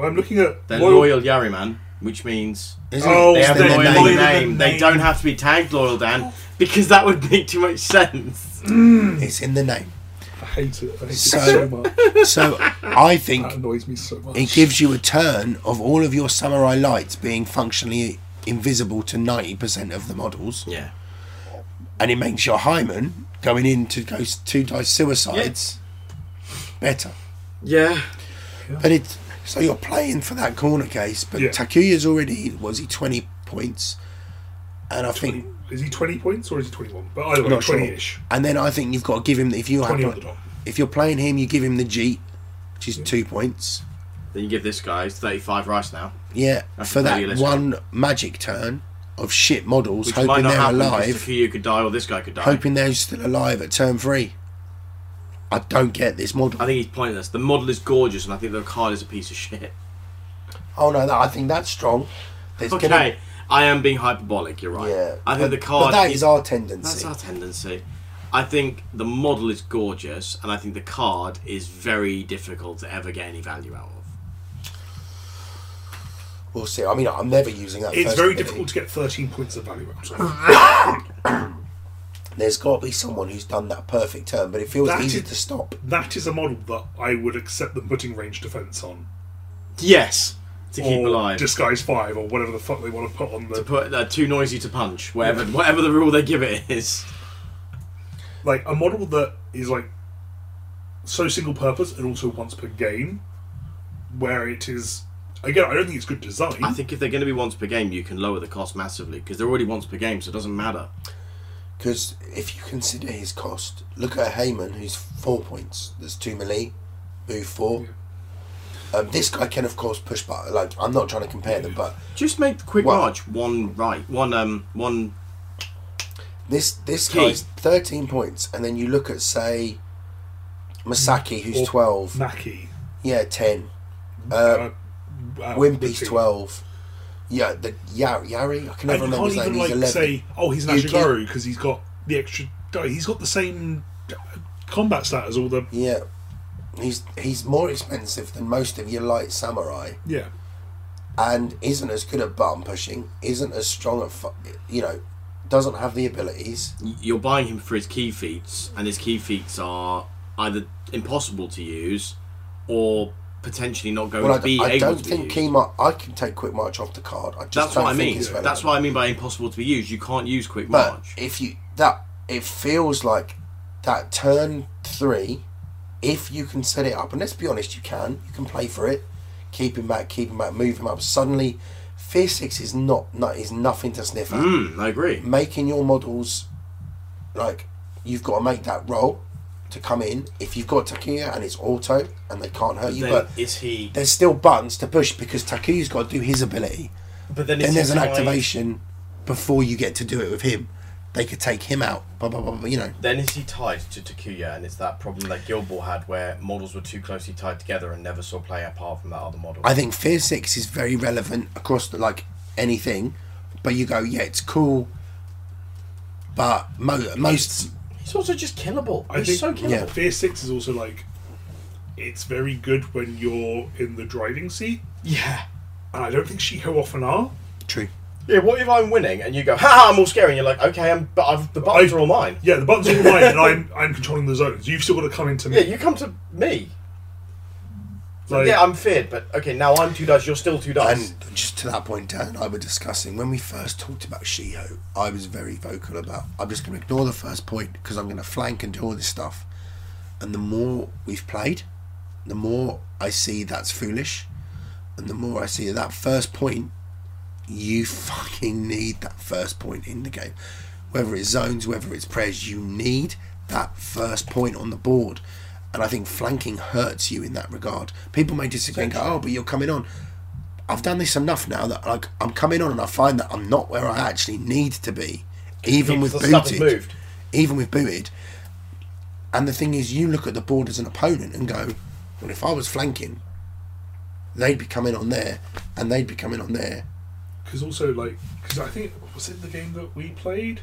B: I'm looking at
A: They're loyal Yariman.
E: which means
C: Isn't
B: Oh,
E: they
C: it?
E: have
C: It's
E: a
B: the
E: loyal
C: their
B: loyal
E: name.
C: name.
B: name.
E: They don't have to be tagged loyal, Dan, because that would make too much sense.
C: It's in the name.
B: I hate it. I hate
C: So-
B: it so much.
C: So I
B: [laughs]
C: think
B: That annoys me so much.
C: it gives you a turn of all of your samurai lights being functionally invisible to 90% of the models,
E: Yeah.
C: and it makes your Hyman going in to go s- two dice suicides better.
E: Yeah.
C: But it's so you're playing for that corner case, but
B: Yeah.
C: Takuya's already was he 20 points, and I think
B: 20, is he 20 points or is he 21? But either way,
C: Not sure.
B: 20 ish.
C: and then I think you've got to give him if you
B: 20 on
C: have
B: the dot.
C: if you're playing him, you give him the Jeep, which is two points.
E: Then you give this guy he's 35 rice now,
C: Yeah,
E: That's
C: for
E: really
C: that
E: risky.
C: one magic turn of shit models,
E: which might
C: hoping
E: not
C: they're
E: happen because
C: alive,
E: Takuya could die or this guy could die.
C: hoping they're still alive at turn three. I don't get this model.
E: I think he's pointless. The model is gorgeous, and I think the card is a piece of shit.
C: Oh no, that, I think that's strong. There's
E: okay,
C: gonna-
E: I am being hyperbolic. You're right.
C: yeah,
E: I think
C: but-
E: the card.
C: But that
E: is-
C: is our tendency.
E: That's our tendency. I think the model is gorgeous, and I think the card is very difficult to ever get any value out of.
C: We'll see. I mean, I'm never using that.
B: It's
C: first Uh-huh.
B: very
C: ability.
B: difficult to get 13 points of value out of it.
C: There's got to be someone who's done that perfect turn, but it feels
B: That
C: easy
B: is-
C: to stop.
B: That is a model that I would accept them putting range defense on.
E: Yes, to keep
B: or
E: alive.
B: Disguise 5 or whatever the fuck they want to put on
E: to
B: the.
E: put uh, too noisy to punch. Whatever, whatever the rule they give it is.
C: Mm-hmm.
B: Like a model that is like so single purpose and also once per game, where it is. Again, I don't think it's good design.
E: I think if they're going to be once per game, you can lower the cost massively because they're already once per game, so it doesn't matter.
C: Because if you consider his cost, look at Heyman, who's four points. There's two melee, move four. Um, this guy can, of course, push back. Like I'm not trying to compare them, but
E: Just make the quick
C: Well-
E: march one right, one um, one
C: this this
E: Key.
C: guy's thirteen points, and then you look at say Masaki, who's
B: Mm. Or
C: twelve.
B: Maki.
C: Yeah, ten. Uh,
B: uh,
C: Wimpy's
B: Wimpy.
C: twelve. Yeah, the Yar- Yari. I can never
B: And you
C: remember
B: can't
C: his name.
B: even
C: He's
B: like
C: eleven.
B: say, oh, he's an
C: You can-
B: Ashigaru because he's got the extra. die. He's got the same combat stat as all the
C: Yeah, he's he's more expensive than most of your light samurai.
B: yeah.
C: and isn't as good at button pushing, isn't as strong at, fu- you know, doesn't have the abilities.
E: you're buying him for his key feats, and his key feats are either impossible to use or potentially not going
C: Well, I,
E: to be
C: d- I
E: able
C: don't
E: to
C: think
E: be used.
C: Kima. I can take Quick March off the card. I just
E: That's
C: don't
E: what I
C: think
E: mean.
C: it's relevant.
E: That's what I mean by impossible to be used. You can't use quick
C: But
E: march.
C: if you that it feels like that turn three, if you can set it up, and let's be honest, you can. You can play for it, keep him back, keep him back, move him up. Suddenly, Fear Six is not, not is nothing to sniff at.
E: Mm, I agree.
C: making your models like you've got to make that roll to come in. If you've got Takuya and it's auto and they can't hurt you,
A: Then
C: but
A: is he?
C: there's still buttons to push because Takuya's got to do his ability.
A: But then, is
C: Then
A: he
C: there's an
A: tied-
C: activation before you get to do it with him. They could take him out. Blah blah blah. blah you know.
A: Then is he tied to Takuya, and it's that problem that Guild Ball had, where models were too closely tied together and never saw play apart from that other model.
C: I think Fear Six is very relevant across the, like anything, but you go yeah it's cool, but mo- most
A: He's also just killable.
B: I
A: He's
B: think
A: so killable.
C: Yeah.
B: Fear Six is also like it's very good when you're in the driving seat,
A: Yeah.
B: and I don't think Shiko often are.
C: true.
A: Yeah. What if I'm winning and you go, "Ha ha, I'm all scary," and you're like, "Okay, I'm, but I've, the buttons
B: I-
A: are all mine."
B: Yeah, the buttons are all mine, and I'm I'm controlling the zones. You've still got to come into me.
A: Yeah, you come to me. So,
B: Like-
A: yeah, I'm feared, but okay, now I'm two dice. You're still two dice.
C: And just to that point, Dan and I were discussing when we first talked about Shiho, I was very vocal about I'm just going to ignore the first point because I'm going to flank and do all this stuff. And the more we've played, the more I see that's foolish, and the more I see that first point, you fucking need that first point in the game. Whether it's zones, whether it's prayers, you need that first point on the board. And I think flanking hurts you in that regard. People may disagree and go, oh, but you're coming on. I've done this enough now that like I'm coming on and I find that I'm not where I actually need to be, even with
A: the stuff has
C: booted,
A: moved.
C: even with booted. And the thing is, you look at the board as an opponent and go, well, if I was flanking, they'd be coming on there, and they'd be coming on there.
B: because also like because I think was it the game that we played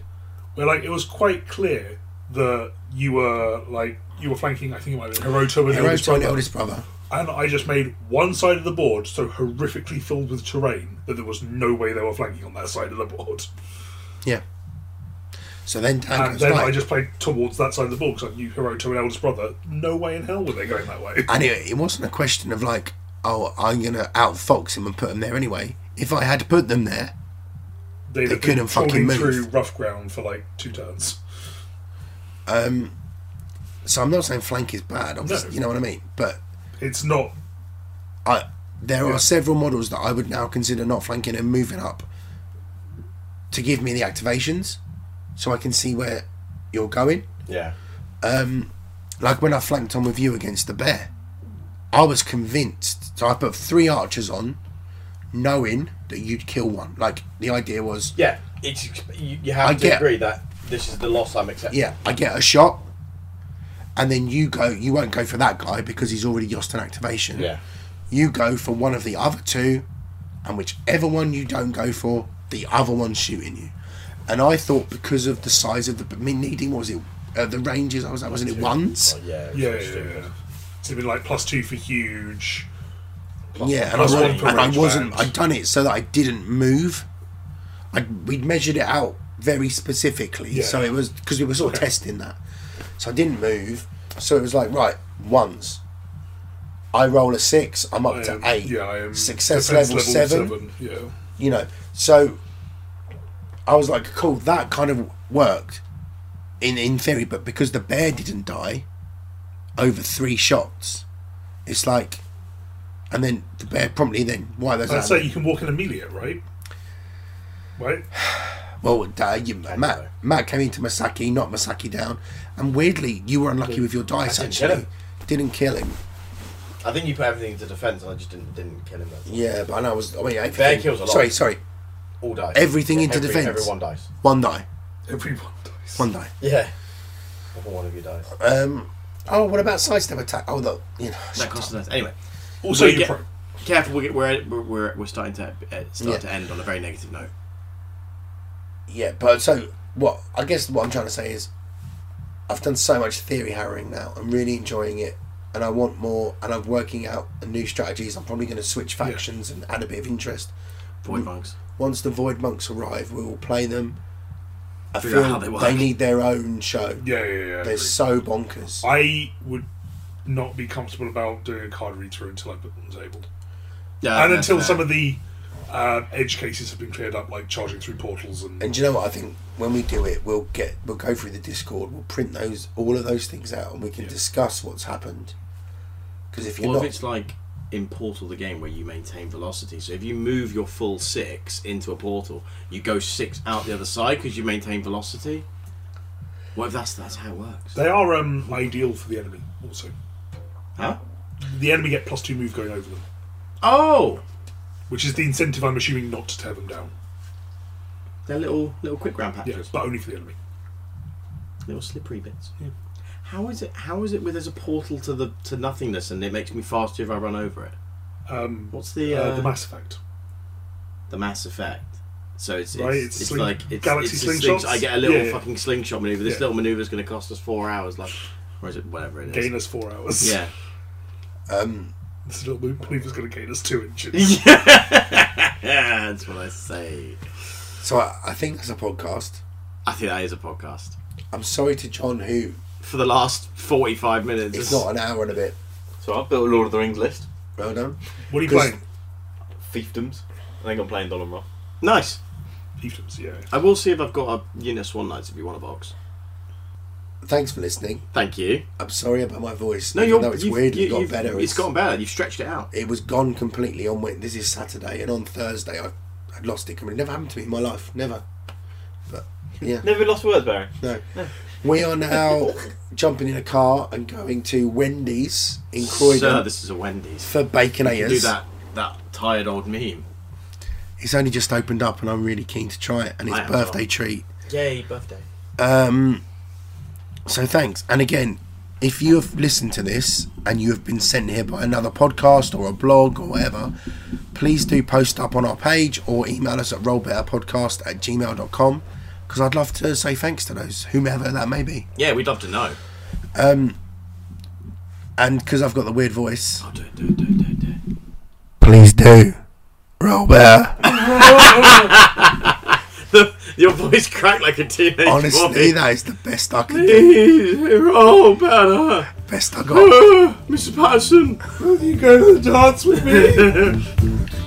B: where like it was quite clear that you were like you were flanking. I think it might have been Hiroto and Eldest
C: Heroes to an
B: Brother.
C: eldest brother.
B: and I just made one side of the board so horrifically filled with terrain that there was no way they were flanking on that side of the board.
C: So then Dan
B: And
C: goes,
B: then
C: right.
B: I just played towards that side of the board because I knew Hiroto and Eldest Brother. No way in hell were they going that way.
C: And it, it wasn't a question of like, oh, I'm going to outfox him and put him there anyway. If I had put them there,
B: They'd
C: They
B: have been
C: couldn't fucking
B: trolling through
C: move.
B: rough ground for like two turns.
C: um, so I'm not saying flank is bad, obviously,
B: No.
C: you know what I mean? But
B: It's not.
C: I, there
B: Yeah.
C: are several models that I would now consider not flanking and moving up to give me the activations so I can see where you're going.
A: Yeah.
C: um, like when I flanked on with you against the bear, I was convinced. So I put three archers on, knowing that you'd kill one. Like the idea was,
A: Yeah. It's you, you have
C: I
A: to
C: get-
A: agree that this is the loss I'm accepting.
C: yeah, I get a shot, and then you go. You won't go for that guy because he's already lost an activation.
A: Yeah.
C: You go for one of the other two, and whichever one you don't go for, the other one's shooting you. And I thought because of the size of the, I mean, needing what was it, uh, the ranges I was at, wasn't it ones?
A: Oh, yeah.
B: Yeah, yeah, yeah, yeah. It'd been like plus two for huge.
C: Yeah, and I,
B: Plus
C: was,
B: one
C: and
B: per
C: I
B: range
C: wasn't.
B: band.
C: I'd done it so that I didn't move. I we'd measured it out very specifically,
B: Yeah.
C: so it was because we were sort of
B: Okay.
C: testing that. So I didn't move. So it was like right once. I roll a six. I'm up
B: I
C: to
B: am-
C: eight.
B: Yeah, I am
C: Success
B: defense
C: level seven.
B: Yeah.
C: You know, so I was like, cool. That kind of worked in in theory, but because the bear didn't die over three shots, it's like. And then the bear promptly then why
A: Oh,
C: those
B: I'd say you can walk in Amelia, right? Right?
C: Well, uh, you, Matt,
A: know.
C: Matt came into Masaki, knocked Masaki down, and weirdly, you were unlucky with your dice.
A: I didn't
C: actually,
A: kill him.
C: didn't kill him.
A: I think you put everything into defence, and I just didn't didn't kill him. That's all.
C: Yeah, but I know I was. I mean, everything,
A: Bear kills a lot.
C: Sorry, sorry.
A: All dice.
C: Everything into
A: every-
C: defence.
A: Everyone dies.
C: One die.
B: Everyone [laughs] dies.
C: One die.
A: Yeah. Every one of you dies.
C: Um. Oh, what about sidestep attack? Oh, the you know.
E: That costs us. Anyway,
B: Also,
E: We
B: you
E: get-
B: pro-
E: careful. We're we're we're, we're, we're starting to uh, start
C: Yeah.
E: to end on a very negative note.
C: Yeah, but so what? I guess what I'm trying to say is, I've done so much theory harrowing now. I'm really enjoying it, and I want more. And I'm working out new strategies. I'm probably going to switch factions and add a bit of interest.
A: Mm.
E: Void monks.
C: once the Void Monks arrive, we will play them. I
E: Figure out
C: feel
E: how they
C: they,
E: work.
C: need their own show.
B: yeah, yeah, yeah.
C: They're so bonkers.
B: I would not be comfortable about doing a card read through until I put them on the table.
E: Yeah,
A: Uh,
B: and until some of the uh, edge cases have been cleared up, like charging through portals and.
C: And do you know what? I think when we do it, we'll get we'll go through the Discord. We'll print those all of those things out, and we can discuss what's happened. Because if you're
E: Or if
C: not,
E: it's like in Portal the game where you maintain velocity. So if you move your full six into a portal, you go six out the other side because you maintain velocity. What if that's that's how it works?
B: they are um, ideal for the enemy, also.
E: Huh?
B: The enemy get plus two move going over them,
E: Oh,
B: which is the incentive I'm assuming not to tear them down.
E: they're little little quick round
B: Yeah,
E: patches,
B: but only for the enemy.
E: little slippery bits. How is it? How is it where there's a portal to the to nothingness and it makes me faster if I run over it?
B: Um,
E: What's the
B: uh,
E: uh,
B: the Mass Effect.
E: the Mass Effect. So it's it's,
B: Right,
E: it's,
B: it's sling-
E: like it's,
B: galaxy
E: it's just
B: slingshots?
E: slings- I get a little
B: Yeah, yeah.
E: fucking slingshot maneuver. This
B: Yeah.
E: little maneuver is going to cost us four hours, like or is it whatever it is?
B: Gain us four hours.
E: Yeah,
C: um,
B: [laughs] This little maneuver is going to gain us two inches.
E: yeah, [laughs] that's what I say.
C: so I, I think that's a podcast.
E: I think that is a podcast
C: I'm sorry to John, who
E: for the last forty-five minutes.
C: it's not an hour and a bit.
D: So I've built a Lord of the Rings list,
C: Well done.
B: what are you
C: 'Cause-
B: playing?
D: fiefdoms. I think I'm playing Dolan Rock.
E: nice.
B: Fiefdoms, yeah.
E: I will see if I've got a Unit Swan Knights if you want a box.
C: Thanks for listening.
E: Thank you.
C: I'm sorry about my voice.
E: No,
C: even
E: you're.
C: though it's
E: you've-
C: weirdly
E: you-
C: got
E: you've-
C: better.
E: it's gotten better. You've stretched it out.
C: it was gone completely on Wed- this is Saturday and on Thursday I I'd lost it completely. Never happened to me in my life. Never. But yeah.
D: Never lost words, Barry.
C: No. We are now jumping in a car and going to Wendy's in
E: Sir,
C: Croydon
E: this is a Wendy's.
C: for baconators.
E: Do that that tired old meme.
C: It's only just opened up and I'm really keen to try it and it's
E: I am as
C: birthday
E: well.
C: treat.
A: Yay, birthday.
C: Um so thanks. And again, if you have listened to this and you have been sent here by another podcast or a blog or whatever, please do post up on our page or email us at rollbetterpodcast at gmail.com because I'd love to say thanks to those, whomever that may be.
E: Yeah, we'd love to know.
C: Um, And because I've got the weird voice,
A: Oh, do it, do it, do it, do it, do it.
C: please do,
A: [laughs]
C: Robert.
A: The, [laughs] your voice cracked like a teenage
C: Honestly,
A: [laughs] boy. Oh,
C: that is the best
A: [laughs]
C: I can
A: Please,
C: do.
A: we're all better.
C: Best I got.
B: [laughs]
A: Mrs. Patterson, will you go to the dance with me?